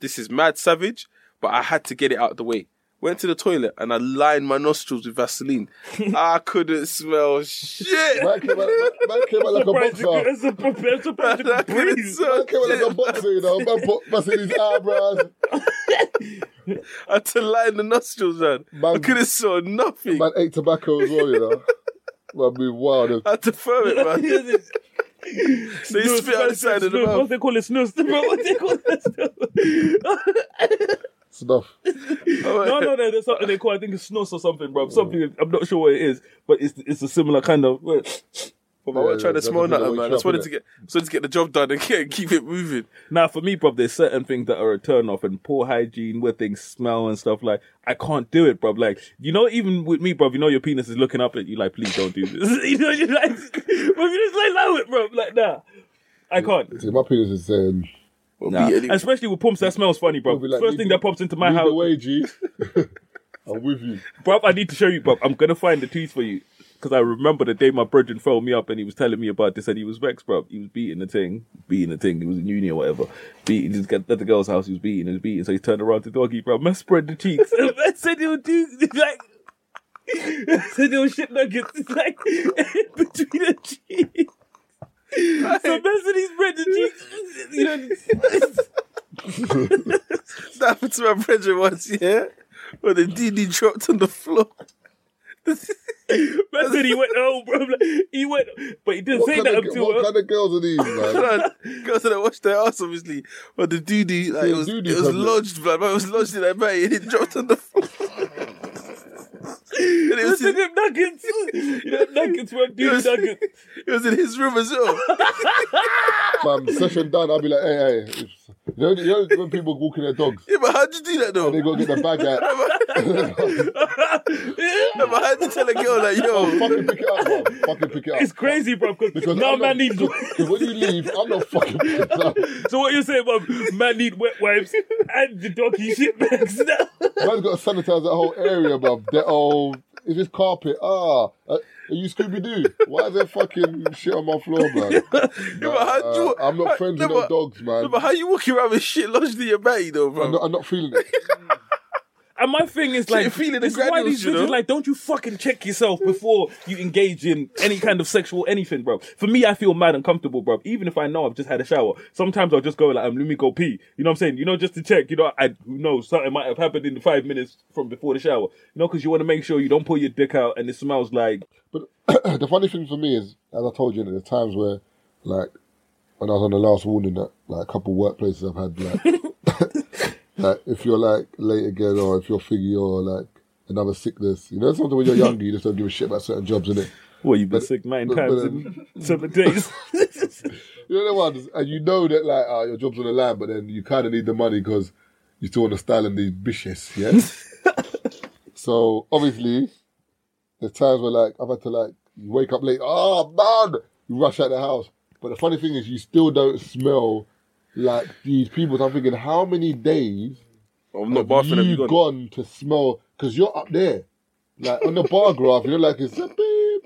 [SPEAKER 5] this is mad savage, but I had to get it out of the way. Went to the toilet and I lined my nostrils with Vaseline. I couldn't smell shit.
[SPEAKER 1] Man came out man came out like a
[SPEAKER 4] Surprise,
[SPEAKER 1] boxer.
[SPEAKER 4] it's a it's a- it's a
[SPEAKER 5] I couldn't
[SPEAKER 4] breeze.
[SPEAKER 5] smell
[SPEAKER 1] Man came out like a boxer, you know. Man put busting his eyebrows.
[SPEAKER 5] I had to line the nostrils, man. I
[SPEAKER 1] Man-
[SPEAKER 5] couldn't smell nothing.
[SPEAKER 1] Man ate tobacco as well, you know. Man be wild.
[SPEAKER 5] I had to firm it, man. So you
[SPEAKER 4] Snus,
[SPEAKER 5] spit on the side of the
[SPEAKER 4] snus, What
[SPEAKER 5] mouth.
[SPEAKER 4] they call it, snus, bro? What they call it?
[SPEAKER 1] Stuff.
[SPEAKER 4] no, no, no, there's something they call. I think it's snus or something, bro. Something I'm not sure what it is, but it's it's a similar kind of.
[SPEAKER 5] But I wasn't
[SPEAKER 1] Yeah,
[SPEAKER 5] trying to
[SPEAKER 1] that's
[SPEAKER 5] smell
[SPEAKER 1] a bit of
[SPEAKER 5] nothing,
[SPEAKER 1] a
[SPEAKER 5] man. I just
[SPEAKER 1] trap,
[SPEAKER 5] wanted to
[SPEAKER 1] innit?
[SPEAKER 5] get, just wanted to get the job done and get, keep it moving.
[SPEAKER 4] Now, for me, bruv, there's certain things that are a turn off and poor hygiene, where things smell and stuff. Like, I can't do it, bruv. Like, you know, even with me, bruv, you know, your penis is looking up at you, like, please don't do this. you know, you're like, bruv, you just like, allow it, bruv. Like, nah, I can't.
[SPEAKER 1] See, my penis is saying,
[SPEAKER 4] Nah.
[SPEAKER 5] Beat anyway.
[SPEAKER 4] Especially with pumps, that smells funny,
[SPEAKER 1] We'll
[SPEAKER 4] bruv.
[SPEAKER 1] be like,
[SPEAKER 4] First
[SPEAKER 1] lead
[SPEAKER 4] thing
[SPEAKER 1] the-
[SPEAKER 4] that pops into my
[SPEAKER 1] lead the
[SPEAKER 4] house,
[SPEAKER 1] way, G. I'm with you.
[SPEAKER 4] bruv, I need to show you, bruv. I'm gonna find the tweets for you. Because I remember the day my brother phoned me up and he was telling me about this and he was vexed, bruv. He was beating the thing, beating the thing. He was in uni or whatever. Beating, just got at the girl's house. He was beating, he was beating. So he turned around to doggy, bruv. Man spread the cheeks. and man said he would do, like, said there was shit nuggets, like, between the cheeks. So man said he spread the cheeks. You know,
[SPEAKER 5] That happened to my brother once, yeah? When the DD dropped on the floor.
[SPEAKER 4] man said he went home, bruv. Like, he went, but he didn't
[SPEAKER 1] What,
[SPEAKER 4] say
[SPEAKER 1] kind
[SPEAKER 4] that
[SPEAKER 1] of,
[SPEAKER 4] until.
[SPEAKER 1] what kind of girls are these, man?
[SPEAKER 5] Girls that washed their ass, obviously. But the DD, like, it was, it
[SPEAKER 1] doo-doo
[SPEAKER 5] was
[SPEAKER 1] tablet.
[SPEAKER 5] lodged, blood. It was lodged in that bag and it dropped on the floor. and it was
[SPEAKER 4] Listen
[SPEAKER 5] in,
[SPEAKER 4] to them nuggets. You know, nuggets were dude nuggets.
[SPEAKER 5] it was in his room as well.
[SPEAKER 1] man, session done. I'll be like, hey, hey. It's- You know, you know when people walking their dogs,
[SPEAKER 5] yeah, but how'd you do that, though?
[SPEAKER 1] they go get the bag out.
[SPEAKER 5] Yeah, but how'd you tell a girl, like,
[SPEAKER 1] Oh,
[SPEAKER 5] yo,
[SPEAKER 1] fucking pick it up, man. Fucking pick it up.
[SPEAKER 4] It's crazy, bro. Because
[SPEAKER 1] Because
[SPEAKER 4] now
[SPEAKER 1] I'm not-
[SPEAKER 4] man needs.
[SPEAKER 1] Because when you leave, I'm not fucking picking it up.
[SPEAKER 4] So what you saying, bro? Man need wet wipes and the doggy shit bags now.
[SPEAKER 1] Man's got to sanitize that whole area, bruv. That old, is this carpet? Ah, uh, are you Scooby Doo? Why is there fucking shit on my floor, man? Uh,
[SPEAKER 5] but how do you-
[SPEAKER 1] I'm
[SPEAKER 5] how-
[SPEAKER 1] not friends with
[SPEAKER 5] no,
[SPEAKER 1] no
[SPEAKER 5] but-
[SPEAKER 1] dogs, man.
[SPEAKER 5] no, but how you walking around with shit lodged in your body, though, bro?
[SPEAKER 1] I'm, not, I'm not feeling it.
[SPEAKER 4] And my thing is like,
[SPEAKER 5] you're feeling the
[SPEAKER 4] this is why
[SPEAKER 5] granules,
[SPEAKER 4] these
[SPEAKER 5] you know?
[SPEAKER 4] bitches like, don't you fucking check yourself before you engage in any kind of sexual anything, bro. For me, I feel mad uncomfortable, bro. Even if I know I've just had a shower, sometimes I'll just go like, um, let me go pee. You know what I'm saying? You know, just to check. You know, I who knows something might have happened in the five minutes from before the shower. You know, because you want to make sure you don't pull your dick out and it smells like
[SPEAKER 1] But the funny thing for me is, as I told you, there's times where, like, when I was on the last warning, that like a couple workplaces I've had, like, like if you're like late again, or if you're figgy, or like another sickness, you know, sometimes when you're younger, you just don't give a shit about certain jobs, innit?
[SPEAKER 4] Well, you've been sick nine
[SPEAKER 1] but-
[SPEAKER 4] times
[SPEAKER 1] but,
[SPEAKER 4] in seven days.
[SPEAKER 1] You know the ones, and you know that like uh, your job's on the line, but then you kind of need the money because you still want to style and these bitches, yeah. so obviously, there's times where like I've had to like you wake up late. Oh man, you rush out the house. But the funny thing is, you still don't smell like these people. So I'm thinking, how many days
[SPEAKER 5] I'm not bathing them.
[SPEAKER 1] you
[SPEAKER 5] You
[SPEAKER 1] gone?
[SPEAKER 5] got
[SPEAKER 1] to smell because you're up there, like on the bar graph. You're like it's a beep,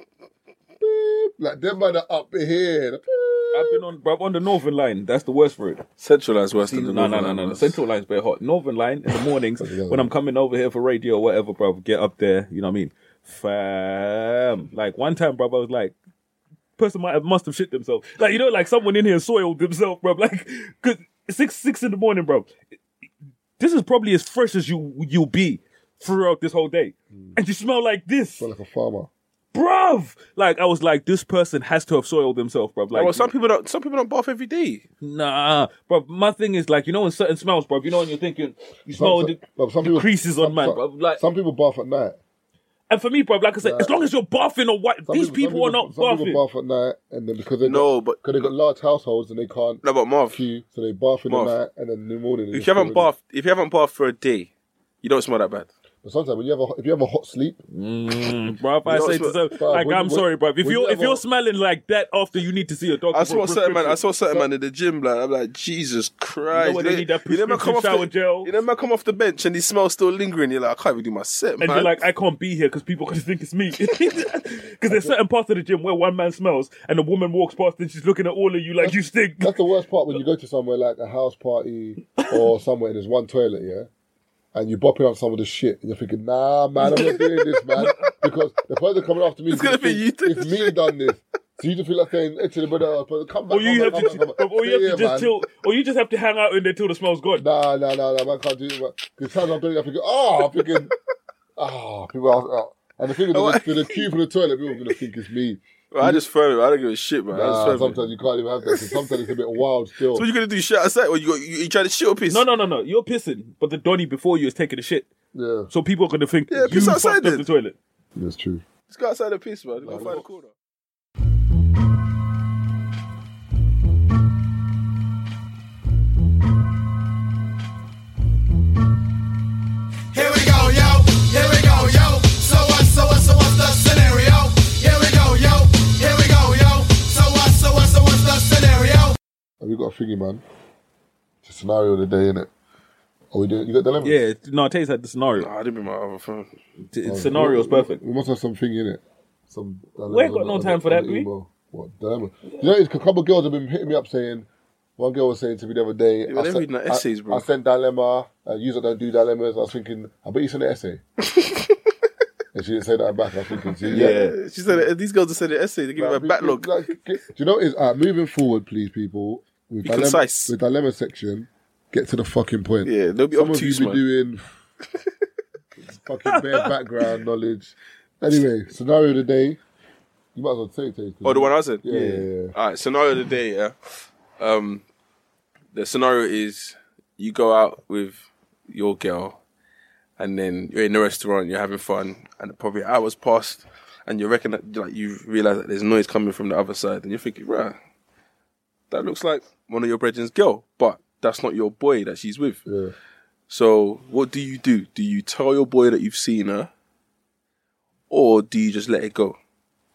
[SPEAKER 1] beep. Like them man are up here. the beep.
[SPEAKER 2] I've been on, bruv, on the Northern Line. That's the worst for it.
[SPEAKER 5] centralized worse than
[SPEAKER 2] No,
[SPEAKER 5] the
[SPEAKER 2] no, no,
[SPEAKER 5] Northern
[SPEAKER 2] no, no.
[SPEAKER 5] Islanders.
[SPEAKER 2] Central Line's bare hot. Northern Line in the mornings when I'm coming over here for radio or whatever, bruv, get up there. You know what I mean? Fam. Like one time, bruv, I was like, person might have must have shit themselves. Like you know, like someone in here soiled themselves, bruv. Like 'cause six six in the morning, bruv. This is probably as fresh as you you'll be throughout this whole day, and you smell like this,
[SPEAKER 1] Smell like a farmer.
[SPEAKER 2] bruv. Like I was like, this person has to have soiled themselves, bruv. Like
[SPEAKER 5] Well, some people don't. Some people don't bath every day.
[SPEAKER 2] Nah, bro. My thing is like you know in certain smells, bro. You know when you're thinking you smell Oh, the,
[SPEAKER 1] but
[SPEAKER 2] the creases on
[SPEAKER 1] some-
[SPEAKER 2] man,
[SPEAKER 1] some-
[SPEAKER 2] bro. Like
[SPEAKER 1] some people bath at night.
[SPEAKER 2] and for me, bro. Like I said, as long as you're buffing or what,
[SPEAKER 1] Some
[SPEAKER 2] these
[SPEAKER 1] some
[SPEAKER 2] people, are not
[SPEAKER 1] some
[SPEAKER 2] buffing.
[SPEAKER 1] people bath at night, and then because they
[SPEAKER 5] No, but-
[SPEAKER 1] because they got large households and they can't
[SPEAKER 5] No, but Marv,
[SPEAKER 1] queue, so they bath in
[SPEAKER 5] Bath.
[SPEAKER 1] the night and then in the morning. they
[SPEAKER 5] if
[SPEAKER 1] just
[SPEAKER 5] you haven't
[SPEAKER 1] go in.
[SPEAKER 5] bathed, if you haven't bathed for a day, you don't smell that bad.
[SPEAKER 1] but sometimes when you have a, if you have a hot sleep,
[SPEAKER 2] bro, if I
[SPEAKER 5] know,
[SPEAKER 2] say
[SPEAKER 5] it's
[SPEAKER 2] to
[SPEAKER 5] what-
[SPEAKER 2] them,
[SPEAKER 1] bro,
[SPEAKER 2] like
[SPEAKER 1] when-
[SPEAKER 2] I'm
[SPEAKER 1] when-
[SPEAKER 2] sorry, bro. If
[SPEAKER 1] when
[SPEAKER 2] you're
[SPEAKER 1] you
[SPEAKER 2] if
[SPEAKER 1] have
[SPEAKER 2] you're
[SPEAKER 1] a-
[SPEAKER 2] smelling like that after, you need to see a doctor.
[SPEAKER 5] I
[SPEAKER 2] for
[SPEAKER 5] saw
[SPEAKER 2] a
[SPEAKER 5] certain man. I saw
[SPEAKER 2] prescription.
[SPEAKER 5] certain man in the gym. Like I'm like Jesus Christ.
[SPEAKER 2] when they need that
[SPEAKER 5] you never
[SPEAKER 2] prescription
[SPEAKER 5] come off
[SPEAKER 2] shower
[SPEAKER 5] the,
[SPEAKER 2] gel.
[SPEAKER 5] You never come off the bench and the smell's still lingering. You're like I can't even do my set,
[SPEAKER 2] And
[SPEAKER 5] man.
[SPEAKER 2] you're like, I can't be here because people could think it's me. Because there's certain parts of the gym where one man smells and a woman walks past and she's looking at all of you like you stink.
[SPEAKER 1] that's the worst part when you go to somewhere like a house party or somewhere and there's one toilet, yeah. And you're bopping on some of the shit, and you're thinking, "Nah, man, I'm not doing this, man," because the person coming after me is
[SPEAKER 5] gonna be you doing
[SPEAKER 1] It's me done this, so you just feel like saying, "Hey, to the brother, brother, come back."
[SPEAKER 2] Or you
[SPEAKER 1] come
[SPEAKER 2] have
[SPEAKER 1] back, come
[SPEAKER 2] to,
[SPEAKER 1] back, come back."
[SPEAKER 2] or you
[SPEAKER 1] Yeah,
[SPEAKER 2] have to just
[SPEAKER 1] man.
[SPEAKER 2] till, or you just have to hang out in there till the smell's gone.
[SPEAKER 1] Nah, nah, nah, nah, man, can't do it. man. The times I'm doing it, I'm thinking, oh, I'm thinking, oh, people are, oh. And the thing is, the, the, the queue for the toilet, people are going to think it's me.
[SPEAKER 5] Well, I just throw it. I don't give a shit, man. I just
[SPEAKER 1] Nah,
[SPEAKER 5] throw it.
[SPEAKER 1] sometimes you can't even have that. 'cause Sometimes it's a bit wild still.
[SPEAKER 5] So what you gonna do? Shit outside? Or you got you, you try to shit or piss?
[SPEAKER 2] No, no, no, no. You're pissing, but the Donny before you is taking a shit.
[SPEAKER 1] Yeah,
[SPEAKER 2] So people are going to think
[SPEAKER 5] Yeah,
[SPEAKER 2] you
[SPEAKER 5] piss
[SPEAKER 2] fucked
[SPEAKER 5] outside
[SPEAKER 2] up
[SPEAKER 5] then.
[SPEAKER 2] the toilet.
[SPEAKER 1] that's true.
[SPEAKER 5] Just go outside and piss, man. Go find a corner.
[SPEAKER 8] Here we go, yo. Here we go, yo. So what? So what? So what's the scenario? Here we go, yo. Here we go, yo. So what? So what? So what's the scenario?
[SPEAKER 1] Have you got a thingy, man? It's a scenario of the day, innit? Are we doing, you got dilemmas?
[SPEAKER 2] Yeah, no, Taze had the scenario.
[SPEAKER 5] Nah, I didn't bring my other phone.
[SPEAKER 2] T- Scenario's perfect.
[SPEAKER 1] We must have something in it. Some dilemmas
[SPEAKER 2] We ain't got
[SPEAKER 1] on
[SPEAKER 2] no
[SPEAKER 1] the-
[SPEAKER 2] time
[SPEAKER 1] on
[SPEAKER 2] for
[SPEAKER 1] the
[SPEAKER 2] that, do we?
[SPEAKER 1] email. What, dilemma? You know, it's 'cause a couple of girls have been hitting me up saying, one girl was saying to me the other day,
[SPEAKER 5] but they're
[SPEAKER 1] sen-
[SPEAKER 5] reading the essays,
[SPEAKER 1] I,
[SPEAKER 5] bro.
[SPEAKER 1] I sent dilemma, uh, you lot don't do dilemmas. I was thinking, I bet you sent an essay. and she didn't say that back. I was thinking, she, yeah.
[SPEAKER 5] She said these girls are sending essays. They give me a
[SPEAKER 1] Like,
[SPEAKER 5] backlog.
[SPEAKER 1] like, do you know what it is? Alright, moving forward, please, people. With
[SPEAKER 5] Be
[SPEAKER 1] dilemma,
[SPEAKER 5] concise.
[SPEAKER 1] with dilemma section, get to the fucking point.
[SPEAKER 5] Yeah, don't be
[SPEAKER 1] Some
[SPEAKER 5] obtuse,
[SPEAKER 1] of you
[SPEAKER 5] man.
[SPEAKER 1] be doing fucking bare background knowledge. Anyway, scenario of the day. You might as well say it. Tate, 'cause
[SPEAKER 5] Oh, the
[SPEAKER 1] you-
[SPEAKER 5] one I said.
[SPEAKER 1] Mm-hmm. Yeah, yeah, yeah.
[SPEAKER 5] All right, scenario of the day. Yeah. Um, the scenario is you go out with your girl, and then you're in the restaurant, you're having fun, and probably hours passed, and you reckon that like you realize that there's noise coming from the other side, and you're thinking, right, that looks like one of your brethren's girl, but that's not your boy that she's with.
[SPEAKER 1] Yeah.
[SPEAKER 5] So what do you do? Do you tell your boy that you've seen her, or do you just let it go?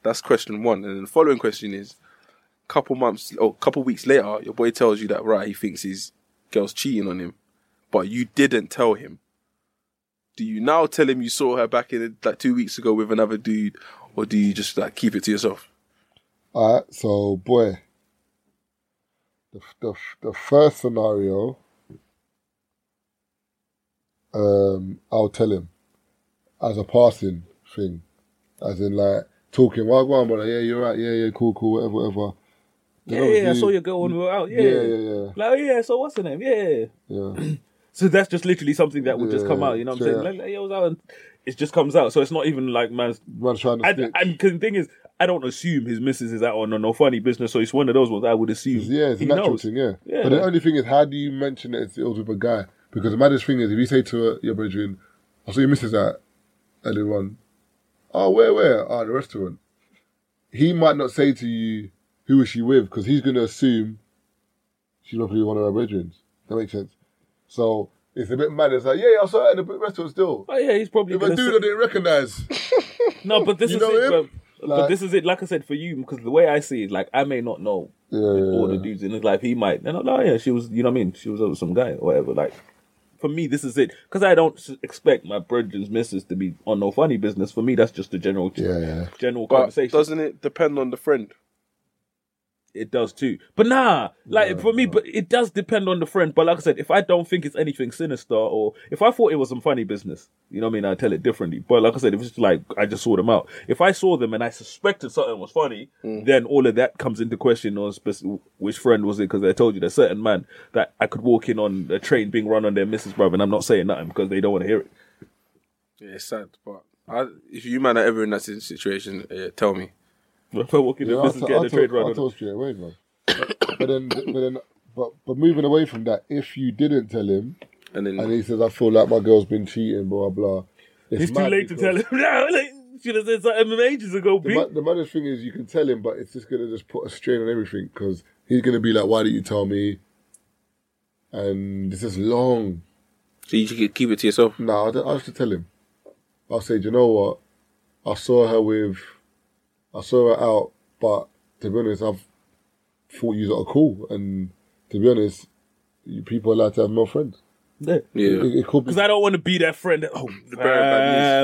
[SPEAKER 5] That's question one. And then the following question is couple months or couple weeks later, your boy tells you that right, he thinks his girl's cheating on him, but you didn't tell him. Do you now tell him you saw her back in like two weeks ago with another dude, or do you just like keep it to yourself?
[SPEAKER 1] All right, so boy, the the the first scenario, um, I'll tell him as a passing thing, as in like talking. Well, go on, brother. Yeah, you're right. Yeah, yeah, cool, cool, whatever, whatever. Then
[SPEAKER 2] Yeah, yeah, I
[SPEAKER 1] obviously-
[SPEAKER 2] saw your girl when we were out. Yeah,
[SPEAKER 1] Yeah, yeah, yeah,
[SPEAKER 2] Like, oh, yeah, so what's her name? Yeah.
[SPEAKER 1] yeah.
[SPEAKER 2] So that's just literally something that would just
[SPEAKER 1] Yeah,
[SPEAKER 2] come out, you know what I'm
[SPEAKER 1] yeah.
[SPEAKER 2] saying? Like, like, yeah, I was out and it just comes out. So it's not even like, man.
[SPEAKER 1] Man trying to
[SPEAKER 2] And,
[SPEAKER 1] snitch.
[SPEAKER 2] and 'cause the thing is, I don't assume his missus is out on no, no funny business. So it's one of those ones I would assume.
[SPEAKER 1] Yeah, it's a
[SPEAKER 2] he
[SPEAKER 1] natural
[SPEAKER 2] knows.
[SPEAKER 1] thing, yeah.
[SPEAKER 2] Yeah.
[SPEAKER 1] But the only thing is, how do you mention that it's- it was with a guy? Because the maddest thing is, if you say to uh, your brethren, I saw your missus at, and they run, oh, where, where? Oh, the restaurant. He might not say to you, who was she with? Because he's going to assume she's probably one of her brethren. That makes sense. So it's a bit mad. It's like, yeah, I saw her in the restaurant still.
[SPEAKER 4] Oh yeah, he's probably
[SPEAKER 1] If a
[SPEAKER 4] gonna
[SPEAKER 1] dude
[SPEAKER 4] sit-
[SPEAKER 1] I didn't recognize,
[SPEAKER 4] No, but this
[SPEAKER 1] You
[SPEAKER 4] is
[SPEAKER 1] know
[SPEAKER 4] it.
[SPEAKER 1] him?
[SPEAKER 4] But,
[SPEAKER 1] Like-
[SPEAKER 4] but this is it. Like I said, for you, because the way I see it, like I may not know
[SPEAKER 1] yeah, yeah,
[SPEAKER 4] all "Oh, the dudes in his life. He might. And I'm like, oh, yeah, she was. You know what I mean? She was over some guy or whatever. Like for me, this is it. Because I don't s- expect my brethren's missus to be on no funny business. For me, that's just a general
[SPEAKER 1] yeah, yeah.
[SPEAKER 4] general
[SPEAKER 5] But
[SPEAKER 4] conversation.
[SPEAKER 5] doesn't it depend on the friend?
[SPEAKER 4] it does too. But nah, like for me, but it does depend on the friend. But like I said, if I don't think it's anything sinister, or if I thought it was some funny business, you know what I mean, I tell it differently. But like I said, if it's like I just saw them out, if I saw them and I suspected something was funny,
[SPEAKER 1] Mm.
[SPEAKER 4] then all of that comes into question on spec- which friend was it? Because I told you there's certain man that I could walk in on a train being run on their missus, brother, and I'm not saying nothing because they don't want to hear it.
[SPEAKER 5] Yeah, it's sad, but I, if you man are ever in that si- situation, yeah, tell me.
[SPEAKER 4] But if I walk in,
[SPEAKER 1] Yeah,
[SPEAKER 4] the
[SPEAKER 1] I'll
[SPEAKER 4] missus
[SPEAKER 1] t-
[SPEAKER 4] getting
[SPEAKER 1] I'll
[SPEAKER 4] a train
[SPEAKER 1] talk-
[SPEAKER 4] run
[SPEAKER 1] I'll
[SPEAKER 4] on.
[SPEAKER 1] talk straight away, bro. but then, but then, but but moving away from that, if you didn't tell him
[SPEAKER 5] And then
[SPEAKER 1] and he says, "I feel like my girl's been cheating," blah blah. It's,
[SPEAKER 4] It's too
[SPEAKER 1] mad
[SPEAKER 4] late to
[SPEAKER 1] because-
[SPEAKER 4] tell him now. Like, should have said something ages ago,
[SPEAKER 1] The,
[SPEAKER 4] B.
[SPEAKER 1] ma- the maddest thing is, you can tell him, but it's just gonna just put a strain on everything because he's gonna be like, "Why didn't you tell me?" And this is long.
[SPEAKER 5] so you should keep it to yourself.
[SPEAKER 1] No, I, don't- I have to tell him. I'll say, Do you know what? I saw her with, I saw her out, but to be honest, I've thought you was at a call, and to be honest, you, people are allowed to have more friends.
[SPEAKER 4] Yeah.
[SPEAKER 5] Yeah,
[SPEAKER 1] It, it could be.
[SPEAKER 4] Because I don't want to be that friend. That, oh, the
[SPEAKER 5] bearer of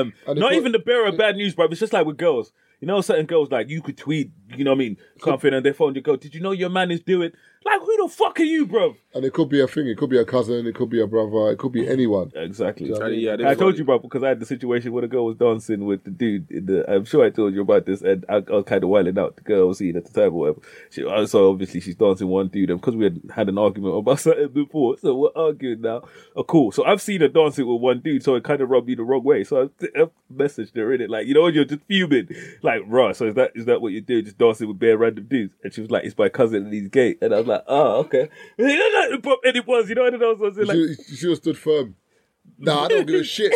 [SPEAKER 5] bad
[SPEAKER 4] news.
[SPEAKER 1] And
[SPEAKER 4] Not
[SPEAKER 1] it's
[SPEAKER 4] even the bearer of bad news, bro. It's just like with girls. You know, certain girls like you could tweet. You know what I mean? Confident on their phone. You go, did you know your man is doing? Like, who the fuck are you, bro?
[SPEAKER 1] and it could be a thing. It could be a cousin. It could be a brother. It could be anyone.
[SPEAKER 4] Exactly.
[SPEAKER 5] Uh, yeah.
[SPEAKER 4] I told you, bro, because I had the situation where the girl was dancing with the dude. In the, I'm sure I told you about this, and I, I was kind of wilding out. The girl I was seeing at the time, or whatever. She, uh, so obviously she's dancing with one dude, and because we had had an argument about something before, so we're arguing now. Oh, cool. So I've seen her dancing with one dude, so it kind of rubbed me the wrong way. So I, I messaged her in it, like, you know, when you're just fuming, like, right. So is that is that what you do? Just dancing with bare random dudes? And she was like, it's my cousin, and he's gay. And I was like, oh, okay. And it was, you know, and I was like,
[SPEAKER 1] She, she should have stood firm. Nah, I don't give a shit.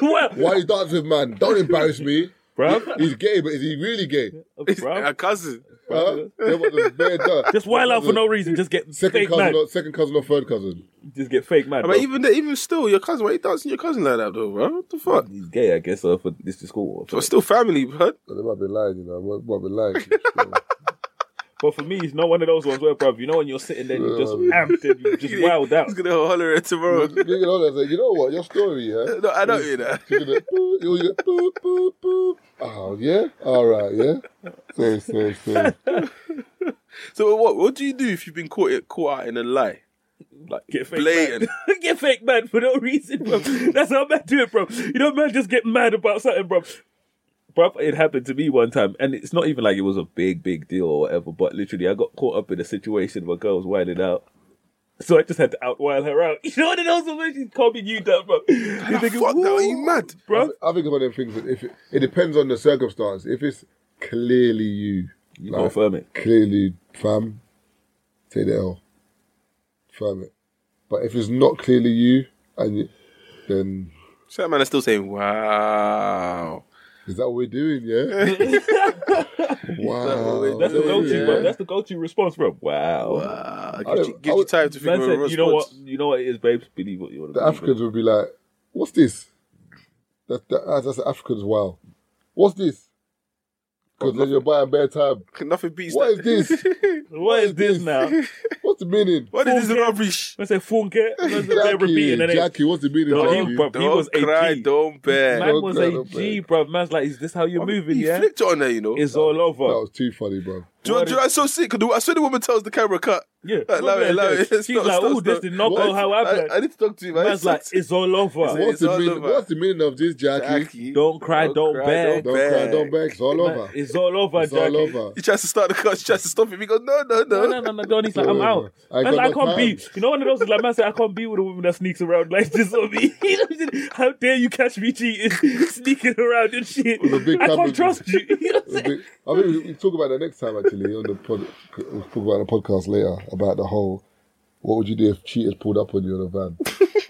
[SPEAKER 4] what?
[SPEAKER 1] Why you dancing with man? Don't embarrass me.
[SPEAKER 4] Bruv,
[SPEAKER 1] He's gay, but is he really gay?
[SPEAKER 4] bruv.
[SPEAKER 5] a cousin.
[SPEAKER 1] Huh? Yeah, but the bare dance.
[SPEAKER 4] Just wild out for no reason. Just get
[SPEAKER 1] Second
[SPEAKER 4] fake
[SPEAKER 1] cousin,
[SPEAKER 4] mad.
[SPEAKER 1] or, second cousin or third cousin.
[SPEAKER 4] Just get fake mad.
[SPEAKER 5] But even the, even still, your cousin. Why you dancing your cousin like that though, bro? What the fuck?
[SPEAKER 4] he's gay, I guess. Uh, for this is school.
[SPEAKER 5] But still family, bro.
[SPEAKER 1] But they might be lying, you know. They might be lying.
[SPEAKER 4] But for me, it's not one of those ones where, bruv, you know, when you're sitting there, you just amped and you just wild out.
[SPEAKER 5] He's gonna holler at tomorrow.
[SPEAKER 1] you, you know, they say, you know what, your story, yeah?
[SPEAKER 5] no, I don't mean that.
[SPEAKER 1] You're gonna boop, you're gonna boop, boop, boop. Oh, yeah? All right, yeah? Safe, safe, safe.
[SPEAKER 5] So what? What do you do if you've been caught caught out in a lie?
[SPEAKER 4] Like, get fake
[SPEAKER 5] Blatant.
[SPEAKER 4] mad. get fake mad for no reason, bruv. That's how men do it, bruv. You know, man just get mad about something, bruv. Bruv, it happened to me one time, and it's not even like it was a big, big deal or whatever, but literally, I got caught up in a situation where a girl was wilding out. So I just had to outwile her out. You know what it also means? She's calling you down, bruv. You
[SPEAKER 5] Fuck that! Are you mad?
[SPEAKER 4] bruv?
[SPEAKER 1] I think it's one of them things that if it, it depends on the circumstance. If it's clearly you,
[SPEAKER 4] You
[SPEAKER 1] like,
[SPEAKER 4] confirm it.
[SPEAKER 1] clearly, fam, take the L. Firm it. But if it's not clearly you, and you, then
[SPEAKER 5] So that man is still saying, "Wow."
[SPEAKER 1] is that what we're doing, yeah? wow.
[SPEAKER 4] That's the go-to,
[SPEAKER 1] yeah.
[SPEAKER 4] bro. That's the go-to response, bro. Wow.
[SPEAKER 5] Uh,
[SPEAKER 1] I
[SPEAKER 5] give you,
[SPEAKER 1] don't-
[SPEAKER 5] give
[SPEAKER 1] I
[SPEAKER 5] you
[SPEAKER 1] would-
[SPEAKER 5] time to
[SPEAKER 4] Man
[SPEAKER 5] figure out
[SPEAKER 4] said,
[SPEAKER 5] a response.
[SPEAKER 4] you know what? You know what it is, babes. Believe what you want to
[SPEAKER 1] the Africans would be like, "What's this?" That, that that's the Africans. Wow, what's this? Because then you're buying bare time.
[SPEAKER 5] Nothing beats
[SPEAKER 1] What
[SPEAKER 5] that.
[SPEAKER 1] is this?
[SPEAKER 4] What is this now?
[SPEAKER 1] What's the meaning?
[SPEAKER 5] What is this rubbish?
[SPEAKER 4] Man said, "Funke." Man said, "They're
[SPEAKER 1] Jackie,
[SPEAKER 4] repeating." And they-
[SPEAKER 1] Jackie, what's the meaning?
[SPEAKER 4] No,
[SPEAKER 1] Jackie?
[SPEAKER 4] he- bro,
[SPEAKER 5] Don't
[SPEAKER 4] he was a
[SPEAKER 5] cry,
[SPEAKER 4] G.
[SPEAKER 5] don't bear.
[SPEAKER 4] Man was
[SPEAKER 1] Don't
[SPEAKER 4] a
[SPEAKER 1] cry,
[SPEAKER 4] G,
[SPEAKER 1] don't
[SPEAKER 4] bro. Man's like, "Is this how you're moving?
[SPEAKER 5] he
[SPEAKER 4] Yeah,
[SPEAKER 5] flipped it on there, you know.
[SPEAKER 4] it's all
[SPEAKER 1] that
[SPEAKER 4] over."
[SPEAKER 1] was too funny, bro.
[SPEAKER 5] do, you, do you know, it's so sick. 'cause the- I swear the woman tells the camera cut.
[SPEAKER 4] Yeah,
[SPEAKER 5] Like, allow it, allow it.
[SPEAKER 4] she's like,
[SPEAKER 5] Stop, stop,
[SPEAKER 4] "Oh, this
[SPEAKER 5] stop.
[SPEAKER 4] did not go
[SPEAKER 5] What?
[SPEAKER 4] how I planned."
[SPEAKER 5] I, I need to talk to you, man.
[SPEAKER 4] Man's like, "It's all over."
[SPEAKER 1] What's
[SPEAKER 5] It's
[SPEAKER 1] the
[SPEAKER 5] all
[SPEAKER 1] meaning?
[SPEAKER 5] over.
[SPEAKER 1] What's the meaning of this, Jackie?
[SPEAKER 5] Jackie,
[SPEAKER 4] Don't cry, don't beg.
[SPEAKER 1] Don't
[SPEAKER 5] beg.
[SPEAKER 1] cry, don't beg. It's all
[SPEAKER 4] Man,
[SPEAKER 1] over.
[SPEAKER 4] It's all over,
[SPEAKER 1] It's all
[SPEAKER 4] Jackie.
[SPEAKER 1] over.
[SPEAKER 5] He tries to start the cut. She tries to stop him. He goes, no, no,
[SPEAKER 4] No,
[SPEAKER 5] no.
[SPEAKER 4] no, no, no, don't. He's like, I'm
[SPEAKER 1] Yeah.
[SPEAKER 4] out.
[SPEAKER 1] I
[SPEAKER 4] I,
[SPEAKER 1] got
[SPEAKER 4] I,
[SPEAKER 1] no
[SPEAKER 4] can't be.
[SPEAKER 1] time.
[SPEAKER 4] You know, one of those is like, man, said, I can't be with a woman that sneaks around like this on me. You know what I'm saying? How dare you catch me cheating, sneaking around and shit?
[SPEAKER 1] a big
[SPEAKER 4] I
[SPEAKER 1] cupboard.
[SPEAKER 4] can't trust you. You know what I'm
[SPEAKER 1] I
[SPEAKER 4] saying?
[SPEAKER 1] think I think we, we talk about that next time actually on the pod, we'll talk about the podcast later about the whole what would you do if cheaters pulled up on you in a van?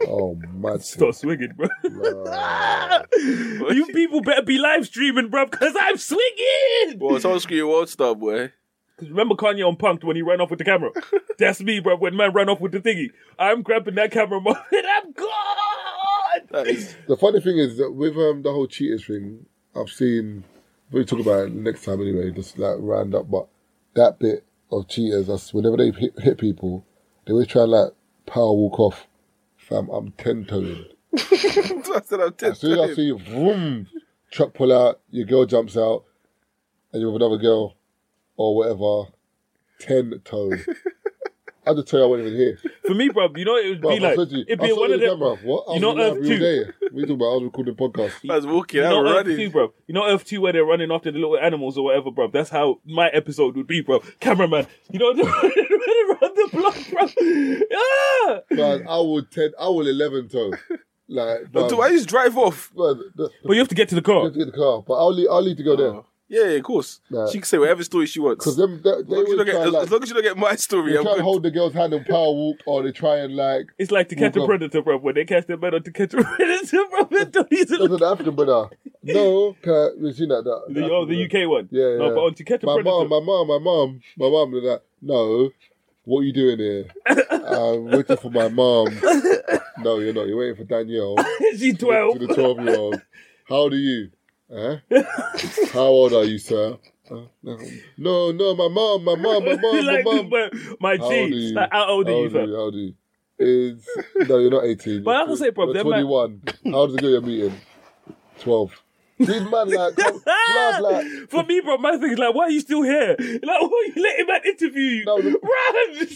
[SPEAKER 1] oh mad
[SPEAKER 4] Stop swinging, bro. you people better be live streaming, bro, because I'm swinging.
[SPEAKER 5] Well, it's on screen, world star boy.
[SPEAKER 4] Because remember Kanye on Punked when he ran off with the camera? That's me, bro. When man ran off with the thingy, I'm grabbing that camera mom, and I'm gone.
[SPEAKER 5] That is,
[SPEAKER 1] The funny thing is that with um, the whole cheaters thing, I've seen. We'll talk about it next time anyway, just like round up. But that bit of cheaters, us whenever they hit, hit people, they always try and like power walk off. Fam, I'm ten toeing.
[SPEAKER 5] I said I'm
[SPEAKER 1] As soon as I see you, vroom, truck pull out, your girl jumps out, and you're with another girl or whatever, ten toe. I just tell you, I wasn't even here.
[SPEAKER 4] For me, bro, you know it would
[SPEAKER 1] Bro,
[SPEAKER 4] be like
[SPEAKER 1] I told you,
[SPEAKER 4] it'd
[SPEAKER 1] I
[SPEAKER 4] be
[SPEAKER 1] saw
[SPEAKER 4] one
[SPEAKER 1] you
[SPEAKER 4] of
[SPEAKER 1] in the
[SPEAKER 4] them.
[SPEAKER 1] camera. What? I
[SPEAKER 4] you know
[SPEAKER 1] was in the lab,
[SPEAKER 4] Earth
[SPEAKER 1] we were
[SPEAKER 4] Two?
[SPEAKER 1] there. We talking about I was recording podcast.
[SPEAKER 5] I was walking
[SPEAKER 4] You
[SPEAKER 5] out
[SPEAKER 4] know Earth
[SPEAKER 5] running.
[SPEAKER 4] 2, bro. You know Earth 2 where they're running after the little animals or whatever, bro. That's how my episode would be, bro. Cameraman. You know they're running around the block, Ah! bro. Yeah.
[SPEAKER 1] Man, I would ten, I would eleven toe. Like,
[SPEAKER 5] No,
[SPEAKER 1] man,
[SPEAKER 5] do I just drive off?
[SPEAKER 1] man, the, the,
[SPEAKER 4] But you have to get to the car.
[SPEAKER 1] the, the car, but I'll leave, I'll leave to go there
[SPEAKER 5] Yeah, yeah, of course.
[SPEAKER 1] Nah.
[SPEAKER 5] She can say whatever story she wants.
[SPEAKER 1] because them they,
[SPEAKER 5] as,
[SPEAKER 1] they
[SPEAKER 5] long as, you
[SPEAKER 1] always
[SPEAKER 5] don't get,
[SPEAKER 1] try
[SPEAKER 5] as,
[SPEAKER 1] and, like,
[SPEAKER 5] as long as you don't get my story,
[SPEAKER 1] they
[SPEAKER 5] I'm
[SPEAKER 1] try and
[SPEAKER 5] good.
[SPEAKER 1] hold the girl's hand and power walk, or they try and like
[SPEAKER 4] It's like to
[SPEAKER 1] Walk
[SPEAKER 4] catch a
[SPEAKER 1] up.
[SPEAKER 4] predator, bro. When they catch their man on to catch a predator, bro. They don't use it.
[SPEAKER 1] That's an African brother. No, can I, we've seen that. that
[SPEAKER 4] The, oh, the UK one.
[SPEAKER 1] Yeah,
[SPEAKER 4] No,
[SPEAKER 1] yeah.
[SPEAKER 4] but on to catch a
[SPEAKER 1] my mom,
[SPEAKER 4] predator.
[SPEAKER 1] my mom, my mom, my mom. They're like, no, what are you doing here? I'm waiting for my mom. No, you're not. You're waiting for Danielle.
[SPEAKER 4] She's 12.
[SPEAKER 1] To the 12 year old. How old are you? Huh? How old are you, sir? Uh, no, no, my mom, my mom, my mom, my
[SPEAKER 4] like,
[SPEAKER 1] mom.
[SPEAKER 4] bro, my
[SPEAKER 1] How old are
[SPEAKER 4] G.
[SPEAKER 1] you?
[SPEAKER 4] Like, how old
[SPEAKER 1] How
[SPEAKER 4] are you,
[SPEAKER 1] old are
[SPEAKER 4] fam?
[SPEAKER 1] you? How old are you? It's, no, you're not 18.
[SPEAKER 4] But I
[SPEAKER 1] You're
[SPEAKER 4] can
[SPEAKER 1] tw-
[SPEAKER 4] say, bro,
[SPEAKER 1] you're
[SPEAKER 4] them man-
[SPEAKER 1] 21. How does it go you're meeting? 12. These man like, come, blood, like,
[SPEAKER 4] For me, bro, my thing is like, why are you still here? Like, why are you letting man interview you?
[SPEAKER 1] No, the-
[SPEAKER 4] Run!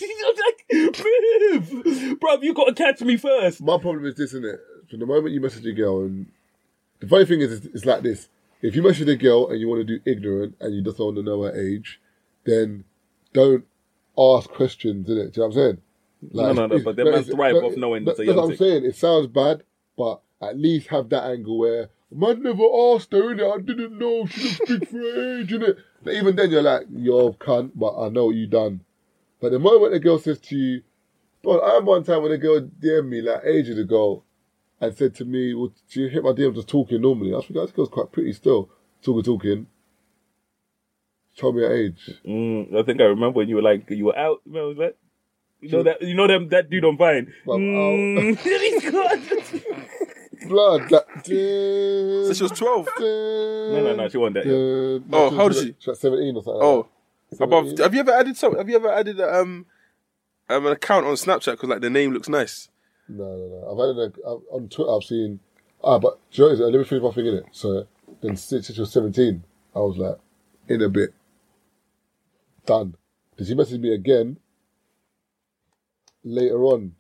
[SPEAKER 4] I'm like, move! Bro, you gotta catch me first.
[SPEAKER 1] my problem is this, isn't it? From the moment you message a girl, and the funny thing is, it's, it's like this: if you message a girl and you want to do ignorant and you just don't want to know her age, then don't ask questions, innit? Do you know what I'm saying? Like,
[SPEAKER 4] no, no,
[SPEAKER 1] it's-
[SPEAKER 4] but them
[SPEAKER 1] no,
[SPEAKER 4] man
[SPEAKER 1] it's-
[SPEAKER 4] thrive
[SPEAKER 1] no,
[SPEAKER 4] off knowing
[SPEAKER 1] That's
[SPEAKER 4] it's a
[SPEAKER 1] what
[SPEAKER 4] young
[SPEAKER 1] I'm
[SPEAKER 4] thing.
[SPEAKER 1] saying. It sounds bad, but at least have that angle where man never asked her, innit? I didn't know she was big for her age, innit? But even then, you're like, you're a cunt, but I know what you done. But the moment the girl says to you, Bro, I had one time when a girl DM'd me like ages ago and said to me, Well, she hit my DM just talking normally. I was thinking, this girl's quite pretty still. Talking, talking. She told me her age.
[SPEAKER 4] Mm, I think I remember when you were like, you were out. Man, was like, you know that you know them that dude on Vine.
[SPEAKER 1] Well,
[SPEAKER 4] Mm, he's gone.
[SPEAKER 1] Blood, like.
[SPEAKER 5] So she was 12.
[SPEAKER 4] no, no, no, she won that. Yeah.
[SPEAKER 5] Oh, how old is she?
[SPEAKER 1] She's like 17 or something.
[SPEAKER 5] Oh,
[SPEAKER 1] like that.
[SPEAKER 5] above.
[SPEAKER 1] 17.
[SPEAKER 5] Have you ever added some? Have you ever added a, um, um, an account on Snapchat because like the name looks nice?
[SPEAKER 1] No, no, no. I've had it like, I've- on Twitter. I've seen. Ah, but do you know what it is? let me finish my thing in it. So then since she was seventeen, I was like, in a bit, done. Did she message me again later on?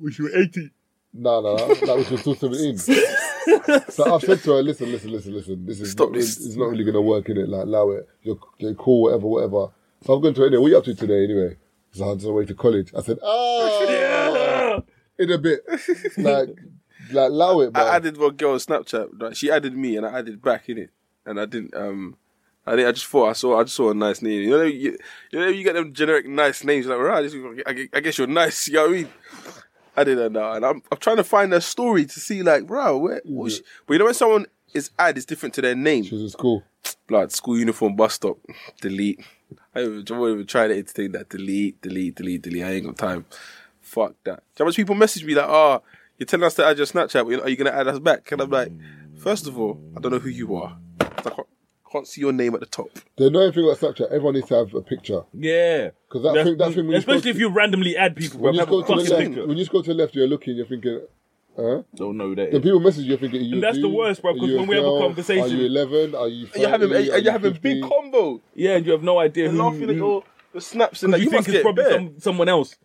[SPEAKER 4] Wish you were 80.
[SPEAKER 1] No, no, no. That was still seventeen. so I've said to her, listen, listen, listen, listen. This is
[SPEAKER 5] Stop
[SPEAKER 1] not,
[SPEAKER 5] this.
[SPEAKER 1] It's not really gonna work in it. Like, allow it. You're, you're cool, whatever, whatever. So I'm going to her anyway. What are you up to today, anyway? So I'm on the way to college. I said, ah, in a bit, like, like, allow it, man.
[SPEAKER 5] I added one girl on Snapchat. Like, she added me, and I added back in it, and I didn't. Um, I didn't, I just thought I saw. I just saw a nice name. You know, you, you know, you get them generic nice names. You're like, right, this is- I, gu- I guess you're nice. You know what I mean? I did that now, and I'm, I'm trying to find a story to see, like, bro, where? What she, but you know, when someone is ad is different to their name.
[SPEAKER 1] She was in school.
[SPEAKER 5] blood school uniform bus stop. Delete. I won't even try to entertain that. Delete, delete, delete, delete. I ain't got time. Fuck that. Do you know how much people message me like, ah, you're telling us to add your Snapchat, but are you gonna add us back? And I'm like, first of all, I don't know who you are. I can't, can't see your name at the top.
[SPEAKER 1] The annoying thing about Snapchat, everyone needs to have a picture.
[SPEAKER 4] Yeah.
[SPEAKER 1] Because that thing, that thing when you
[SPEAKER 4] especially
[SPEAKER 1] scroll
[SPEAKER 4] if you randomly add people,
[SPEAKER 1] to, when
[SPEAKER 4] bro.
[SPEAKER 1] you
[SPEAKER 4] Have a
[SPEAKER 1] scroll to
[SPEAKER 4] fucking
[SPEAKER 1] the left,
[SPEAKER 4] picture.
[SPEAKER 1] when you scroll to the left, you're looking, you're thinking.
[SPEAKER 2] Don't know that.
[SPEAKER 1] The people message you, you're thinking. You
[SPEAKER 4] And that's the
[SPEAKER 1] dude?
[SPEAKER 4] worst, bro,
[SPEAKER 1] Are
[SPEAKER 4] 'cause
[SPEAKER 1] you
[SPEAKER 4] when we have a
[SPEAKER 1] girl?
[SPEAKER 4] conversation-
[SPEAKER 1] are you 11? Are you? 30?
[SPEAKER 5] And you're having, and
[SPEAKER 1] Are
[SPEAKER 5] you're having a big
[SPEAKER 1] 50?
[SPEAKER 5] combo.
[SPEAKER 4] Yeah, and you have no idea
[SPEAKER 5] You're
[SPEAKER 4] who.
[SPEAKER 5] laughing at
[SPEAKER 4] who-
[SPEAKER 5] your, your snaps and that.
[SPEAKER 4] you,
[SPEAKER 5] You,
[SPEAKER 4] think
[SPEAKER 5] must
[SPEAKER 4] it's
[SPEAKER 5] get
[SPEAKER 4] probably
[SPEAKER 5] bare.
[SPEAKER 4] some, someone else.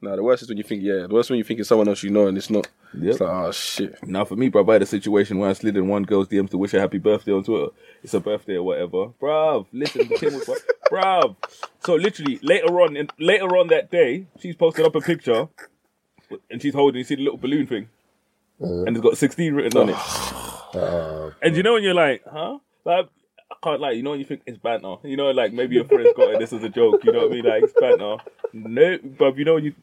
[SPEAKER 5] Nah, the worst is when you think, yeah, the worst when you think it's someone else you know and it's not. It's like, oh shit.
[SPEAKER 2] Now for me, bro, I had a situation where I slid in one girl's DMs to wish her happy birthday on Twitter. It's her birthday or whatever, bruv. Listen, the thing was,
[SPEAKER 4] Bruv. So literally later on in, later on that day, she's posted up a picture and she's holding you see the little balloon thing. and it's got sixteen written on it. and you know when you're like, huh? Like I can't like you know when you think it's banter. You know, like maybe your friend's got it, this is a joke, you know what I mean? Like it's banter. No, bruv, you know when you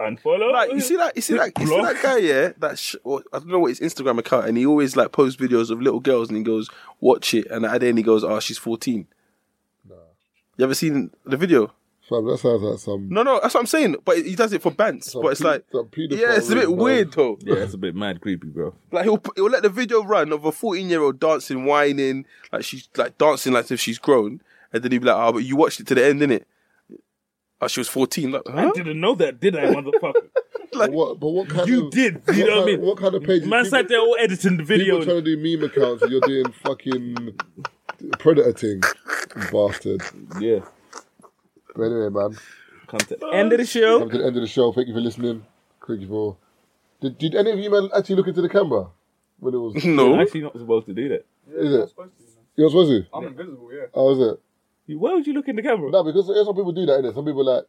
[SPEAKER 4] unfollow
[SPEAKER 5] Like you see that you see that you see that
[SPEAKER 4] Block.
[SPEAKER 5] guy yeah that sh- or, I don't know what his Instagram account and he always like posts videos of little girls and he goes watch it and at the end he goes oh she's fourteen. "Ah, You ever seen the video?
[SPEAKER 1] Fam, that sounds like some.
[SPEAKER 5] No, no, that's what I'm saying. But he does it for bants.
[SPEAKER 1] some
[SPEAKER 5] But it's
[SPEAKER 1] pe-
[SPEAKER 5] like,
[SPEAKER 1] some pedophile
[SPEAKER 5] yeah, it's a bit
[SPEAKER 1] ring, man.
[SPEAKER 5] weird though.
[SPEAKER 4] Yeah, that's a bit mad creepy, bro.
[SPEAKER 5] Like he'll he'll let the video run of a 14 year old dancing, whining, like she's like dancing like if she's grown, and then he'd be like, "Oh, but you watched it to the end, didn't it? Oh, she was 14. Like, huh?
[SPEAKER 4] I didn't know that, did I, motherfucker?
[SPEAKER 1] But what, but what kind
[SPEAKER 4] You
[SPEAKER 1] of.
[SPEAKER 4] did, you know what I
[SPEAKER 1] kind-
[SPEAKER 4] mean?
[SPEAKER 1] What kind of page
[SPEAKER 4] Man
[SPEAKER 1] people,
[SPEAKER 4] sat there all editing the video.
[SPEAKER 1] people trying
[SPEAKER 4] and-
[SPEAKER 1] to do meme accounts and you're doing fucking predator thing, bastard.
[SPEAKER 4] yeah.
[SPEAKER 1] But anyway, man,
[SPEAKER 4] Come to the end of the show.
[SPEAKER 1] come to the end of the show. Thank you for listening. Thank you for. Did, did any of you men actually look into the camera when it was? Is
[SPEAKER 5] No,
[SPEAKER 4] Actually, not supposed to do that.
[SPEAKER 1] it?
[SPEAKER 7] supposed to, you know.
[SPEAKER 1] You're supposed to.
[SPEAKER 7] I'm invisible, yeah. It's
[SPEAKER 1] Oh, is it?
[SPEAKER 4] You- Why would you look in the camera?
[SPEAKER 1] No, because there's some people do that. Innit? Some people like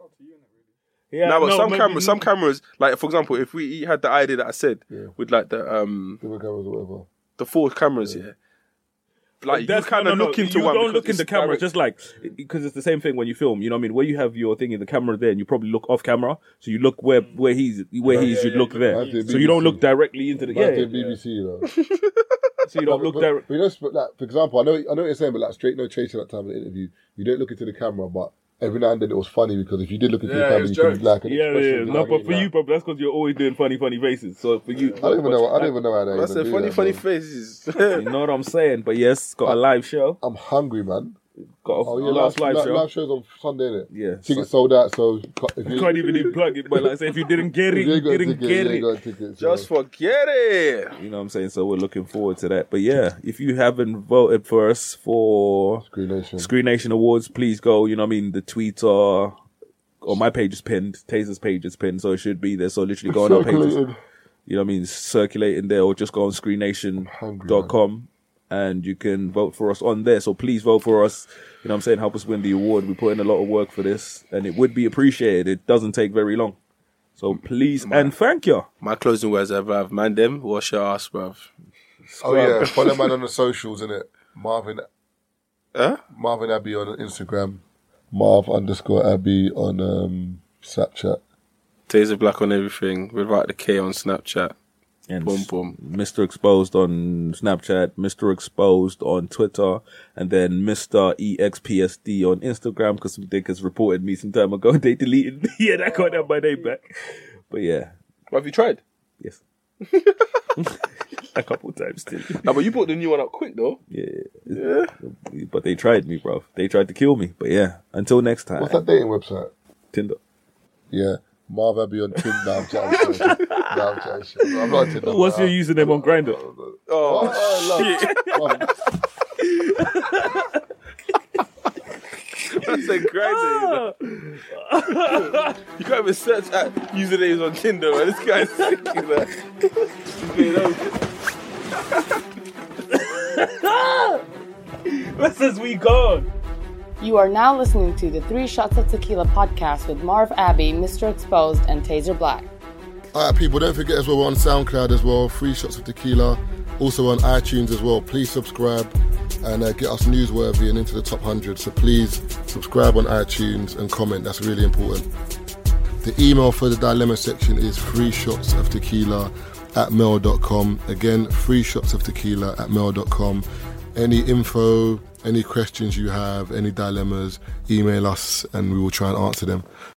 [SPEAKER 7] up to you, innit, really?
[SPEAKER 4] Yeah,
[SPEAKER 5] no, but some
[SPEAKER 4] maybe
[SPEAKER 5] cameras, some
[SPEAKER 4] not.
[SPEAKER 5] cameras, like for example, if we he had the idea that I said with like the um
[SPEAKER 1] different cameras or whatever.
[SPEAKER 5] the four cameras, yeah, like
[SPEAKER 4] That's
[SPEAKER 5] you kind of
[SPEAKER 4] no, no,
[SPEAKER 5] look
[SPEAKER 4] no,
[SPEAKER 5] into
[SPEAKER 4] you
[SPEAKER 5] one.
[SPEAKER 4] don't
[SPEAKER 5] because
[SPEAKER 4] look in
[SPEAKER 5] it's
[SPEAKER 4] the camera,
[SPEAKER 5] direct.
[SPEAKER 4] just like because it's the same thing when you film. You know what I mean? Where you have your thing in the camera there, and you probably look off camera, so you look
[SPEAKER 1] Mm.
[SPEAKER 4] where where he's where he should look there.
[SPEAKER 1] That's the
[SPEAKER 4] So you don't
[SPEAKER 1] BBC.
[SPEAKER 4] look directly into the yeah.
[SPEAKER 1] That's
[SPEAKER 4] yeah,
[SPEAKER 1] the BBC, though.
[SPEAKER 4] yeah. So you don't look
[SPEAKER 1] but,
[SPEAKER 4] direct.
[SPEAKER 1] but you know, sp- like, for example, I know, I know what you're saying, but like straight no chaser that time in the interview, you don't look into the camera, but every now and then it was funny because if you did look into
[SPEAKER 7] Yeah,
[SPEAKER 1] the
[SPEAKER 7] it
[SPEAKER 1] camera,
[SPEAKER 7] was
[SPEAKER 1] you could
[SPEAKER 7] jokes.
[SPEAKER 1] like an
[SPEAKER 4] Yeah,
[SPEAKER 1] expression,
[SPEAKER 4] yeah.
[SPEAKER 1] you know
[SPEAKER 4] No,
[SPEAKER 1] what I
[SPEAKER 4] but
[SPEAKER 1] mean?
[SPEAKER 4] for you,
[SPEAKER 1] Like,
[SPEAKER 4] bro, that's because you're always doing funny, funny faces. So for you,
[SPEAKER 1] I don't even know. I don't even know how that
[SPEAKER 5] That's
[SPEAKER 1] even
[SPEAKER 5] a
[SPEAKER 1] do
[SPEAKER 5] funny,
[SPEAKER 1] that,
[SPEAKER 5] funny
[SPEAKER 1] man.
[SPEAKER 5] faces.
[SPEAKER 4] You know what I'm saying? But yes, got a live show.
[SPEAKER 1] I'm hungry, man.
[SPEAKER 4] Got a
[SPEAKER 1] Oh yeah,
[SPEAKER 4] last live
[SPEAKER 1] live,
[SPEAKER 4] show.
[SPEAKER 1] live shows on Sunday, innit?
[SPEAKER 4] Yeah,
[SPEAKER 1] tickets sold out. So if you,
[SPEAKER 4] Can't even plug it, but like I say, if you didn't get
[SPEAKER 1] if you
[SPEAKER 4] it, you
[SPEAKER 1] ain't got a
[SPEAKER 4] didn't
[SPEAKER 1] ticket,
[SPEAKER 4] get
[SPEAKER 1] you ain't
[SPEAKER 4] it.
[SPEAKER 1] got a ticket. so-
[SPEAKER 5] just forget it.
[SPEAKER 4] You know what I'm saying? So we're looking forward to that. But yeah, if you haven't voted for us for
[SPEAKER 1] Green Nation.
[SPEAKER 4] Screen Nation Awards, please go. You know what I mean? The tweets are on my page is pinned, Taser's page is pinned, so it should be there. So literally go on our pages.
[SPEAKER 1] Circulated.
[SPEAKER 4] You know what I mean? Circulating there or just go on screennation.com and you can vote for us on there. So please vote for us. You know what I'm saying? Help us win the award. We put in a lot of work for this and it would be appreciated. It doesn't take very long. So
[SPEAKER 5] Mm.
[SPEAKER 4] please and thank you.
[SPEAKER 5] My closing words are, bruv, man, them, wash your ass, bruv.
[SPEAKER 1] Oh yeah, follow man on the socials, innit? Marvin
[SPEAKER 5] Huh?
[SPEAKER 1] Marvin Abbey on Instagram, Marv underscore Abbey on um, Snapchat.
[SPEAKER 5] Taser Black on everything. Without the K on Snapchat.
[SPEAKER 4] And
[SPEAKER 5] Boom, boom.
[SPEAKER 4] Mr. Exposed on Snapchat, Mr. Exposed on Twitter, and then E Mr. EXPSD on Instagram because some dickers reported me some time ago. They deleted me and I can't have my name back. But yeah,
[SPEAKER 5] Have you tried?
[SPEAKER 4] yes. A couple times still.
[SPEAKER 5] No, but you brought the new one out quick, though.
[SPEAKER 4] Yeah. But they tried me, bro. They tried to kill me. But yeah, until next time,
[SPEAKER 1] What's that dating website?
[SPEAKER 4] Tinder.
[SPEAKER 1] Yeah, Marv Abbey on Tinder. No, I'm chatting shit. No, I'm chatting shit. I'm not on Tinder.
[SPEAKER 4] What's
[SPEAKER 1] man.
[SPEAKER 4] your username on Grinder?
[SPEAKER 5] Oh,
[SPEAKER 1] Oh, I love it.
[SPEAKER 5] that's a grinder. you know. you can't even search at usernames on Tinder, man. This guy's sick, you know. He's being open.
[SPEAKER 4] This is we gone.
[SPEAKER 3] You are now listening to the Three Shots of Tequila podcast with Marv Abbey, Mr. Exposed, and Taser Black.
[SPEAKER 1] All right, people, don't forget as well, we're on SoundCloud as well, Free Shots of Tequila, also on iTunes as well. Please subscribe and uh, get us newsworthy and into the top 100. So please subscribe on iTunes and comment, that's really important. The email for the dilemma section is free shots of tequila at mail.com. Again, free shots of tequila at mail.com. Any info, any questions you have, any dilemmas, email us and we will try and answer them.